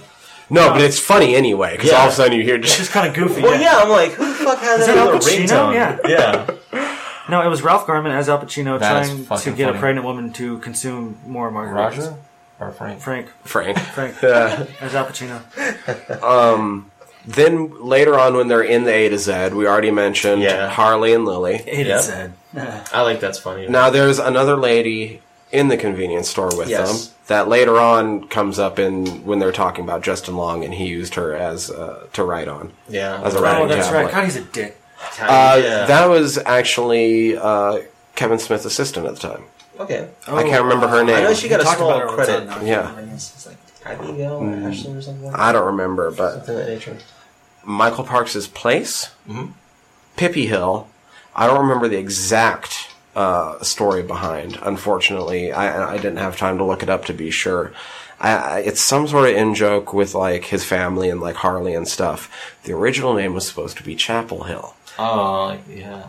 Speaker 1: No, but it's funny anyway because all of a sudden you hear
Speaker 3: It's
Speaker 1: just
Speaker 3: just kind of goofy.
Speaker 2: Well, yeah, I'm like, who the fuck has
Speaker 3: Is
Speaker 2: that
Speaker 3: that Al
Speaker 2: other
Speaker 3: Pacino?
Speaker 2: ringtone?
Speaker 3: Yeah.
Speaker 2: yeah.
Speaker 3: No, it was Ralph Garman as Al Pacino
Speaker 9: That is
Speaker 3: trying to
Speaker 9: fucking
Speaker 3: get
Speaker 9: funny.
Speaker 3: a pregnant woman to consume more margaritas.
Speaker 9: Roger or Frank.
Speaker 3: Frank.
Speaker 1: Frank.
Speaker 3: Frank. As Al Pacino.
Speaker 1: Then later on, when they're in the A to Z, we already mentioned
Speaker 2: Yeah.
Speaker 1: Harley and Lily.
Speaker 3: It
Speaker 2: Yep.
Speaker 3: is said.
Speaker 2: I like that's funny.
Speaker 1: Now there's another lady in the convenience store with
Speaker 2: Yes.
Speaker 1: them that later on comes up in when they're talking about Justin Long and he used her as uh, to write on.
Speaker 2: Yeah.
Speaker 1: As a
Speaker 3: Oh,
Speaker 1: writing
Speaker 3: that's
Speaker 1: tablet.
Speaker 3: right. God, he's a dick.
Speaker 1: Uh,
Speaker 2: yeah.
Speaker 1: That was actually uh, Kevin Smith's assistant at the time.
Speaker 2: okay.
Speaker 1: I can't remember her
Speaker 2: Oh, I
Speaker 1: name.
Speaker 2: know she got a small credit.
Speaker 1: yeah,
Speaker 2: It's like Abigail or Ashley or something. Like
Speaker 1: I don't remember, but
Speaker 2: Something of that nature.
Speaker 1: Michael Parks' place,
Speaker 2: Mm-hmm.
Speaker 1: Pippy Hill. I don't remember the exact uh, story behind. Unfortunately, I, I didn't have time to look it up to be sure. I, I, it's some sort of in joke with like his family and like Harley and stuff. The original name was supposed to be Chapel Hill,
Speaker 9: Oh yeah.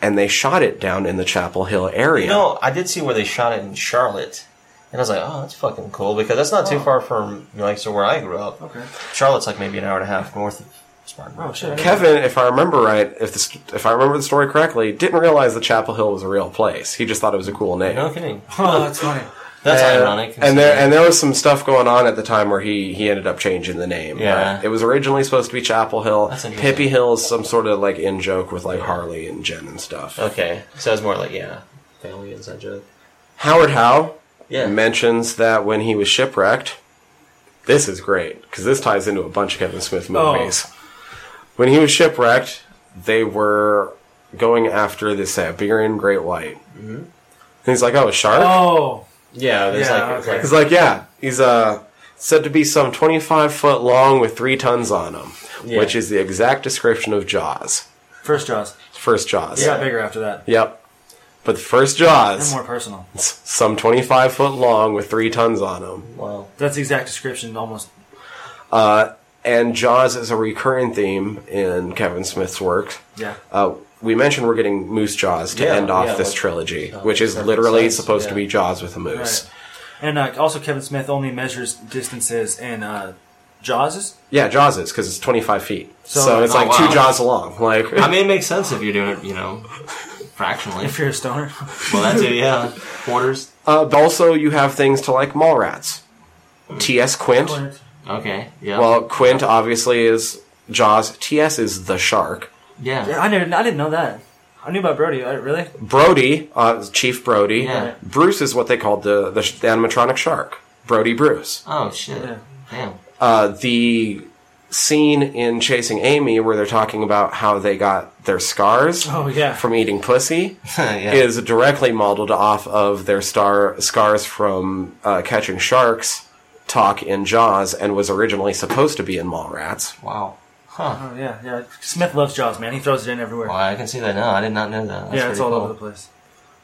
Speaker 1: and they shot it down in the Chapel Hill area.
Speaker 2: No, I did see where they shot it in Charlotte. And I was like, oh, that's fucking cool because that's not too far from like so where I grew up.
Speaker 3: Okay.
Speaker 2: Charlotte's like maybe an hour and a half north of Spartanburg.
Speaker 3: Oh, shit.
Speaker 1: Kevin, if I remember right, if this, if I remember the story correctly, didn't realize that Chapel Hill was a real place. He just thought it was a cool name.
Speaker 2: No kidding.
Speaker 3: Oh, that's funny.
Speaker 2: That's
Speaker 1: And-
Speaker 2: ironic.
Speaker 1: And there and there was some stuff going on at the time where he he ended up changing the name.
Speaker 9: Yeah.
Speaker 1: But it was originally supposed to be Chapel Hill.
Speaker 2: interesting.
Speaker 1: Pippy Hill is some sort of like in joke with like Harley and Jen and stuff.
Speaker 2: okay, so it's more like yeah, family inside joke.
Speaker 1: Howard Howe
Speaker 2: Yeah.
Speaker 1: mentions that when he was shipwrecked, this is great because this ties into a bunch of Kevin Smith
Speaker 2: Oh.
Speaker 1: movies. When he was shipwrecked, they were going after the Siberian Great White. And
Speaker 2: Mm-hmm.
Speaker 1: he's like, oh, a shark?
Speaker 3: Oh.
Speaker 2: Yeah, there's
Speaker 3: Yeah,
Speaker 2: like, it's
Speaker 3: okay.
Speaker 2: like
Speaker 1: He's like, yeah, he's uh, said to be some 25 foot long with three tons on him, which is the exact description of Jaws.
Speaker 3: First Jaws.
Speaker 1: First Jaws.
Speaker 3: It got bigger after that.
Speaker 1: Yep. But the first
Speaker 3: And
Speaker 1: Jaws,
Speaker 3: more personal.
Speaker 1: s- some 25 foot long with three tons on him.
Speaker 2: wow.
Speaker 3: That's the exact description, almost.
Speaker 1: and Jaws is a recurring theme in Kevin Smith's work.
Speaker 3: Yeah.
Speaker 1: Uh, we mentioned we're getting Moose Jaws to
Speaker 2: Yeah,
Speaker 1: end off
Speaker 2: yeah,
Speaker 1: this
Speaker 2: that-
Speaker 1: trilogy,
Speaker 2: that
Speaker 1: which is
Speaker 2: makes
Speaker 1: literally
Speaker 2: sense,
Speaker 1: supposed to
Speaker 2: yeah.
Speaker 1: be Jaws with a moose.
Speaker 3: Right. And uh, also, Kevin Smith only measures distances in uh, Jaws.
Speaker 1: Yeah, Jaws is because it's 25 feet, so,
Speaker 3: So-
Speaker 1: it's
Speaker 9: Oh,
Speaker 1: like
Speaker 9: wow.
Speaker 1: two Jaws long. Like,
Speaker 9: I mean, it makes sense if you're doing it, you know,
Speaker 3: If
Speaker 9: fractionally.
Speaker 3: you're a stoner.
Speaker 9: Well, that's it. Yeah, quarters.
Speaker 1: uh, but also you have things to like Mallrats, T.S. Quint.
Speaker 9: Okay. Yeah.
Speaker 1: Well, Quint obviously is Jaws. T.S. is the shark.
Speaker 9: yeah.
Speaker 3: Yeah, I, never, I didn't know that. I knew about Brody. I, really?
Speaker 1: Brody, uh, Chief Brody.
Speaker 9: Yeah.
Speaker 1: Bruce is what they called the the, sh- the animatronic shark. Brody Bruce.
Speaker 9: Oh shit.
Speaker 3: Yeah.
Speaker 9: Damn.
Speaker 1: uh, the scene in Chasing Amy where they're talking about how they got their scars
Speaker 3: Oh, yeah.
Speaker 1: from eating pussy
Speaker 9: yeah.
Speaker 1: is directly modeled off of their star scars from uh, catching sharks talk in Jaws and was originally supposed to be in Mallrats.
Speaker 9: Wow. Huh.
Speaker 3: Oh, yeah, yeah. Smith loves Jaws, man. He throws it in everywhere.
Speaker 9: Well, I can see that now. I did not know that. That's
Speaker 3: yeah, it's
Speaker 9: pretty
Speaker 3: all
Speaker 9: cool.
Speaker 3: over the place.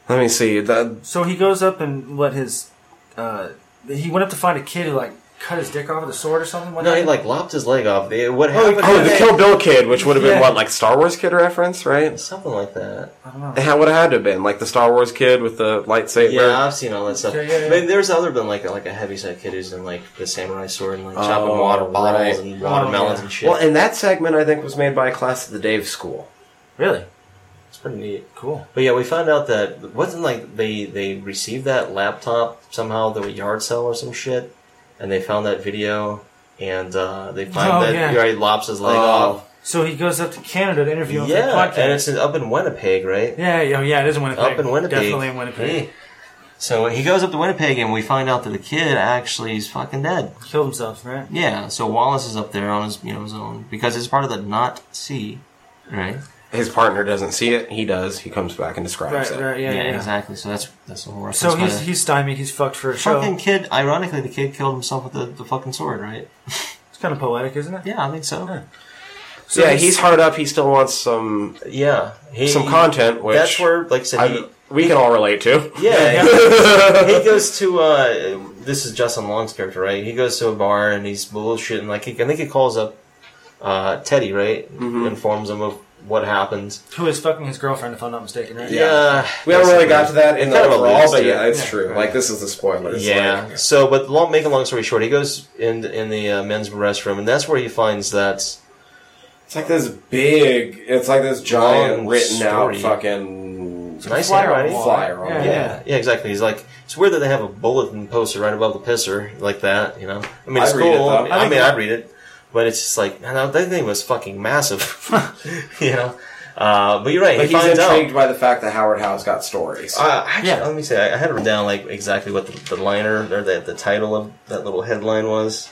Speaker 1: Let me see. The,
Speaker 3: So he goes up and what his. Uh, he went up to find a kid who, like, cut his dick off with a sword or something. What
Speaker 2: No, he
Speaker 3: happened?
Speaker 2: like lopped his leg off. It- What happened?
Speaker 1: oh, the Kill Bill kid, which would have been
Speaker 3: Yeah.
Speaker 1: what, like Star Wars kid reference, right?
Speaker 2: Something like that.
Speaker 3: I
Speaker 9: Oh.
Speaker 3: don't know.
Speaker 1: It would have had to have been like the Star Wars kid with the lightsaber.
Speaker 2: Yeah, I've seen all that stuff.
Speaker 3: Yeah, yeah, yeah.
Speaker 2: But there's other been like like a heavyset kid who's in like the samurai sword and like chopping
Speaker 1: Oh,
Speaker 2: water bottles
Speaker 1: right.
Speaker 2: and watermelons
Speaker 3: Oh, yeah.
Speaker 2: and shit.
Speaker 1: Well, and that segment I think was made by a class at the Dave School.
Speaker 3: Really?
Speaker 2: it's pretty neat.
Speaker 3: Cool.
Speaker 2: But yeah, we found out that wasn't like they they received that laptop somehow through a yard sale or some shit, and they found that video and uh, they find
Speaker 3: Oh,
Speaker 2: that
Speaker 3: yeah.
Speaker 2: he already lops his leg
Speaker 1: Oh.
Speaker 2: off.
Speaker 3: So he goes up to Canada to interview him for the
Speaker 2: Yeah,
Speaker 3: podcast.
Speaker 2: and it's in- up in Winnipeg, right?
Speaker 3: yeah, yeah, yeah, it is in Winnipeg.
Speaker 2: Up in Winnipeg, Hmm.
Speaker 3: Definitely in Winnipeg.
Speaker 2: Hey.
Speaker 9: So he goes up to Winnipeg, and we find out that the kid actually is fucking dead.
Speaker 3: Killed himself, right?
Speaker 9: Yeah. So Wallace is up there on his, you know, his own because it's part of the not sea, right?
Speaker 1: His partner doesn't see it. He does. He comes back and describes
Speaker 3: Right,
Speaker 1: it.
Speaker 3: right, yeah,
Speaker 2: Yeah,
Speaker 3: yeah. yeah.
Speaker 2: exactly. So that's that's the whole reference.
Speaker 3: So he's
Speaker 2: kinda-
Speaker 3: he's stymied. He's fucked for a show.
Speaker 2: fucking kid. Ironically, the kid killed himself with the, the fucking sword, right?
Speaker 3: It's kind of poetic, isn't it?
Speaker 2: Yeah, I think so.
Speaker 3: So
Speaker 1: yeah,
Speaker 3: he's-
Speaker 1: he's hard up. He still wants some
Speaker 9: Yeah, he,
Speaker 1: some content, which
Speaker 9: That's where, like I said, he,
Speaker 1: I, we can all relate to.
Speaker 9: Yeah, he, he goes to uh, this is Justin Long's character, right? He goes to a bar and he's bullshitting. Like he, I think he calls up uh, Teddy, right? Informs him of what happened.
Speaker 3: Who is fucking his girlfriend, if I'm not mistaken, right?
Speaker 9: Yeah,
Speaker 1: We haven't really got to that in the
Speaker 9: Kind of
Speaker 1: overall,
Speaker 9: alludes
Speaker 1: but
Speaker 9: to
Speaker 1: yeah,
Speaker 9: it.
Speaker 1: it's true. Like this is the spoilers.
Speaker 9: Yeah.
Speaker 1: Like,
Speaker 9: So, but long, make a long story short, he goes in in the uh, men's restroom, and that's where he finds that.
Speaker 1: it's like this big. It's like this giant
Speaker 9: Long
Speaker 1: written out
Speaker 9: story.
Speaker 1: fucking
Speaker 9: Nice
Speaker 3: Flyer on
Speaker 9: handwriting.
Speaker 3: the wall.
Speaker 1: flyer on
Speaker 3: Yeah,
Speaker 1: the
Speaker 3: yeah.
Speaker 1: wall.
Speaker 9: Uh, Yeah, yeah, exactly. He's like, it's weird that they have a bulletin poster right above the pisser like that. You know, I mean, it's
Speaker 1: I'd read it,
Speaker 9: cool.
Speaker 1: though.
Speaker 9: I mean,
Speaker 1: I
Speaker 9: I
Speaker 1: think
Speaker 9: mean, I'd read it, but it's just like, man, that- that thing was fucking massive. you know, uh, but you're right.
Speaker 1: But
Speaker 9: he
Speaker 1: he's
Speaker 9: finds
Speaker 1: intrigued
Speaker 9: out.
Speaker 1: by the fact that Howard Howe's got stories.
Speaker 9: Uh, actually,
Speaker 3: Yeah.
Speaker 9: let me say, I I had written down like exactly what the, the liner or the, the title of that little headline was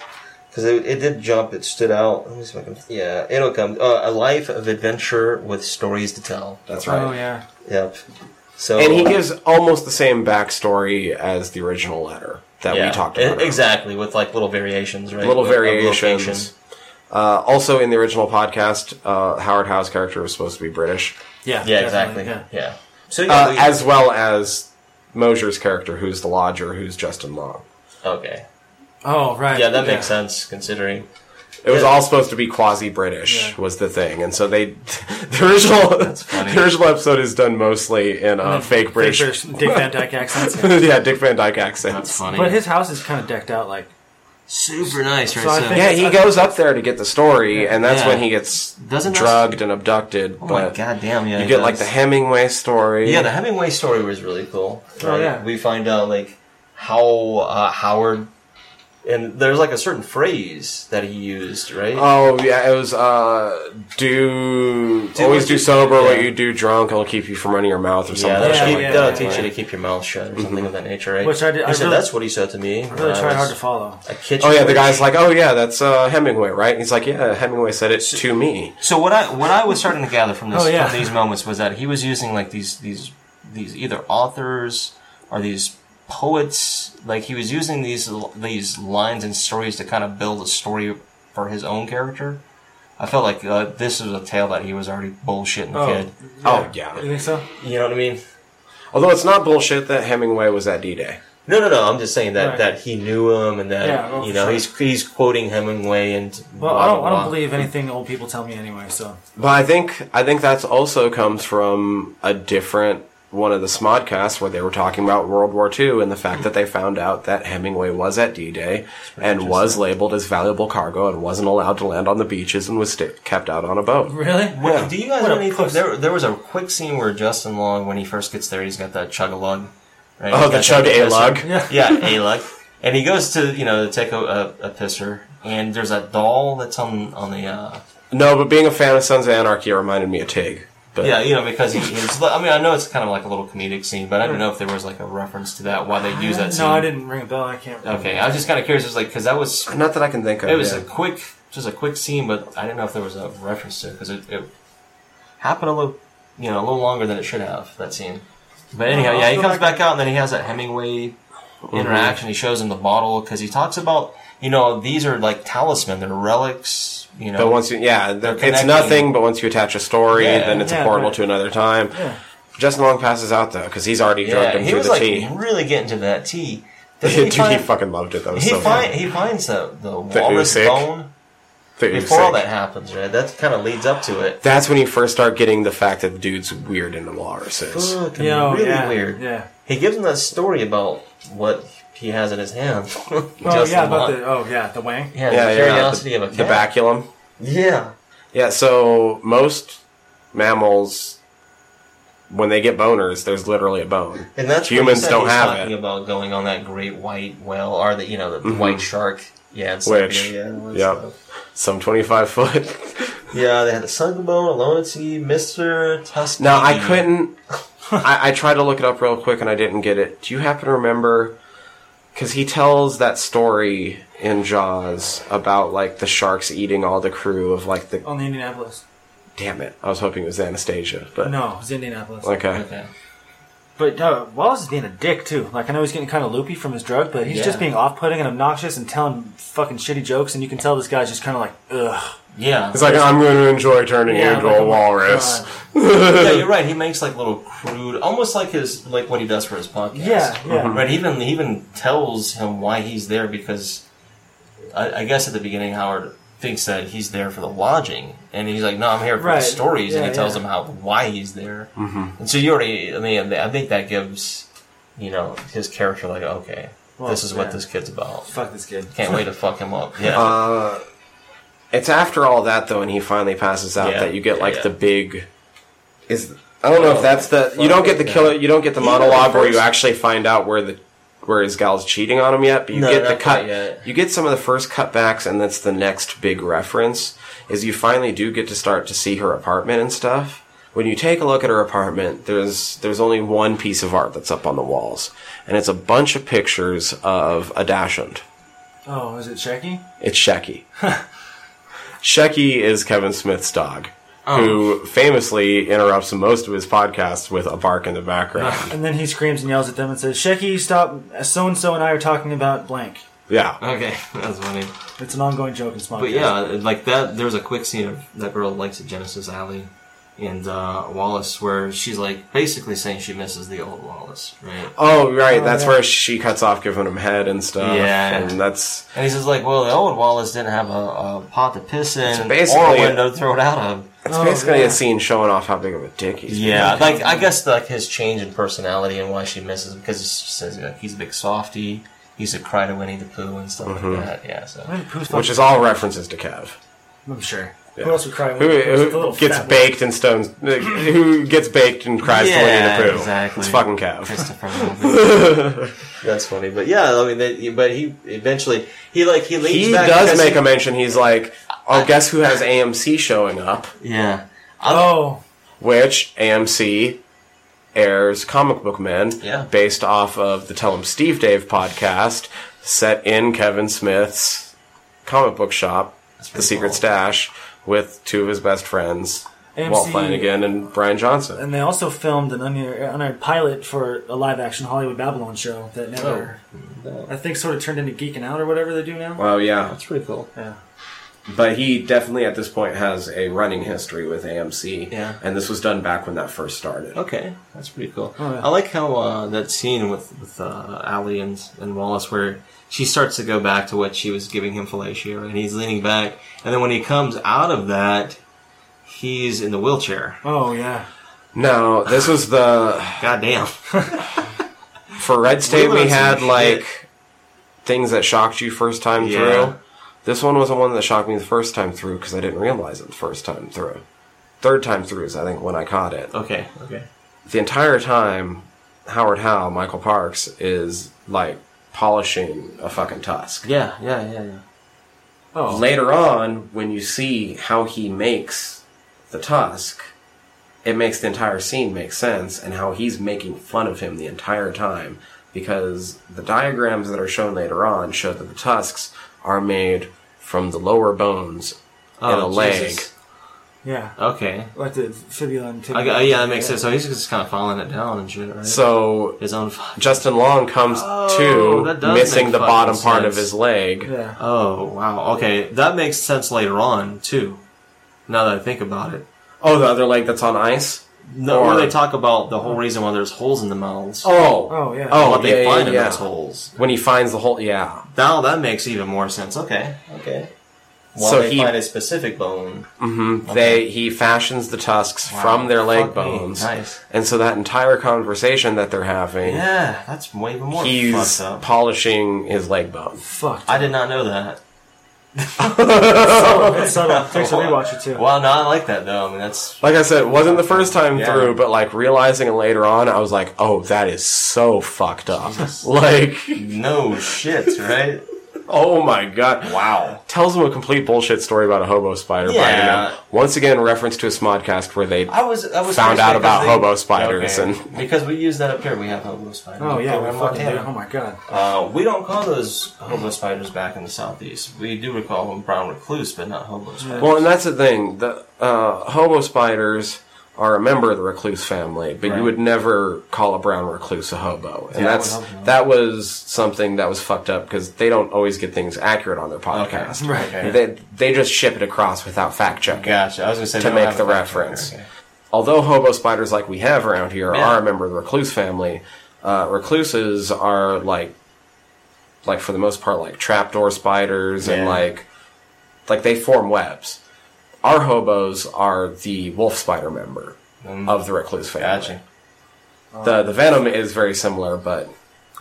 Speaker 9: because it, it did jump. It stood out. Let me see if I can. Yeah, it'll come. Uh, a life of adventure with stories to tell.
Speaker 1: That's right.
Speaker 3: Oh yeah.
Speaker 9: Yep. So
Speaker 1: And he gives almost the same backstory as the original letter that we talked about.
Speaker 9: e- exactly with like little variations, right?
Speaker 1: Little
Speaker 9: With- of
Speaker 1: variations.
Speaker 9: location.
Speaker 1: Uh, also, in the original podcast, uh, Howard Howe's character was supposed to be British,
Speaker 3: Yeah.
Speaker 9: Yeah,
Speaker 3: definitely,
Speaker 9: exactly.
Speaker 3: Yeah.
Speaker 9: Yeah. So Oh, yeah,
Speaker 1: uh,
Speaker 9: we-
Speaker 1: as well as Mosier's character, who's the lodger, who's Justin Long.
Speaker 9: okay,
Speaker 3: Oh right.
Speaker 9: yeah, that makes sense considering.
Speaker 1: It was all supposed to be quasi British was the thing, and so they the original the original episode is done mostly in uh, fake British,
Speaker 3: British Dick Van Dyke accents. yeah.
Speaker 1: yeah, Dick Van Dyke accents.
Speaker 2: That's funny.
Speaker 3: But his house is kind of decked out like.
Speaker 2: super nice, right?
Speaker 3: So I
Speaker 2: So-
Speaker 3: think-
Speaker 1: Yeah, he goes up there to get the story, and that's
Speaker 2: Yeah.
Speaker 1: when he gets
Speaker 2: Doesn't that-
Speaker 1: drugged and abducted.
Speaker 9: Oh my
Speaker 1: but
Speaker 9: god damn! Yeah,
Speaker 1: you
Speaker 9: it
Speaker 1: get like the
Speaker 9: does.
Speaker 1: Hemingway story.
Speaker 9: yeah the Hemingway story was really cool.
Speaker 3: Oh, yeah.
Speaker 9: we find out like how uh, Howard and there's like a certain phrase that he used, right?
Speaker 1: Oh yeah, it was uh, do, always
Speaker 9: what
Speaker 1: do
Speaker 9: you-
Speaker 1: sober what
Speaker 9: yeah.
Speaker 1: you do drunk. It'll keep you from running your mouth or
Speaker 9: yeah,
Speaker 1: something.
Speaker 9: that'll,
Speaker 3: Yeah,
Speaker 9: keep,
Speaker 3: yeah,
Speaker 9: that'll
Speaker 3: yeah,
Speaker 9: teach
Speaker 3: yeah.
Speaker 9: you to keep your mouth shut or something of that nature, right?
Speaker 3: Mm-hmm. Which I did-
Speaker 9: He
Speaker 3: I
Speaker 9: said
Speaker 3: really-
Speaker 9: that's what he said to me.
Speaker 3: I really tried hard to follow.
Speaker 9: A kitchen
Speaker 1: Oh yeah, the
Speaker 9: witch.
Speaker 1: guy's like, oh yeah, that's uh, Hemingway, right? And he's like, yeah, Hemingway said it to me.
Speaker 9: So what I what I was starting to gather from this
Speaker 3: Oh, yeah.
Speaker 9: from these moments was that he was using like these these these either authors or these poets like he was using these these lines and stories to kind of build a story for his own character. I felt like uh, this was a tale that he was already bullshitting the
Speaker 3: Oh.
Speaker 9: kid.
Speaker 1: Oh
Speaker 3: You
Speaker 1: yeah.
Speaker 3: think so?
Speaker 9: You know what I mean?
Speaker 1: Although it's not bullshit that Hemingway was at D-Day.
Speaker 9: No, no, no. I'm just saying that
Speaker 3: Right.
Speaker 9: that he knew him and that
Speaker 3: Yeah, oh,
Speaker 9: you know
Speaker 3: sure.
Speaker 9: he's he's quoting Hemingway and
Speaker 3: Well,
Speaker 9: blah,
Speaker 3: I don't.
Speaker 9: blah,
Speaker 3: I don't
Speaker 9: blah.
Speaker 3: believe anything old people tell me anyway. So
Speaker 1: But I think I think that's also comes from a different one of the Smodcasts where they were talking about World War II and the fact that they found out that Hemingway was at D-Day and was labeled as valuable cargo and wasn't allowed to land on the beaches and was sta kept out on a boat.
Speaker 3: really,
Speaker 9: Wait, do you guys
Speaker 3: What
Speaker 9: know
Speaker 3: a
Speaker 9: anything?
Speaker 3: puss.
Speaker 9: There, there was a quick scene where Justin Long, when he first gets there, he's got that chug a lug. Right?
Speaker 1: Oh,
Speaker 9: He's
Speaker 1: the
Speaker 9: got
Speaker 1: chug
Speaker 9: that
Speaker 1: a
Speaker 9: pisser.
Speaker 1: lug.
Speaker 3: Yeah.
Speaker 9: Yeah, a lug. And he goes to you know to take a, a, a pisser, and there's that doll that's on on the uh,
Speaker 1: No, but being a fan of Sons of Anarchy reminded me of Tig. But
Speaker 9: yeah you know because he, he's I mean I know it's kind of like a little comedic scene, but I don't know if there was like a reference to that why they use that scene.
Speaker 3: No, I didn't ring a bell. I can't. Remember.
Speaker 9: Okay, I was just kind of curious, it was like because that was
Speaker 1: not that I can think of.
Speaker 9: it was
Speaker 1: yeah.
Speaker 9: a quick just a quick scene, but I didn't know if there was a reference to it because it, it happened a little you know a little longer than it should have that scene. But anyhow,
Speaker 3: I'll
Speaker 9: yeah, he
Speaker 3: go
Speaker 9: comes
Speaker 3: back-
Speaker 9: back out and then he has that Hemingway interaction. He shows him the bottle because he talks about you know these are like talisman, they're relics. You know,
Speaker 1: But once you, yeah, th- it's
Speaker 9: connecting.
Speaker 1: nothing. But once you attach a story,
Speaker 9: Yeah.
Speaker 1: then it's
Speaker 3: Yeah,
Speaker 1: a portal
Speaker 3: right.
Speaker 1: to another time. Justin Long passes out though because he's already drugged
Speaker 9: yeah,
Speaker 1: him
Speaker 9: he
Speaker 1: through
Speaker 9: was
Speaker 1: the
Speaker 9: like
Speaker 1: tea.
Speaker 9: really getting to that tea. Doesn't
Speaker 1: Dude,
Speaker 9: he,
Speaker 1: he
Speaker 9: find,
Speaker 1: fucking loved it. That was
Speaker 9: he,
Speaker 1: so
Speaker 9: find,
Speaker 1: funny.
Speaker 9: he finds the, the walrus
Speaker 1: Usyk.
Speaker 9: bone
Speaker 1: Dude, he was
Speaker 9: before all
Speaker 1: sick.
Speaker 9: that happens, right? That kind of leads up to it.
Speaker 1: That's when you first start getting the fact that the dude's weird into walruses.
Speaker 9: Fucking
Speaker 3: Yeah, oh,
Speaker 9: really
Speaker 3: yeah,
Speaker 9: weird.
Speaker 3: Yeah.
Speaker 9: He gives him that story about what he has in his hand. oh
Speaker 3: Oh yeah, about the oh yeah, the wang.
Speaker 9: yeah,
Speaker 1: Yeah,
Speaker 9: the
Speaker 1: yeah,
Speaker 9: curiosity
Speaker 1: the,
Speaker 9: of a cat.
Speaker 1: the baculum.
Speaker 9: Yeah,
Speaker 1: Yeah, so most mammals, when they get boners, there's literally a bone.
Speaker 9: and that's what he
Speaker 1: Humans
Speaker 9: said
Speaker 1: don't
Speaker 9: he's
Speaker 1: have
Speaker 9: talking
Speaker 1: it.
Speaker 9: about going on that great white whale or the you know the
Speaker 1: Mm-hmm.
Speaker 9: white shark. Yeah, in
Speaker 1: Which,
Speaker 9: Siberia and all that
Speaker 1: yeah.
Speaker 9: stuff.
Speaker 1: Some 25 foot.
Speaker 9: yeah. They had the sunken bone, alone at sea, Mister Tuskegee.
Speaker 1: Now I couldn't. I, I tried to look it up real quick and I didn't get it. Do you happen to remember? Because he tells that story in Jaws about like the sharks eating all the crew of like the
Speaker 3: Oh. On the Indianapolis.
Speaker 1: Damn it. I was hoping it was Anastasia, but
Speaker 3: No, it's Indianapolis.
Speaker 1: okay.
Speaker 3: But uh, Wallace is being a dick too. Like I know he's getting kind of loopy from his drug, but he's just being off-putting and obnoxious and telling fucking shitty jokes, and you can tell this guy's just kind of like, ugh.
Speaker 9: Yeah.
Speaker 1: It's like I'm going to enjoy turning
Speaker 3: Yeah,
Speaker 1: you into
Speaker 3: like,
Speaker 1: a
Speaker 3: oh my
Speaker 1: walrus.
Speaker 3: God.
Speaker 9: yeah, you're right. He makes like little crude, almost like his like what he does for his podcast.
Speaker 3: Yeah, yeah.
Speaker 9: Right. He even he even tells him why he's there because I, I guess at the beginning Howard thinks that he's there for the lodging, and he's like, "No, I'm here for the
Speaker 3: Right.
Speaker 9: stories," and
Speaker 3: Yeah,
Speaker 9: he tells
Speaker 3: yeah.
Speaker 9: him how why he's there. Mm-hmm. And so you already, I mean, I think that gives you know his character like, okay,
Speaker 3: Well,
Speaker 9: this is what
Speaker 3: yeah.
Speaker 9: this kid's about.
Speaker 3: Fuck this kid.
Speaker 9: Can't wait to fuck him up. Yeah.
Speaker 1: It's after all that though, and he finally passes out
Speaker 9: Yeah,
Speaker 1: that you get
Speaker 9: yeah,
Speaker 1: like
Speaker 9: yeah.
Speaker 1: the big. Is I don't know if that's the you don't get the killer you don't get the monologue where you actually find out where the where his gal's cheating on him yet, but you
Speaker 9: No,
Speaker 1: get the
Speaker 9: not
Speaker 1: cut
Speaker 9: quite yet.
Speaker 1: you get some of the first cutbacks, and that's the next big reference is you finally do get to start to see her apartment and stuff. When you take a look at her apartment, there's there's only one piece of art that's up on the walls, and it's a bunch of pictures of a dashund.
Speaker 3: Oh, is it Shecky?
Speaker 1: It's Shecky. Shecky is Kevin Smith's dog,
Speaker 9: Oh.
Speaker 1: who famously interrupts most of his podcasts with a bark in the background.
Speaker 3: And then he screams and yells at them and says, "Shecky, stop! So and so and I are talking about blank."
Speaker 1: yeah.
Speaker 9: okay, that's funny.
Speaker 3: It's an ongoing joke in Smog.
Speaker 9: But yeah, like that. There's a quick scene of that girl likes at Genesis Alley and uh, Wallace, where she's like basically saying she misses the old Wallace, right?
Speaker 1: Oh, right. That's
Speaker 3: yeah.
Speaker 1: where she cuts off giving him head and stuff.
Speaker 9: Yeah.
Speaker 1: And that's
Speaker 9: And he says like, well, the old Wallace didn't have a, a pot to piss in
Speaker 1: basically
Speaker 9: or a
Speaker 1: it.
Speaker 9: window to throw it out of.
Speaker 1: that's
Speaker 3: Oh,
Speaker 1: basically
Speaker 3: yeah.
Speaker 1: a scene showing off how big of a dick he's.
Speaker 9: Yeah,
Speaker 2: Like I guess like his change in personality and why she misses him because she says like, he's a big softy. He used to cry to Winnie the Pooh and stuff
Speaker 9: Mm-hmm.
Speaker 2: like that. Yeah, so
Speaker 1: Which is all references to Kev,
Speaker 3: I'm sure. Who else would cry?
Speaker 1: who,
Speaker 3: when
Speaker 1: who gets baked in stones, uh, who gets baked and cries
Speaker 9: Yeah,
Speaker 1: to Winnie the Pooh.
Speaker 9: exactly.
Speaker 1: It's fucking Kev.
Speaker 9: Christopher Nolan.
Speaker 2: that's funny. But yeah, I mean, they, but he eventually he like he leans
Speaker 1: He
Speaker 2: back
Speaker 1: does
Speaker 2: because
Speaker 1: make
Speaker 2: he-
Speaker 1: a mention. He's like, "Oh, guess who has AMC showing up?"
Speaker 9: yeah,
Speaker 3: Oh,
Speaker 1: which AMC airs Comic Book Men,
Speaker 2: Yeah.
Speaker 1: based off of the Tell 'em Steve Dave podcast, set in Kevin Smith's comic book shop, The Secret Stash, with two of his best friends, Walt
Speaker 3: AMC
Speaker 1: Flanagan and Brian Johnson.
Speaker 3: and they also filmed an unaired, unaired pilot for a live-action Hollywood Babylon show that never,
Speaker 9: Oh.
Speaker 3: I think, sort of turned into Geeking Out or whatever they do now.
Speaker 1: Oh yeah,
Speaker 9: that's pretty cool.
Speaker 3: Yeah.
Speaker 1: but he definitely at this point has a running history with AMC,
Speaker 9: Yeah.
Speaker 1: and this was done back when that first started.
Speaker 9: Okay, that's pretty cool.
Speaker 3: yeah.
Speaker 9: I like how uh, that scene with with uh, Allie and and Wallace, where she starts to go back to what she was giving him fellatio, and he's leaning back, and then when he comes out of that, he's in the wheelchair.
Speaker 3: Oh yeah.
Speaker 1: No, this was the
Speaker 9: Goddamn.
Speaker 1: for Red State,
Speaker 9: learned
Speaker 1: we
Speaker 9: some
Speaker 1: had
Speaker 9: shit.
Speaker 1: like things that shocked you first time
Speaker 9: Yeah.
Speaker 1: through. This one was the one that shocked me the first time through because I didn't realize it the first time through. Third time through is I think when I caught it.
Speaker 9: Okay. Okay.
Speaker 1: The entire time, Howard Howe, Michael Parks is like polishing a fucking tusk.
Speaker 9: Yeah. Yeah. Yeah. Yeah.
Speaker 3: Oh.
Speaker 1: Later on, when you see how he makes the tusk, it makes the entire scene make sense and how he's making fun of him the entire time because the diagrams that are shown later on show that the tusks are made from the lower bones in a
Speaker 9: Oh,
Speaker 1: leg.
Speaker 9: Jesus.
Speaker 3: Yeah.
Speaker 9: Okay.
Speaker 3: Like the fibula and tibia.
Speaker 9: Oh. I got, yeah, that makes sense. So he's just kind of following it down and shit, right?
Speaker 1: So
Speaker 9: his own. fu-
Speaker 1: Justin Long comes
Speaker 9: Oh, that
Speaker 1: to
Speaker 9: does
Speaker 1: missing
Speaker 9: make
Speaker 1: the
Speaker 9: fucking
Speaker 1: bottom part of
Speaker 9: sense.
Speaker 1: his leg.
Speaker 3: Yeah.
Speaker 9: Oh wow. Okay, that makes sense later on too. Now that I think about it,
Speaker 1: Oh, the other leg that's on ice?
Speaker 9: no,
Speaker 1: Or-
Speaker 9: where they talk about the whole reason why there's holes in the mouths.
Speaker 1: Oh.
Speaker 3: Oh, yeah.
Speaker 1: Oh,
Speaker 9: what they
Speaker 1: yeah,
Speaker 9: find
Speaker 1: yeah,
Speaker 9: in
Speaker 1: yeah.
Speaker 9: those holes.
Speaker 1: When he finds the hole, yeah.
Speaker 9: Now that makes even more sense. Okay.
Speaker 2: okay. While
Speaker 1: So
Speaker 2: they
Speaker 1: he-
Speaker 2: find a specific bone,
Speaker 1: They he fashions the tusks from their leg
Speaker 9: Fuck me.
Speaker 1: bones,
Speaker 9: Nice.
Speaker 1: and so that entire conversation that they're having,
Speaker 9: Yeah, that's way even more
Speaker 1: he's
Speaker 9: fucked up.
Speaker 1: polishing his leg bone.
Speaker 3: Fuck.
Speaker 9: I did not know that.
Speaker 3: It's
Speaker 9: Oh.
Speaker 3: subtle. Takes a rewatcher too.
Speaker 9: Wow, no, I like that though. I mean, that's
Speaker 1: Like I said, it wasn't the first time through, but like realizing it later on, I was like, "Oh, that is so fucked up." Like,
Speaker 9: no shit, right?
Speaker 1: Oh my god. Wow. Tells them a complete bullshit story about a hobo spider
Speaker 9: Yeah.
Speaker 1: biting them. Once again, reference to a Smodcast where they
Speaker 9: I was I was
Speaker 1: Found
Speaker 9: curious
Speaker 1: out
Speaker 9: because
Speaker 1: about hobo spiders and-
Speaker 9: because we use that up here. We have hobo spiders.
Speaker 3: Oh yeah,
Speaker 9: Over
Speaker 3: we fucking do.
Speaker 9: Montana.
Speaker 3: Oh my god.
Speaker 9: Uh, we don't call those hobo spiders back in the southeast. We do recall them brown recluse, but not hobo spiders.
Speaker 1: Well, and that's the thing. The uh, hobo spiders are a member of the recluse family, but you would never call a brown recluse a hobo. And
Speaker 9: Yeah, I would
Speaker 1: that's
Speaker 9: hope not.
Speaker 1: that was something that was fucked up because they don't always get things accurate on their podcast.
Speaker 3: Right.
Speaker 9: Okay.
Speaker 1: They they just ship it across without fact checking
Speaker 9: Gotcha. I was gonna say
Speaker 1: to
Speaker 9: they don't
Speaker 1: make
Speaker 9: have
Speaker 1: the
Speaker 9: a fact
Speaker 1: reference.
Speaker 9: checker. Okay.
Speaker 1: Although hobo spiders like we have around here
Speaker 9: Yeah.
Speaker 1: are a member of the recluse family, uh, recluses are like like for the most part like trapdoor spiders and
Speaker 9: Yeah.
Speaker 1: like like they form webs. Our hobos are the wolf spider member of the recluse family.
Speaker 9: Mm. Gotcha.
Speaker 1: The the venom is very similar, but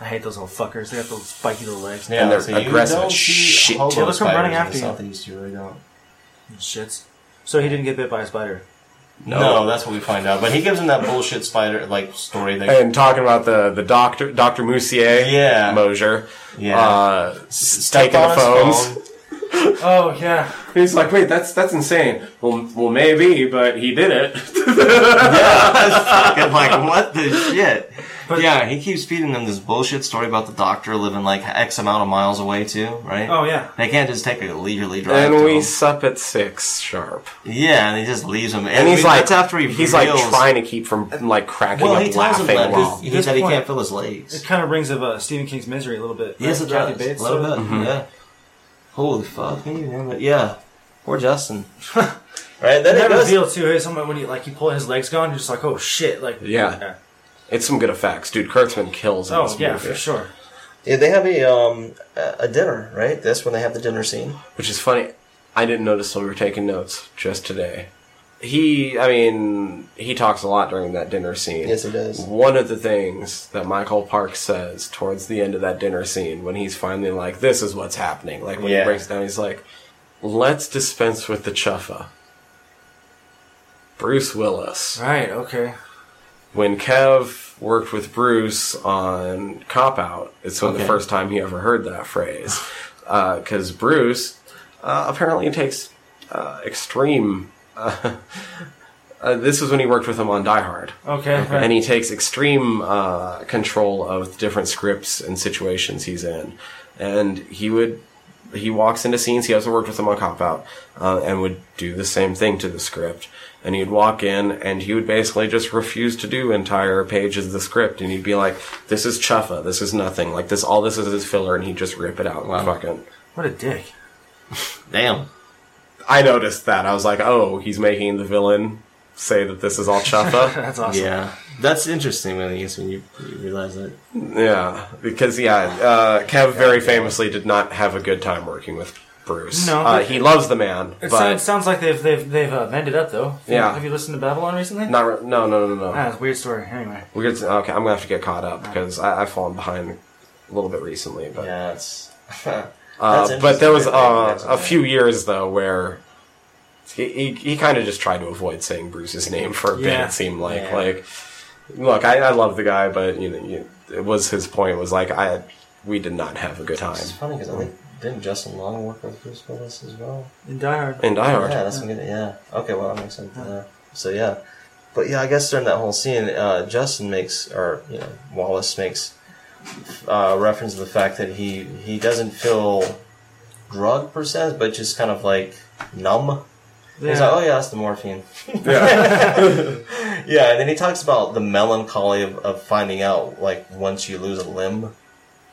Speaker 3: I hate those little fuckers. They got those spiky little legs.
Speaker 9: Yeah,
Speaker 1: And they're
Speaker 9: so
Speaker 1: aggressive
Speaker 9: You
Speaker 1: as
Speaker 9: don't see
Speaker 1: shit.
Speaker 9: hobo
Speaker 3: Yeah, look, I'm
Speaker 9: spiders
Speaker 3: running
Speaker 9: in
Speaker 3: after you.
Speaker 9: the southeast. You really don't.
Speaker 3: Shits. So he didn't get bit by a spider.
Speaker 9: No. that's what we find out. But he gives him that bullshit spider like story. That
Speaker 1: and talking about the the doctor Doctor Moussier
Speaker 9: Yeah.
Speaker 1: Mosier
Speaker 9: Yeah.
Speaker 1: uh, s- taking
Speaker 9: on
Speaker 1: the
Speaker 9: his
Speaker 1: phones.
Speaker 9: phone.
Speaker 3: Oh yeah.
Speaker 1: He's like, wait, that's that's insane. Well, well, maybe, but he did it.
Speaker 9: I'm like, what the shit? But yeah, he keeps feeding them this bullshit story about the doctor living like X amount of miles away too, right?
Speaker 3: Oh yeah.
Speaker 9: They can't just take a leisurely drive.
Speaker 1: And
Speaker 9: to
Speaker 1: we
Speaker 9: him.
Speaker 1: sup at six sharp,
Speaker 9: yeah, and he just leaves him. And,
Speaker 1: and he's
Speaker 9: we-
Speaker 1: like,
Speaker 9: that's after he
Speaker 1: he's like
Speaker 9: reveals-
Speaker 1: trying to keep from like cracking
Speaker 9: Well,
Speaker 1: up
Speaker 9: he tells him
Speaker 1: laughing.
Speaker 9: that
Speaker 1: while-
Speaker 9: he,
Speaker 3: This
Speaker 9: said he
Speaker 3: point-
Speaker 9: can't feel his
Speaker 3: It
Speaker 9: legs.
Speaker 3: kind of brings of uh, Stephen King's misery a little bit.
Speaker 9: Yes, it
Speaker 3: Right?
Speaker 9: does.
Speaker 3: Kathy Bates,
Speaker 9: a little
Speaker 3: sort
Speaker 9: bit.
Speaker 3: of?
Speaker 1: Mm-hmm.
Speaker 9: Yeah. Holy fuck! Can you hear it? Yeah. Poor Justin. right. Then it
Speaker 3: That
Speaker 9: does.
Speaker 3: reveal too. Hey, someone when you like you pull his legs gone, you're just like, oh shit, like
Speaker 1: Yeah. It's some good effects, dude. Kurtzman kills. In
Speaker 3: Oh
Speaker 1: this
Speaker 3: yeah,
Speaker 1: movie,
Speaker 3: for sure.
Speaker 4: Yeah, they have a um a a dinner, right? That's when they have the dinner scene.
Speaker 1: Which is funny. I didn't notice till we were taking notes just today. He, I mean, he talks a lot during that dinner scene.
Speaker 4: Yes, he does.
Speaker 1: One of the things that Michael Park says towards the end of that dinner scene, when he's finally like, "This is what's happening," like when he
Speaker 9: Yeah.
Speaker 1: breaks down, he's like, "Let's dispense with the chuffa." Bruce Willis.
Speaker 3: Right. Okay.
Speaker 1: When Kev worked with Bruce on Cop Out, it's when the
Speaker 9: Okay.
Speaker 1: first time he ever heard that phrase, because Bruce uh, apparently takes uh, extreme. Uh, uh, this was when he worked with him on Die Hard
Speaker 3: Okay. right.
Speaker 1: and he takes extreme uh, control of different scripts and situations he's in. And he would he walks into scenes. He also worked with them on Cop Out, uh, and would do the same thing to the script. And he'd walk in, and he would basically just refuse to do entire pages of the script. And he'd be like, "This is chuffa. This is nothing. Like this, all this is is filler." And he'd just rip it out. and Fucking.
Speaker 3: What a dick.
Speaker 9: Damn.
Speaker 1: I noticed that. I was like, "Oh, he's making the villain say that this is all chuffa."
Speaker 3: That's awesome.
Speaker 9: Yeah. That's interesting when you when you you realize that.
Speaker 1: Yeah, because yeah, uh, Kev very famously did not have a good time working with Bruce.
Speaker 3: No,
Speaker 1: uh,
Speaker 3: but-
Speaker 1: he loves the man,
Speaker 3: It
Speaker 1: but
Speaker 3: sounds, sounds like they've they've they've uh, mended up though.
Speaker 1: Yeah.
Speaker 3: Have you listened to Babylon recently?
Speaker 1: not re- no no no no.
Speaker 3: Ah, it's a weird story. Anyway.
Speaker 1: We're gonna, okay, I'm gonna have to get caught
Speaker 3: Uh.
Speaker 1: up because I, I've fallen behind a little bit recently. But
Speaker 9: Yeah. It's,
Speaker 1: uh, but there was uh,
Speaker 9: interesting.
Speaker 1: a few years though where he he, he kind of just tried to avoid saying Bruce's name for a bit.
Speaker 3: Yeah.
Speaker 1: It seemed like
Speaker 9: Yeah.
Speaker 1: like look, I, I love the guy, but you know you, it was his point was like I we did not have a good time
Speaker 9: It's funny because I think didn't Justin Long work with Bruce Willis as well?
Speaker 3: In Die Hard.
Speaker 1: in Die Hard.
Speaker 9: Yeah, that's good. Yeah. Okay, well that makes sense. Yeah. So yeah, but yeah, I guess during that whole scene, uh, Justin makes or you know Wallace makes uh, reference to the fact that he he doesn't feel drug per se, but just kind of like numb. He's like, oh yeah, that's the morphine. yeah, and then he talks about the melancholy of, of finding out, like, once you lose a limb.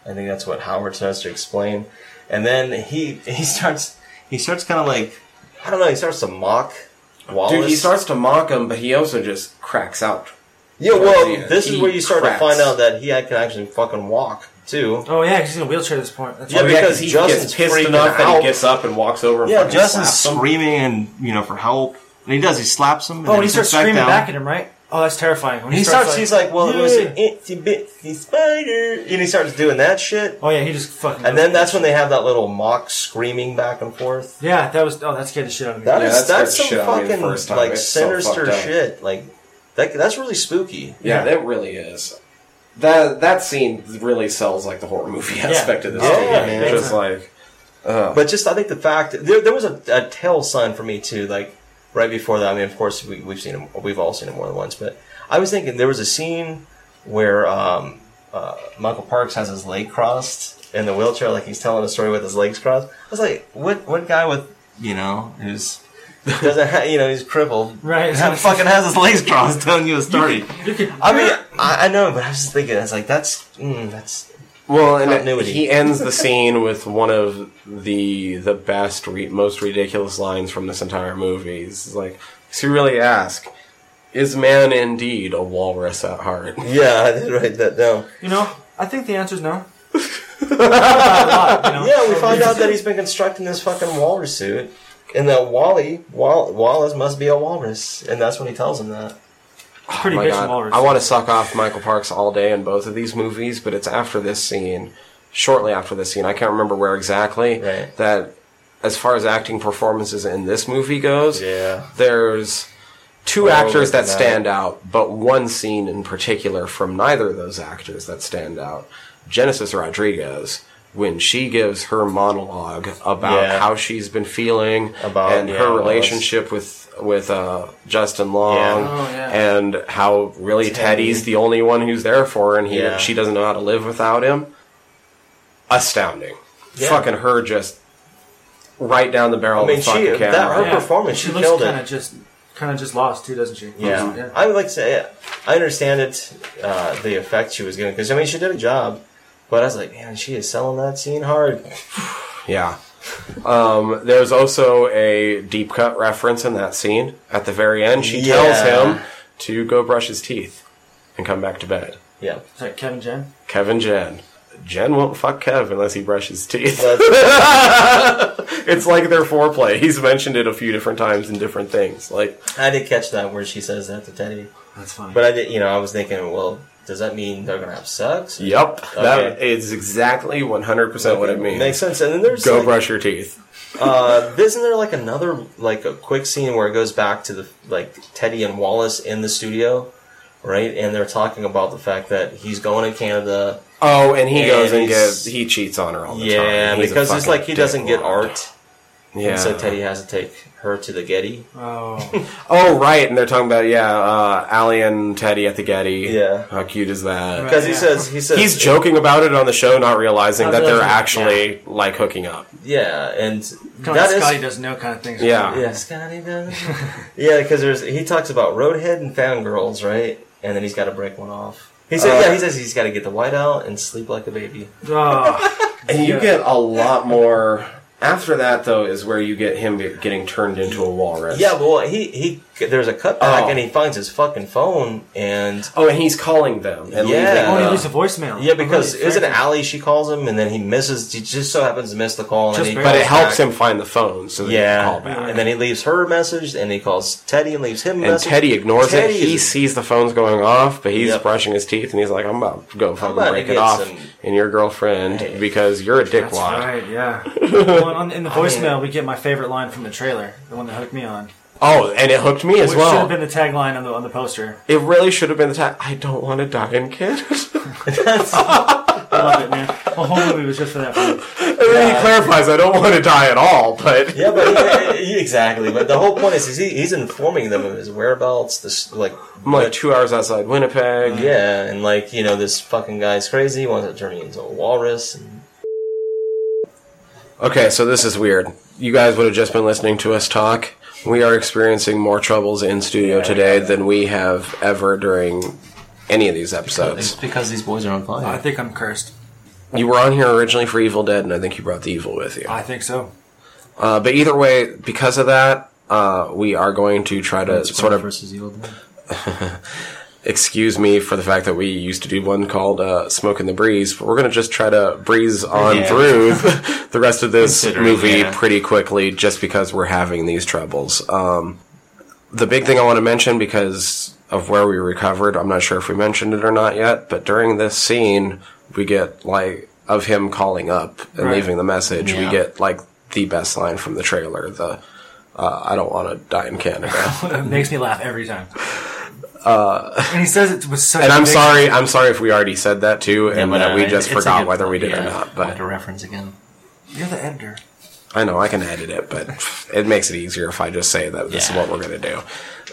Speaker 9: I think that's what Howard tries to explain. And then he he starts he starts kind of like I don't know he starts to mock Wallace.
Speaker 1: Dude, he starts to mock him, but he also just cracks out.
Speaker 9: yeah.
Speaker 1: Yeah,
Speaker 9: Well, this is
Speaker 1: he
Speaker 9: where you start
Speaker 1: cracks.
Speaker 9: to find out that he can actually fucking walk too.
Speaker 3: Oh yeah, 'cause he's in a wheelchair at this point. That's
Speaker 9: Yeah,
Speaker 3: right.
Speaker 9: but- Because
Speaker 1: he
Speaker 9: Justin's
Speaker 1: gets pissed
Speaker 9: freaking
Speaker 1: enough that he
Speaker 9: out.
Speaker 1: gets up and walks over. And
Speaker 9: Yeah,
Speaker 1: fucking
Speaker 9: Justin's
Speaker 1: slaps him.
Speaker 9: screaming and you know for help, and he does. He slaps him. And
Speaker 3: Oh,
Speaker 9: then
Speaker 3: and he starts
Speaker 9: sits
Speaker 3: screaming
Speaker 9: down.
Speaker 3: back at him, right? Oh, that's terrifying. When
Speaker 9: He starts. he's like, "Well, it was
Speaker 3: "Yeah."
Speaker 9: an itsy bitsy spider," and he starts doing that shit.
Speaker 3: Oh yeah, he just fucking.
Speaker 9: And then that's when they have that little mock screaming back and forth.
Speaker 3: Yeah, that was. Oh, that scared the shit out of me.
Speaker 9: That
Speaker 1: Yeah,
Speaker 9: is
Speaker 1: that scared
Speaker 9: that's
Speaker 1: the
Speaker 9: some
Speaker 1: shit out of me the
Speaker 9: fucking
Speaker 1: first time.
Speaker 9: like
Speaker 1: It's so
Speaker 9: sinister
Speaker 1: fucked up.
Speaker 9: shit. Like that that's really spooky.
Speaker 1: Yeah, that really is. That that scene really sells like the horror movie aspect of this.
Speaker 3: Oh,
Speaker 1: movie.
Speaker 9: yeah, man.
Speaker 1: just like
Speaker 2: But just I think the fact there there was a, a tail sign for me too, like right before that. I mean, of course we, we've seen it, we've all seen it more than once, but I was thinking there was a scene where um, uh, Michael Parks has his leg crossed in the wheelchair, like he's telling a story with his legs crossed. I was like, what what guy with you know who's doesn't ha- you know he's crippled
Speaker 3: Right.
Speaker 2: fucking has his legs crossed telling you a story.
Speaker 3: You could,
Speaker 2: I mean, I, I know, but I was just thinking, I was like, that's mm, that's
Speaker 1: Well, and
Speaker 2: Continuity.
Speaker 1: he ends the scene with one of the the best, re- most ridiculous lines from this entire movie. It's like, so you really ask, is man indeed a walrus at heart?
Speaker 2: yeah, I did write that down.
Speaker 3: you know, I think the answer is no.
Speaker 2: Yeah, we find out that he's been constructing this fucking walrus suit, and that Wally Wall, Wallace must be a walrus, and that's when he tells him that. Oh
Speaker 3: Pretty
Speaker 1: Oh My
Speaker 3: bitch
Speaker 1: God.
Speaker 3: and walrus.
Speaker 1: I want to suck off Michael Parks all day in both of these movies, but it's after this scene, shortly after this scene, I can't remember where exactly,
Speaker 2: Right.
Speaker 1: that as far as acting performances in this movie goes,
Speaker 2: Yeah.
Speaker 1: there's two
Speaker 2: Oh,
Speaker 1: actors that
Speaker 2: that.
Speaker 1: stand out, but one scene in particular from neither of those actors that stand out. Genesis Rodriguez, when she gives her monologue about
Speaker 2: Yeah.
Speaker 1: how she's been feeling
Speaker 2: About,
Speaker 1: and
Speaker 2: yeah,
Speaker 1: her
Speaker 2: well, that's-
Speaker 1: relationship with with uh, Justin Long
Speaker 2: Yeah.
Speaker 3: Oh, yeah.
Speaker 1: and how really Teddy's the only one who's there for her, and he
Speaker 2: Yeah.
Speaker 1: she doesn't know how to live without him. Astounding,
Speaker 2: Yeah.
Speaker 1: fucking her just right down the barrel
Speaker 2: I mean,
Speaker 1: of the fucking
Speaker 2: she
Speaker 1: camera.
Speaker 2: that her
Speaker 3: Yeah.
Speaker 2: performance, she,
Speaker 3: She looks
Speaker 2: killed
Speaker 3: kind
Speaker 2: it.
Speaker 3: of just kind of just lost too, doesn't she?
Speaker 2: Yeah. I would like to say eh, I understand it, uh, the effect she was getting because I mean she did a job, but I was like, man, she is selling that scene hard.
Speaker 1: Yeah. Um, there's also a deep cut reference in that scene. At the very end, she
Speaker 2: Yeah.
Speaker 1: tells him to go brush his teeth and come back to bed.
Speaker 2: Yeah,
Speaker 3: It's like Kevin Jen.
Speaker 1: Kevin Jen. Jen won't fuck Kev unless he brushes his teeth.
Speaker 2: that's
Speaker 1: it's like their foreplay. He's mentioned it a few different times in different things. Like,
Speaker 2: I did catch that where she says that to Teddy,
Speaker 3: That's funny.
Speaker 2: but I did. You know, I was thinking, well, does that mean they're gonna have sex?
Speaker 1: yep, that
Speaker 2: Okay.
Speaker 1: is exactly 100% what it means.
Speaker 2: Makes sense. And then there's
Speaker 1: Go
Speaker 2: like,
Speaker 1: brush your teeth.
Speaker 2: uh, isn't there like another like a quick scene where it goes back to the like Teddy and Wallace in the studio, right? And they're talking about the fact that he's going to Canada.
Speaker 1: Oh, and he
Speaker 2: And
Speaker 1: goes and
Speaker 2: he's-
Speaker 1: gives, he cheats on her all the time.
Speaker 2: Yeah,
Speaker 1: He's a
Speaker 2: Uh, because it's
Speaker 1: fucking
Speaker 2: like he doesn't get
Speaker 1: dickwad.
Speaker 2: art,
Speaker 1: Yeah.
Speaker 2: and so Teddy has to take her to the Getty.
Speaker 3: oh,
Speaker 1: Oh right, and they're talking about yeah, uh, Allie and Teddy at the Getty.
Speaker 2: Yeah.
Speaker 1: how cute is that?
Speaker 2: Because he
Speaker 3: Yeah.
Speaker 2: says he says
Speaker 1: He's joking about it on the show, not realizing
Speaker 3: Not
Speaker 1: that they're
Speaker 3: realizing-
Speaker 1: actually like hooking up.
Speaker 2: yeah, and
Speaker 3: kind
Speaker 2: that
Speaker 3: of like
Speaker 2: is
Speaker 3: Scotty doesn't know kind of things.
Speaker 1: Yeah.
Speaker 2: Yeah, Scotty does. yeah, because there's he talks about roadhead and fangirls, right? And then he's got to break one off. He says,
Speaker 1: Uh,
Speaker 2: yeah, he says he's got to get the white out and sleep like a baby.
Speaker 3: Oh,
Speaker 1: And you
Speaker 3: Yeah.
Speaker 1: get a lot more. After that, though, is where you get him getting turned into a walrus.
Speaker 2: Yeah, well, he he there's a cutback
Speaker 1: Oh.
Speaker 2: and he finds his fucking phone and
Speaker 1: Oh, and he's calling them. And
Speaker 2: Yeah.
Speaker 1: leaving
Speaker 3: oh, he
Speaker 1: them.
Speaker 3: leaves a voicemail.
Speaker 2: yeah, because
Speaker 3: Oh,
Speaker 2: is it
Speaker 3: Frank-
Speaker 2: Allie she calls him and then he misses. He just so happens to miss the call. And
Speaker 3: Just
Speaker 2: then he
Speaker 1: But it
Speaker 2: calls
Speaker 1: helps
Speaker 2: back.
Speaker 1: him find the phone, so that he can
Speaker 2: Yeah,
Speaker 1: call back.
Speaker 2: and then he leaves her a message and he calls Teddy and leaves him. A
Speaker 1: And
Speaker 2: message.
Speaker 1: Teddy ignores
Speaker 2: Teddy
Speaker 1: it. He
Speaker 2: is-
Speaker 1: sees the phone's going off, but he's
Speaker 2: Yep.
Speaker 1: brushing his teeth, and he's like, "I'm about to go fucking
Speaker 2: about to
Speaker 1: break it
Speaker 2: get
Speaker 1: off
Speaker 2: some-
Speaker 1: in your girlfriend
Speaker 2: Hey.
Speaker 1: because you're a dickwad."
Speaker 3: That's right. Yeah. well, on, in the voicemail, we get my favorite line from the trailer, the one that hooked me on,
Speaker 1: Oh, and it hooked me as
Speaker 3: which should
Speaker 1: well.
Speaker 3: have been the tagline on the on the poster.
Speaker 1: it really should have been the time. I don't want to die in Canada.
Speaker 3: I love it, man. The whole movie was just for that. Part.
Speaker 1: and then he clarifies, I don't want to die at all, but
Speaker 2: Yeah, but he, he- exactly. But the whole point is, is he, he's informing them of his whereabouts. This like
Speaker 1: I'm like two hours outside Winnipeg.
Speaker 2: Yeah, and like you know, this fucking guy's crazy. He wants to turn me into a walrus. And
Speaker 1: Okay, so this is weird. You guys would have just been listening to us talk. We are experiencing more troubles in studio today than we have ever during any of these episodes.
Speaker 2: because these boys are on
Speaker 3: I
Speaker 2: fire.
Speaker 3: think I'm cursed.
Speaker 1: You were on here originally for Evil Dead, and I think you brought the evil with you.
Speaker 3: I think so.
Speaker 1: Uh, but either way, because of that, uh, we are going to try to sort of
Speaker 2: versus evil. Dead.
Speaker 1: excuse me for the fact that we used to do one called uh, Smoke in the Breeze, but we're going to just try to breeze on
Speaker 2: Yeah.
Speaker 1: through the rest of this
Speaker 2: Considering,
Speaker 1: movie
Speaker 2: yeah.
Speaker 1: pretty quickly just because we're having these troubles. Um, the big thing I want to mention because of where we recovered, I'm not sure if we mentioned it or not yet, but during this scene, we get like of him calling up and
Speaker 3: Right.
Speaker 1: leaving the message, we
Speaker 2: Yeah.
Speaker 1: get like the best line from the trailer, the uh, I don't want to die in Canada.
Speaker 3: It makes me laugh every time.
Speaker 2: Uh,
Speaker 3: and he says it was such.
Speaker 1: And
Speaker 3: a
Speaker 1: I'm
Speaker 3: big-
Speaker 1: sorry. I'm sorry if we already
Speaker 2: uh,
Speaker 1: said that too, and that we just forgot whether we did
Speaker 2: it
Speaker 1: or not. But
Speaker 2: reference again.
Speaker 3: You're the editor.
Speaker 1: I know I can edit it, but it makes it easier if I just say that this is what we're gonna do.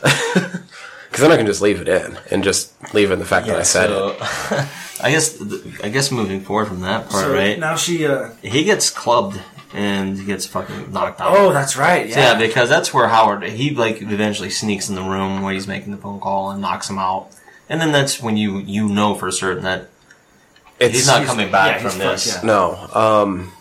Speaker 1: Because then I can just leave it in and just leave in the fact that I said it.
Speaker 2: So, I guess th- I guess moving forward from that part,
Speaker 3: So
Speaker 2: right?
Speaker 3: now she. Uh,
Speaker 2: He gets clubbed and he gets fucking knocked out.
Speaker 3: oh, that's right.
Speaker 2: yeah,
Speaker 3: Yeah.
Speaker 2: because that's where Howard he like eventually sneaks in the room where he's making the phone call and knocks him out. And then that's when you you know for certain that
Speaker 1: It's
Speaker 2: he's not coming back
Speaker 3: yeah, he's
Speaker 2: from
Speaker 3: fucked,
Speaker 2: this.
Speaker 3: yeah.
Speaker 1: No. Um,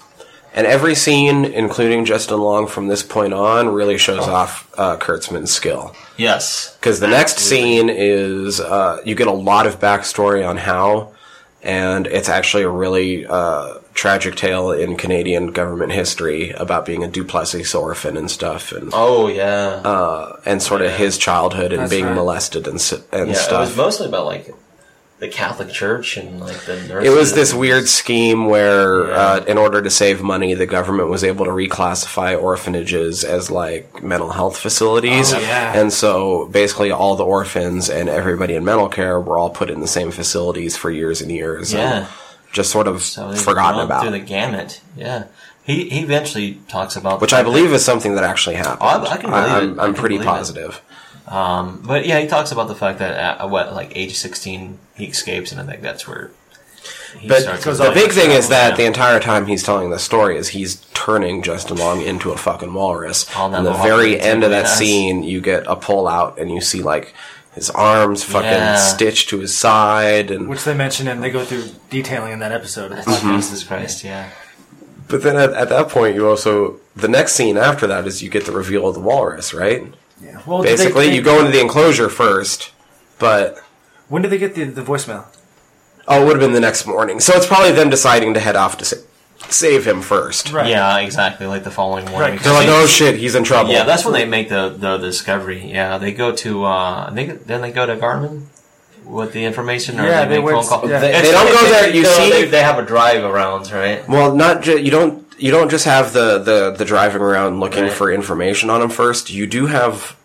Speaker 1: and every scene, including Justin Long from this point on, really shows
Speaker 9: Oh.
Speaker 1: off uh, Kurtzman's skill.
Speaker 2: Yes.
Speaker 1: Because the next scene is uh, you get a lot of backstory on how, and it's actually a really uh, tragic tale in Canadian government history about being a Duplessis orphan and stuff, and
Speaker 9: Oh yeah,
Speaker 1: Uh, and sort of his childhood and
Speaker 3: That's
Speaker 1: being
Speaker 3: right.
Speaker 1: molested and s- and
Speaker 9: yeah. It
Speaker 1: stuff.
Speaker 9: was mostly about like the Catholic Church and like the
Speaker 1: It
Speaker 9: nurses.
Speaker 1: was this weird scheme where, uh, in order to save money, the government was able to reclassify orphanages as like mental health facilities.
Speaker 2: Oh,
Speaker 3: yeah.
Speaker 1: And so basically, all the orphans and everybody in mental care were all put in the same facilities for years and years.
Speaker 2: Yeah.
Speaker 1: And just sort of
Speaker 2: So he's
Speaker 1: forgotten
Speaker 2: gone
Speaker 1: about.
Speaker 2: through the gamut. Yeah. He he eventually talks about
Speaker 1: which I believe is something that actually happened.
Speaker 2: Oh, I- I can believe
Speaker 1: am
Speaker 2: it. I
Speaker 1: I'm
Speaker 2: can
Speaker 1: pretty
Speaker 2: believe it.
Speaker 1: positive.
Speaker 2: But yeah, he talks about the fact
Speaker 9: uh,
Speaker 2: that at what like age sixteen he escapes, and I think that's where he
Speaker 1: But
Speaker 2: starts.
Speaker 1: the big thing is that the
Speaker 2: Yeah.
Speaker 1: entire time he's telling the story is he's turning Justin Long into a fucking walrus.
Speaker 2: I'll
Speaker 1: And the
Speaker 2: never
Speaker 1: very
Speaker 2: walk
Speaker 1: end of
Speaker 2: into
Speaker 1: that
Speaker 2: this.
Speaker 1: scene, you get a pull out and you see like his arms fucking
Speaker 2: Yeah.
Speaker 1: stitched to his side, and
Speaker 3: Which they mention and they go through detailing in that episode.
Speaker 2: Jesus Christ, yeah.
Speaker 1: but then at, at that point, you also the next scene after that is you get the reveal of the walrus, right?
Speaker 3: Well, did they-
Speaker 1: Basically,
Speaker 3: they-
Speaker 1: you go into the enclosure first, but
Speaker 3: When did they get the, the voicemail?
Speaker 1: oh, it would have been the next morning, so it's probably them deciding to head off to sa- save him first.
Speaker 3: Right.
Speaker 2: Yeah, exactly. Like the following morning.
Speaker 3: Right, 'cause
Speaker 1: They're like, oh shit, he's in trouble.
Speaker 2: yeah, that's when they make the, the discovery. Yeah, they go to uh, they then they go to Garmin with the information, or
Speaker 3: Yeah,
Speaker 2: they,
Speaker 3: they
Speaker 2: make
Speaker 3: went-
Speaker 2: phone call.
Speaker 3: yeah.
Speaker 2: It's-
Speaker 1: They don't go there. You
Speaker 9: No,
Speaker 1: see,
Speaker 9: they, they have a drive around, right?
Speaker 1: Well, not ju- you don't you don't just have the the the driving around looking for information on him first. You do have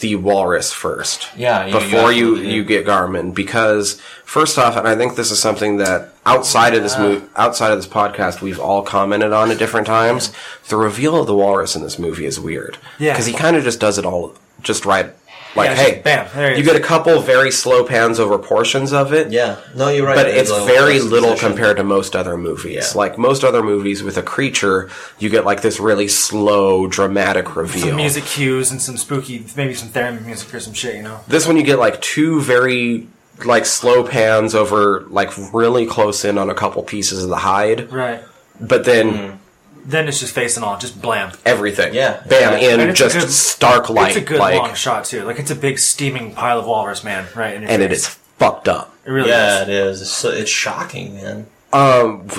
Speaker 1: the walrus first.
Speaker 2: Yeah, you- you
Speaker 1: before you
Speaker 2: absolutely do.
Speaker 1: you get Garmin because first off, and I think this is something that outside of this mo- outside of this podcast we've all commented on at different times. The reveal of the walrus in this movie is weird.
Speaker 3: Yeah.
Speaker 1: because he kind of just does it all just right. Like,
Speaker 3: Yeah, just
Speaker 1: hey,
Speaker 3: bam, there it
Speaker 1: you
Speaker 3: is.
Speaker 1: get a couple very slow pans over portions of it.
Speaker 9: Yeah. No, you're right.
Speaker 1: But
Speaker 9: There's
Speaker 1: it's
Speaker 9: a
Speaker 1: very
Speaker 9: little
Speaker 1: little
Speaker 9: exposition.
Speaker 1: compared to most other movies.
Speaker 9: Yeah.
Speaker 1: Like most other movies with a creature, you get like this really slow, dramatic reveal.
Speaker 3: Some music cues and some spooky, maybe some theremin music or some shit, you know?
Speaker 1: This one, you get like two very like slow pans over like really close in on a couple pieces of the hide,
Speaker 3: Right.
Speaker 1: but then
Speaker 3: Then it's just face and all, just blam.
Speaker 1: everything,
Speaker 9: Mm. Yeah,
Speaker 1: bam,
Speaker 9: exactly.
Speaker 1: in
Speaker 3: And it's a
Speaker 1: just
Speaker 3: good-
Speaker 1: stark light,
Speaker 3: it's a good
Speaker 1: like,
Speaker 3: long shot, too. Like, it's a big steaming pile of walrus, man, right? in your
Speaker 1: and it
Speaker 3: face.
Speaker 1: is fucked up.
Speaker 3: It really is.
Speaker 9: Yeah, it is. It's, so- it's shocking, man.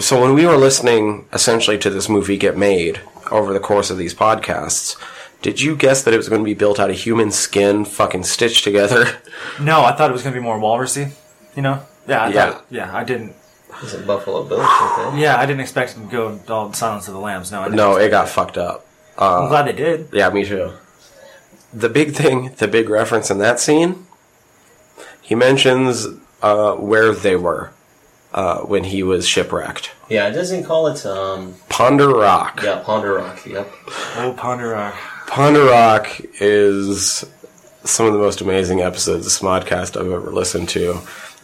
Speaker 1: so when we were listening essentially to this movie get made over the course of these podcasts did you guess that it was going to be built out of human skin fucking stitched together
Speaker 3: No, I thought it was going to be more walrusy, you know? Yeah, I
Speaker 1: Yeah.
Speaker 3: thought. Yeah, I didn't.
Speaker 9: It's a Buffalo Bills, I think.
Speaker 3: Yeah, I didn't expect them to go all Silence of the Lambs. No, I didn't.
Speaker 1: no it got fucked up
Speaker 3: I'm glad they did.
Speaker 1: yeah me too the big thing the big reference in that scene he mentions uh, where they were uh, when he was shipwrecked
Speaker 9: Yeah, it doesn't call it, um,
Speaker 1: ponder rock
Speaker 9: yeah, Ponder Rock. Yep.
Speaker 3: Oh, Ponderar.
Speaker 1: Ponder Rock is some of the most amazing episodes of Smodcast I've ever listened to.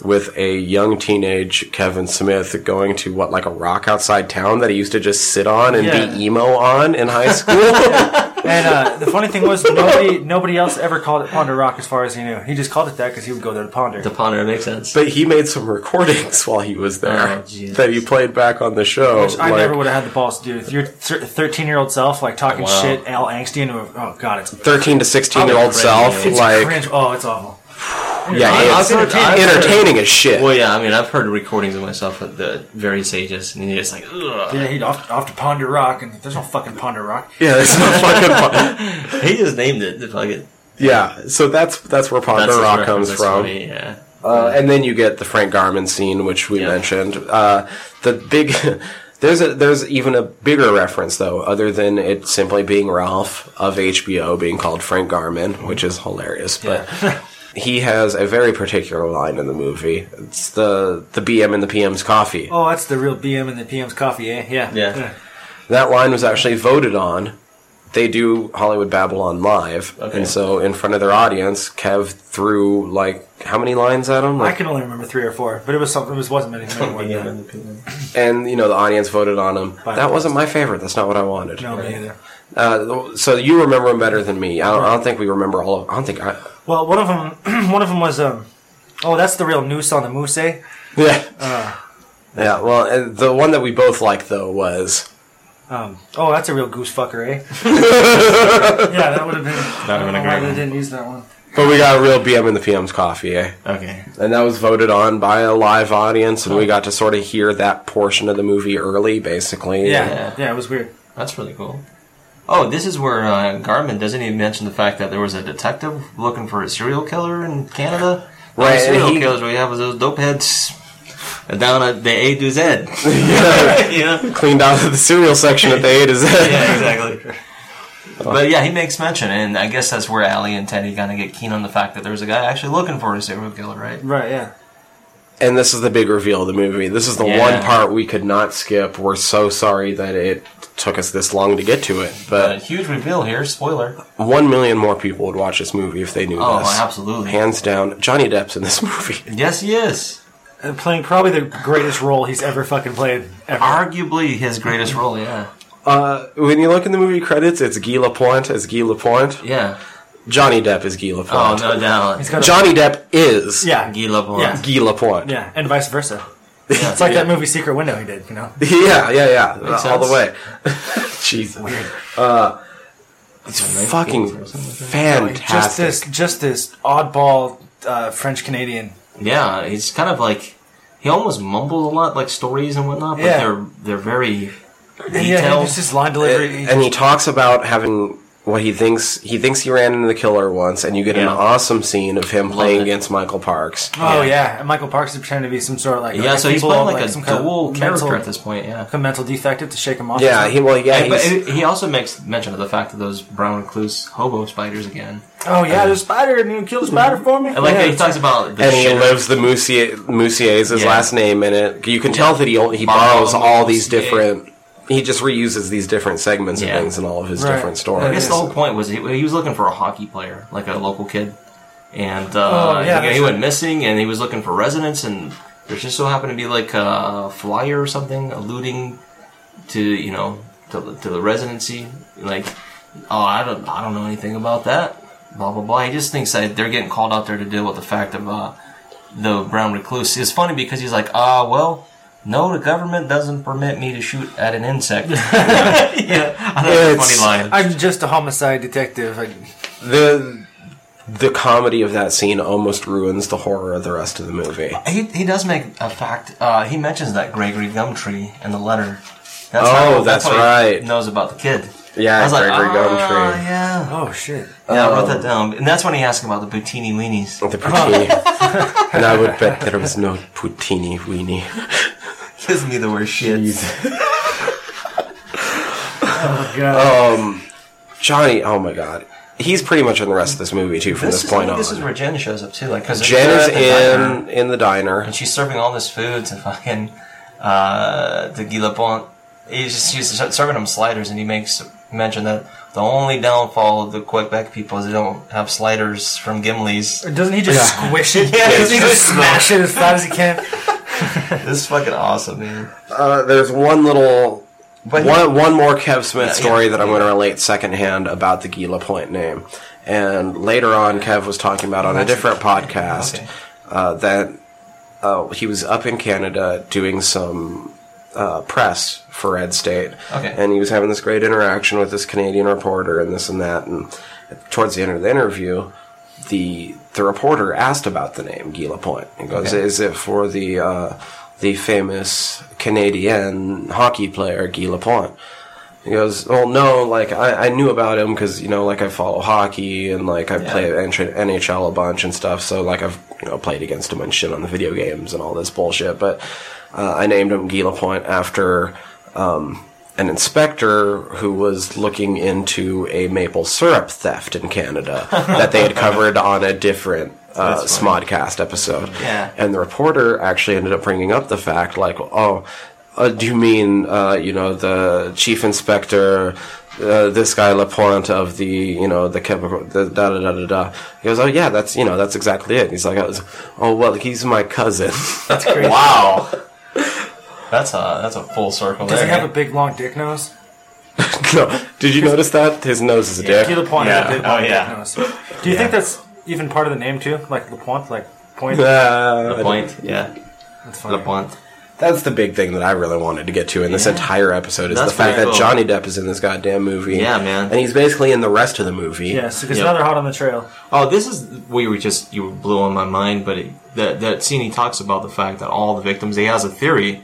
Speaker 1: With a young teenage Kevin Smith going to what, like a rock outside town that he used to just sit on and
Speaker 3: Yeah.
Speaker 1: be emo on in high school.
Speaker 3: And uh, the funny thing was, nobody nobody else ever called it Ponder Rock as far as he knew. He just called it that because he would go there to ponder.
Speaker 2: The ponder makes sense.
Speaker 1: but he made some recordings while he was there
Speaker 2: Oh, Jesus.
Speaker 1: that he played back on the show.
Speaker 3: Which I
Speaker 1: like-
Speaker 3: never would have had the balls to do. With your thirteen-year-old self, like talking
Speaker 2: Wow.
Speaker 3: shit, all angsty, into a, oh god, it's,
Speaker 1: 13 to 16 year old self,
Speaker 3: it's
Speaker 1: like,
Speaker 3: cringe. Oh, it's awful.
Speaker 1: yeah, it's
Speaker 2: I've heard- I've heard-
Speaker 1: entertaining as shit.
Speaker 2: Well, yeah, I mean, I've heard recordings of myself at the various ages, and you're just like, ugh.
Speaker 3: Yeah, he'd off, off to Ponder Rock, and there's no fucking Ponder Rock.
Speaker 1: Yeah, it's not fucking fun.
Speaker 2: He just named it. the fucking-
Speaker 1: Yeah, so that's that's where Ponder
Speaker 2: That's his
Speaker 1: Rock
Speaker 2: reference,
Speaker 1: comes
Speaker 2: that's
Speaker 1: from.
Speaker 2: funny, yeah.
Speaker 1: Uh, and then you get the Frank Garmin scene, which we
Speaker 2: Yeah.
Speaker 1: mentioned. Uh, the big there's a there's even a bigger reference though, other than it simply being Ralph of HBO being called Frank Garmin, which is hilarious. But he has a very particular line in the movie. It's the the BM and the PM's coffee.
Speaker 2: Oh.
Speaker 3: Oh, that's the real BM and the PM's coffee, eh? Yeah,
Speaker 9: Yeah.
Speaker 1: That line was actually voted on. They do Hollywood Babylon live,
Speaker 9: Okay.
Speaker 1: and so in front of their audience, Kev threw like how many lines at him?
Speaker 3: I
Speaker 1: Like,
Speaker 3: can only remember three or four, but it was something. It was, wasn't many. many more than that.
Speaker 1: and you know the audience voted on him. That wasn't my favorite. That's not what I wanted.
Speaker 3: No, me either.
Speaker 1: Uh, so you remember him better than me. I don't, I don't think we remember all of. I don't think I.
Speaker 3: Well, one of them, one of them was, um, oh, that's the real noose on the moose. eh?
Speaker 1: Yeah. yeah. Well, and the one that we both liked though was
Speaker 3: Um, oh, that's a real goose fucker, eh? yeah, that would have been. That
Speaker 2: would've been a great one.
Speaker 3: didn't use that one.
Speaker 1: But we got a real BM in the PM's coffee, eh?
Speaker 2: Okay.
Speaker 1: And that was voted on by a live audience, and we got to sort of hear that portion of the movie early, basically.
Speaker 3: Yeah, yeah,
Speaker 2: Yeah.
Speaker 3: it was weird.
Speaker 2: That's really cool.
Speaker 9: Oh, this is where uh, Garmin doesn't even mention the fact that there was a detective looking for a serial killer in Canada. The only
Speaker 1: Right, and
Speaker 9: serial
Speaker 1: he-
Speaker 9: killers we have was those dope heads down at the A to Z. yeah.
Speaker 1: Cleaned out of the cereal section at the A to Z.
Speaker 9: yeah, exactly. But yeah, he makes mention, and I guess that's where Allie and Teddy kind of get keen on the fact that there was a guy actually looking for a serial killer, right?
Speaker 3: Right, yeah.
Speaker 1: And this is the big reveal of the movie. This is the
Speaker 9: Yeah.
Speaker 1: one part we could not skip. We're so sorry that it took us this long to get to it.
Speaker 9: A
Speaker 1: But
Speaker 9: huge reveal here. Spoiler.
Speaker 1: one million more people would watch this movie if they knew
Speaker 9: Oh,
Speaker 1: this.
Speaker 9: absolutely.
Speaker 1: Hands down, Johnny Depp's in this movie.
Speaker 9: Yes, he is.
Speaker 3: And playing probably the greatest role he's ever fucking played. Ever.
Speaker 9: Arguably his greatest role. Yeah.
Speaker 1: Uh, when you look in the movie credits, it's Guy Lapointe as Guy Lapointe.
Speaker 9: Yeah.
Speaker 1: Johnny Depp is Guy
Speaker 9: Oh,
Speaker 1: Lapointe.
Speaker 9: no doubt.
Speaker 3: He's got a-
Speaker 1: Johnny Depp is
Speaker 3: yeah,
Speaker 9: Guy Lapointe.
Speaker 3: Yeah.
Speaker 1: Guy Lapointe.
Speaker 3: yeah, and vice versa. It's like that movie Secret Window he did, you know?
Speaker 1: Yeah, yeah, yeah. Uh, all
Speaker 9: sense.
Speaker 1: the way. Jesus. Uh, it's fucking
Speaker 3: Just
Speaker 1: fantastic.
Speaker 3: this, just this oddball uh, French Canadian.
Speaker 9: Yeah, he's kind of like he almost mumbles a lot, like stories and whatnot. But
Speaker 3: Yeah.
Speaker 9: they're they're very
Speaker 3: Yeah,
Speaker 9: detailed.
Speaker 3: it's just line delivery.
Speaker 1: And he talks about having what he thinks he thinks he ran into the killer once, and you get an
Speaker 9: Yeah.
Speaker 1: awesome scene of him playing
Speaker 9: it.
Speaker 1: against Michael Parks.
Speaker 3: oh yeah.
Speaker 9: yeah.
Speaker 3: and Michael Parks is pretending to be some sort of like
Speaker 9: yeah, so he's
Speaker 3: people,
Speaker 9: playing like, a
Speaker 3: kind of
Speaker 9: dual character
Speaker 3: mental-
Speaker 9: at this point. Yeah,
Speaker 3: a mental defective to shake him off.
Speaker 1: Yeah, he well, yeah,
Speaker 9: but
Speaker 1: he's,
Speaker 9: he he also makes mention of the fact that those brown recluse hobo spiders again.
Speaker 3: Oh yeah, there's a spider and you kill the spider for me.
Speaker 9: And like
Speaker 3: yeah,
Speaker 9: he talks about the
Speaker 1: and he
Speaker 9: shitter.
Speaker 1: lives the Moussier, Moussier is his
Speaker 9: Yeah.
Speaker 1: last name in it. You can tell that he only, he borrows all these different. He just reuses these different segments
Speaker 9: Yeah.
Speaker 1: and things in all of his
Speaker 3: Right.
Speaker 1: different
Speaker 9: I guess
Speaker 1: stories.
Speaker 9: the whole point was he, he was looking for a hockey player, like a local kid, and uh,
Speaker 3: Oh, yeah,
Speaker 9: he,
Speaker 3: that's
Speaker 9: he
Speaker 3: right.
Speaker 9: went missing, and he was looking for residents, and there just so happened to be like a flyer or something alluding to you know to, the- to the residency, like oh I don't I don't know anything about that, blah blah blah. He just thinks that they're getting called out there to deal with the fact of uh, the brown recluse. It's funny because he's like ah well. No, the government doesn't permit me to shoot at an insect. yeah, I thought it was a
Speaker 1: It's-
Speaker 9: funny line.
Speaker 3: I'm just a homicide detective. Like,
Speaker 1: the the comedy of that scene almost ruins the horror of the rest of the movie.
Speaker 9: He, he does make a fact. Uh, he mentions that Gregory Gumtree in the letter. That's
Speaker 1: Oh,
Speaker 9: how-
Speaker 1: that's
Speaker 9: how he
Speaker 1: right.
Speaker 9: knows about the kid.
Speaker 1: Yeah,
Speaker 9: I was like,
Speaker 1: Gregory
Speaker 9: ah,
Speaker 1: Gumtree."
Speaker 9: Yeah,
Speaker 3: oh shit.
Speaker 2: Uh,
Speaker 9: yeah. I wrote
Speaker 1: Oh.
Speaker 9: that down, and that's when he asked him about the boutini weenies.
Speaker 1: The poutine. and I would bet there was no poutini weenie.
Speaker 9: Gives me the worst shit.
Speaker 1: Um, Johnny, oh my god. He's pretty much in the rest of this movie too from this,
Speaker 9: This is,
Speaker 1: point on.
Speaker 9: this is where Jen shows up too, like because
Speaker 1: Jen is in in the diner.
Speaker 9: and she's serving all this food to fucking uh, to Guy Lapointe. He's just she's serving him sliders, and he makes mention that the only downfall of the Quebec people is they don't have sliders from Gimli's.
Speaker 3: Doesn't he just squish it? Yeah, doesn't he just smash it as flat as he can?
Speaker 9: This is fucking awesome, man.
Speaker 1: Uh, there's one little
Speaker 9: But
Speaker 1: one, one more Kev Smith
Speaker 9: Yeah,
Speaker 1: story
Speaker 9: yeah,
Speaker 1: that I'm going to relate secondhand about the Guy Lapointe name. And later on, Kev was talking about on a different podcast
Speaker 9: Okay.
Speaker 1: uh, that uh, he was up in Canada doing some uh, press for Ed State.
Speaker 9: Okay.
Speaker 1: And he was having this great interaction with this Canadian reporter and this and that. And towards the end of the interview, the the reporter asked about the name Guy Lapointe. He goes, "Is it for the uh, the famous Canadian hockey player Guy Lapointe?" He goes, "Well, no. Like I, I knew about him because you know, like I follow hockey and like I play NH- NHL a bunch and stuff. So like I've you know played against him and shit on the video games and all this bullshit. But uh, I named him Guy Lapointe after." Um, an inspector who was looking into a maple syrup theft in Canada that they had covered on a different uh, Smodcast episode.
Speaker 9: Yeah.
Speaker 1: And the reporter actually ended up bringing up the fact, like, oh, Uh, do you mean, uh, you know, the chief inspector, uh, this guy Lapointe of the, you know, the chemical, the da da da da da? He goes, oh yeah, that's you know, that's exactly it. He's like, oh well, he's my cousin.
Speaker 4: That's crazy.
Speaker 2: Wow.
Speaker 4: That's a that's a full circle.
Speaker 3: Does
Speaker 4: there.
Speaker 3: he have a big long dick nose?
Speaker 1: no, did you notice that his nose is a
Speaker 3: To
Speaker 1: dick?
Speaker 3: the point
Speaker 4: Yeah.
Speaker 3: of the big
Speaker 4: Oh,
Speaker 3: long
Speaker 4: yeah.
Speaker 3: dick nose. Do you think that's even part of the name too? Like Lapointe, like point.
Speaker 1: Uh, I
Speaker 4: eh?"
Speaker 2: Point. Yeah.
Speaker 3: That's
Speaker 2: The
Speaker 3: funny.
Speaker 2: point.
Speaker 1: That's the big thing that I really wanted to get to in this entire episode is
Speaker 2: That's
Speaker 1: the fact
Speaker 2: pretty
Speaker 1: that
Speaker 2: cool.
Speaker 1: Johnny Depp is in this goddamn movie.
Speaker 2: Yeah, man.
Speaker 1: And he's basically in the rest of the movie.
Speaker 3: Yes, because
Speaker 2: Yeah.
Speaker 3: now they're hot on the trail.
Speaker 2: Oh, this is we were just you blew on my mind, but it, that that scene he talks about the fact that all the victims he has a theory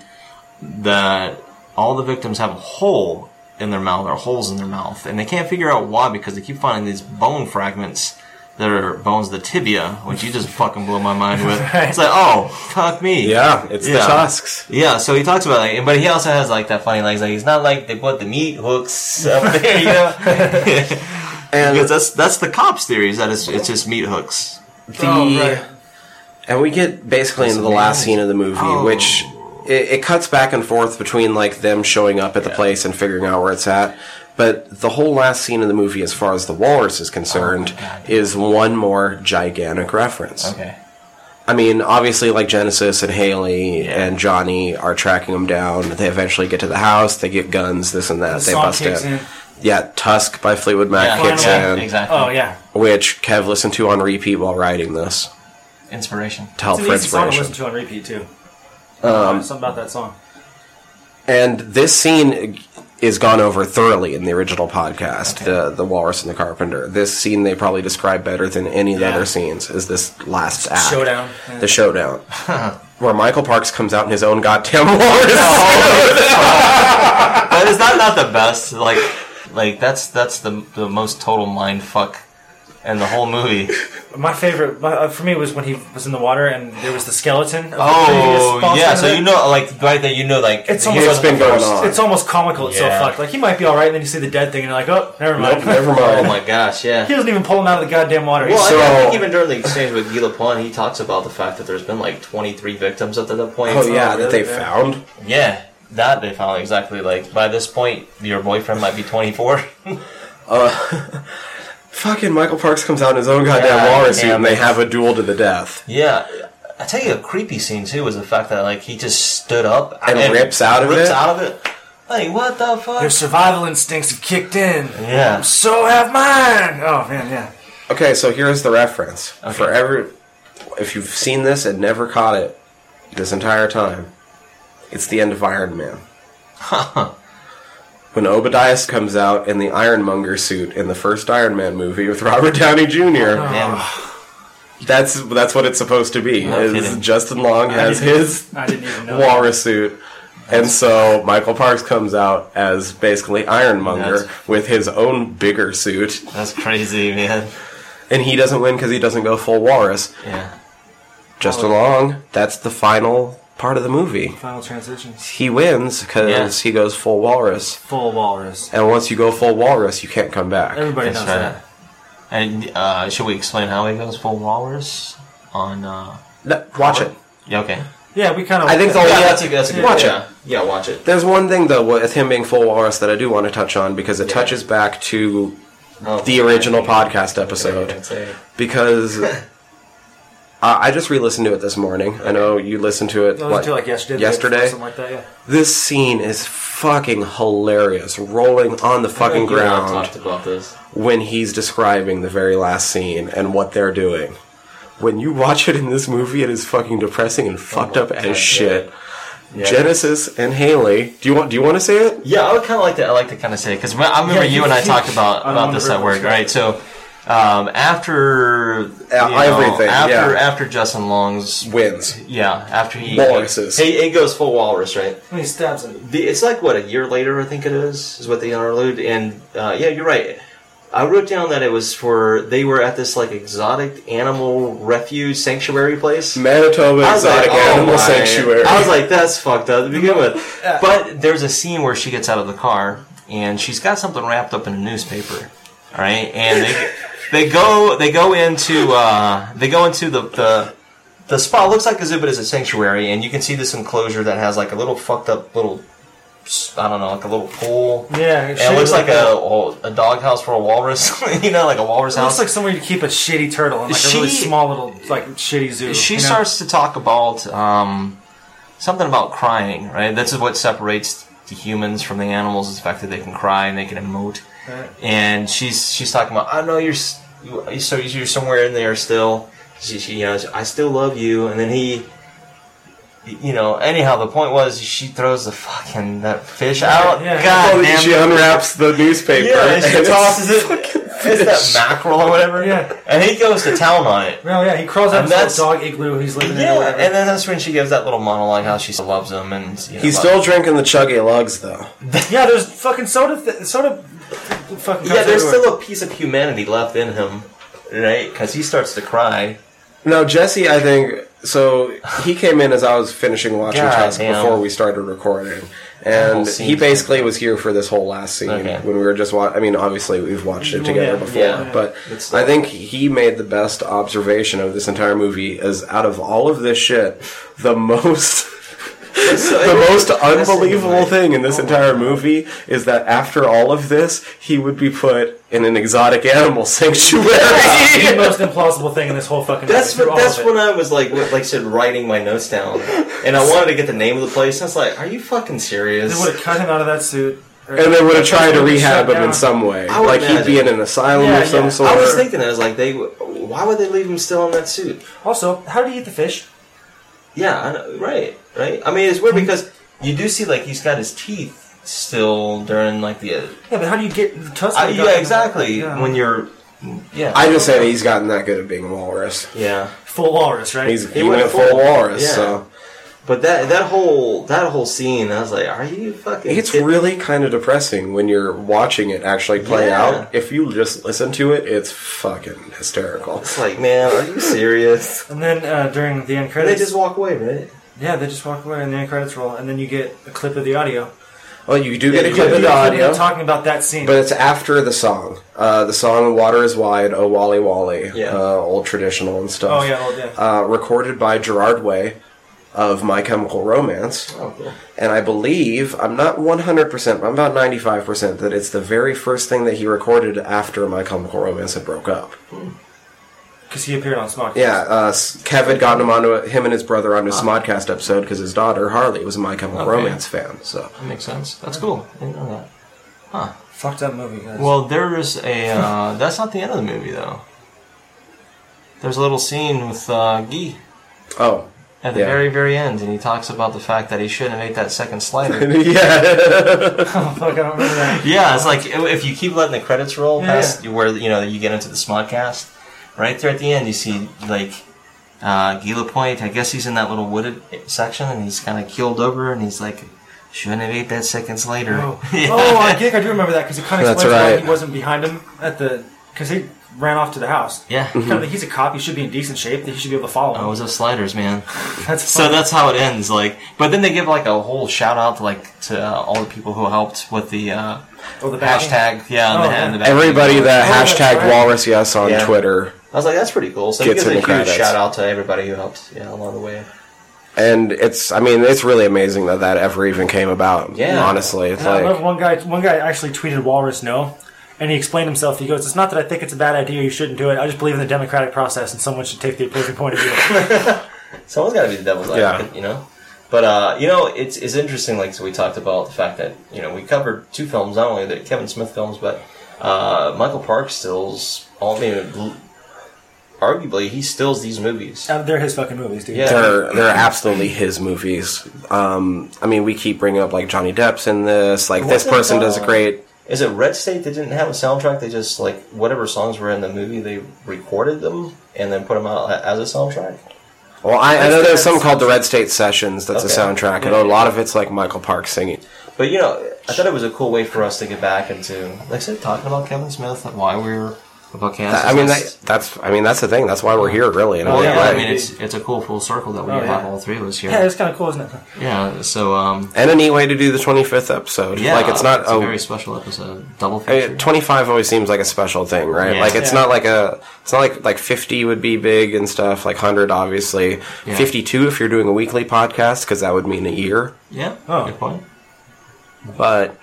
Speaker 2: that all the victims have a hole in their mouth or holes in their mouth, and they can't figure out why because they keep finding these bone fragments that are bones of the tibia, which you just fucking blew my mind with. It's like, oh, fuck me,
Speaker 1: Yeah, it's the
Speaker 2: Yeah.
Speaker 1: tusks.
Speaker 2: yeah, so he talks about like, but he also has like that funny lines. Like he's not like they put the meat hooks up there, you know.
Speaker 1: And
Speaker 2: because that's that's the cops' theory is that it's, it's just meat hooks.
Speaker 1: the
Speaker 3: Oh,
Speaker 1: and we get basically into the last scene of the movie,
Speaker 3: Oh.
Speaker 1: which it, it cuts back and forth between like them showing up at the place and figuring out where it's at. But the whole last scene of the movie, as far as the walrus is concerned, is one more gigantic reference.
Speaker 2: Oh Okay.
Speaker 1: I mean, obviously, like Genesis and Haley and Johnny are tracking them down. They eventually get to the house. They get guns, this and that. they
Speaker 3: song
Speaker 1: bust
Speaker 3: kicks in.
Speaker 1: Yeah, Tusk by Fleetwood Mac
Speaker 2: Yeah,
Speaker 1: kicks
Speaker 2: yeah,
Speaker 1: in,
Speaker 2: exactly.
Speaker 3: Oh yeah,
Speaker 1: which Kev listened to on repeat while writing this
Speaker 2: Inspiration.
Speaker 1: to help
Speaker 3: it's an
Speaker 1: for
Speaker 3: easy song to
Speaker 1: inspiration.
Speaker 3: listen to on repeat too. Um, Something about that song.
Speaker 1: And this scene is gone over thoroughly in the original podcast, the the Walrus and the Carpenter. This scene they probably describe better than any of the other scenes is this last act.
Speaker 3: Showdown.
Speaker 1: The showdown. Where Michael Parks comes out in his own goddamn walrus.
Speaker 9: Oh,
Speaker 2: But is that not the best? Like, like that's that's the the most total mind fuck in the whole movie.
Speaker 3: My favorite my, uh, for me was when he was in the water and there was the skeleton. Of the
Speaker 2: Oh
Speaker 3: previous boss
Speaker 2: yeah,
Speaker 3: under
Speaker 2: so
Speaker 3: there.
Speaker 2: you know, like right there, you know, like
Speaker 3: It's
Speaker 2: he
Speaker 3: almost-
Speaker 1: It's
Speaker 2: wasn't
Speaker 1: been
Speaker 2: the
Speaker 1: going
Speaker 2: first.
Speaker 1: on.
Speaker 3: It's almost comical. It's
Speaker 2: Yeah.
Speaker 3: so fucked. Like he might be all right, and then you see the dead thing, and you're like, oh, never mind.
Speaker 1: Nope, never
Speaker 2: Oh
Speaker 1: mind.
Speaker 2: my gosh, yeah.
Speaker 3: he doesn't even pull him out of the goddamn water. He's
Speaker 9: Well,
Speaker 1: So-
Speaker 9: I, I think even during the exchange with Guy Lapointe, he talks about the fact that there's been like 23 victims up to that point.
Speaker 1: Oh yeah, that they
Speaker 3: Yeah.
Speaker 1: found.
Speaker 9: Yeah, that they found exactly. Like by this point, your boyfriend might be 24.
Speaker 1: Fucking Michael Parks comes out in his own goddamn
Speaker 9: Yeah,
Speaker 1: walrus suit
Speaker 9: damn
Speaker 1: and they
Speaker 9: it.
Speaker 1: have a duel to the death.
Speaker 9: yeah, I tell you, a creepy scene too was the fact that like he just stood up
Speaker 1: And rips out of
Speaker 9: rips
Speaker 1: it?
Speaker 9: out of it. Like what the fuck?
Speaker 3: Their survival instincts have kicked in.
Speaker 9: yeah,
Speaker 3: So have mine. Oh man, yeah.
Speaker 1: Okay, so here's the reference. For every if you've seen this and never caught it this entire time, it's the end of Iron Man. when Obadiah comes out in the Ironmonger suit in the first Iron Man movie with Robert Downey Jr.,
Speaker 9: man,
Speaker 1: that's that's what it's supposed to be. is
Speaker 9: kidding.
Speaker 1: Justin Long has his
Speaker 3: I didn't even know.
Speaker 1: walrus suit. And so Michael Parks comes out as basically Ironmonger
Speaker 9: That's-
Speaker 1: with his own bigger suit,
Speaker 9: that's crazy, man.
Speaker 1: and he doesn't win because he doesn't go full walrus.
Speaker 9: Yeah,
Speaker 1: Just along, that's the final part of the movie.
Speaker 3: Final transitions.
Speaker 1: He wins because
Speaker 9: Yeah.
Speaker 1: he goes full walrus,
Speaker 3: Full walrus.
Speaker 1: and once you go full walrus, you can't come back.
Speaker 3: Everybody
Speaker 9: that's
Speaker 3: knows
Speaker 9: right.
Speaker 3: that.
Speaker 9: And uh, should we explain how he goes full walrus on? Uh,
Speaker 1: No, watch it.
Speaker 9: yeah, okay.
Speaker 3: Yeah, we kind of.
Speaker 1: I think the
Speaker 9: Yeah,
Speaker 1: only
Speaker 9: that's a, that's a good
Speaker 1: Watch it.
Speaker 9: yeah. Yeah, watch it.
Speaker 1: There's one thing though with him being full walrus that I do want to touch on because it touches back to
Speaker 9: Oh,
Speaker 1: the original podcast episode.
Speaker 9: That's it.
Speaker 1: because uh, I just re-listened to it this morning. I know you listened to it
Speaker 3: That was
Speaker 1: what,
Speaker 3: until like yesterday. the day before,
Speaker 1: Yesterday,
Speaker 3: something like that. Yeah.
Speaker 1: this scene is fucking hilarious. Rolling on the fucking
Speaker 9: You and I
Speaker 1: ground
Speaker 9: talked about this.
Speaker 1: when he's describing the very last scene and what they're doing. When you watch it in this movie, it is fucking depressing
Speaker 9: Oh
Speaker 1: and fucked up as shit. Genesis and Haley, do you want? Do you want to say it?
Speaker 9: Yeah, I would kind of like to. I like to kind of say because I remember
Speaker 3: Yeah,
Speaker 9: you
Speaker 3: you-
Speaker 9: and I
Speaker 3: you-
Speaker 9: talked
Speaker 3: I
Speaker 9: about
Speaker 3: don't
Speaker 9: about
Speaker 3: wanna
Speaker 9: this at
Speaker 3: ruin
Speaker 9: work,
Speaker 3: this,
Speaker 9: right? So um, after you know,
Speaker 1: everything,
Speaker 9: after
Speaker 1: yeah.
Speaker 9: after Justin Long's
Speaker 1: Wins.
Speaker 9: yeah, after he
Speaker 1: Walruses.
Speaker 9: he, he goes full walrus, right?
Speaker 3: And he stabs him.
Speaker 9: The, it's like what a year later, I think it is, is what they interlude. And uh, yeah, you're right. I wrote down that it was for they were at this like exotic animal refuge sanctuary place.
Speaker 1: Manitoba
Speaker 9: I was like,
Speaker 1: Exotic
Speaker 9: oh
Speaker 1: Animal
Speaker 9: my.
Speaker 1: Sanctuary.
Speaker 9: I was like, that's fucked up to begin with. But there's a scene where she gets out of the car and she's got something wrapped up in a newspaper. All right, and they they go they go into uh, they go into the the
Speaker 2: the spot looks like as if it is a sanctuary, and you can see this enclosure that has like a little fucked up little, s- I don't know, like a little pool.
Speaker 3: Yeah,
Speaker 2: And it looks like a, a dog house for a walrus, you know, like a walrus
Speaker 3: It looks
Speaker 2: house.
Speaker 3: like somewhere you keep a shitty turtle in like a really
Speaker 2: She-
Speaker 3: small little like shitty zoo.
Speaker 2: she
Speaker 3: you know?
Speaker 2: starts to talk about um, something about crying, right? This is what separates the humans from the animals is the fact that they can cry and they can emote.
Speaker 3: Right.
Speaker 2: And she's she's talking about, I know you're s- you- so you're somewhere in there still. She, she you know, I still love you. And then he, you know, anyhow, the point was she throws the fucking that fish out.
Speaker 3: yeah.
Speaker 2: God damn
Speaker 1: she
Speaker 2: it.
Speaker 1: unwraps the newspaper.
Speaker 2: Yeah,
Speaker 1: and
Speaker 2: and she
Speaker 1: it's
Speaker 2: tosses it. It's that mackerel or whatever.
Speaker 3: Yeah.
Speaker 2: And he goes to town on it.
Speaker 3: Well, yeah, he crawls out
Speaker 2: And
Speaker 3: of his
Speaker 2: that's-
Speaker 3: little dog igloo he's living in. Or
Speaker 2: Yeah,
Speaker 3: whatever.
Speaker 2: and then that's when she gives that little monologue how she still loves him, and you know,
Speaker 1: He's
Speaker 2: like-
Speaker 1: still drinking the chuggy lugs though.
Speaker 3: yeah, there's fucking soda, th- soda.
Speaker 2: yeah.
Speaker 3: Fucking comes
Speaker 2: There's
Speaker 3: everywhere.
Speaker 2: still a piece of humanity left in him, right? Because he starts to cry.
Speaker 1: No, Jesse, I think so. He came in as I was finishing watching
Speaker 2: God
Speaker 1: Tusk
Speaker 2: damn.
Speaker 1: before we started recording,
Speaker 2: whole
Speaker 1: and
Speaker 2: scene.
Speaker 1: he basically was here for this whole last scene
Speaker 2: Okay.
Speaker 1: when we were just watching. I mean, obviously we've watched it together
Speaker 3: yeah.
Speaker 1: before,
Speaker 2: Yeah.
Speaker 1: but
Speaker 2: It's-
Speaker 1: I think he made the best observation of this entire movie is out of all of this shit, the most. the most unbelievable thing in this
Speaker 2: oh
Speaker 1: entire movie is that after all of this, he would be put in an exotic animal sanctuary.
Speaker 3: the most implausible thing in this whole fucking.
Speaker 2: That's what,
Speaker 3: movie, through all
Speaker 2: that's
Speaker 3: of it.
Speaker 2: when I was like, what, like I said, writing my notes down, and I wanted to get the name of the place. And I was like, are you fucking
Speaker 3: They
Speaker 2: serious?
Speaker 3: would have cut him out of that suit. or-
Speaker 1: And they would have tried to
Speaker 3: Shut
Speaker 1: rehab him
Speaker 3: down.
Speaker 1: in some way.
Speaker 2: would
Speaker 1: Like he'd be in an asylum
Speaker 3: Yeah,
Speaker 1: of some
Speaker 3: yeah.
Speaker 1: sort.
Speaker 2: I was thinking that I was like, they why would they leave him still in that suit?
Speaker 3: Also, how did he eat the fish?
Speaker 2: Yeah, I know, right, right. I mean, it's weird because you do see like he's got his teeth still during like the. Uh,
Speaker 3: Yeah, but how do you get the tusk?
Speaker 2: I- Uh, yeah, exactly. When you're, yeah,
Speaker 1: I just said he's gotten that good at being a walrus.
Speaker 2: yeah.
Speaker 3: full walrus, right?
Speaker 1: He's, he,
Speaker 2: went
Speaker 1: went
Speaker 2: full-
Speaker 1: full walrus,
Speaker 2: yeah.
Speaker 1: so
Speaker 2: But that that whole that whole scene, I was like, are you fucking?
Speaker 1: it's
Speaker 2: kid-
Speaker 1: really kind of depressing when you're watching it actually play
Speaker 2: Yeah.
Speaker 1: out. If you just listen to it, it's fucking hysterical.
Speaker 2: It's like, man, are you serious?
Speaker 3: And then uh, during the end
Speaker 2: and they
Speaker 3: credits,
Speaker 2: just walk away, right?
Speaker 3: yeah, they just walk away and the end credits roll, and then you get a clip of the audio.
Speaker 1: Well, you do get a
Speaker 2: you
Speaker 1: clip
Speaker 2: do
Speaker 1: of the
Speaker 3: Yeah,
Speaker 1: audio,
Speaker 3: they're talking about that scene.
Speaker 1: but it's after the song. Uh, the song "Water Is Wide," "Oh Wally Wally,"
Speaker 2: Yeah.
Speaker 1: uh, old traditional and stuff.
Speaker 3: oh yeah, oh yeah.
Speaker 1: uh, recorded by Gerard Way of My Chemical Romance.
Speaker 2: Oh, cool.
Speaker 1: And I believe, I'm not 100%, but I'm about 95% that it's the very first thing that he recorded after My Chemical Romance had broke up.
Speaker 3: Because he appeared on Smog.
Speaker 1: Yeah, uh, S- Kevin got him onto a- him and his brother onto his Smodcast episode because his daughter, Harley, was a My Chemical
Speaker 2: Ah. Okay.
Speaker 1: Romance fan. So
Speaker 2: That makes sense. That's cool. I didn't know that.
Speaker 3: Fucked up movie, guys.
Speaker 2: Well, there's a. Uh, that's not the end of the movie, though. There's a little scene with uh, Guy
Speaker 1: Oh.
Speaker 2: at the
Speaker 1: Yeah.
Speaker 2: very, very end, and he talks about the fact that he shouldn't have ate that second slider.
Speaker 1: yeah.
Speaker 3: oh, fuck, I don't remember that.
Speaker 2: Yeah, it's like i- if you keep letting the credits roll
Speaker 3: Yeah,
Speaker 2: past where you know you get into the smodcast, right there at the end you see like uh, Gila Point. I guess he's in that little wooded section and he's kind of keeled over and he's like, "Shouldn't have ate that seconds later."
Speaker 3: Oh,
Speaker 2: Yeah.
Speaker 3: oh I think I do remember that because it kind of
Speaker 1: That's
Speaker 3: explains why
Speaker 1: right.
Speaker 3: he wasn't behind him at the. Because he ran off to the house.
Speaker 2: Yeah.
Speaker 3: Kinda, he's a cop. He should be in decent shape. He should be able to follow him.
Speaker 2: Oh, it was those sliders, man.
Speaker 3: that's
Speaker 2: So that's how it ends. Like, but then they give like a whole shout out to like to uh, all the people who helped with the uh,
Speaker 3: oh, the back.
Speaker 2: hashtag. Yeah, and
Speaker 3: Oh,
Speaker 2: the, and the back.
Speaker 1: Everybody that
Speaker 3: that's
Speaker 1: hashtag
Speaker 3: right.
Speaker 1: Walrus Yes on
Speaker 2: Yeah.
Speaker 1: Twitter
Speaker 2: I was like, that's pretty cool. So
Speaker 1: Gets in the credits.
Speaker 2: out to everybody who helped. Yeah, along the way.
Speaker 1: and it's I mean it's really amazing that that ever even came about.
Speaker 2: Yeah.
Speaker 1: honestly, it's
Speaker 3: And Oh. I
Speaker 1: like
Speaker 3: love one guy. One guy actually tweeted Walrus no, and he explained himself. He goes, "It's not that I think it's a bad idea. You shouldn't do it. I just believe in the democratic process, and someone should take the opposing point of view."
Speaker 2: Someone's got to be the devil's advocate,
Speaker 1: Yeah.
Speaker 2: you know. But uh, you know, it's it's interesting. Like so we talked about the fact that you know we covered two films, not only the Kevin Smith films, but uh, Michael Park stills all. I mean, arguably he steals these movies.
Speaker 3: Uh, They're his fucking movies, dude.
Speaker 2: Yeah.
Speaker 1: they're they're absolutely his movies. Um, I mean, we keep bringing up like Johnny Depp's in this. Like this
Speaker 2: Wasn't,
Speaker 1: person does a
Speaker 2: uh,
Speaker 1: great.
Speaker 2: Is it Red State that didn't have a soundtrack? They just like whatever songs were in the movie, they recorded them and then put them out a- as a soundtrack.
Speaker 1: Well, I, I know there's some called the Red State Sessions. That's
Speaker 2: Okay.
Speaker 1: a soundtrack, and a lot of it's like Michael Park singing.
Speaker 2: But you know, I thought it was a cool way for us to get back into, like I said, talking about Kevin Smith and why we were
Speaker 9: about Kansas.
Speaker 1: I mean,
Speaker 9: That's-
Speaker 1: that, that's I mean that's the thing. That's why we're here, really. In a
Speaker 9: well,
Speaker 1: weird
Speaker 9: yeah,
Speaker 1: way.
Speaker 9: I mean, it's it's a cool full circle that we
Speaker 3: Oh,
Speaker 9: have
Speaker 3: yeah.
Speaker 9: all three of us
Speaker 3: Yeah,
Speaker 9: here.
Speaker 3: it's kind of cool, isn't it?
Speaker 9: Yeah. So um,
Speaker 1: and a neat way to do the 25th episode.
Speaker 9: yeah,
Speaker 1: like it's not
Speaker 9: a
Speaker 1: oh,
Speaker 9: very special episode, double
Speaker 1: I
Speaker 9: feature.
Speaker 1: mean, 25 always seems like a special thing, right?
Speaker 9: Yeah.
Speaker 1: Like it's
Speaker 3: Yeah.
Speaker 1: not like a it's not like like 50 would be big and stuff, like 100 obviously. 52 if you're doing a weekly podcast cuz that would mean a year.
Speaker 9: yeah.
Speaker 3: Oh.
Speaker 9: Good point.
Speaker 1: But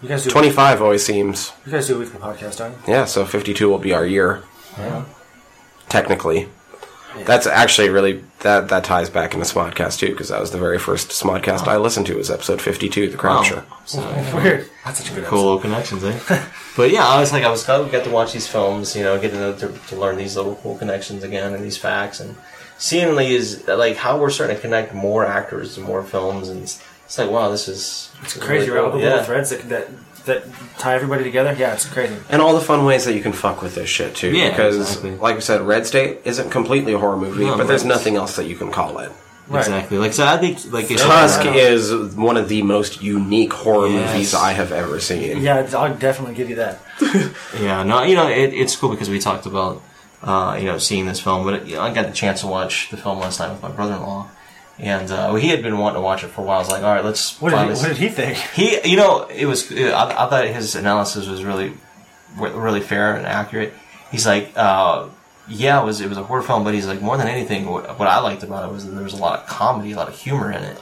Speaker 3: You guys do
Speaker 1: 25 always seems
Speaker 3: you guys do a weekly podcast, don't you?
Speaker 1: yeah, so 52 will be our year. Technically. That's actually really that that ties back into Smodcast too because that was the very first Smodcast I listened to was episode 52, The Croucher.
Speaker 9: So,
Speaker 3: Weird. That's such a good
Speaker 9: cool little connections, eh? but yeah, I was like, I was glad we got to watch these films. You know, getting to, to, to learn these little cool connections again and these facts, and seeing these like how we're starting to connect more actors to more films, and it's, it's like, wow, this is
Speaker 3: It's crazy, right? All the little threads that, that that tie everybody together. Yeah, it's crazy.
Speaker 1: and all the fun ways that you can fuck with this shit too.
Speaker 9: Yeah,
Speaker 1: because,
Speaker 9: exactly.
Speaker 1: like we said, Red State isn't completely a horror movie,
Speaker 9: No,
Speaker 1: but there's
Speaker 9: right.
Speaker 1: nothing else that you can call it.
Speaker 3: Right.
Speaker 9: Exactly. Like so, I think like it's
Speaker 1: Tusk
Speaker 3: Yeah.
Speaker 1: is one of the most unique horror
Speaker 9: Yes.
Speaker 1: movies I have ever seen.
Speaker 3: Yeah, it's- I'll definitely give you that.
Speaker 9: Yeah, no, you know, it, it's cool because we talked about, uh, you know, seeing this film, but you know, I got the chance to watch the film last night with my brother-in-law, and uh, he had been wanting to watch it for a while. I was like, all right, let's.
Speaker 3: What did, he,
Speaker 9: finally-
Speaker 3: what did he think?
Speaker 9: he, you know, it was. uh, I, I thought his analysis was really, re- really fair and accurate. He's like, uh, yeah, it was it was a horror film, but he's like, more than anything, what, what I liked about it was that there was a lot of comedy, a lot of humor in it.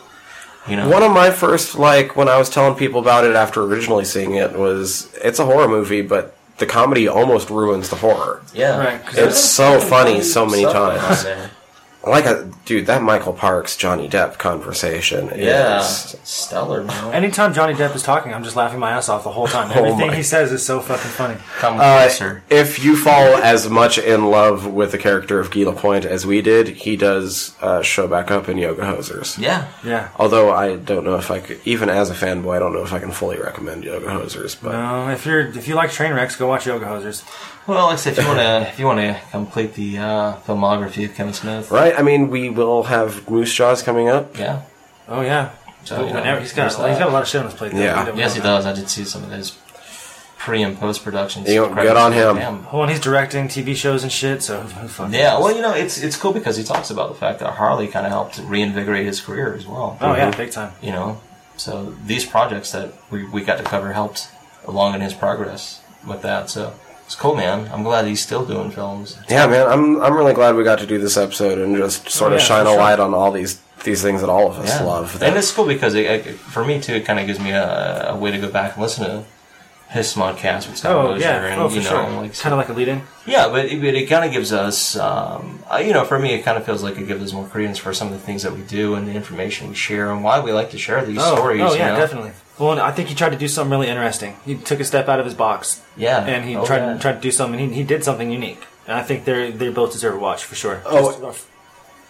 Speaker 9: You know,
Speaker 1: One of my first, like, when I was telling people about it after originally seeing it, was it's a horror movie, but the comedy almost ruins the horror.
Speaker 9: yeah,
Speaker 3: Right, 'cause
Speaker 1: It's so funny so many
Speaker 9: Stuff going
Speaker 1: times.
Speaker 9: on there.
Speaker 1: Like, a, dude, that Michael Parks Johnny Depp conversation
Speaker 9: Yeah,
Speaker 1: is
Speaker 9: stellar, man.
Speaker 3: Anytime Johnny Depp is talking, I'm just laughing my ass off the whole time.
Speaker 1: Oh
Speaker 3: Everything
Speaker 1: my-
Speaker 3: he says is so fucking funny.
Speaker 9: Come
Speaker 1: Uh,
Speaker 9: closer.
Speaker 1: if you fall as much in love with the character of Guy Lapointe as we did, he does uh, show back up in Yoga Hosers.
Speaker 9: Yeah,
Speaker 3: Yeah.
Speaker 1: Although I don't know if I could, even as a fanboy, I don't know if I can fully recommend Yoga Hosers. But
Speaker 3: Uh, if you're if you like train wrecks, go watch Yoga Hosers.
Speaker 9: Well, like I said, if you want to, if you want to complete the uh, filmography of Kevin Smith,
Speaker 1: right, I mean, we will have Moose Jaws coming up.
Speaker 9: yeah,
Speaker 3: Oh yeah.
Speaker 9: So, you know,
Speaker 3: Whenever- he's got
Speaker 9: there's
Speaker 3: he's
Speaker 9: that.
Speaker 3: got a lot of shit on his plate. that
Speaker 1: Yeah.
Speaker 3: we don't
Speaker 9: yes, he
Speaker 3: know.
Speaker 9: does. I did see some of those pre and post productions.
Speaker 1: You know, good on him.
Speaker 3: Well, and he's directing TV shows and shit, so who fucking
Speaker 9: Yeah, well, you know, it's it's cool because he talks about the fact that Harley kind of helped reinvigorate his career as well.
Speaker 3: Oh yeah, big time.
Speaker 9: you know, so these projects that we we got to cover helped along in his progress with that. So it's cool, man. I'm glad he's still doing films.
Speaker 1: Yeah, man, I'm I'm really glad we got to do this episode and just sort
Speaker 3: Oh,
Speaker 1: of
Speaker 3: yeah,
Speaker 1: shine
Speaker 3: for
Speaker 1: a
Speaker 3: sure.
Speaker 1: light on all these these things that all of us
Speaker 9: Yeah.
Speaker 1: love.
Speaker 9: And it's cool because it, it, for me too, it kind of gives me a, a way to go back and listen to his smodcast with Scott
Speaker 3: Oh
Speaker 9: Mosier
Speaker 3: yeah,
Speaker 9: and
Speaker 3: oh
Speaker 9: you
Speaker 3: for
Speaker 9: know,
Speaker 3: sure.
Speaker 9: like
Speaker 3: kind of like a lead in.
Speaker 9: yeah, but it, but it kind of gives us, um, uh, you know, for me, it kind of feels like it gives us more credence for some of the things that we do and the information we share and why we like to share these
Speaker 3: Oh,
Speaker 9: stories.
Speaker 3: oh
Speaker 9: you
Speaker 3: yeah,
Speaker 9: know?
Speaker 3: definitely. Well, and I think he tried to do something really interesting. He took a step out of his box.
Speaker 9: Yeah.
Speaker 3: and he
Speaker 9: Oh,
Speaker 3: tried
Speaker 9: yeah.
Speaker 3: tried to do something. He, he did something unique, and I think they they both deserve a watch for sure.
Speaker 1: Oh,
Speaker 3: Just-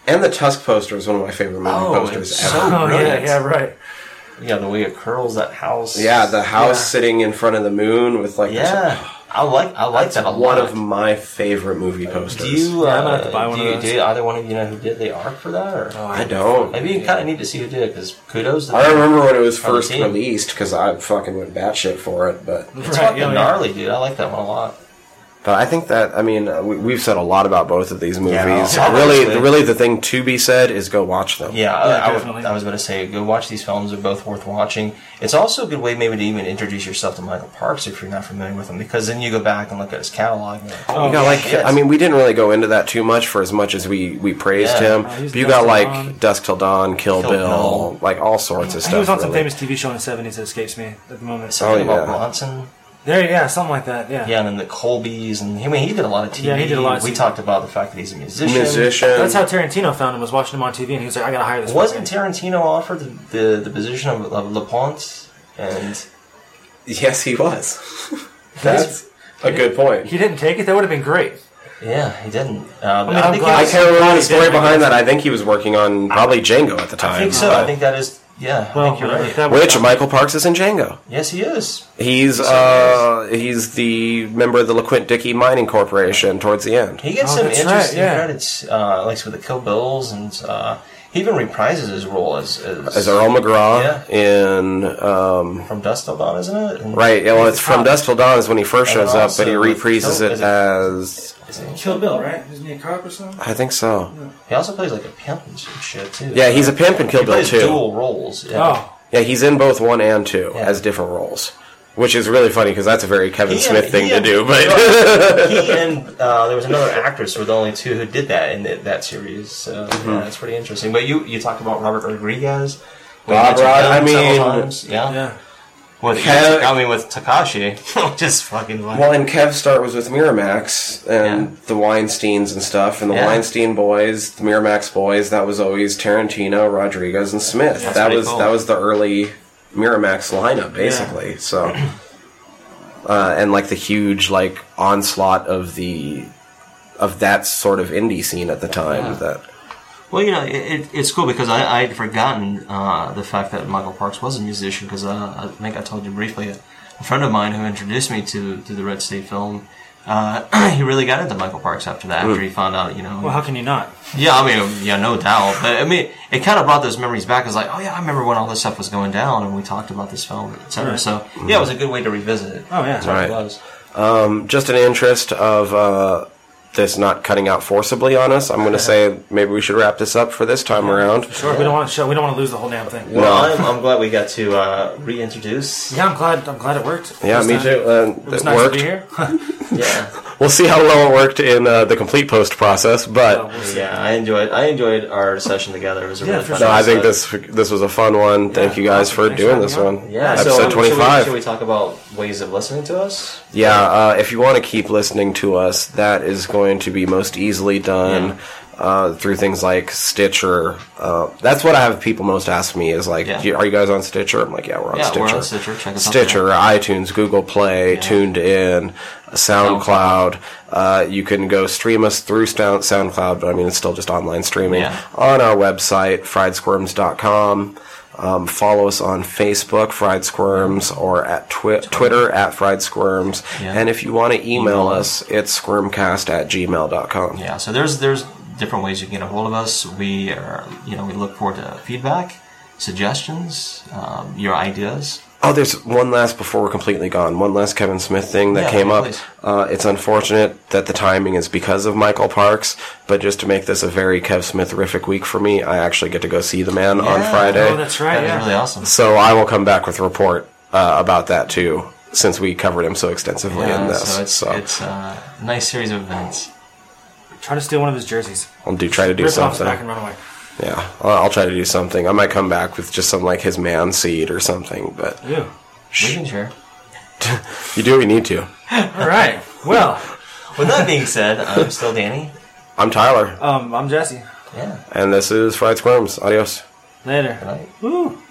Speaker 1: And the Tusk poster is one of my favorite movie
Speaker 9: Oh,
Speaker 1: posters
Speaker 9: it's
Speaker 1: ever.
Speaker 9: so-
Speaker 3: oh yeah,
Speaker 9: brilliant.
Speaker 3: yeah, right.
Speaker 9: Yeah, the way it curls that house.
Speaker 1: yeah, the house
Speaker 3: Yeah.
Speaker 1: sitting in front of the moon with like this-
Speaker 9: yeah. I like I like that a lot.
Speaker 1: one of my favorite movie posters.
Speaker 9: do you? Uh,
Speaker 3: Yeah, I'm gonna have to buy one
Speaker 9: do,
Speaker 3: of
Speaker 9: you-
Speaker 3: those.
Speaker 9: do either one of you know who did the art for that? Or
Speaker 1: I don't.
Speaker 9: maybe you kind of need to see who did it because kudos. To
Speaker 1: I
Speaker 9: them.
Speaker 1: remember when it was first
Speaker 9: team.
Speaker 1: released because I fucking went batshit for it. But
Speaker 9: It's
Speaker 3: Right,
Speaker 9: fucking
Speaker 3: yeah, yeah.
Speaker 9: gnarly, dude. I like that one a lot.
Speaker 1: but I think that I mean uh, we, we've said a lot about both of these movies.
Speaker 9: Yeah,
Speaker 1: really,
Speaker 9: obviously.
Speaker 1: really the thing to be said is go watch them.
Speaker 9: Yeah, I- I, would-
Speaker 3: definitely.
Speaker 9: I was going to say, go watch these films. They're both worth watching. It's also a good way, maybe, to even introduce yourself to Michael Parks if you're not familiar with him, because then you go back and look at his catalog. And you're like, oh,
Speaker 1: You got like
Speaker 9: shit.
Speaker 1: I mean we didn't really go into that too much for as much as we we praised
Speaker 9: Yeah.
Speaker 1: him.
Speaker 3: Oh,
Speaker 1: But
Speaker 3: he's
Speaker 1: you
Speaker 3: Dusk
Speaker 1: got
Speaker 3: Till
Speaker 1: like
Speaker 3: Dawn.
Speaker 1: Dusk Till Dawn, Kill,
Speaker 9: Kill
Speaker 1: Bill,
Speaker 9: Bill.
Speaker 1: like all sorts of stuff.
Speaker 3: He was on some
Speaker 1: really.
Speaker 3: famous TV show in the seventies that escapes me at the moment.
Speaker 9: something
Speaker 1: oh,
Speaker 9: about
Speaker 1: yeah.
Speaker 9: Bronson.
Speaker 3: There, yeah, something like that. Yeah,
Speaker 9: Yeah, and then the Colbys, and I mean, he did a lot of TV.
Speaker 3: Yeah, he did a lot of
Speaker 9: we
Speaker 3: TV.
Speaker 9: talked about the fact that he's a musician.
Speaker 1: musician.
Speaker 3: That's how Tarantino found him. Was watching him on TV, and he was like, "I gotta hire this."
Speaker 9: Wasn't
Speaker 3: fucking-
Speaker 9: Tarantino offered the, the, the position of, of LaPont? And
Speaker 1: yes, he was. That's a good point.
Speaker 3: he didn't take it? That would have been great.
Speaker 9: yeah, he didn't. Uh, I,
Speaker 3: mean, I'm
Speaker 9: think
Speaker 3: glad-
Speaker 1: I
Speaker 9: he was,
Speaker 1: can't remember the story behind that. I think he was working on probably Django at the time.
Speaker 9: I think so. I think that is. Yeah, I
Speaker 3: Well,
Speaker 9: think you're right.
Speaker 3: that would-
Speaker 1: Which Michael Parks is in Django.
Speaker 9: yes, he is.
Speaker 1: He's uh, he's the member of the LaQuint Dickey Mining Corporation towards the end.
Speaker 9: He gets
Speaker 3: Oh,
Speaker 9: some
Speaker 3: that's right,
Speaker 9: interesting
Speaker 3: yeah.
Speaker 9: credits, uh, like with the Kill Bills and uh, He even reprises his role as as,
Speaker 1: As Earl McGraw in um,
Speaker 9: from Dust Till Dawn, isn't it? And
Speaker 1: right. yeah, Well, it's from Dust Till Dawn is when he first shows up, but he
Speaker 9: also with-
Speaker 1: reprises it
Speaker 9: is it-
Speaker 1: as
Speaker 3: Kill Bill, right? Isn't he a cop or something?
Speaker 1: I think so.
Speaker 9: He also plays like a pimp and some shit too.
Speaker 1: Yeah, he's a pimp in Kill
Speaker 9: he
Speaker 1: Bill
Speaker 9: plays
Speaker 1: too.
Speaker 9: dual roles. Yeah.
Speaker 3: Oh,
Speaker 1: Yeah, he's in both one and two
Speaker 9: Yeah.
Speaker 1: as different roles, which is really funny because that's a very Kevin
Speaker 9: He-
Speaker 1: Smith
Speaker 9: he-
Speaker 1: thing to do. But
Speaker 9: he and uh, there was another actress were the only two who did that in th- that series. So
Speaker 1: Mm-hmm.
Speaker 9: yeah, that's pretty interesting. But you you talked about Robert Rodriguez. We
Speaker 1: Bob
Speaker 9: mentioned
Speaker 1: Rod-
Speaker 9: him
Speaker 1: I
Speaker 9: several
Speaker 1: mean-
Speaker 9: times. yeah.
Speaker 3: yeah.
Speaker 9: With
Speaker 1: Kev-
Speaker 9: I mean with Takashi, just fucking like
Speaker 1: well, and Kev's start was with Miramax and
Speaker 9: Yeah.
Speaker 1: the Weinsteins and stuff, and the
Speaker 9: Yeah.
Speaker 1: Weinstein boys, the Miramax boys. That was always Tarantino, Rodriguez, and Smith. that
Speaker 9: pretty
Speaker 1: was
Speaker 9: cool.
Speaker 1: that was the early Miramax lineup, basically. So, uh, and like the huge like onslaught of the of that sort of indie scene at the time. That
Speaker 9: Well, you know, it, it, it's cool because I, I had forgotten uh, the fact that Michael Parks was a musician because uh, I think I told you briefly uh, a friend of mine who introduced me to, to the Red State film. Uh, he really got into Michael Parks after that. After he found out, you know,
Speaker 3: Well, how can you not?
Speaker 9: yeah, I mean, yeah, no doubt. But I mean, it kind of brought those memories back. It's like, oh yeah, I remember when all this stuff was going down, and we talked about this film, etc.
Speaker 3: Right.
Speaker 9: So yeah, it was a good way to revisit it.
Speaker 3: Oh, yeah.
Speaker 9: That's what
Speaker 1: Right. Um,
Speaker 9: it was.
Speaker 1: just an interest of uh, this not cutting out forcibly on us. I'm going to say maybe we should wrap this up for this time around.
Speaker 3: Sure, we don't want to show. We don't want to lose the whole damn thing.
Speaker 9: Well, I'm, I'm glad we got to uh, reintroduce.
Speaker 3: Yeah, I'm glad. I'm glad it worked.
Speaker 1: Yeah,
Speaker 3: This
Speaker 1: me
Speaker 3: time.
Speaker 1: too. Uh,
Speaker 3: It was
Speaker 1: it
Speaker 3: nice
Speaker 1: worked.
Speaker 3: to be here.
Speaker 9: Yeah.
Speaker 1: We'll see how well it worked in uh, the complete post process, but
Speaker 3: Oh, we'll see.
Speaker 9: Yeah, uh, I enjoyed. I enjoyed our session together. It was a
Speaker 3: Yeah,
Speaker 9: really
Speaker 3: for
Speaker 9: fun.
Speaker 3: sure.
Speaker 1: no, I think
Speaker 9: episode.
Speaker 1: this this was a fun one. Thank
Speaker 3: Yeah.
Speaker 1: you guys for
Speaker 3: Thanks for
Speaker 1: doing
Speaker 3: having
Speaker 1: this
Speaker 3: me on.
Speaker 1: one.
Speaker 9: Yeah, so,
Speaker 1: episode
Speaker 9: um, should we-
Speaker 1: 25.
Speaker 9: Should we, talk about ways of listening to us?
Speaker 1: Yeah, uh, if you want to keep listening to us, that is going to be most easily done uh, through things like Stitcher. Uh, that's what I have people most ask me is like,
Speaker 9: Yeah.
Speaker 1: "Do you- "Are you guys on Stitcher?" I'm like, "Yeah, we're on
Speaker 9: Yeah,
Speaker 1: Stitcher."
Speaker 9: we're on Stitcher. Check us out
Speaker 1: Stitcher, iTunes, Google Play, Tuned In, uh, SoundCloud. Uh, you can go stream us through Sound- SoundCloud, but I mean, it's still just online streaming
Speaker 9: Yeah.
Speaker 1: on our website, friedsquirms.com. Um, follow us on Facebook, Fried Squirms, or at twi- Twitter, at Fried Squirms.
Speaker 9: Yeah.
Speaker 1: And if you want to email, us, it's squirmcast at gmail.com.
Speaker 9: Yeah. So there's there's different ways you can get a hold of us. We are you know we look forward to feedback, suggestions, um, your ideas.
Speaker 1: Oh, there's one last before we're completely gone. One last Kevin Smith thing that
Speaker 9: Yeah,
Speaker 1: came up.
Speaker 9: please.
Speaker 1: Uh, it's unfortunate that the timing is because of Michael Parks, but just to make this a very Kev Smith rific week for me, I actually get to go see the man on
Speaker 9: Yeah.
Speaker 1: Friday.
Speaker 3: Oh, that's right.
Speaker 9: That was
Speaker 3: yeah.
Speaker 9: really awesome.
Speaker 1: so I will come back with a report uh, about that too, since we covered him so extensively
Speaker 9: Yeah,
Speaker 1: in this.
Speaker 9: so
Speaker 1: So,
Speaker 9: it's it's uh, a nice series of events.
Speaker 3: Try to steal one of his jerseys.
Speaker 1: I'll do try to do
Speaker 3: Rip off his
Speaker 1: something.
Speaker 3: back and run away.
Speaker 1: Yeah, I'll, I'll try to do something. I might come back with just some like his man seed or something, but
Speaker 3: Ew.
Speaker 9: We can share.
Speaker 1: you do what you need to.
Speaker 3: All right. Well,
Speaker 9: With that being said, I'm still Danny.
Speaker 1: I'm Tyler,
Speaker 3: um, I'm Jesse.
Speaker 9: Yeah.
Speaker 1: and this is Fried Squirms. Adios.
Speaker 3: Later.
Speaker 9: Good night.
Speaker 3: Woo.